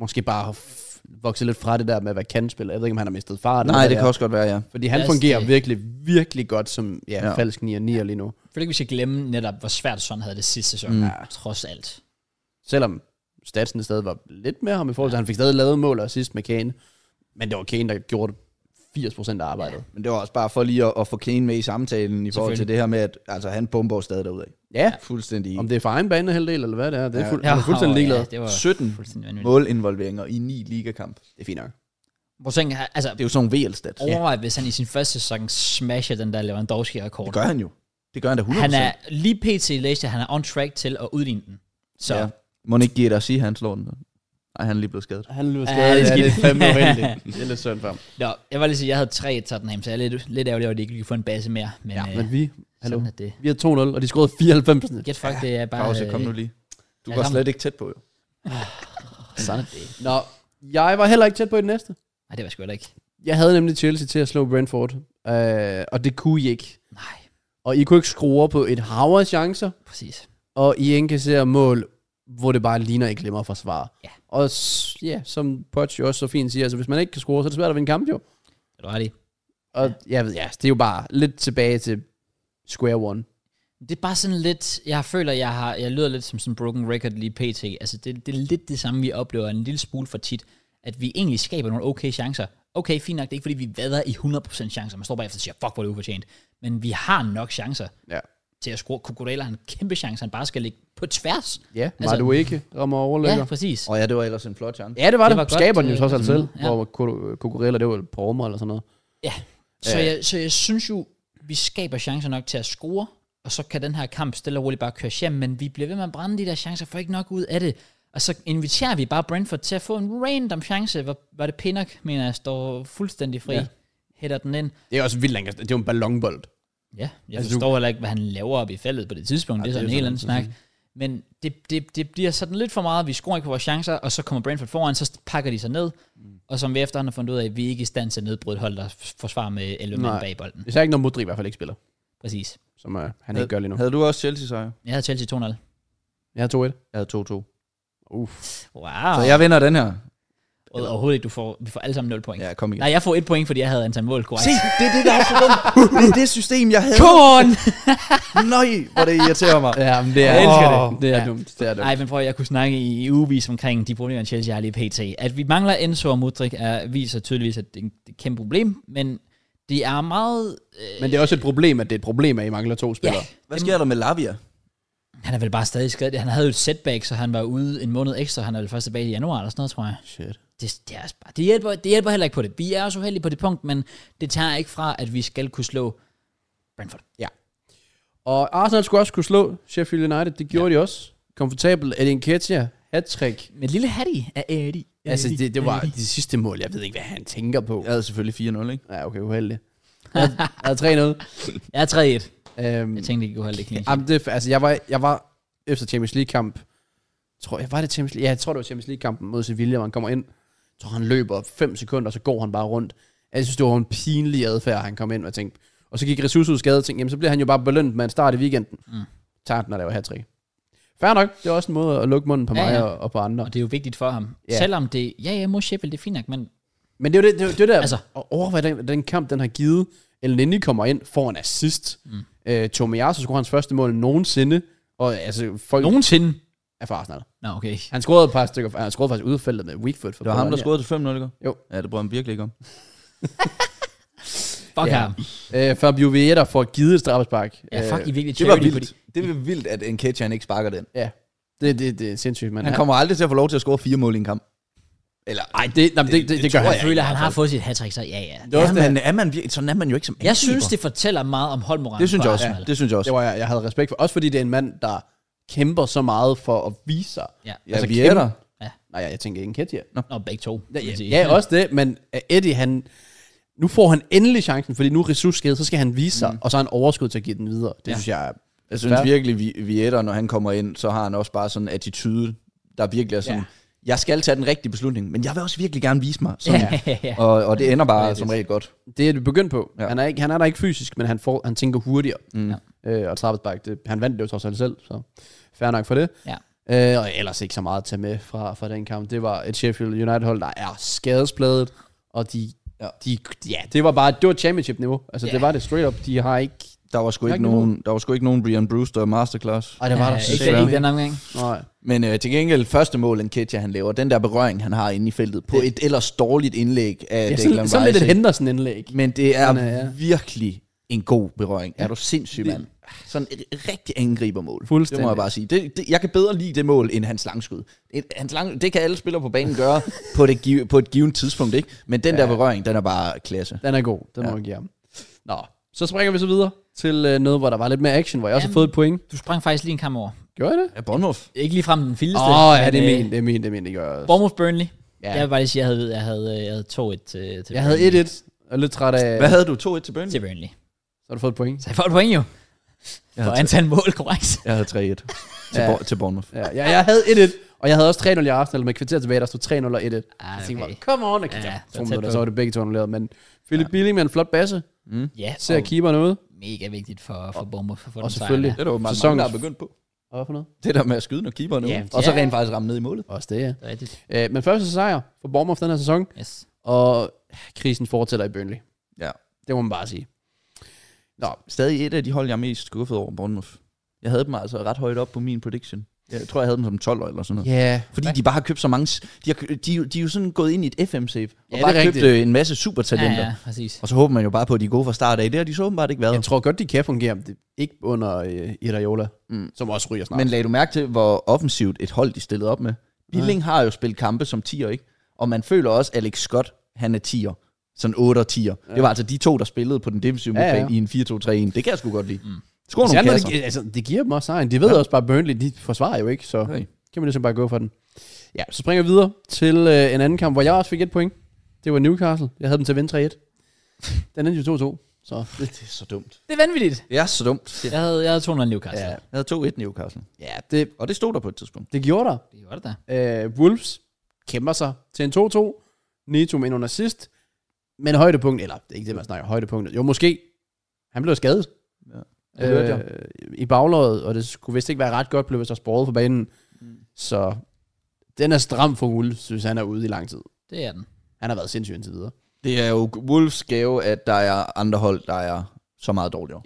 S3: måske bare har f- vokset lidt fra det der med at være kantspiller. Jeg ved ikke, om han har mistet fart. eller
S2: Nej,
S3: hvad
S2: det kan
S3: er.
S2: også godt være, ja.
S3: Fordi han
S1: Lad os
S3: fungerer
S1: det.
S3: virkelig, virkelig godt som ja,
S2: Ja.
S3: ja. falsk 9 9 lige nu.
S1: Jeg føler ikke, vi skal glemme netop, hvor svært sådan havde det sidste sæson, mm. trods alt.
S3: Selvom statsen stadig var lidt med ham i forhold til, han fik stadig lavet mål og sidst med Kane. Men det var Kane, der gjorde 80% af arbejdet.
S2: Men det var også bare for lige at, at få Kane med i samtalen i forhold til
S1: Selvfølgelig.
S2: det her med, at altså, han bomber jo stadig derudad.
S3: Ja.
S2: Fuldstændig.
S3: Om det er for egen bane halvdel, eller hvad det er, det er, fuld,
S1: Ja,
S3: ja. er fuldstændig ligeglad.
S1: Ja, det var
S2: 17
S1: fuldstændig vanvittigt.
S2: målinvolveringer i ni ligakamp.
S3: Det er fint nok.
S1: Hvor tænker jeg, altså,
S2: Det er jo sådan en VL-stat.
S1: overvej, hvis han i sin første sæson smasher den der Lewandowski-rekord.
S2: Det gør han jo. Det gør han da 100%.
S1: Han er lige pt. i læste, han er on track til at udligne den. Så øh, ja.
S2: Ja. Må ikke give dig at sige, at han slår den? Nej, han er lige blevet skadet.
S3: Han lyder
S1: Ja, det er skidt.
S3: Det er lidt synd for ham.
S1: Nå, jeg var lige sige, jeg havde tre i Tottenham, så jeg er lidt, lidt ærgerlig over, at de ikke lige få en base mere. Men, ja, øh,
S3: Ja, men
S1: men
S3: vi, hallo,
S1: sådan er det.
S3: vi har 2-0, og de scorede 94.
S1: Get fuck, det er bare... øh,
S2: Pause, kom nu lige. Du
S1: ja,
S2: var
S1: kom.
S2: slet ikke tæt på, jo.
S1: Sådan er det.
S3: Nå, jeg var heller ikke tæt på i det næste.
S1: Nej, det var sgu heller ikke.
S3: Jeg havde nemlig Chelsea til at slå Brentford, Øh, og det kunne I ikke.
S1: Nej,
S3: Og I kunne ikke skrue på et hav af chancer,
S1: præcis.
S3: og I indkasserer mål, hvor det bare ligner, at I glemmer at forsvare.
S1: Ja.
S3: Og s- ja, som Poch jo også så fint siger, altså hvis man ikke kan score, så er det svært at vinde kamp jo.
S1: Er du ret i?
S3: Og ja. jeg ved, ja, det er jo bare lidt tilbage til square one.
S1: Det er bare sådan lidt, jeg føler, jeg har, jeg lyder lidt som sådan en broken record lige pt. Altså, det, det er lidt det samme, vi oplever en lille smule for tit, at vi egentlig skaber nogle okay chancer. Okay, fint nok, det er ikke fordi, vi vader i 100% chancer. Man står bare efter og siger, fuck, hvor er det ufortjent. Men vi har nok chancer
S3: Ja.
S1: til at score. Kukurela har en kæmpe chance, han bare skal ligge på tværs.
S3: Ja, var
S1: Altså-
S3: altså, du ikke rammer overlægger?
S1: Ja, præcis.
S2: Og ja, det var ellers en flot chance.
S3: Ja, det var
S1: Det
S3: det.
S1: var
S3: det.
S1: godt,
S3: Skaber den jo
S1: øh,
S3: trods alt selv,
S1: ja.
S3: ja. hvor Ko- Kukurella, det var jo Pormer eller sådan noget.
S1: Ja, så, jeg, så jeg synes jo, vi skaber chancer nok til at score, og så kan den her kamp stille og roligt bare køre hjem, men vi bliver ved med at brænde de der chancer, får ikke nok ud af det. Og så inviterer vi bare Brentford til at få en random chance, hvor var det Pinnock, mener jeg, står fuldstændig fri, ja.
S3: Ja.
S1: hætter den ind.
S3: Det er også vildt langt. Det er jo en ballonbold.
S1: Ja, jeg
S3: Altså,
S1: altså,
S3: du-
S1: forstår heller ikke, hvad han laver op i feltet på det tidspunkt, ja, det er sådan en helt anden snak. Men det, det, det bliver sådan lidt for meget, vi scorer ikke på vores chancer, og så kommer Brentford foran, så pakker de sig ned, mm. og som vi efterhånden har fundet ud af, vi er ikke i stand til at nedbryde et hold, der forsvarer med 11 mand
S3: Nej.
S1: bag bolden.
S3: Især ikke, når Modri i hvert fald ikke spiller,
S1: Præcis.
S3: som øh, han ikke gør lige nu.
S2: Havde du også Chelsea-sejr?
S1: Jeg havde Chelsea 2-0.
S3: Jeg har 2-1.
S2: Jeg havde 2-2.
S3: Uff.
S1: Wow.
S2: Så jeg vinder den her.
S1: Og overhovedet ikke, du får, vi får alle sammen 0 point. Ja.
S2: Ja, kom igen.
S1: Nej, jeg får 1 point, fordi jeg havde antal mål, korrekt.
S2: Se, det er det, der er så dumt. Det er det system, jeg havde.
S1: Come on!
S2: Nej, hvor det irriterer mig.
S3: Ja, men det er,
S2: Jeg elsker
S3: Åh,
S2: det.
S3: Det er
S1: Ja.
S3: ja. dumt. Det er dumt.
S1: Nej, men prøv at jeg kunne snakke i, i ugevis omkring de problemer, Chelsea har lige pt. At vi mangler Enzo og Mudrik er, viser tydeligvis, at det er en- det er et kæmpe problem, men det er meget... Øh,
S3: Men det er også et problem, at det er et problem, at I mangler to
S1: ja,
S3: spillere.
S2: Hvad sker der med Lavia?
S1: han er vel bare stadig skadet. Han havde jo et setback, så han var ude en måned ekstra. Han er vel først tilbage i januar eller sådan noget, tror jeg.
S3: Shit.
S1: det, det, er også bare, det, hjælper, det hjælper heller ikke på det. Vi er også uheldige på det punkt, men det tager ikke fra, at vi skal kunne slå Brentford.
S3: Og Arsenal skulle også kunne slå Sheffield United. Det gjorde ja. de også. Komfortabelt. Eddie Nketiah. Hat-trick.
S1: Men lille Hattie er Eddie.
S3: Altså, det, det var det sidste mål. Jeg ved ikke, hvad han tænker på.
S2: Jeg havde selvfølgelig 4-0, ikke?
S3: Ja, okay, uheldig. Jeg jeg havde 3-0.
S1: Jeg er 3-1.
S3: Øhm,
S1: Jeg tænkte ikke, du holdt det clean.
S3: Jamen, det, er- altså, jeg var, jeg var efter Champions League-kamp, tror jeg, var det Champions League? Ja, jeg tror, det var Champions League-kampen mod Sevilla, hvor han kommer ind, jeg tror han løber 5 sekunder, og så går han bare rundt. Jeg synes, det var en pinlig adfærd, han kom ind, og jeg tænkte, og så gik Ressus ud skadet, og tænkte, jamen, så bliver han jo bare belønnet med en start i weekenden. Mm. Tager den og laver hat Fair nok, det er også en måde at lukke munden på
S1: Ja,
S3: mig
S1: ja.
S3: Og, og, på andre.
S1: Og det er jo vigtigt for ham.
S3: Ja.
S1: Selvom det, ja, ja, mod Sheffield, det er fint nok, men
S3: Men det er jo det, det, er jo det der,
S1: Altså-
S3: altså. at overveje den, den kamp, den har givet. El Nini kommer ind, får en assist. Mm. Øh, Tomiyasu scorer hans første mål nogensinde, og altså, folk
S1: nogensinde.
S3: er fra Arsenal.
S1: Nå, okay.
S3: Han scorede et par stykker, han scorede faktisk udfældet med Weakfoot. For
S2: Det var ham, der
S3: Bologna.
S2: scorede til 5-0, ikke?
S3: Jo.
S2: Ja, det brød han virkelig ikke om.
S1: Fuck
S3: Ja.
S1: ham.
S3: Øh, Fabio Vieira får givet et straffespark.
S1: Ja, fuck, I er virkelig
S2: Det var
S1: charity på
S2: vildt.
S1: de-
S2: Det var vildt, at Nketiah han ikke sparker den.
S3: Øh, ja. Det, det, det er sindssygt, men
S2: Han kommer aldrig til at få lov til at score fire mål i en kamp. Eller,
S3: Nej, det, nej, det, det, det, det, gør
S1: Jeg
S3: han.
S1: føler, han har fået sit hat så ja, ja.
S2: det er, man, er man, vir- sådan er man jo ikke som
S1: Jeg synes, det fortæller meget om holdmoralen
S2: det synes
S1: for
S2: jeg også.
S1: Arsenal.
S2: Det synes jeg også.
S3: Det var jeg, jeg havde respekt for. Også fordi det er en mand, der kæmper så meget for at vise sig.
S1: Ja.
S2: Ja, altså, vi er der.
S3: Nej, jeg, jeg tænker ikke en kæt, ja.
S1: Nå, begge to.
S3: Ja,
S1: vil jeg sige.
S3: ja, ja, også det, men øh, Eddie, han... Nu får han endelig chancen, fordi nu er ressource skadet, så skal han vise sig, mm. og så har han overskud til at give den videre. Det
S1: Ja.
S3: ja. synes jeg er...
S2: Jeg synes
S3: Fair.
S2: virkelig, vi, Vietter, når han kommer ind, så har han også bare sådan en attitude, der virkelig er sådan,
S3: Ja.
S2: ja. jeg skal tage den rigtige beslutning, men jeg vil også virkelig gerne vise mig. Sådan.
S1: Ja, ja, ja.
S2: Og, og det ender bare som regel godt.
S3: Det er det begyndt på.
S2: Ja.
S3: Ja. Han, er ikke, han er der ikke fysisk, men han, får, han tænker hurtigere.
S2: Mm.
S1: Ja.
S3: Øh, og Trappesbak, det, han vandt det jo trods alt selv, så fair nok for det.
S1: Ja.
S3: Øh, og ellers ikke så meget at tage med fra, fra den kamp. Det var et Sheffield United-hold, der er skadespladet, og de,
S2: Ja.
S3: ja. de... Ja, det var bare... Det var championship-niveau. Altså,
S1: Ja.
S3: det var det straight up. De har ikke...
S2: Der var sgu
S3: Der er
S2: ikke,
S3: ikke
S2: nogen, der var sgu ikke nogen Brian Brewster masterclass.
S3: Ej, det var
S1: Ja,
S3: der
S1: ikke,
S2: slet
S1: ikke den omgang.
S3: Nej.
S2: Men øh, til gengæld, første mål, en Ketja han laver, den der berøring, han har inde i feltet, på et ellers dårligt indlæg af
S3: Ja,
S2: ja,
S3: sådan,
S2: Declan
S3: sådan lidt et
S2: Rice.
S3: Henderson-indlæg.
S2: Men det er
S3: Sådan er
S2: ja.
S3: jeg.
S2: virkelig en god berøring. Er du sindssyg, mand? Sådan et rigtig angribermål.
S3: Fuldstændig.
S2: Det må jeg bare sige. Det, det, jeg kan bedre lide det mål, end hans langskud. Et, hans lang, det kan alle spillere på banen gøre på, det, giv- på et givet tidspunkt, ikke? Men den ja. der berøring, den er bare klasse.
S3: Den er god, den ja. må jeg give ham. Nå, så springer vi så videre til øh, noget, hvor der var lidt mere action, hvor jeg også har
S1: Jamen.
S3: fået et point.
S1: Du sprang faktisk lige en kamp over.
S3: Gjorde jeg det?
S2: Ja, Bournemouth.
S1: Ikke lige frem den
S3: Åh,
S1: vildeste.
S3: oh, ja,
S1: men,
S3: det er
S1: øh,
S3: min, det er min, det er min, det gør jeg også.
S1: Bournemouth Burnley. Ja.
S3: Ja.
S1: Jeg vil bare lige sige, at jeg havde, jeg havde, øh, jeg havde 2-1 til, til
S3: Jeg havde
S1: Burnley.
S3: 1-1, og lidt træt af,
S2: Hvad havde du? 2-1 til Burnley?
S1: til Burnley.
S3: så har du fået et point.
S1: Så jeg får et point jo.
S2: Jeg
S1: For
S2: havde,
S1: antal mål, korrekt.
S3: Ah,
S2: jeg havde 3-1 til, ja.
S3: Ja.
S2: til Bournemouth.
S3: Ja, jeg, jeg havde 1-1, og jeg havde også 3-0 i Arsenal, med kvarter tilbage, der stod 3-0
S1: Ah,
S3: og 1-1. Jeg tænkte
S1: okay.
S3: bare, come on, okay.
S1: Ja,
S3: ja,
S1: det var
S3: to
S1: tæt
S3: minutter,
S1: på.
S3: så var det begge to annulleret, men Philip ja. Billing med en flot basse,
S1: Ja,
S3: Ser
S1: og
S3: keeperen ud.
S1: mega vigtigt for, for Bournemouth for at få
S3: og
S1: den sejr
S3: selvfølgelig-
S1: der.
S2: Det er der jo mange,
S3: Sæsonen-
S2: der er begyndt på.
S3: Og hvad for noget?
S2: Det der med at skyde, når keeperen er
S1: Ja,
S2: ude. Og så
S1: ja.
S2: rent faktisk ramme ned i målet.
S3: Også det, ja.
S1: Det er Rigtigt.
S3: Øh, men første sejr for Bournemouth den her sæson,
S1: Yes.
S3: og krisen fortsætter i Burnley.
S2: Ja.
S3: Det må man bare sige.
S2: Stadig et af de hold, jeg er mest skuffet over, Bournemouth. Jeg havde dem altså ret højt op på min prediction. Jeg tror, jeg havde dem som 12 eller sådan noget.
S3: Ja, yeah.
S2: Fordi de bare har købt så mange... s- De, har, kø- de, de er jo sådan gået ind i et FM-safe. Og
S3: det er
S2: bare købt
S3: rigtigt.
S2: øh, en masse
S1: Ja,
S2: supertalenter.
S1: ja, præcis.
S2: Og så håber man jo bare på, at de er gode fra start af. Det har de så åbenbart ikke været.
S3: jeg tror godt, de kan fungere, men det ikke under øh, Iraola,
S2: Mm.
S3: mm. som også ryger snart.
S2: Men lagde du mærke til, hvor offensivt et hold, de stillede op med? Billing har jo spillet kampe som 10'er, ikke? Og man føler også, at Alex Scott, han er 10'er. Sådan 8 og 10'er. Ja. Det var altså de to, der spillede på den defensive
S3: Ja,
S2: ja,
S3: ja.
S2: ja. i en 4-2-3-1. Det kan jeg sgu godt lide. Mm. Skår
S3: Især
S2: nogle
S3: når
S2: kasser.
S3: det, altså, det giver dem også sejren. De ved ja. også bare, at Burnley de forsvarer jo ikke, så okay.
S2: Okay.
S3: kan man ligesom bare gå for den. Ja, så springer vi videre til øh, en anden kamp, hvor jeg også fik et point. Det var Newcastle. Jeg havde dem til at vinde 3-1. Den endte jo 2-2. Så det,
S2: Det er så dumt.
S1: Det er vanvittigt.
S2: Det er så dumt.
S1: Jeg havde, jeg havde 200 Newcastle.
S3: ja,
S1: Ja.
S2: Jeg havde 2-1 Newcastle.
S3: ja det,
S2: Og det stod der på et tidspunkt.
S3: det gjorde der.
S1: Det var det da.
S3: Øh, Wolves kæmper sig til en 2-2. Nito med en under sidst. Men højdepunkt, eller det er ikke det, man snakker om, højdepunktet. Jo, måske. Han blev skadet. Øh,
S2: Det hørte jeg.
S3: I baglåret, og det skulle vist ikke være ret godt, blev så sprøget for banen. Mm. Så den er stram for Wolves, synes han er ude i lang tid.
S1: Det er den.
S3: Han har været sindssyg indtil videre.
S2: Det er jo Wolves gave, at der er andre hold, der er så meget dårligere.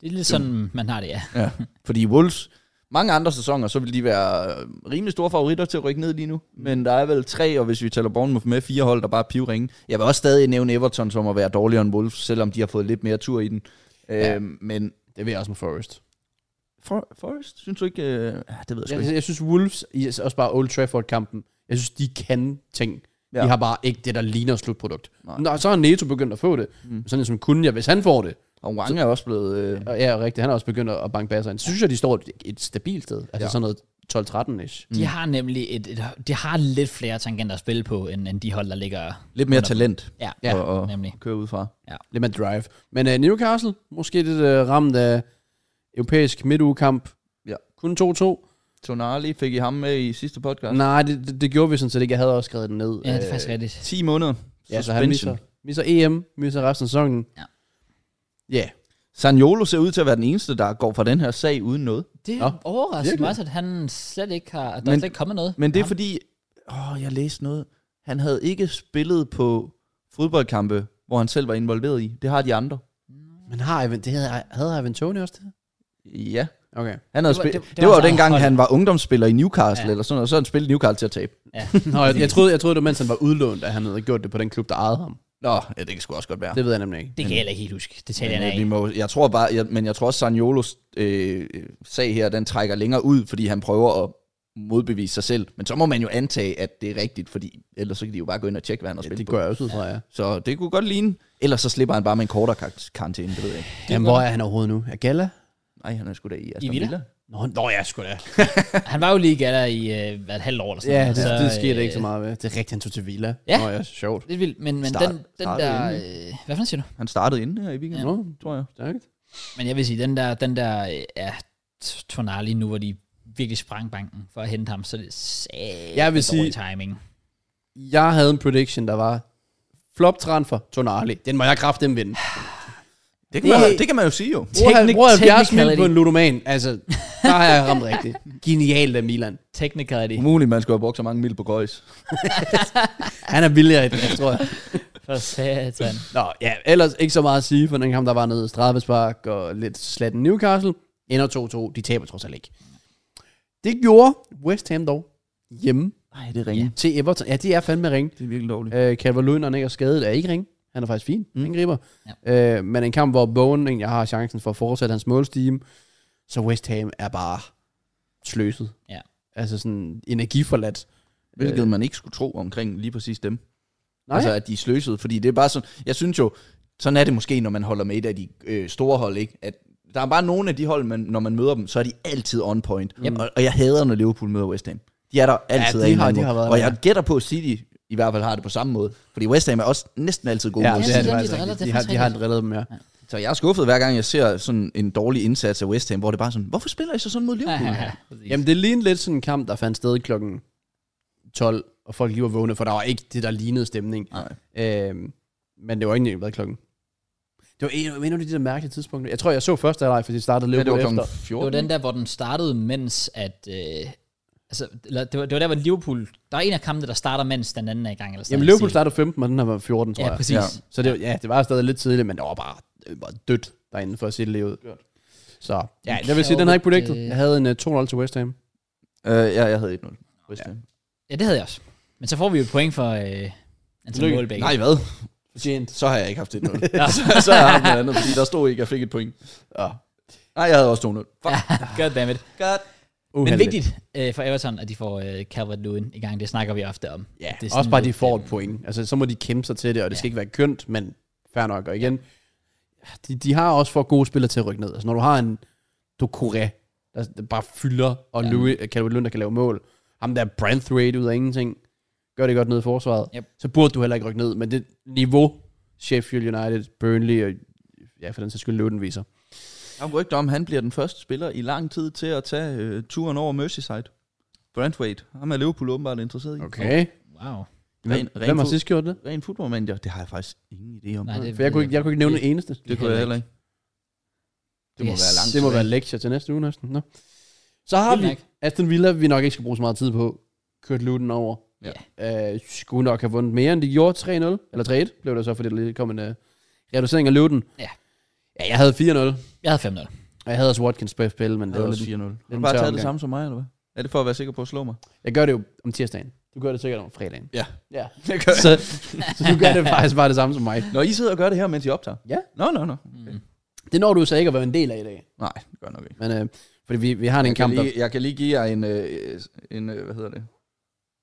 S1: Det er lidt sådan, man har det, ja.
S2: Ja. Fordi Wolves, mange andre sæsoner, så vil de være øh, rimelig store favoritter til at rykke ned lige nu.
S3: Mm.
S2: Men der er vel tre, og hvis vi tæller Bournemouth med, fire hold, der bare er pivringe. Jeg vil også stadig nævne Everton som at være dårligere end Wolves, selvom de har fået lidt mere tur i den. Ja.
S3: Ja.
S2: Øh, men
S3: Det vil jeg også med Forrest.
S2: For, Forrest, synes du ikke... Øh, ah, det ved jeg sgu
S3: Jeg,
S2: ikke.
S3: jeg synes Wolves, i- også bare Old Trafford-kampen, jeg synes, de kan ting. Ja.
S2: Ja.
S3: De har bare ikke det, der ligner slutprodukt.
S2: Nej.
S3: Nå, så har Neto begyndt at få det. Mm. Sådan en som kunne jeg, hvis han får det.
S2: Og Wang er også blevet... Øh,
S3: Og ja, rigtigt, han har også begyndt at banke basser ind. Så synes jeg, de står et, et stabilt sted. Altså
S2: Ja.
S3: ja. sådan noget 12-13-ish.
S1: De har nemlig et, et, de har lidt flere tangenter at spille på, end, end de hold, der ligger...
S2: lidt mere talent
S1: Ja,
S3: Ja.
S2: og, og
S1: nemlig.
S2: køre ud fra.
S3: Lidt med drive. Men uh, Newcastle, måske lidt uh, ramt af europæisk midtugekamp.
S2: Ja.
S3: Kun 2-2.
S2: Tonali fik I ham med i sidste podcast.
S3: Nej, det, det, det gjorde vi sådan set ikke. Jeg havde også skrevet den ned.
S1: Ja, det er
S3: Øh,
S1: faktisk rigtigt.
S2: 10 måneder.
S3: Ja, så han misser, misser EM, misser resten af sæsonen.
S1: Ja.
S3: Ja. Yeah.
S2: Sanjolo ser ud til at være den eneste, der går fra den her sag uden noget.
S1: Det
S3: Nå,
S1: overrasker mig
S3: virkelig?
S1: også, at han slet ikke har... at Der
S2: Men-
S1: er slet ikke kommet noget.
S2: Men det er
S1: fra
S2: fordi, åh, jeg læste noget. Han havde ikke spillet på fodboldkampe, hvor han selv var involveret i. Det har de andre.
S3: Men har Ivan, det havde, havde Ivan Tony også det?
S2: Ja.
S3: Okay.
S2: Han havde
S1: Det var-
S2: det var,
S1: det-
S2: det,
S1: det
S2: det, det
S1: var
S2: var jo
S1: hans
S2: dengang,
S1: eget hold.
S2: han var ungdomsspiller i Newcastle
S1: Ja.
S2: ja. eller sådan noget, og så han spillede Newcastle til at tabe.
S1: ham. Ja.
S3: Nå, jeg, jeg, troede, jeg troede, det var, mens han var udlånt, at han havde gjort det på den klub, der ejede ham.
S2: Nå, ja, det kan sgu også godt være.
S3: Det ved jeg nemlig ikke.
S1: Det kan jeg heller ikke helt huske. Det taler jeg
S2: men, øh,
S1: af.
S2: vi må, jeg tror bare, jeg, men jeg tror også, Sanjolos øh, sag her, den trækker længere ud, fordi han prøver at modbevise sig selv. Men så må man jo antage, at det er rigtigt, fordi ellers så kan de jo bare gå ind og tjekke, hvad han har
S3: Det,
S2: spillet
S3: det
S2: på.
S3: går jeg også ud fra, ja.
S2: Så det kunne godt ligne. Ellers så slipper han bare med en kortere kar- karantæne, det ved jeg ikke.
S3: Jamen, hvor er han overhovedet nu? Er Gala?
S2: Nej, han er sgu da i Aston
S1: Villa?
S2: Villa.
S3: Nå, nå ja, sgu da.
S1: Han var jo lige i Gala i øh, hvad, et halvt år eller sådan
S3: Ja,
S1: noget,
S3: det,
S1: så,
S3: det skete
S1: øh,
S3: ikke så meget ved. Det er rigtigt, han tog til Villa.
S1: Ja.
S3: Nå ja, sjovt.
S1: Lidt vildt, men, men
S2: Start-
S1: den, den
S2: start
S1: der...
S2: inden,
S1: Øh, hvad for noget siger du?
S2: Han startede inden her i weekenden,
S3: Nå,
S2: ja. tror jeg.
S3: stærkt.
S1: Men jeg vil sige, den der, den der øh, er t- Tonali nu, hvor de virkelig sprang banken for at hente ham, så det er sat
S3: Jeg vil sige-
S1: timing.
S3: Jeg havde en prediction, der var flop transfer Tonali. Den må jeg kraft dem vinde.
S2: Det kan,
S3: Det-
S2: man, det kan man jo sige jo.
S3: Bruger han-
S1: Teknik-
S3: bruger 70 mil
S1: technicality.
S3: på en ludoman. Altså, der har jeg ramt rigtigt. Genialt af Milan.
S1: Technicality.
S2: Umuligt, man skulle have brugt så mange mil på gøjs.
S3: Han er vildere i det, tror jeg.
S1: For satan.
S3: Nå, ja, ellers ikke så meget at sige for den kamp, der var nede i Stradvespark og lidt slatten Newcastle. Ender 2-2, de taber trods alt ikke. Det gjorde West Ham dog hjemme
S2: Nej, det er ringe. Ja.
S3: til Everton. Ja, det er fandme ring.
S2: Det er virkelig dårligt.
S3: Øh, Calvert-Lewin, når han ikke er skadet, er ikke ring. Han er faktisk fin, mm. angriber. Ja. Øh, men en kamp, hvor Bowen egentlig har chancen for at fortsætte hans målstime, så West Ham er bare sløset.
S1: Ja.
S3: Altså sådan energiforladt.
S2: Hvilket man ikke skulle tro omkring lige præcis dem.
S3: Nej.
S2: Altså, at de er sløsede. Fordi det er bare sådan, jeg synes jo, sådan er det måske, når man holder med et af de øh, store hold, ikke? At der er bare nogle af de hold, man, når man møder dem, så er de altid on point.
S1: Yep.
S2: Og, og, jeg hader, når Liverpool møder West Ham. De er der altid
S3: de
S2: af en eller
S3: har-
S2: anden
S3: de har
S2: måde.
S3: været
S2: Og
S3: der.
S2: jeg gætter på, at City i hvert fald har det på samme måde. Fordi West Ham er også næsten altid gode
S3: ja,
S2: mod
S1: det
S3: det
S1: er
S3: er
S1: dem, de
S3: det faktisk.
S1: driller,
S3: rigtigt.
S1: det er
S3: De har,
S1: faktisk
S3: de har
S1: rigtigt.
S3: drillet dem, ja.
S2: Så jeg er skuffet hver gang, jeg ser sådan en dårlig indsats af West Ham, hvor det bare er sådan, hvorfor spiller I så sådan mod Liverpool?
S1: Ja,
S3: Jamen, det lignede lidt sådan en kamp, der fandt sted klokken 12, og folk lige var vågne, for der var ikke det, der lignede stemning.
S2: Nej.
S3: Øhm, men det var ikke engang været klokken. Det var en, en af de der mærkelige tidspunkter. Jeg tror, jeg så første halvleg, fordi det startede
S2: Ja, det
S3: Liverpool
S2: var
S3: ja,
S2: klokken
S3: efter.
S2: 14.
S1: Det var den der, hvor den startede, mens at... Øh, altså, eller det var, det var der, hvor Liverpool... Der er en af kampene, der starter, mens den anden er i gang. Eller sådan
S3: Jamen,
S1: noget,
S3: Liverpool
S1: siger-
S3: startede 15, og den her var 14, tror
S1: Ja,
S3: jeg.
S1: præcis.
S2: Ja.
S1: Ja.
S3: Så det, var- ja, det var stadig lidt tidligt, men det var bare, det var bare dødt derinde for at se det lige ud. Så ja, jeg vil sige, den har jeg ikke
S1: Kravligt,
S3: predicted.
S1: øh.
S3: Jeg havde en uh, 2-0 til West Ham.
S2: Øh, ja, jeg havde 1-0. West Ham.
S1: ja, det havde jeg også. Men så får vi jo et point for øh, Anthony
S3: Lykke.
S1: Målbæk.
S2: Nej, hvad?
S3: Fortjent.
S2: Så har jeg ikke haft 1-0. så, så har jeg haft noget andet, fordi der stod ikke, at jeg fik et point.
S3: Ja.
S2: Nej, jeg havde også 2-0. Fuck.
S1: Goddammit.
S2: God.
S1: Men
S3: Uheldigt.
S1: vigtigt øh, for Everton, at de får øh, Calvert-Lewin i gang. Det snakker vi ofte om.
S3: Ja,
S1: Det er
S3: det
S1: sådan
S3: også bare, at de
S1: lidt,
S3: får
S1: øhm,
S3: et point. Altså, så må de kæmpe sig til det, og det
S1: Ja.
S3: skal ikke være kønt, men fair nok. Og igen, de, de har også for gode spillere til at rykke ned. Altså, når du har en Dokore, der der bare fylder, og
S1: Ja.
S3: Louis, Calvin Lund, der kan lave mål. Ham der Branthwaite ud af ingenting, gør det godt ned i forsvaret.
S1: Yep.
S3: Så burde du heller ikke rykke ned, men det niveau, Sheffield United, Burnley, og ja, for den sags skyld, Luton viser.
S2: Jeg har rygter om, han bliver den første spiller i lang tid til at tage øh, turen over Merseyside. Brandwaite. Ham er Liverpool åbenbart interesseret i.
S3: Okay.
S1: Wow.
S3: Hvem,
S2: Ren- ren
S3: hvem har
S2: fod.
S3: sidst gjort det?
S2: Ren fodboldmanager, det har jeg faktisk ingen idé om.
S1: Nej, det
S3: For jeg kunne, ikke, jeg kunne ikke nævne det eneste.
S2: det kunne jeg heller ikke. Det må
S1: Yes.
S2: være langt
S3: Det må
S2: tilbage.
S3: være lektier til næste uge næsten. Nå. Så har
S1: Vildt
S3: vi Aston Villa, vi nok ikke skal bruge så meget tid på. Kørt Luton over.
S2: Ja.
S3: Øh, skulle nok have vundet mere, end de gjorde 3-0. Eller 3-1 blev det så, fordi der lige kom en øh, reducering af Luton.
S1: Ja.
S3: Ja, jeg havde 4-0.
S1: Jeg havde Mm. 5-0.
S3: Og jeg havde også Watkins på FPL,
S2: Jeg
S3: men det
S2: havde
S3: var
S2: også
S3: lidt...
S2: 4-0. Har du
S3: lidt
S2: bare
S3: tør
S2: taget det
S3: omgang.
S2: samme som mig, eller hvad? Er det for at være sikker på at slå mig?
S3: Jeg gør det jo om tirsdagen. Du gør det sikkert om fredagen.
S2: Ja.
S3: Ja.
S2: Det gør
S3: Så, så du gør det faktisk bare det samme som mig.
S2: Når I sidder og gør det her, mens I optager?
S3: Ja.
S2: Nå, nå, nå.
S1: Mm.
S3: Det når du så ikke at være en del af i dag.
S2: Nej, det gør nok ikke.
S3: Men øh, fordi vi, vi har en
S2: Jeg kan,
S3: kamp, der...
S2: lige, jeg kan lige give jer en, øh, en øh, hvad hedder det,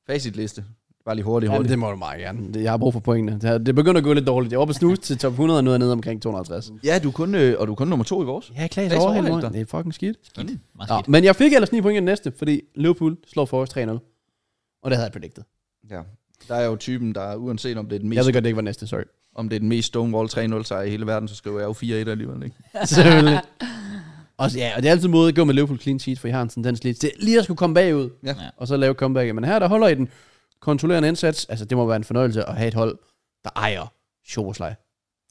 S2: facitliste. Bare lige hurtigt,
S3: Jamen,
S2: hurtigt.
S3: det må du meget gerne. Det- Jeg har brug for pointene. Det, her- det begynder at gå lidt dårligt. Jeg er oppe at snuse til top 100, og nu er jeg nede omkring 250.
S2: Ja, du er kun, øh, og du er kun nummer to i vores.
S3: Ja, Klaas
S2: Klaas
S3: overhældte
S2: overhældte
S3: mig. Det er fucking skidt.
S1: Skidt. Meget
S3: Ja,
S1: skidt.
S3: men jeg fik ellers 9 point i den næste, fordi Liverpool slår Forrest 3-0. Og det havde jeg predicted.
S2: Ja. Der er jo typen, der uanset om det er den
S3: Jeg
S2: mest,
S3: ved godt, det ikke var næste, sorry.
S2: om det er den mest Stonewall 3-0 sejr i hele verden, så skriver jeg jo 4-1 alligevel, ikke?
S3: Selvfølgelig. og, så- ja, og det er altid måde at gå med Liverpool clean sheet, for I har en tendens lige til lige at skulle komme bagud,
S2: Ja.
S1: Ja.
S3: og så lave comeback. Men her, der holder I den kontrollerende indsats. Altså, det må være en fornøjelse at have et hold, der ejer Sjoboslej.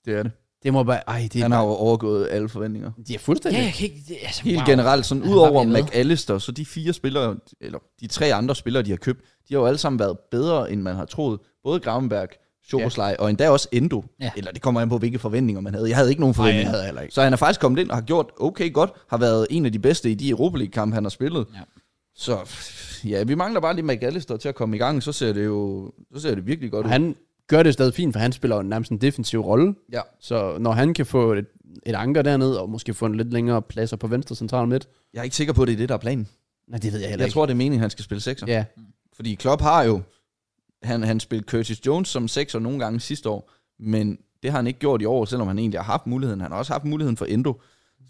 S2: Det er det.
S3: Det må være... Ej, det
S2: Han
S3: er,
S2: har jo overgået alle forventninger.
S3: de er
S1: Ja,
S3: fuldstændig...
S1: jeg kan ikke... Det, altså,
S2: Helt
S1: wow.
S2: generelt, sådan
S1: Han
S2: ud over
S1: var ved.
S2: McAllister, så de fire spillere, eller de tre andre spillere, de har købt, de har jo alle sammen været bedre, end man har troet. Både Gravenberg, Schoboslej ja. og endda også Endo.
S1: Ja.
S2: Ja. Eller det kommer an på, hvilke forventninger man havde. Jeg havde ikke nogen
S3: Nej, jeg
S2: forventninger.
S3: havde heller ikke.
S2: Så han er faktisk kommet ind og har gjort okay godt, har været en af de bedste i de Europa League-kampe, han har spillet.
S1: Ja.
S2: Så ja, vi mangler bare lige McAllister til at komme i gang, så ser det jo så ser det virkelig godt
S3: Og
S2: ud.
S3: han gør det stadig fint, for han spiller jo nærmest en defensiv rolle.
S2: Ja.
S3: Så når han kan få et, et anker dernede, og måske få en lidt længere pladser på venstre central midt,
S2: Jeg er ikke sikker på, at det er det, der er planen.
S3: nej, det ved jeg heller
S2: Jeg
S3: ikke.
S2: tror, det er meningen, at han skal spille sekser.
S3: ja,
S2: Fordi Klopp har jo, han, han spillede Curtis Jones som sekser nogle gange sidste år, men det har han ikke gjort i år, selvom han egentlig har haft muligheden. Han har også haft muligheden for Endo.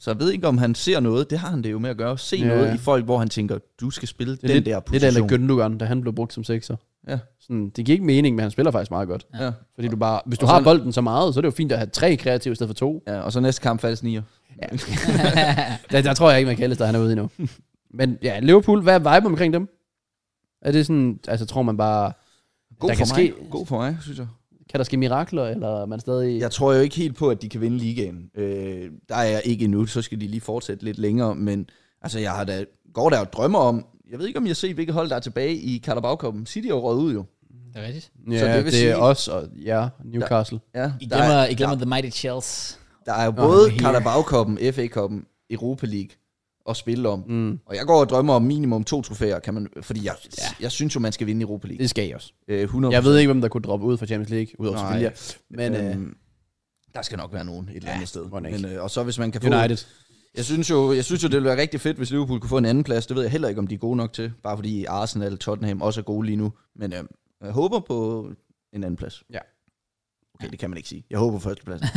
S2: Så jeg ved ikke, om han ser noget. Det har han det jo med at gøre. Se
S3: Ja.
S2: ja. noget i folk, hvor han tænker, du skal spille
S3: det er
S2: den
S3: lidt,
S2: der
S3: lidt
S2: position.
S3: eller Gündogan, da han blev brugt som sekser.
S2: Ja.
S3: Sådan, det giver ikke mening, men han spiller faktisk meget godt.
S2: ja.
S3: Fordi du bare, hvis du
S2: Og
S3: har
S2: så-
S3: bolden så meget, så er det jo fint at have tre kreative i stedet for to.
S2: ja. og så næste kamp faldes nier.
S3: Der, der tror jeg ikke, man kan der han er ude endnu. men ja, Liverpool, hvad er vibe omkring dem? Er det sådan, altså tror man bare,
S2: God
S3: Der
S2: for
S3: kan
S2: mig.
S3: ske-
S2: God for mig, synes jeg.
S3: kan der ske mirakler, eller er man stadig...
S2: Jeg tror jo ikke helt på, at de kan vinde ligaen. Øh, der er jeg ikke endnu, så skal de lige fortsætte lidt længere, men altså, jeg har da, går der og drømmer om, jeg ved ikke, om jeg har set, hvilket hold der er tilbage i Carabao Cup'en. City er jo røget ud jo.
S1: Det er rigtigt.
S3: Ja,
S2: så det vil
S3: det,
S2: sige-
S3: er os og ja, Newcastle.
S2: Ja,
S1: I
S2: der
S1: glemmer,
S2: er,
S1: I glemmer The Mighty Chelsea.
S2: der er jo både
S1: here.
S2: Carabao Cup'en, FA Cup'en, Europa League at spille om. Mm.
S3: Mm.
S2: Og jeg går og drømmer om minimum to trofæer, kan man, fordi jeg, ja. jeg synes jo, man skal vinde Europa League.
S3: Det skal I også.
S2: Øh, 100
S3: Jeg ved ikke, hvem der kunne droppe ud fra Champions League, udover
S2: Nej.
S3: Sevilla. Men øh,
S2: øhm, der skal nok være nogen et eller andet sted.
S3: mon ikke.
S2: Men, øh, og så hvis man kan få...
S3: United.
S2: Jeg synes, jo, jeg synes jo, det ville være rigtig fedt, hvis Liverpool kunne få en anden plads. Det ved jeg heller ikke, om de er gode nok til. Bare fordi Arsenal og Tottenham også er gode lige nu. Men øh, jeg håber på en anden plads.
S3: Ja.
S2: Okay, det kan man ikke sige. Jeg håber på førstepladsen.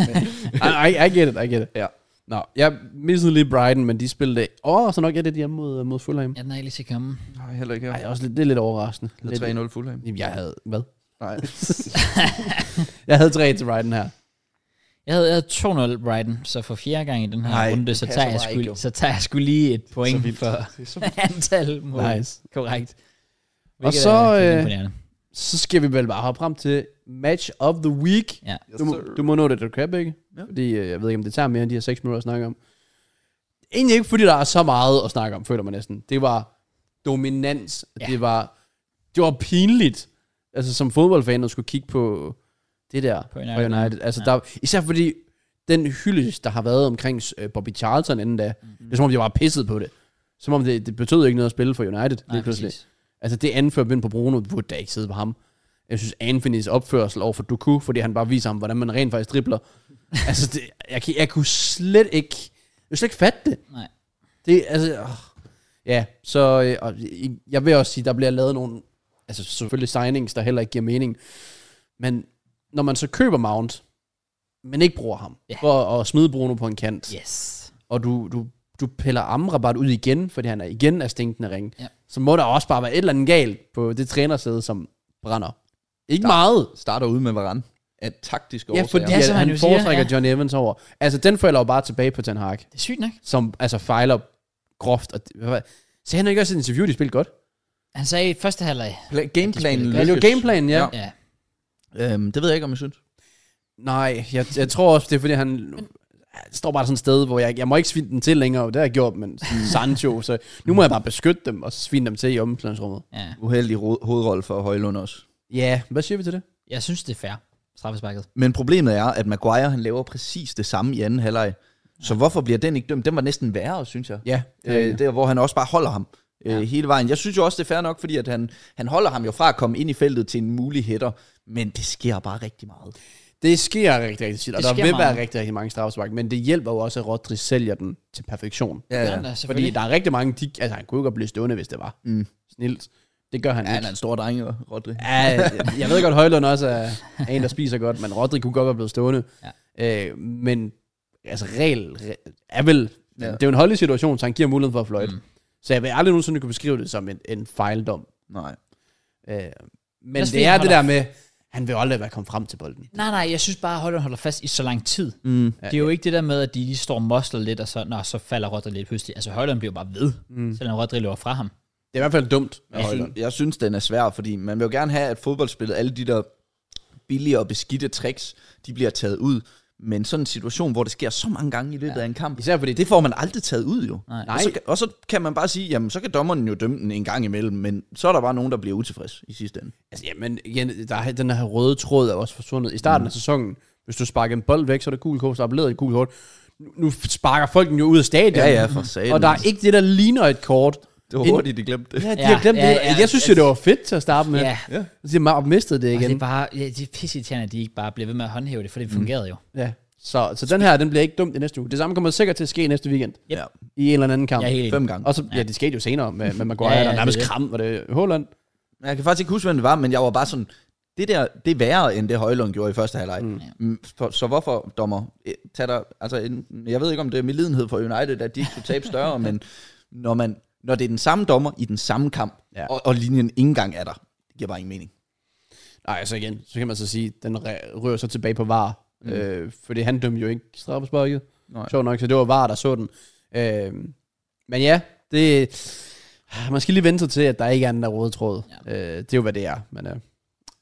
S3: I, I, I get it, I get it.
S2: Ja.
S3: Nå, jeg missede lige Brighton, men de spillede... Åh, oh, så nok er det hjemme mod, mod Fulham.
S1: Ja, den er ikke lige til at komme.
S2: Nej, heller ikke.
S3: Ej, også lidt, det er lidt overraskende. Lidt,
S2: Det er 3-0 Fulham.
S3: Jamen, jeg havde... Hvad?
S2: Nej.
S3: jeg havde 3 til Brighton her.
S1: Jeg havde, jeg havde 2-0 Brighton, så for fjerde gang i den her
S2: Nej,
S1: runde,
S2: det
S1: så
S2: passer
S1: tager, jeg
S2: bare ikke,
S1: sgu,
S2: jo.
S1: så tager jeg sgu lige et point
S2: vildt.
S1: for antal mål.
S3: Nice.
S1: Korrekt.
S3: så,
S1: er
S3: øh,
S1: fint imponerende.
S3: Så skal vi vel bare hoppe frem til Match of the Week.
S1: Ja.
S3: Du, må, du må nå det, du kan, begge.
S2: Ja.
S3: Fordi øh, jeg ved ikke, om det tager mere end de her 6 minutter at snakke om. Egentlig ikke, fordi der er så meget at snakke om, føler man næsten. Det var dominans.
S1: Ja.
S3: Ja. Det, var, det var pinligt. Altså som fodboldfan at skulle kigge på det der
S1: På
S3: på
S1: United.
S3: United. United. Altså, ja. der, især fordi den hyldest, der har været omkring øh, Bobby Charlton inden da,
S1: Mhm.
S3: mm-hmm. det er som om, de var pisset på det. Som om det, det betød ikke noget at spille for United.
S1: Nej,
S3: lige pludselig.
S1: præcis.
S3: Altså det anfører vind på Bruno, det burde da ikke sidde på ham. Jeg synes, Anfinis opførsel over for Doku, fordi han bare viser ham, hvordan man rent faktisk dribler. altså, det, jeg, kan, jeg kunne slet ikke, jeg kunne slet ikke fatte det.
S1: Nej.
S3: Det, altså, åh. ja, så øh, og, jeg- jeg vil også sige, der bliver lavet nogle, altså selvfølgelig signings, der heller ikke giver mening. Men når man så køber Mount, men ikke bruger ham,
S1: Ja.
S3: for at smide Bruno på en kant,
S1: Yes.
S3: og du, du, du piller Amrabat ud igen, fordi han er igen er stinkende ring,
S1: Ja.
S3: ja. så må der også bare være et eller andet galt på det trænersæde, som brænder. Ikke meget.
S2: Starter ud med Varane af taktiske
S3: Ja,
S2: årsager.
S3: fordi
S1: Ja, altså,
S3: ja,
S1: som
S3: han,
S1: han jo
S3: han
S1: siger,
S3: foretrækker
S1: ja.
S3: John Evans over. Altså, den falder jo bare tilbage på Ten Hag,
S1: Det er sygt nok.
S3: som altså fejler groft. Og, hvad, så han ikke også i et interview, de spillede godt?
S1: Han sagde i første halvleg.
S2: Pla- gameplanen
S1: spillede
S3: Ja, det var gameplanen, ja. ja.
S1: Ja.
S2: Øhm, det ved jeg ikke, om jeg synes.
S3: Nej, jeg, jeg tror også, det er fordi, han han står bare sådan et sted, hvor jeg, jeg må ikke svine den til længere, og det har jeg gjort, men Sancho, så nu må jeg bare beskytte dem og svine dem til i omklædningsrummet.
S1: ja.
S2: Uheldig ro- hovedrolle for Højlund også.
S3: Ja, hvad siger vi til det?
S1: Jeg synes, det er fair. Straffesparket.
S2: Men problemet er, at Maguire han laver præcis det samme i anden halvleg. Så hvorfor bliver den ikke dømt? Den var næsten værre, synes jeg.
S3: Ja,
S2: Øh, der, hvor han også bare holder ham øh,
S1: Ja.
S2: hele vejen. Jeg synes jo også, det er fair nok, fordi at han, han holder ham jo fra at komme ind i feltet til en mulig hætter. Men det sker bare rigtig meget.
S3: Det sker rigtig, rigtig tit, og
S1: Det
S3: der
S1: sker
S3: vil
S1: meget.
S3: være rigtig, rigtig mange straffespark, men det hjælper jo også, at Rodri sælger den til perfektion.
S1: Ja, ja.
S3: Fordi der er rigtig mange, de, altså han kunne jo godt blive stående, hvis det var.
S2: Mm.
S3: Snilt. Det gør han
S2: Ja, han
S3: ikke.
S2: er en stor dreng, og Rodri.
S3: Ja, jeg ved godt, Højlund også er er en, der spiser godt, men Rodri kunne godt være blevet stående. Ja. Øh, men altså, regel re- er vel...
S2: Ja.
S3: Ja. Det er jo en holdelig situation, så han giver muligheden for at fløjte. Mm. Så jeg vil aldrig nogensinde kunne beskrive det som en, en fejldom.
S2: Nej.
S3: Øh, men
S1: Ellers
S3: det
S1: vil
S3: er
S1: han
S3: det
S1: holde-
S3: der med, han vil aldrig være kommet frem til bolden.
S1: Nej, nej, jeg synes bare, at Holland holder fast i så lang tid.
S2: Mm.
S1: Det er jo ikke det der med, at de lige står og mosler lidt, og så, når så falder Rodri lidt pludselig. Altså, Højlund bliver bare ved, mm. selvom Rodri løber fra ham.
S3: Det er i hvert fald dumt. af
S2: Jeg,
S3: Højlund.
S2: synes, jeg synes, den er svær, fordi man vil jo gerne have, at fodboldspillet, alle de der billige og beskidte tricks, de bliver taget ud. Men sådan en situation, hvor det sker så mange gange i løbet ja. af en kamp,
S3: Især fordi
S2: det får man aldrig taget ud jo.
S1: Nej.
S2: Og, så, kan- og så kan man bare sige, jamen så kan dommeren jo dømme den en gang imellem, men så er der bare nogen, der bliver utilfreds i sidste ende.
S3: Altså, jamen, igen, der er, den her røde tråd er også forsvundet. I starten mm. af sæsonen, hvis du sparker en bold væk, så er det gul kort, så er blevet et gul kort. Nu, nu sparker folk den jo ud af stadion.
S2: Ja, ja, for satan. altså.
S3: Og der er ikke det, der ligner et kort.
S2: Det var hurtigt, de glemte det.
S3: Ja, de
S1: Ja,
S3: har glemt
S1: ja,
S3: det.
S1: ja.
S3: jeg synes jo, det var fedt til at starte med.
S1: Ja,
S2: Ja.
S3: Så de har mistet det
S1: og Altså, det
S3: igen.
S1: er bare, ja, det er pisseirriterende, at de ikke bare bliver ved med at håndhæve det, for
S2: Mm.
S1: det fungerede jo.
S3: Ja. Så, så den her, den bliver ikke dumt i næste uge. Det samme kommer sikkert til at ske næste weekend.
S1: Yep.
S2: Ja.
S3: I en eller anden kamp.
S1: Jeg er helt enig.
S2: Fem gange.
S3: Og så, ja, det skete jo senere med, med Maguire,
S1: Ja,
S3: ja,
S1: ja, det
S3: ja, der
S1: er
S3: nærmest
S1: det.
S3: kram, var det Håland.
S2: Jeg kan faktisk ikke huske, hvem det var, men jeg var bare sådan, det der, det er værre, end det Højlund gjorde i første halvleg. Mm. Så, så hvorfor, dommer, eh, tag dig, altså, en- jeg ved ikke, om det er med lidenhed for United, at de ikke kunne tabe større, men når, man, når det er den samme dommer i den samme kamp, ja.
S3: Ja.
S2: og, og linjen ikke engang er der, det giver bare ingen mening.
S3: Nej, altså igen, så kan man så sige, den re- rører så tilbage på VAR. Mm. Øh, fordi han dømte jo ikke straffesparket.
S2: Nej.
S3: Sjovt nok, så det var VAR, der så den. Øh, men ja, det... Man skal lige vente sig til, at der ikke er den der røde tråd. Ja. Øh, det er jo, hvad det er. Men øh,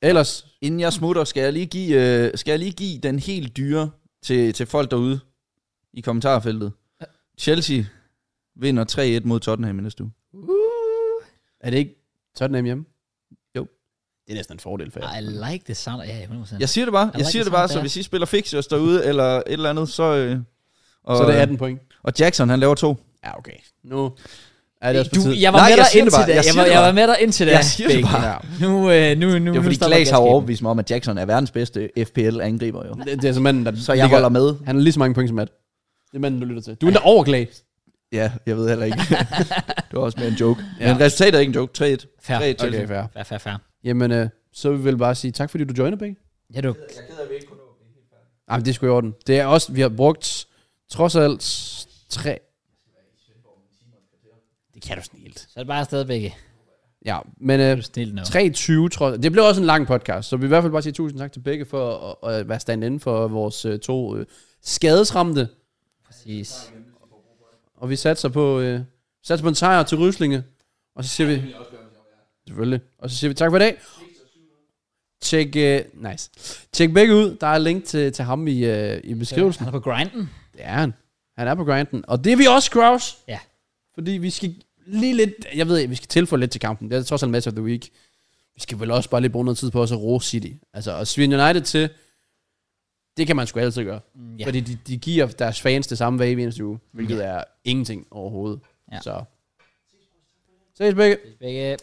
S3: ellers,
S2: Inden jeg smutter, skal jeg lige give, øh, skal jeg lige give den helt dyre til, til folk derude i kommentarfeltet. Chelsea vinder 3-1 mod Tottenham i næste uge.
S3: er det ikke Tottenham hjemme?
S2: Jo.
S3: Det er næsten en fordel for jer.
S1: Ah, I like the sound. Ja, 100%.
S2: Jeg siger det bare,
S1: I
S2: jeg
S1: like
S2: siger
S1: the
S2: det bare,
S1: sound
S2: så
S1: there.
S2: hvis I spiller Fixers derude, eller et eller andet, så... Øh, og, øh,
S3: Så det er 18 point.
S2: og Jackson, han laver to.
S3: Ja, okay. Nu er det også på
S1: Du,
S3: tide.
S1: jeg var
S2: Nej,
S1: med
S2: jeg
S1: dig
S2: siger det
S1: indtil
S2: bare.
S1: da.
S2: Jeg
S1: Jeg,
S2: siger
S1: var,
S2: det
S1: jeg
S2: bare.
S1: var med dig indtil da.
S2: Jeg siger det
S1: Bæk.
S2: bare.
S3: Ja.
S1: Nu, øh, nu, nu,
S2: Det er
S1: nu
S2: fordi,
S1: stopper
S2: Klaas har jo
S1: galskaben.
S2: overbevist mig om, at Jackson er verdens bedste FPL-angriber jo.
S3: Det, det er så manden, der
S2: Så jeg holder med.
S3: Han har lige så mange point som Matt. Det er manden, du lytter til. Du er der overklag.
S2: Ja, jeg ved heller ikke. det var også mere en joke. Ja. Men resultatet er ikke en joke. 3-1. 3-1
S1: Fair.
S2: Chelsea.
S3: Okay, fair.
S1: Fair, fair, fair.
S3: Jamen, øh, så vil vi vel bare sige tak, fordi du joiner, Bæk.
S1: Ja, du.
S3: Ej, men det er sgu i orden. Det er også, vi har brugt trods alt tre... Det kan du snilt.
S1: Så er det bare afsted, begge.
S3: Ja, men øh,
S1: Snilt nu.
S3: 3.20, tror jeg. Det blev også en lang podcast, så vi vil i hvert fald bare sige tusind tak til begge for at, at være stand inden for vores øh, to øh, skadesramte.
S1: Præcis.
S3: Og vi satser på, øh, satser på en sejr til Ryslinge. Og så siger vi... Selvfølgelig. Og så siger vi tak for i dag. Tjek, uh, nice. Tjek begge ud. Der er link til, til ham i, uh, i beskrivelsen.
S1: Han er på grinden.
S3: Det er han. Han er på grinden. Og det er vi også, Kraus.
S1: Ja.
S3: Fordi vi skal lige lidt... Jeg ved, vi skal tilføje lidt til kampen. Det er trods alt match of the week. Vi skal vel også bare lige bruge noget tid på også at rose City. Altså, og svine United til... Det kan man sgu altid gøre.
S1: Mm,
S3: Ja.
S1: Ja.
S3: Fordi de, de giver deres fans det samme hver evig eneste uge, hvilket ja. er ingenting overhovedet. Ja.
S1: Ja.
S3: Så. Ses begge.
S1: Begge.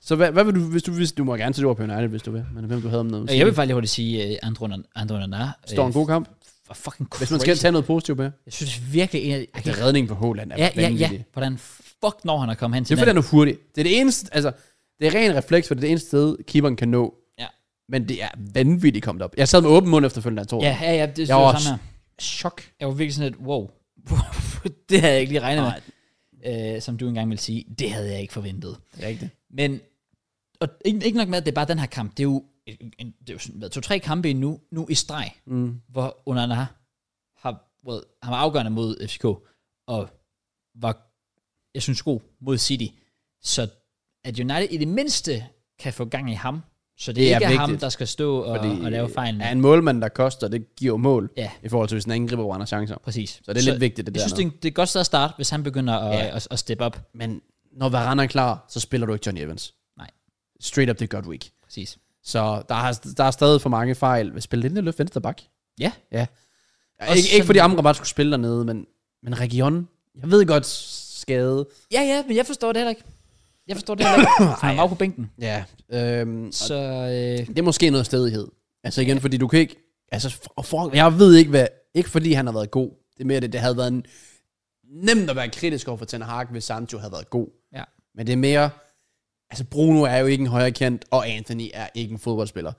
S3: Så hvad, hvad vil du, hvis du, hvis du må gerne tage det ord på United, hvis du vil, men hvem du havde om noget.
S1: Øh, Jeg vil faktisk lige hurtigt sige, uh, Androna, Androna Nar.
S3: Står en god kamp.
S1: øh, For fucking crazy.
S3: Hvis man skal tage noget positivt med.
S1: Jeg synes virkelig, en af...
S3: Ej, det er redning på Håland. Er
S1: Ja, ja, ja.
S3: vanvittig.
S1: Hvordan fuck når han at komme hen
S3: Det
S1: til
S3: er fordi, han er hurtig. Det er det eneste, altså, det er ren refleks, for det er det eneste sted, keeperen kan nå.
S1: Ja.
S3: Men det er vanvittigt kommet op. Jeg sad med åben mund efterfølgende, jeg tror.
S1: Ja, ja, ja. Det
S3: Jeg
S1: jeg var
S3: var
S1: samme her.
S3: Chok.
S1: Jeg var virkelig sådan lidt, wow. det havde jeg ikke lige regnet med. Øh, som du engang ville sige, det havde jeg ikke forventet.
S3: Rigtigt.
S1: Men, og ikke, ikke nok med, at det er bare den her kamp. Det er jo, en, det er jo sådan, hvad, to-tre kampe endnu, nu i streg,
S3: Mm.
S1: hvor Onana har, well, han var afgørende mod FCK, og var, jeg synes, god mod City. Så at United i det mindste kan få gang i ham, så det, det
S3: er
S1: ikke er vigtigt, ham,
S3: vigtigt,
S1: der skal stå og, og lave fejlen.
S3: Er en målmand, der koster, det giver jo mål.
S1: Ja.
S3: I forhold til, hvis den anden griber, hvor han har chancer.
S1: Præcis.
S3: Så det er lidt vigtigt, det
S1: jeg
S3: der
S1: synes, det er, en- det er et godt sted at starte, hvis han begynder at,
S3: Ja.
S1: ja. at, at steppe op.
S3: Men når Varane er klar, så spiller du ikke Johnny Evans.
S1: Nej.
S3: Straight up, det er godt week.
S1: Præcis.
S3: Så der er, der er stadig for mange fejl. Spil Lindeløf venstre bak.
S1: Ja.
S3: Ja.
S1: Også
S3: Ikke, ikke
S1: sådan-
S3: fordi Amrabat skulle spille dernede, men, men Region, jeg ved godt, skade.
S1: Ja, ja, men jeg forstår det heller ikke. Jeg forstår det heller ikke. Han var på bænken.
S3: Ja. Øhm,
S1: Så øh,
S3: det er måske noget stedighed. Altså igen, fordi du kan ikke... Altså, for, og for, jeg ved ikke, hvad... Ikke fordi han har været god. Det er mere det, det havde været en, nemt at være kritisk over for Ten Hag, hvis Sancho havde været god.
S1: Ja.
S3: Men det er mere... Altså, Bruno er jo ikke en højre kant, og Anthony er ikke en fodboldspiller.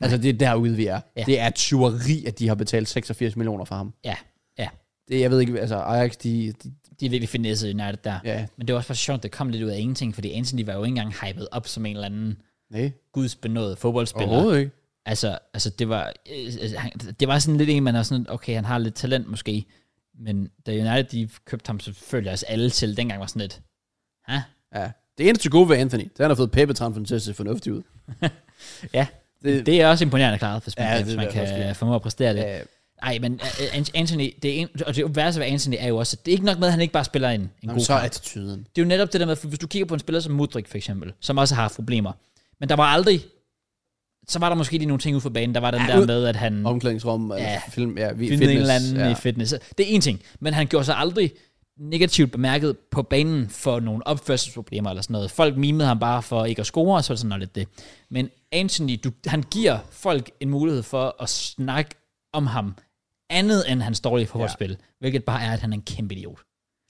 S3: Altså, det er derude, vi er. Ja.
S1: Ja.
S3: Det er tyveri, at de har betalt 86 millioner for ham.
S1: ja, ja.
S3: Det, jeg ved ikke, altså, Ajax, de... de
S1: De er virkelig finesset United der. Ja.
S3: ja,
S1: Men det var også bare sjovt, det kom lidt ud af ingenting, fordi Anthony var jo ikke engang hypet op som en eller anden
S3: nej,
S1: gudsbenået fodboldspiller.
S3: overhovedet ikke.
S1: Altså, altså det, var, øh, altså, han, det var sådan lidt en, man er sådan, okay, han har lidt talent måske, men da United de købte ham, så følte jeg os alle til, dengang var sådan lidt, ha?
S3: Ja. Det eneste gode ved Anthony, det er, at han har fået Pepe-transferen til at se fornuftig ud.
S1: Ja.
S3: Det,
S1: Det er også imponerende klaret, hvis man,
S3: Ja,
S1: ja,
S3: det
S1: hvis
S3: vil
S1: man
S3: jeg
S1: kan
S3: også sige.
S1: formå at præstere det.
S3: øh,
S1: Nej, men øh, Ant- Anthony, det er en, og det værste ved Anthony er jo også, at det er ikke nok med, at han ikke bare spiller en, en
S3: Jamen,
S1: god
S3: så
S1: kamp.
S3: er attituden.
S1: Det er jo netop det der med, for hvis du kigger på en spiller som Mudrik for eksempel, som også har haft problemer, men der var aldrig, så var der måske lige nogle ting ude for banen, der var den
S3: Ja,
S1: ja, der
S3: ud-
S1: med, at han
S3: Omklædningsrum, ja.
S1: Mm. Ja.
S3: film, ja, vi,
S1: findede
S3: fitness,
S1: en eller anden
S3: ja.
S1: ja. i fitness. Det er en ting, men han gjorde sig aldrig negativt bemærket på banen for nogle opførselsproblemer eller sådan noget. Folk mimede ham bare for ikke at score, og så var det sådan noget lidt det. Men Anthony, du, han giver folk en mulighed for at snakke om ham andet end hans dårlige fodboldspil, ja. hvilket bare er, at han er en kæmpe idiot.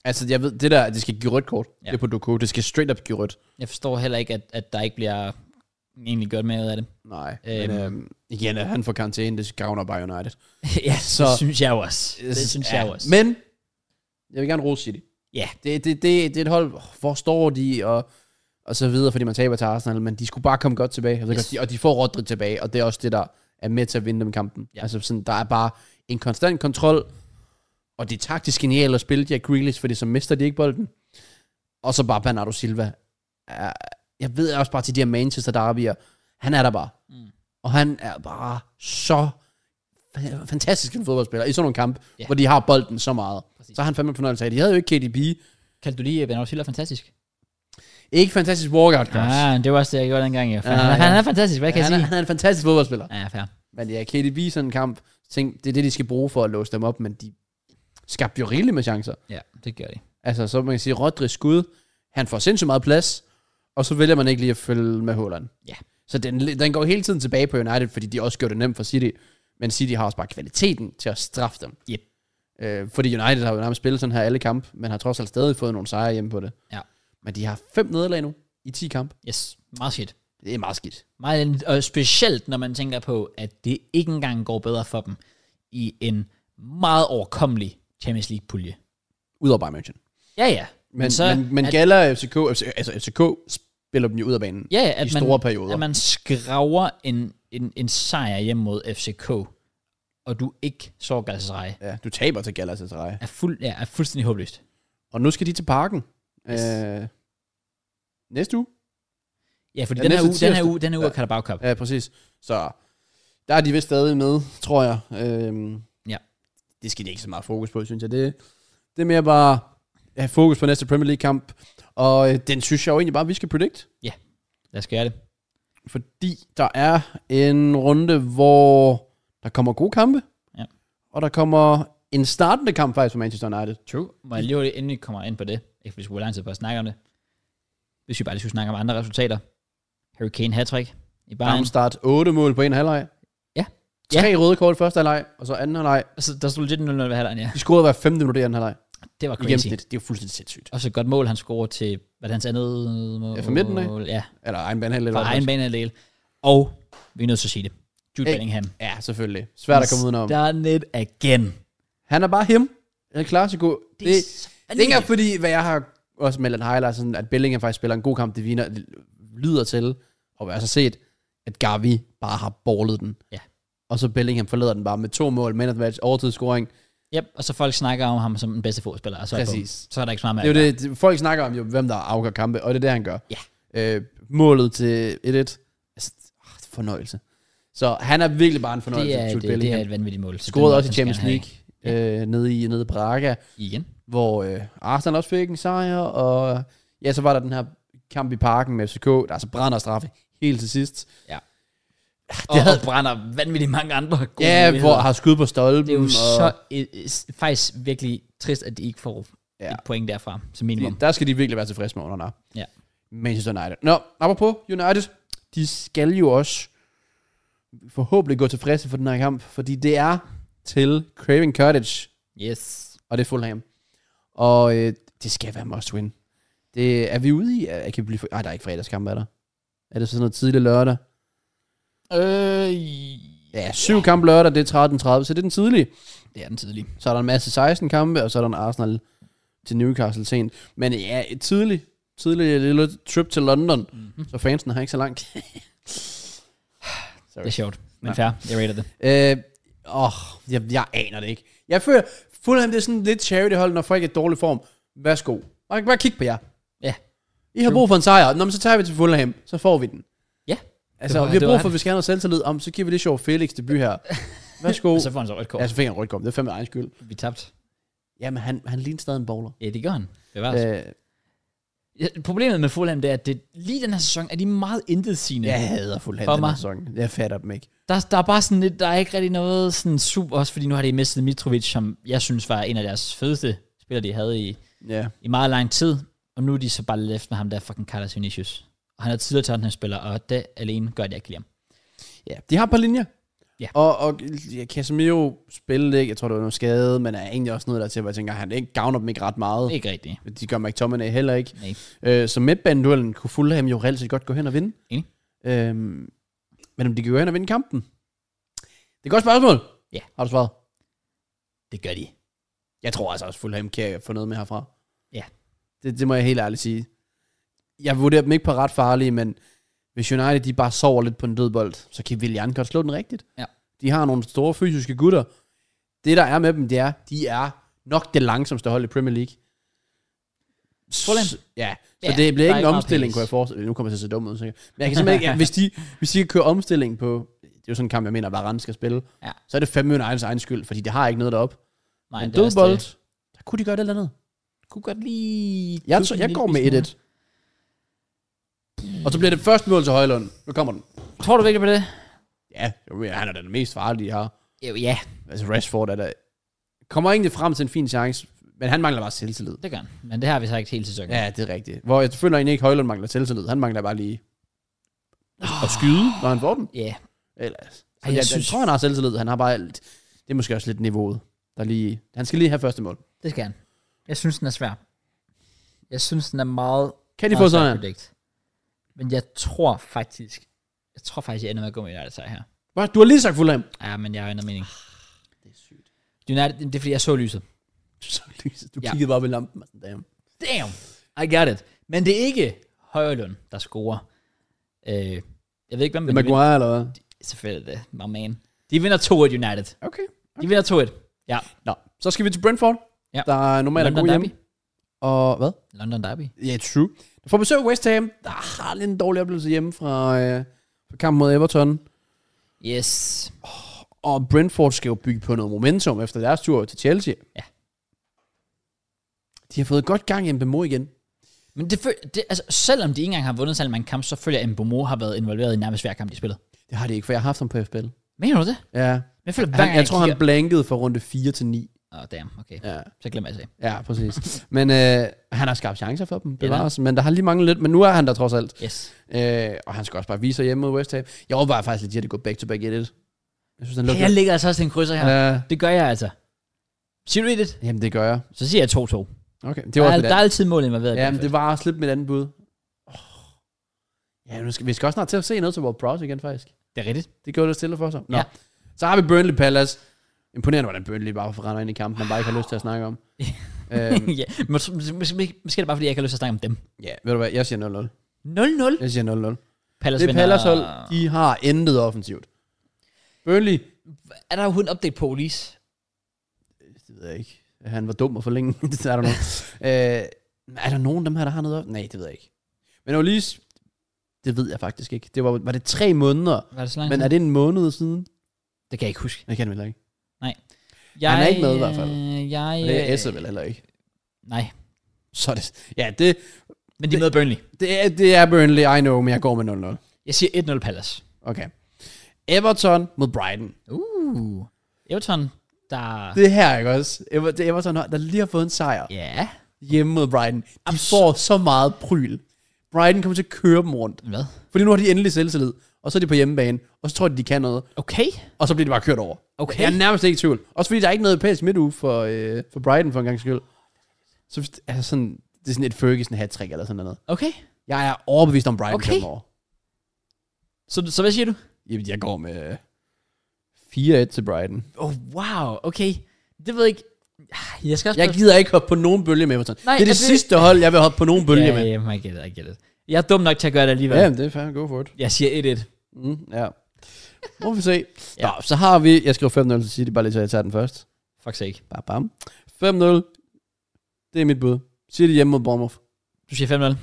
S3: Altså, jeg ved, det der, det skal give rødt kort, ja.
S1: Ja.
S3: det er på Doku, det skal straight up give rødt.
S1: Jeg forstår heller ikke, at, at der ikke bliver egentlig gjort mere ud af det.
S3: Nej, øhm. men øhm, igen, at han får karantæne, det gavner bare United.
S1: ja,
S3: Så-
S1: så, det synes jeg jo også. Det synes jeg jo også.
S3: Men, jeg vil gerne rose City.
S1: Ja.
S3: Det, det, det, det er et hold, hvor står de, og, og så videre, fordi man taber til Arsenal, men de skulle bare komme godt tilbage. Jeg ved
S1: Yes.
S3: godt, de, og de får Rodri tilbage, og det er også det, der er med til at vinde dem kampen. Ja.
S1: Ja.
S3: Altså, sådan, der er bare en konstant kontrol, og det er taktisk genialt at spille Jack Grealish, fordi så mister de ikke bolden. Og så bare Bernardo Silva. Er- Jeg ved også bare til de her Manchester Derby'er, han er der bare. Mm. Og han er bare så fa- fantastisk en fodboldspiller i sådan nogle kampe,
S1: Ja.
S3: hvor de har bolden så meget.
S1: Præcis.
S3: Så har han fandme en fornøjelse af det. De havde jo ikke KDB,
S1: Kaldte du lige Bernardo Silva fantastisk?
S3: ikke fantastisk workout, Kraus. Ja,
S1: Ah, det var også det, jeg gjorde dengang. Ja.
S3: Ja,
S1: Han,
S3: ja.
S1: han er fantastisk, hvad kan jeg
S3: han, er,
S1: sige?
S3: han er en fantastisk fodboldspiller.
S1: Ja, fair.
S3: Men ja, KDB i sådan en kamp, tænk, det er det, de skal bruge for at låse dem op, men de skabte jo rigeligt med chancer.
S1: Ja, det gør det.
S3: Altså, så man kan sige, Rodri skud, han får sindssygt meget plads, og så vælger man ikke lige at følge med Holland.
S1: Ja.
S3: Så den, den går hele tiden tilbage på United, fordi de også gjorde det nemt for City, men City har også bare kvaliteten til at straffe dem.
S1: Yep.
S3: Øh, fordi United har jo nærmest spillet sådan her alle kampe, men har trods alt stadig fået nogle sejre hjemme på det.
S1: Ja.
S3: Men de har fem nederlag nu i 10 kampe.
S1: Yes, meget skidt.
S3: Det er meget skidt.
S1: Meget, og specielt, når man tænker på, at det ikke engang går bedre for dem i en meget overkommelig Champions League-pulje.
S3: Udover Bayern München.
S1: Ja, ja.
S3: Men, men, så, men, men
S1: at,
S3: Gala og FCK, FC, altså FCK spiller dem jo ud af banen
S1: ja, ja, at
S3: i
S1: man,
S3: store perioder.
S1: at man skraver en, en, en sejr hjem mod FCK, og du ikke så Galatasaray,
S3: ja, du taber til Galatasaray.
S1: er, fuld, ja, er fuldstændig håbløst.
S3: Og nu skal de til parken.
S1: Yes.
S3: Øh, næste uge.
S1: Ja, fordi
S3: Ja,
S1: den her,
S3: næste
S1: uge, den her
S3: tirsdag.
S1: uge, den her uge er Carabao Cup.
S3: Ja, præcis. Så der er de vist stadig med, tror jeg. Øhm,
S1: Ja.
S3: Det skal de ikke så meget fokus på, synes jeg. Det, det er mere bare at have fokus på næste Premier League-kamp. Og øh, den synes jeg jo egentlig bare, vi skal predict.
S1: Lad os gøre det.
S3: Fordi der er en runde, hvor der kommer gode kampe.
S1: Ja.
S3: Og der kommer en startende kamp faktisk for Manchester United.
S1: True. Må jeg lige inden vi kommer ind på det, ikke fordi vi skulle bruge lang tid på at snakke om det, hvis vi bare lige skulle snakke om andre resultater. Harry Kane hat i Bayern.
S3: Darmstadt 8 mål på en halvleg.
S1: Ja.
S3: Tre røde kort i første halvleg, og så anden halvleg.
S1: Altså, der stod lidt 0-0 ved halvdelen, ja.
S3: De scorede hver femte minut i anden halvleg.
S1: Det var
S3: I
S1: crazy.
S3: gennemsnit. Det er jo fuldstændig sindssygt.
S1: Og så et godt mål, han scorer til, hvad er det, hans andet mål?
S3: Ja, fra midten af.
S1: Ja,
S3: Eller egen bane halvleg.
S1: fra egen banehalvdel. Og vi er nødt til at sige det. Jude
S3: Hey.
S1: Bellingham.
S3: Ja, selvfølgelig. Svært at komme udenom.
S1: Der er net again.
S3: Han er bare ham. En klassiko. Det, det, det
S1: så
S3: er ikke engang fordi, hvad jeg har også meldt en highlight, sådan, at Bellingham faktisk spiller en god kamp, det viner, lyder til, og hvad jeg har set, at Gavi bare har borlet den.
S1: Ja.
S3: Og så Bellingham forlader den bare med to mål, man of the match, overtidsscoring.
S1: Yep, og så folk snakker om ham som den bedste fodspiller. Og så, er det
S3: Præcis.
S1: bum. så er der ikke så meget med.
S3: Det er jo det, det, folk snakker om jo, hvem der afgør kampe, og det er det, han gør.
S1: Ja.
S3: Øh, målet til 1-1, altså, åh, fornøjelse. Så han er virkelig bare en
S1: det,
S3: fornøjelse,
S1: er,
S3: Jude
S1: det, det
S3: Bellingham.
S1: er et vanvittigt mål. Så den
S3: Scorede
S1: må
S3: også i
S1: han
S3: Champions
S1: gerne have.
S3: League, øh, nede, i, nede i Braga.
S1: Igen.
S3: hvor øh, Arsenal også fik en sejr, og øh, ja, så var der den her kamp i parken med FCK, der altså brænder straffe helt til sidst.
S1: Ja.
S3: Det
S1: og,
S3: havde,
S1: og brænder vanvittigt mange andre gode
S3: ja, hvor
S1: muligheder.
S3: har skud på stolpen.
S1: Det er jo
S3: og,
S1: så øh, øh, s- faktisk virkelig trist, at de ikke får
S3: Ja.
S1: ja. et point derfra, som minimum.
S3: Der skal de virkelig være tilfredse med under
S1: Ja.
S3: Manchester United. Nå, apropos United, de skal jo også forhåbentlig gå tilfredse for den her kamp, fordi det er til Craven Cottage,
S1: Yes.
S3: og det er Fulham. Og øh, det skal være must win. Det er vi ude i. Jeg kan blive for... Ej, der er ikke fredagskamp, er der? Er det så sådan noget tidlig lørdag?
S1: Øh,
S3: Ja, syv kampe lørdag, det er 13.30, så det er den tidlige.
S1: det er den tidlige.
S3: Så er der en masse 16 kampe, og så er der en Arsenal til Newcastle sent. Men ja, et tidligt, tidligt lille trip til London,
S1: Mm-hmm.
S3: så fansen har ikke så langt.
S1: Det er sjovt, men
S3: Ja.
S1: fair. Jeg rater det.
S3: Øh, åh, jeg, jeg aner det ikke. Jeg føler, Fulham det er sådan lidt charity-hold, når folk er i dårlig form. Værsgo. Bare, bare kig på jer.
S1: Ja.
S3: I har brug for en sejr. Nå, men så tager vi til Fulham, så får vi den.
S1: Ja.
S3: Altså,
S1: Det var-
S3: vi har
S1: det
S3: brug
S1: var
S3: for, at vi skal have noget selvtillid om, så giver vi det sjov Felix debut her.
S1: Og så
S3: Værsgo.
S1: Altså, får han så rødt kort.
S3: Ja, så fik han rødt kort. Det er fandme egen skyld.
S1: Vi tabte.
S3: Jamen, han, han ligner stadig en bowler.
S1: Ja, det gør han. Det var altså.
S3: Øh,
S1: ja, Problemet med Fulham, det er, at det, lige den her sæson er de meget intetsigende.
S3: jeg hader Fulham
S1: For
S3: den her
S1: mig.
S3: sæson. Jeg fatter dem ikke.
S1: Der, der er bare sådan lidt, der er ikke rigtig noget sådan super, også fordi nu har de mistet Mitrovic, som jeg synes var en af deres fedeste spillere, de havde i,
S3: Ja.
S1: i meget lang tid, og nu er de så bare left med ham der fucking Carlos Vinicius. Og han er tidligere Tottenham-spiller, og det alene gør, at jeg ikke kan lide ham.
S3: ja. De har et par linjer.
S1: Ja.
S3: Og, og ja, Casemiro spillede ikke. Jeg tror, det var noget skade, men er egentlig også noget der til, hvor jeg tænker, han ikke gavner dem ikke ret meget.
S1: Ikke rigtigt.
S3: De gør McTominay heller ikke.
S1: Nej.
S3: Øh, så midtbaneduellen kunne Fulham jo reelt set godt gå hen og vinde.
S1: Enig.
S3: Øhm, men om de kan gå hen og vinde kampen? Det er et godt spørgsmål.
S1: Ja.
S3: Har du svaret?
S1: Det gør de.
S3: Jeg tror altså også, Fulham kan få noget med herfra.
S1: Ja.
S3: Det, det må jeg helt ærligt sige. Jeg vurderer dem ikke på ret farlige, men hvis United de bare sover lidt på en død bold, så kan Willian godt slå den rigtigt.
S1: Ja.
S3: De har nogle store fysiske gutter. Det, der er med dem, det er, de er nok det langsomste hold i Premier League.
S1: Fulham?
S3: S-
S1: Ja,
S3: Ja, så ja, det
S1: der er
S3: bliver ikke en
S1: ikke meget
S3: omstilling,
S1: pace.
S3: kunne jeg forestille Nu kommer jeg til at se dum ud, sikkert. Men jeg kan simpelthen ikke, ja, hvis, de, hvis de kan køre omstilling på, det er jo sådan en kamp, jeg mener, at Varane skal spille,
S1: Ja.
S3: så er det fandme Uniteds egen skyld, fordi det har ikke noget derop.
S1: Nej,
S3: Men
S1: det er også
S3: dødbold,
S1: det.
S3: der kunne de gøre det eller andet.
S1: Kunne godt lige...
S3: Jeg,
S1: kunne
S3: tror,
S1: en
S3: jeg
S1: lille
S3: går med
S1: smule.
S3: 1-1. Og så bliver det første mål til Højlund. Nu kommer den.
S1: Tror du virkelig på det?
S3: Ja, jo, men han er da den mest farlige her.
S1: Jo, ja,
S3: Altså Rashford er der... Kommer egentlig frem til en fin chance, men han mangler bare selvtillid.
S1: det gør han. Men det har vi sagt hele sæsonen.
S3: Ja, det er rigtigt. Hvor jeg føler egentlig ikke, Højlund mangler selvtillid. Han mangler bare lige at skyde, når han får den.
S1: Ja,
S3: Ellers. Så
S1: Ej,
S3: jeg,
S1: jeg
S3: jeg,
S1: synes-
S3: tror, han har selvtillid. Han har bare... Lidt, det er måske også lidt niveauet. Der lige, han skal lige have første mål.
S1: det skal han. Jeg synes, den er svær. Jeg synes, den er meget...
S3: Kan de
S1: meget
S3: få
S1: svær at
S3: sådan en?
S1: predict. Men jeg tror faktisk... Jeg tror faktisk, jeg ender med at gå med United sejr her.
S3: Hvad? Du har lige sagt Fulham.
S1: Ja, men jeg har ændret mening.
S3: Det er sygt.
S1: United, det er fordi, jeg så lyset.
S3: Du
S1: Ja.
S3: kiggede bare op i lampen. og sådan, Damn.
S1: Damn, I got it. Men det er ikke Højlund, der scorer. Øh, jeg ved ikke, hvem
S3: Det er Maguire, eller hvad?
S1: vinder. Selvfølgelig er det. My man. De vinder 2-1 United.
S3: Okay.
S1: De vinder 2-1.
S3: Nå, så skal vi til Brentford.
S1: Ja.
S3: Der er normalt er
S1: London
S3: god hjemme.
S1: Derby.
S3: og hvad?
S1: London Derby.
S3: Ja, yeah, true. Der får besøg af West Ham, der har lidt en dårlig oplevelse hjemme fra, øh, fra kampen mod Everton.
S1: Yes.
S3: Og Brentford skal jo bygge på noget momentum efter deres tur til Chelsea.
S1: Ja.
S3: De har fået godt gang i Mbemo igen.
S1: Men det, fø- det, altså, selvom de ikke engang har vundet særlig mange kampe, så føler jeg, at Mbomo har været involveret i nærmest hver kamp, de spillede.
S3: Det har de ikke, for jeg har haft ham på FBL.
S1: Mener du det?
S3: Ja.
S1: Men jeg føler, hver
S3: Han,
S1: gang
S3: jeg tror, han
S1: kigger-
S3: blankede fra runde 4 til 9.
S1: Åh, oh, damn, okay.
S3: Ja,
S1: Så glemmer jeg at sige.
S3: ja præcis. men øh, han har skabt chancer for dem,
S1: Ja,
S3: bevares. Men der har lige manglet lidt, men nu er han der trods alt.
S1: Yes.
S3: Øh, og han skal også bare vise sig hjemme mod West Ham. Jeg overvejer faktisk lidt, at det går back-to-back 1-1. Jeg synes, han
S1: Okay,
S3: lugter.
S1: jeg ligger altså også til en krydser her. Ja.
S3: Ja,
S1: Det gør jeg altså. Siger du i det?
S3: jamen, det gør jeg.
S1: Så siger jeg 2-2.
S3: Okay, det
S1: Det
S3: var
S1: var der,
S3: også mit
S1: er, der er altid mål involveret. i
S3: Ja, men
S1: Brentford.
S3: det var også lidt mit andet bud. Oh. Ja, nu skal, vi skal også snart til at se noget til World Pros igen, faktisk.
S1: det er rigtigt.
S3: Det gjorde det stille for sig.
S1: Ja.
S3: Nå. Ja. Så har vi Burnley Palace. Imponerende, hvordan Burnley bare forrender ind i kampen, man bare ikke har lyst til at snakke om. øhm,
S1: ja, mås- mås- mås- mås- måske er det bare, fordi jeg ikke har lyst til at snakke om dem.
S3: ja, ved du hvad, jeg siger
S1: 0-0.
S3: 0-0. Jeg siger 0-0.
S1: Palace
S3: Det
S1: vinder-
S3: Palace hold, de har intet offensivt. Burnley,
S1: Er der overhovedet en update på Olis?
S3: det ved jeg ikke. Han var dum at forlænge. det er der nogen. øh, er der nogen af dem her, der har noget op? Nej, det ved jeg ikke. Men Olis, det ved jeg faktisk ikke. Det var, var det tre måneder?
S1: Var det så langt?
S3: Men er det en måned siden?
S1: det kan jeg ikke huske.
S3: Jeg kan det heller ikke.
S1: Jeg,
S3: er ikke med i hvert fald.
S1: øh, Jeg,
S3: Og det er
S1: øh,
S3: Esse vel heller ikke.
S1: Nej,
S3: Så er det, ja, det,
S1: men de møder Burnley.
S3: det, er, det er Burnley, I know, men jeg går med
S1: Jeg siger 1-0 Palace.
S3: 0-0. Okay. Everton mod Brighton.
S1: Uh. Everton, der...
S3: Det her, ikke også? Ever, det er Everton, der lige har fået en sejr
S1: Ja.
S3: hjemme mod Brighton. De får så meget pryl. Brighton kommer til at køre dem rundt.
S1: Hvad?
S3: Fordi nu har de endelig selvtillid, og så er de på hjemmebane, og så tror de, de kan noget,
S1: Okay.
S3: og så bliver de bare kørt over.
S1: Okay.
S3: Jeg er nærmest ikke i tvivl. Også fordi der er ikke noget europæisk midtuge for, øh, for Brighton for en gang skyld. Så hvis- altså sådan, det er sådan et Ferguson hat eller sådan noget.
S1: Okay.
S3: Jeg er overbevist om Brighton
S1: Okay.
S3: okay. over.
S1: Så, så hvad siger du?
S3: Jamen, jeg går med 4-1 til Brighton.
S1: Oh, wow. Okay. Det ved jeg ikke... Ah, Jeg skal også
S3: Jeg gider ikke hoppe på nogen bølge med Everton.
S1: Nej,
S3: Nej, det er det
S1: er det-
S3: sidste hold, jeg vil hoppe på nogen bølge
S1: ja,
S3: med.
S1: ja, I get it, I get it. Jeg er dum nok til at gøre det alligevel.
S3: Ja, det er fandme go for it.
S1: Jeg siger 1-1.
S3: Mm, ja. Må vi se.
S1: Ja.
S3: ja. Nå, så har vi... Jeg skriver 5-0 til City, bare lige så jeg tager den først.
S1: Fuck sake.
S3: Bam, bam. 5-0. Det er mit bud. City hjemme mod Bournemouth.
S1: Du siger 5-0.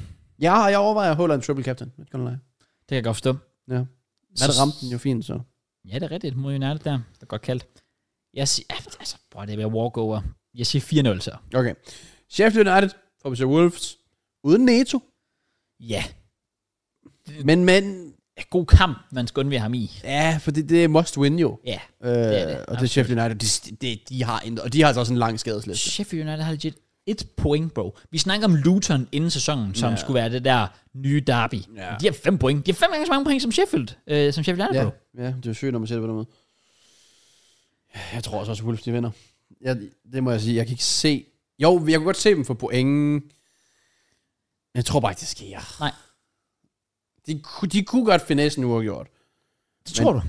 S3: Ja, jeg overvejer Holland triple captain. Det kan jeg lade.
S1: Det kan jeg godt forstå.
S3: Ja. Så ramte den jo fint, så.
S1: Ja, det er rigtigt. Mod United der. Det er godt kaldt. Jeg siger... ja, Altså, bror, det er ved walk over. Jeg siger 4-0 så.
S3: Okay. Sheffield United får besøg Wolves. Uden Neto.
S1: Ja.
S3: Men, men...
S1: God kamp, man skal undvære ham i.
S3: Ja, for det, det er must win jo.
S1: Ja.
S3: Øh,
S1: er det,
S3: og det er Sheffield United, de, de, de har intet, og de har altså også en lang skadesliste.
S1: Sheffield United har legit et point, bro. Vi snakker om Luton inden sæsonen, som
S3: Ja.
S1: skulle være det der nye derby.
S3: Ja.
S1: De har fem point. De har fem gange så mange point som Sheffield. Øh, som Sheffield United,
S3: Ja,
S1: bro.
S3: ja, det er sygt, når man ser det på den måde. Jeg tror også, at Wolves de vinder. Jeg, det må jeg sige, jeg kan ikke se... Jo, jeg kunne godt se dem for pointen. Men Jeg tror bare ikke, det sker.
S1: Nej.
S3: De, ku- de kunne godt finesse en uafgjort.
S1: Det tror du?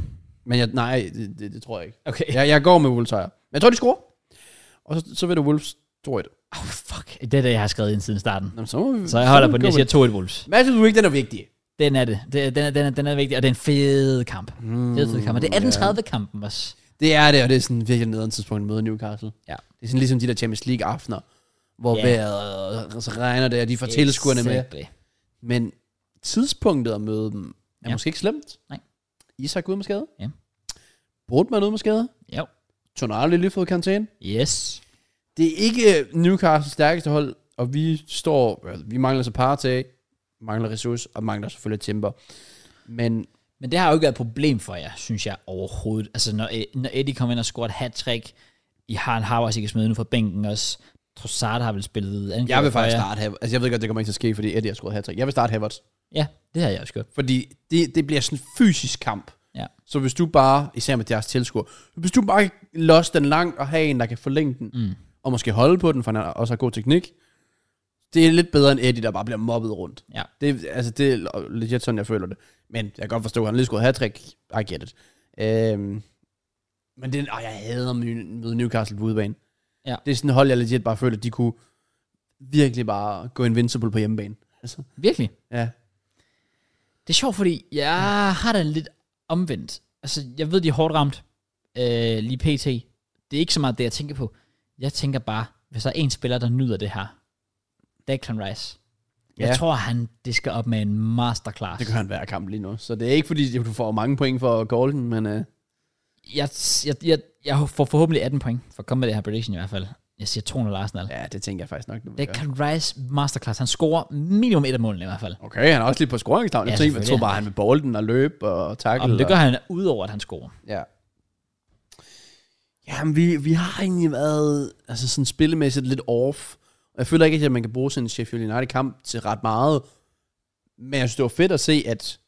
S3: Men jeg, nej, det, det, det tror jeg ikke.
S1: Okay.
S3: Jeg, jeg går med Wolves sejr. Men jeg tror, de scorer. Og så, så vil det Wolves 2-1.
S1: Oh, fuck. Det er det, jeg har skrevet ind siden starten.
S3: Jamen, så, må vi,
S1: Så jeg holder på den.
S3: går
S1: Jeg
S3: vi-
S1: siger 2-1 Wolves.
S3: Match of the week, den er vigtig.
S1: Den er det. det den, er, den, er, den er vigtig, og det er en fed kamp. Mm, fed, fed kamp. Og det er 1830-kampen også.
S3: Det er det, og det er sådan virkelig nederen tidspunkt at møde Newcastle.
S1: Ja.
S3: Det er sådan ligesom de der Champions League-aftener, hvor
S1: Ja.
S3: yeah. vejret øh, så regner det, og de får tilskuerne med.
S1: Exactly.
S3: Men tidspunktet at møde dem er
S1: Ja.
S3: ja. måske ikke slemt.
S1: Nej.
S3: Isak ude med skade.
S1: Ja.
S3: Brugtmann ude med skade.
S1: Jo.
S3: Tonali lige fået karantæne.
S1: Yes.
S3: Det er ikke øh, Newcastles stærkeste hold, og vi står, altså, vi mangler så Partey, mangler ressource, og mangler selvfølgelig Timber. Men
S1: Men det har jo ikke været et problem for jer, synes jeg overhovedet. Altså, når, øh, når Eddie kommer ind og scorer et hat-trick, I har en Havertz, I kan smide nu fra bænken også. Trossard har vel spillet angriber
S3: jeg vil
S1: for
S3: faktisk
S1: jer.
S3: starte Havertz. Altså, jeg ved godt, det kommer ikke til at ske, fordi Eddie har skåret hat Jeg vil starte Havertz.
S1: Ja, det har jeg også gjort.
S3: Fordi det, det bliver sådan en fysisk kamp.
S1: Ja.
S3: Så hvis du bare, især med deres tilskuer, hvis du bare kan losse den langt og have en, der kan forlænge den, mm. og måske holde på den, for han har også har god teknik, det er lidt bedre end Eddie, der bare bliver mobbet rundt.
S1: Ja.
S3: Det, er- altså, det er legit sådan, jeg føler det. Men jeg kan godt forstå, at han lige skulle have trick. I get it. Øhm, men det, og jeg hader møde møde Newcastle på udebane.
S1: Ja.
S3: Det er sådan et hold, jeg legit bare føler, at de kunne virkelig bare gå invincible på hjemmebane. Altså,
S1: Virkelig.
S3: ja.
S1: Det er sjovt, fordi jeg har det lidt omvendt. Altså, jeg ved, de er hårdt ramt. Øh, lige pt. Det er ikke så meget det, jeg tænker på. Jeg tænker bare, hvis der er en spiller, der nyder det her, Declan Rice.
S3: Ja.
S1: Jeg tror, han det skal op med en masterclass.
S3: Det gør han hver kamp lige nu. Så det er ikke fordi, du får mange point for at call den, men øh,
S1: Jeg, jeg, jeg, jeg får forhåbentlig 18 point for at komme med det her prediction i hvert fald. Jeg siger 200 Arsenal. Ja.
S3: ja, det tænker jeg faktisk nok, du vil gøre.
S1: Declan Rice masterclass. Han scorer minimum et af målene i hvert fald.
S3: Okay, han er også lidt på scoringstavlen.
S1: Ja,
S3: Jeg tænkte, jeg
S1: selvfølgelig.
S3: tror bare, han vil bolde den og løbe og
S1: Og
S3: takle.
S1: det gør han udover, at han scorer.
S3: Ja. Jamen, vi, vi har egentlig været altså sådan spillemæssigt lidt off. Og Jeg føler ikke, at man kan bruge sådan en Sheffield United-kamp til ret meget. Men jeg synes, det var fedt at se, at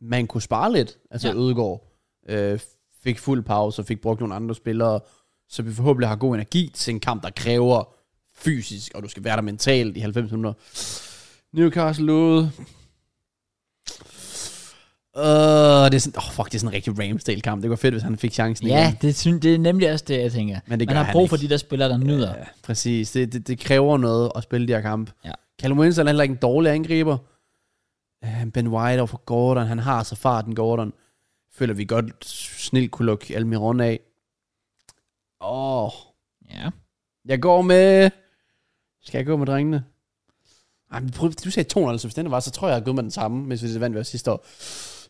S3: man kunne spare lidt. Altså
S1: Ja.
S3: ja. Ødegaard øh, fik fuld pause og fik brugt nogle andre spillere. Så vi forhåbentlig har god energi til en kamp, der kræver fysisk, og du skal være der mentalt i 90 minutter. Newcastle ude. Uh, det er sådan, oh fuck, det er sådan en rigtig Ramsdale-kamp. Det var fedt, hvis han fik chancen
S1: Ja,
S3: igen.
S1: det, synes, det er nemlig også det, jeg tænker.
S3: Men det
S1: Man
S3: gør
S1: har
S3: han
S1: brug
S3: ikke.
S1: for de der spillere, der nyder.
S3: Ja, præcis. Det, det, det, kræver noget at spille de her kampe.
S1: Ja.
S3: Callum Wilson er heller ikke en dårlig angriber. Øh, Ben White over for Gordon. Han har altså farten, Gordon. Føler vi godt snilt kunne lukke Almiron af. Åh, oh,
S1: Ja.
S3: jeg går med... Skal jeg gå med drengene? Ej, men prøv, du sagde 200, så hvis den var, så tror jeg, jeg har gået med den samme, hvis vi vandt ved sidste år.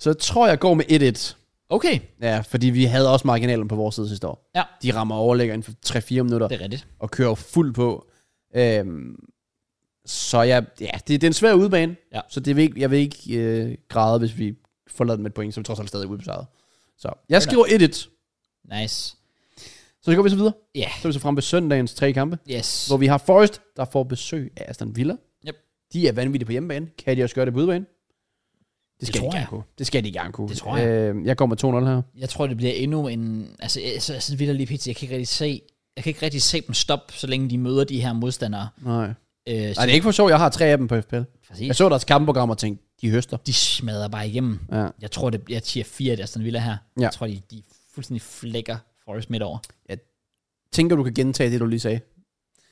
S3: Så jeg tror, jeg går med 1-1.
S1: Okay,
S3: Ja, fordi vi havde også marginalen på vores side sidste år.
S1: Ja.
S3: De rammer overlægger inden for 3-4 minutter
S1: det er rigtigt.
S3: og kører fuld på. Øhm, så jeg, ja, det, det er en svær udbane,
S1: Ja.
S3: så det vil ikke, jeg vil ikke øh, græde, hvis vi forlader den med et point, så er vi trods alt stadig ude på sejret. Så jeg skriver 1-1,
S1: Nice.
S3: så går vi så videre.
S1: Ja.
S3: Så er vi så frem ved søndagens tre kampe,
S1: Yes.
S3: hvor vi har Forrest, der får besøg af Aston Villa.
S1: Yep.
S3: De er vanvittige på hjemmebane. Kan de også gøre det på udebane? Det skal,
S1: tror
S3: de gerne
S1: jeg.
S3: kunne. Det skal de gerne kunne.
S1: Det tror jeg.
S3: Øh, jeg går med 2-0 her.
S1: Jeg tror, det bliver endnu en... Altså, altså, altså vildt lige pt. Jeg kan ikke rigtig se... Jeg kan ikke rigtig se dem stoppe, så længe de møder de her modstandere.
S3: Nej.
S1: Øh,
S3: Nej,
S1: så,
S3: det er ikke for sjovt, jeg har tre af dem på FPL.
S1: præcis.
S3: Jeg så deres kampprogram og tænkte, de høster.
S1: De smadrer bare igennem.
S3: Ja.
S1: Jeg tror, det, jeg siger fire af Aston Villa her.
S3: Ja.
S1: Jeg tror, de, de fuldstændig flækker Forrest midt over.
S3: Tænker du kan gentage det, du lige sagde?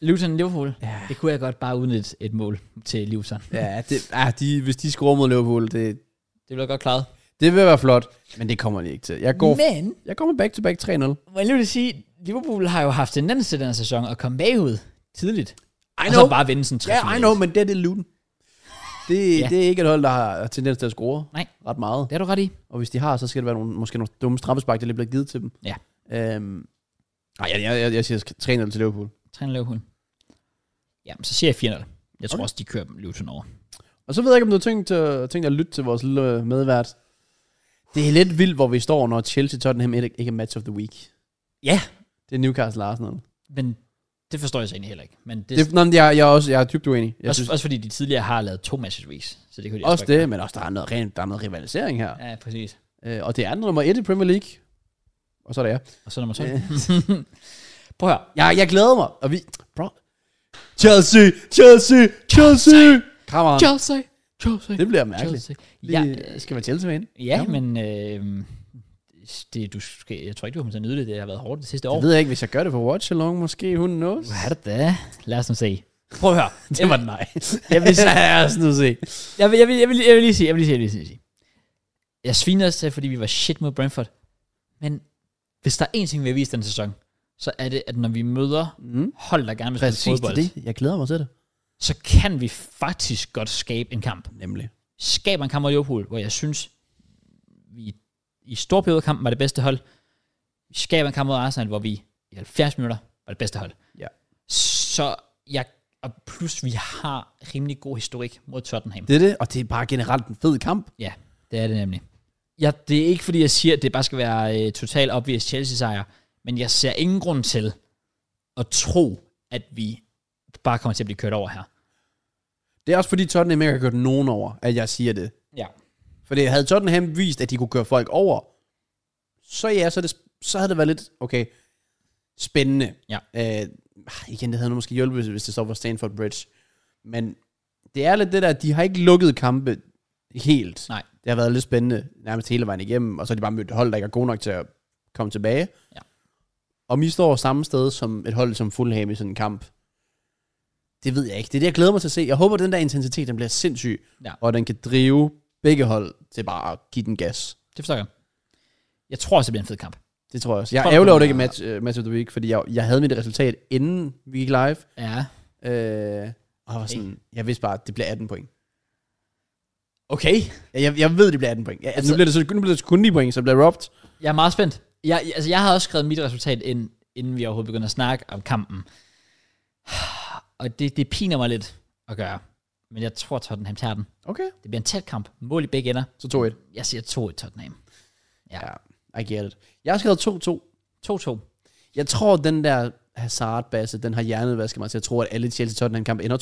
S1: Luton Liverpool.
S3: Ja.
S1: Det kunne jeg godt bare uden et, et mål til Luton.
S3: Ja, det, ah, de, hvis de scorer mod Liverpool, det,
S1: Det bliver godt klaret.
S3: det vil være flot, men det kommer de ikke til. Jeg går,
S1: Men,
S3: jeg går med back-to-back 3-0.
S1: må jeg lige vil sige, Liverpool har jo haft tendens til den her sæson at komme bagud tidligt.
S3: I
S1: og så bare vinde sådan 3
S3: Ja, yeah, I know, men det er det Luton. Det,
S1: Ja.
S3: yeah. det er ikke et hold, der har tendens til at score
S1: Nej.
S3: ret meget.
S1: Det har du ret i.
S3: Og hvis de har, så skal det være nogle, måske nogle dumme straffespark, der lige bliver givet til dem.
S1: Ja.
S3: Øhm, nej, jeg, jeg, jeg, jeg siger 3-0 til Liverpool.
S1: Træner Liverpool. Ja, så siger jeg 4-0. Jeg tror også, de kører dem Luton over.
S3: Og så ved jeg ikke, om du har tænkt, øh, tænkt at lytte til vores lille øh, medvært. Det er lidt vildt, hvor vi står, når Chelsea Tottenham ikke ikke er match of the week.
S1: Ja.
S3: Det er Newcastle Arsenal.
S1: Men det forstår jeg så egentlig heller ikke. Men det,
S3: Det, nå, men jeg, jeg, er også, jeg er dybt uenig. Jeg
S1: også, også fordi de tidligere har lavet to matches weeks, så det kunne de
S3: Også
S1: godt
S3: det, men også der er noget, rent, der er noget rivalisering her.
S1: gøre. Ja, præcis.
S3: Ja. Øh, og det er nummer et i Premier League. Og så er det jeg.
S1: Og så nummer 12.
S3: Ja.
S1: Prøv at høre.
S3: jeg. Jeg glæder mig. Og vi... Bro. Chelsea! Chelsea! Chelsea! Come on.
S1: Chelsea, Chelsea,
S3: Det bliver mærkeligt.
S1: Chelsea. Ja,
S3: Ja, øh, skal man Chelsea med ind?
S1: ja men øh, det, du skal, jeg tror ikke, du kommer til at nyde det. Det har været hårdt det sidste år.
S3: Jeg ved jeg ikke, hvis jeg gør det for Watch Along, måske hun knows.
S1: Hvad er det da? Lad os nu se. Prøv at høre.
S3: Det var nej.
S1: Jeg vil, sige-
S3: Lad os nu se.
S1: jeg vil, jeg vil, jeg vil, jeg vil lige sige, jeg vil lige sige, jeg vil lige sige. Jeg sviner os til, fordi vi var shit mod Brentford. Men hvis der er én ting, vi har vist den sæson, så er det, at når vi møder
S3: Mm.
S1: hold, der gerne vil spille
S3: Præcis det, er
S1: fodbold,
S3: det. Jeg glæder mig til det.
S1: så kan vi faktisk godt skabe en kamp.
S3: Nemlig.
S1: Skaber en kamp mod Liverpool, hvor jeg synes, vi i stor periode af kampen var det bedste hold. Vi skaber en kamp mod Arsenal, hvor vi i 70 minutter var det bedste hold.
S3: Ja.
S1: Så jeg, og plus vi har rimelig god historik mod Tottenham.
S3: Det er det, og det er bare generelt en fed kamp.
S1: Ja, det er det nemlig. Ja, det er ikke fordi, jeg siger, at det bare skal være øh, total obvious Chelsea-sejr, men jeg ser ingen grund til at tro, at vi bare kommer til at blive kørt over her.
S3: Det er også fordi Tottenham ikke har gjort nogen over, at jeg siger det.
S1: Ja.
S3: Fordi havde Tottenham vist, at de kunne køre folk over, så ja, så, er det, så havde det været lidt, okay, spændende.
S1: Ja.
S3: Øh, ah, igen, det havde nu måske hjulpet, hvis det så var Stanford Bridge. Men det er lidt det der, de har ikke lukket kampe helt.
S1: Nej.
S3: Det har været lidt spændende, nærmest hele vejen igennem, og så har de bare mødt et hold, der ikke er gode nok til at komme tilbage.
S1: Ja.
S3: Og vi står samme sted som et hold som Fulham i sådan en kamp. Det ved jeg ikke. Det er det, jeg glæder mig til at se. Jeg håber, at den der intensitet, den bliver sindssyg.
S1: Ja.
S3: Og den kan drive begge hold til bare at give den gas.
S1: Det forstår jeg. Jeg tror også, det bliver en fed kamp.
S3: Det tror jeg også. Jeg
S1: Tror
S3: er
S1: du,
S3: ærgerlig
S1: den
S3: over, at det ikke er øh,
S1: er-
S3: match, uh, match of the week, fordi jeg, jeg havde mit resultat, inden vi gik live.
S1: Ja.
S3: Øh, Og jeg var sådan, jeg vidste bare, at det bliver 18 point.
S1: Okay.
S3: Jeg, jeg, jeg ved, det bliver 18 point. Ja, altså,
S1: Altså-
S3: nu, bliver det så, nu bliver det kun 9 point, så bliver det robbed.
S1: Jeg er meget spændt. Jeg, altså, jeg havde også skrevet mit resultat ind, inden vi overhovedet begyndte at snakke om kampen. Og det, det piner mig lidt at gøre. Men jeg tror, Tottenham tager den.
S3: Okay.
S1: Det bliver en tæt kamp. Mål i begge ender.
S3: Så 2-1.
S1: Jeg siger 2-1 Tottenham.
S3: Ja, I get it. Jeg har skrevet
S1: 2-2.
S3: 2-2. Jeg tror, den der Hazard-basse, den har hjernevasket mig til at tro, at alle Chelsea-Tottenham-kamp ender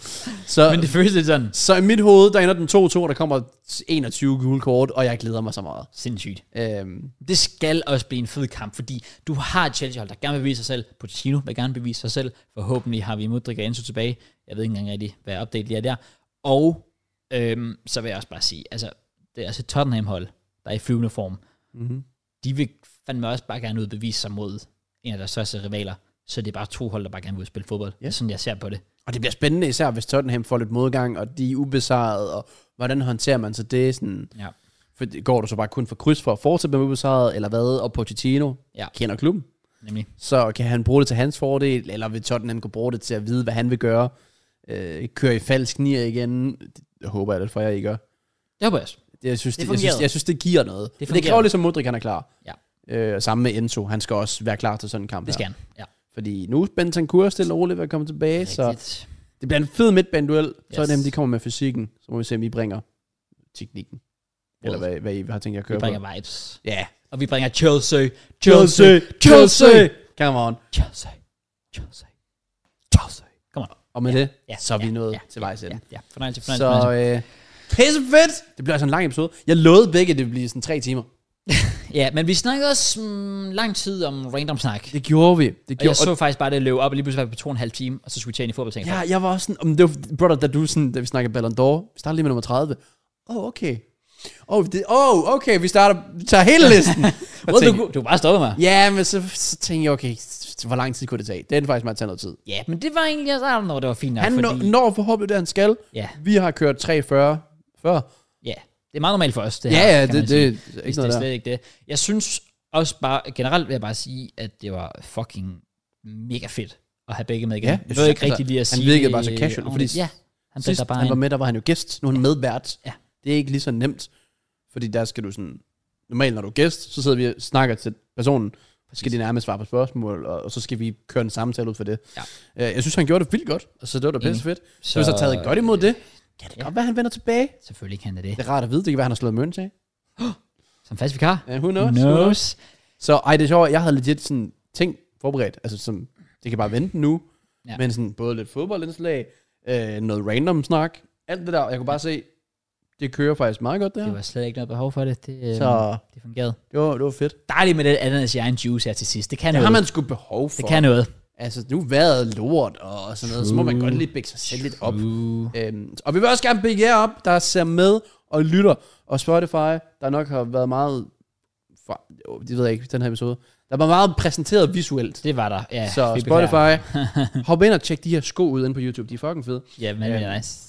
S3: 2-2. så,
S1: Men det føles lidt sådan
S3: så i mit hoved, der ender den 2-2, og der kommer 21 gule kort, og jeg glæder mig så meget.
S1: sindssygt.
S3: Øhm,
S1: Det skal også blive en fed kamp, fordi du har et Chelsea-hold, der gerne vil bevise sig selv. Pochettino vil gerne bevise sig selv. Forhåbentlig har vi Mudrik og Enzo tilbage. Jeg ved ikke engang rigtig, hvad update lige er der. Og øhm, så vil jeg også bare sige, altså, det er altså et Tottenham-hold, der er i flyvende form.
S3: mm-hmm.
S1: De vil fandme også bare gerne ud og bevise sig mod en af deres største rivaler. Så det er bare to hold, der bare gerne vil ud og spille fodbold. Det er sådan, jeg ser på det.
S3: Og det bliver spændende, især hvis Tottenham får lidt modgang, og de er ubesejret, og hvordan håndterer man så det? Sådan,
S1: Ja.
S3: for, går du så bare kun for kryds for at fortsætte med ubesejret, eller hvad? Og Pochettino
S1: Ja.
S3: kender klubben,
S1: Nemlig.
S3: så kan han bruge det til hans fordel, eller vil Tottenham kunne bruge det til at vide, hvad han vil gøre? Øh, kører I falsk nier igen? Det, det håber jeg, det for jer, I gør.
S1: Det håber jeg også.
S3: Det, jeg, synes,
S1: Det
S3: det, jeg, synes,
S1: fungerede.
S3: jeg synes, det giver noget. Det,
S1: fungerede.
S3: det kræver ligesom, Modric han er klar.
S1: Ja.
S3: Øh, og sammen med Enzo, han skal også være klar til sådan en kamp
S1: Det skal
S3: her.
S1: han. Ja.
S3: Fordi nu er Bentancur stille og roligt ved at komme tilbage, Rigtigt. så
S1: Rigtigt.
S3: det bliver en fed midtbaneduel. Yes. Så er
S1: Yes.
S3: dem, de kommer med fysikken, så må vi se, om I bringer teknikken. Eller
S1: Well.
S3: hvad, hvad I har tænkt jer at
S1: Vi
S3: køre på.
S1: bringer vibes.
S3: Ja.
S1: Og vi bringer Chelsea.
S3: Chelsea!
S1: Chelsea.
S3: Chelsea! Come on.
S1: Chelsea. Chelsea.
S3: Chelsea.
S1: Come on.
S3: Og med det,
S1: Ja,
S3: så er vi
S1: ja,
S3: nået
S1: ja,
S3: til vejs ende.
S1: Ja, ja. Fornøjelse, fornøjelse,
S3: Så
S1: fornøjelse.
S3: øh, pisse fedt! Det bliver altså en lang episode. Jeg lovede begge, at det ville blive sådan tre timer.
S1: Ja, men vi snakkede også mm, lang tid om random snak.
S3: Det gjorde vi. Det
S1: Og
S3: gjorde,
S1: jeg så faktisk bare det løb op, og lige pludselig var vi på to og en halv time, og så skulle vi tage ind i fodbold. Ja.
S3: ja, jeg var også sådan, om det var, brother, da du sådan, da vi snakkede Ballon d'Or, vi starter lige med nummer 30. Åh, oh, okay. Åh, oh, det, oh, okay, vi starter, vi tager hele listen. Og
S1: Well,
S3: tænkte-
S1: du, du har bare stoppet mig. Ja.
S3: ja, men så, så tænkte jeg, okay, s- hvor lang tid kunne det tage? Det endte faktisk med at tage noget tid.
S1: ja, men det var egentlig også, I don't know, det var fint nok,
S3: Han
S1: fordi...
S3: fordi... når forhåbentlig det, han skal.
S1: Ja,
S3: Vi har kørt 340 før.
S1: ja, det er meget normalt for os, det
S3: Ja,
S1: her,
S3: ja,
S1: kan
S3: det,
S1: man
S3: det,
S1: sige.
S3: er
S1: Hvis
S3: ikke
S1: det
S3: noget
S1: er
S3: der.
S1: slet ikke det. Jeg synes også bare, generelt vil jeg bare sige, at det var fucking mega fedt at have begge med igen.
S3: Ja,
S1: Ja,
S3: jeg
S1: jeg
S3: synes,
S1: ved ikke
S3: altså,
S1: rigtig lige at
S3: han
S1: sige
S3: virkede
S1: det
S3: bare så casual,
S1: ordentligt.
S3: fordi
S1: ja, han
S3: Sidst
S1: sætter bare
S3: han var
S1: ind.
S3: med, der var han jo gæst. Nu er han medvært.
S1: Ja.
S3: Det er ikke lige så nemt. Fordi der skal du sådan... Normalt, når du er gæst, så sidder vi og snakker til personen. Så skal de nærmest svare på spørgsmål, og, og så skal vi køre en samtale ud for det.
S1: Ja.
S3: Øh, Jeg synes, han gjorde det vildt godt. Altså, det var da pisse
S1: Enig.
S3: fedt. Så hvis han taget godt imod det, kan det
S1: ja.
S3: godt være, han vender tilbage.
S1: Selvfølgelig kan det det.
S3: Det er rart at vide. Det kan være, han har slået mønt af.
S1: Som fast vikar.
S3: Ja, who knows?
S1: Knows.
S3: Who knows?
S1: knows.
S3: Så ej, det er sjovt. Jeg havde legit sådan ting forberedt. Altså, som, det kan bare vente nu.
S1: Ja.
S3: Ja. Men sådan både lidt fodboldindslag, øh, noget random snak, alt det der. Jeg kunne bare se, det kører faktisk meget godt der.
S1: Det var slet ikke noget behov for det. Det, øh,
S3: Så
S1: det fungerede.
S3: det var, det var fedt.
S1: Dejligt med det ananas i egen juice her til sidst. Det kan
S3: Det
S1: noget.
S3: har man sgu behov for.
S1: det kan noget.
S3: Altså, nu er vejret lort og sådan noget, så må man
S1: True.
S3: godt lige bække sig selv lidt op.
S1: Uh,
S3: Øhm, og vi vil også gerne bække jer op, der ser med og lytter. Og Spotify, der nok har været meget... For, jo, det ved jeg ikke, den her episode. Der var meget præsenteret visuelt.
S1: det var der. Ja,
S3: så
S1: vi beklager.
S3: Spotify, hop ind og tjek de her sko ud inde på YouTube. De er fucking fede.
S1: Ja, men det er
S3: Øhm.
S1: nice.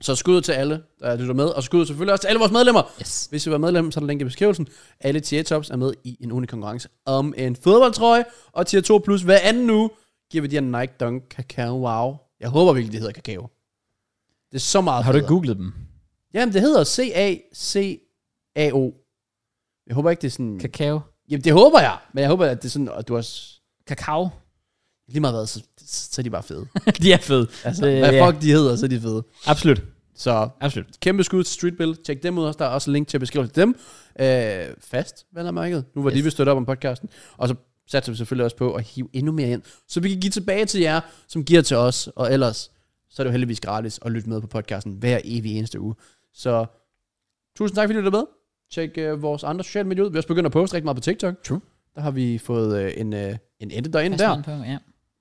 S3: Så skud ud til alle, der lytter med. Og skud ud selvfølgelig også til alle vores medlemmer.
S1: Yes.
S3: Hvis I vil være medlem, så er der link i beskrivelsen. Alle tier tops er med i en unik konkurrence om en fodboldtrøje. Og tier 2 plus hver anden uge giver vi de her Nike Dunk Kakao Wow. Jeg håber virkelig, det hedder kakao. Det er så meget
S1: Har du
S3: federe.
S1: googlet dem?
S3: Jamen, det hedder C-A-C-A-O. Jeg håber ikke, det er sådan...
S1: Kakao?
S3: Jamen, det håber jeg. Men jeg håber, at det er sådan, at du også...
S1: Kakao?
S3: Lige meget hvad, så, så er de bare fede.
S1: de er fede.
S3: Altså,
S1: Det-
S3: det, hvad
S1: ja.
S3: fuck de hedder, så er de fede.
S1: Absolut.
S3: Så
S1: Absolut.
S3: kæmpe skud til Street Bill. Tjek dem ud også. Der er også link til at beskrive til dem. Øh, fast, vel og mærket. Nu var yes.
S1: Yes.
S3: de vil støtte op om podcasten. Og så satser vi selvfølgelig også på at hive endnu mere ind. Så vi kan give tilbage til jer, som giver til os. Og ellers, så er det jo heldigvis gratis at lytte med på podcasten hver evig eneste uge. Så tusind tak, fordi du lyttede med. Tjek øh, vores andre sociale medier ud. Vi har også begyndt at poste rigtig meget på TikTok.
S1: True.
S3: Der har vi fået øh, en, øh, en ende derinde
S1: Pas
S3: der.
S1: den På, ja.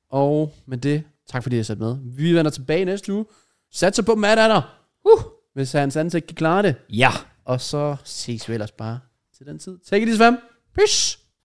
S3: Og med det, tak fordi I har sat med. Vi vender tilbage næste uge. Satser på, at Matt er der. Uh, hvis hans ansigt kan klare det.
S1: ja.
S3: Og så ses vi ellers bare til den tid. Take it easy, fam. Peace.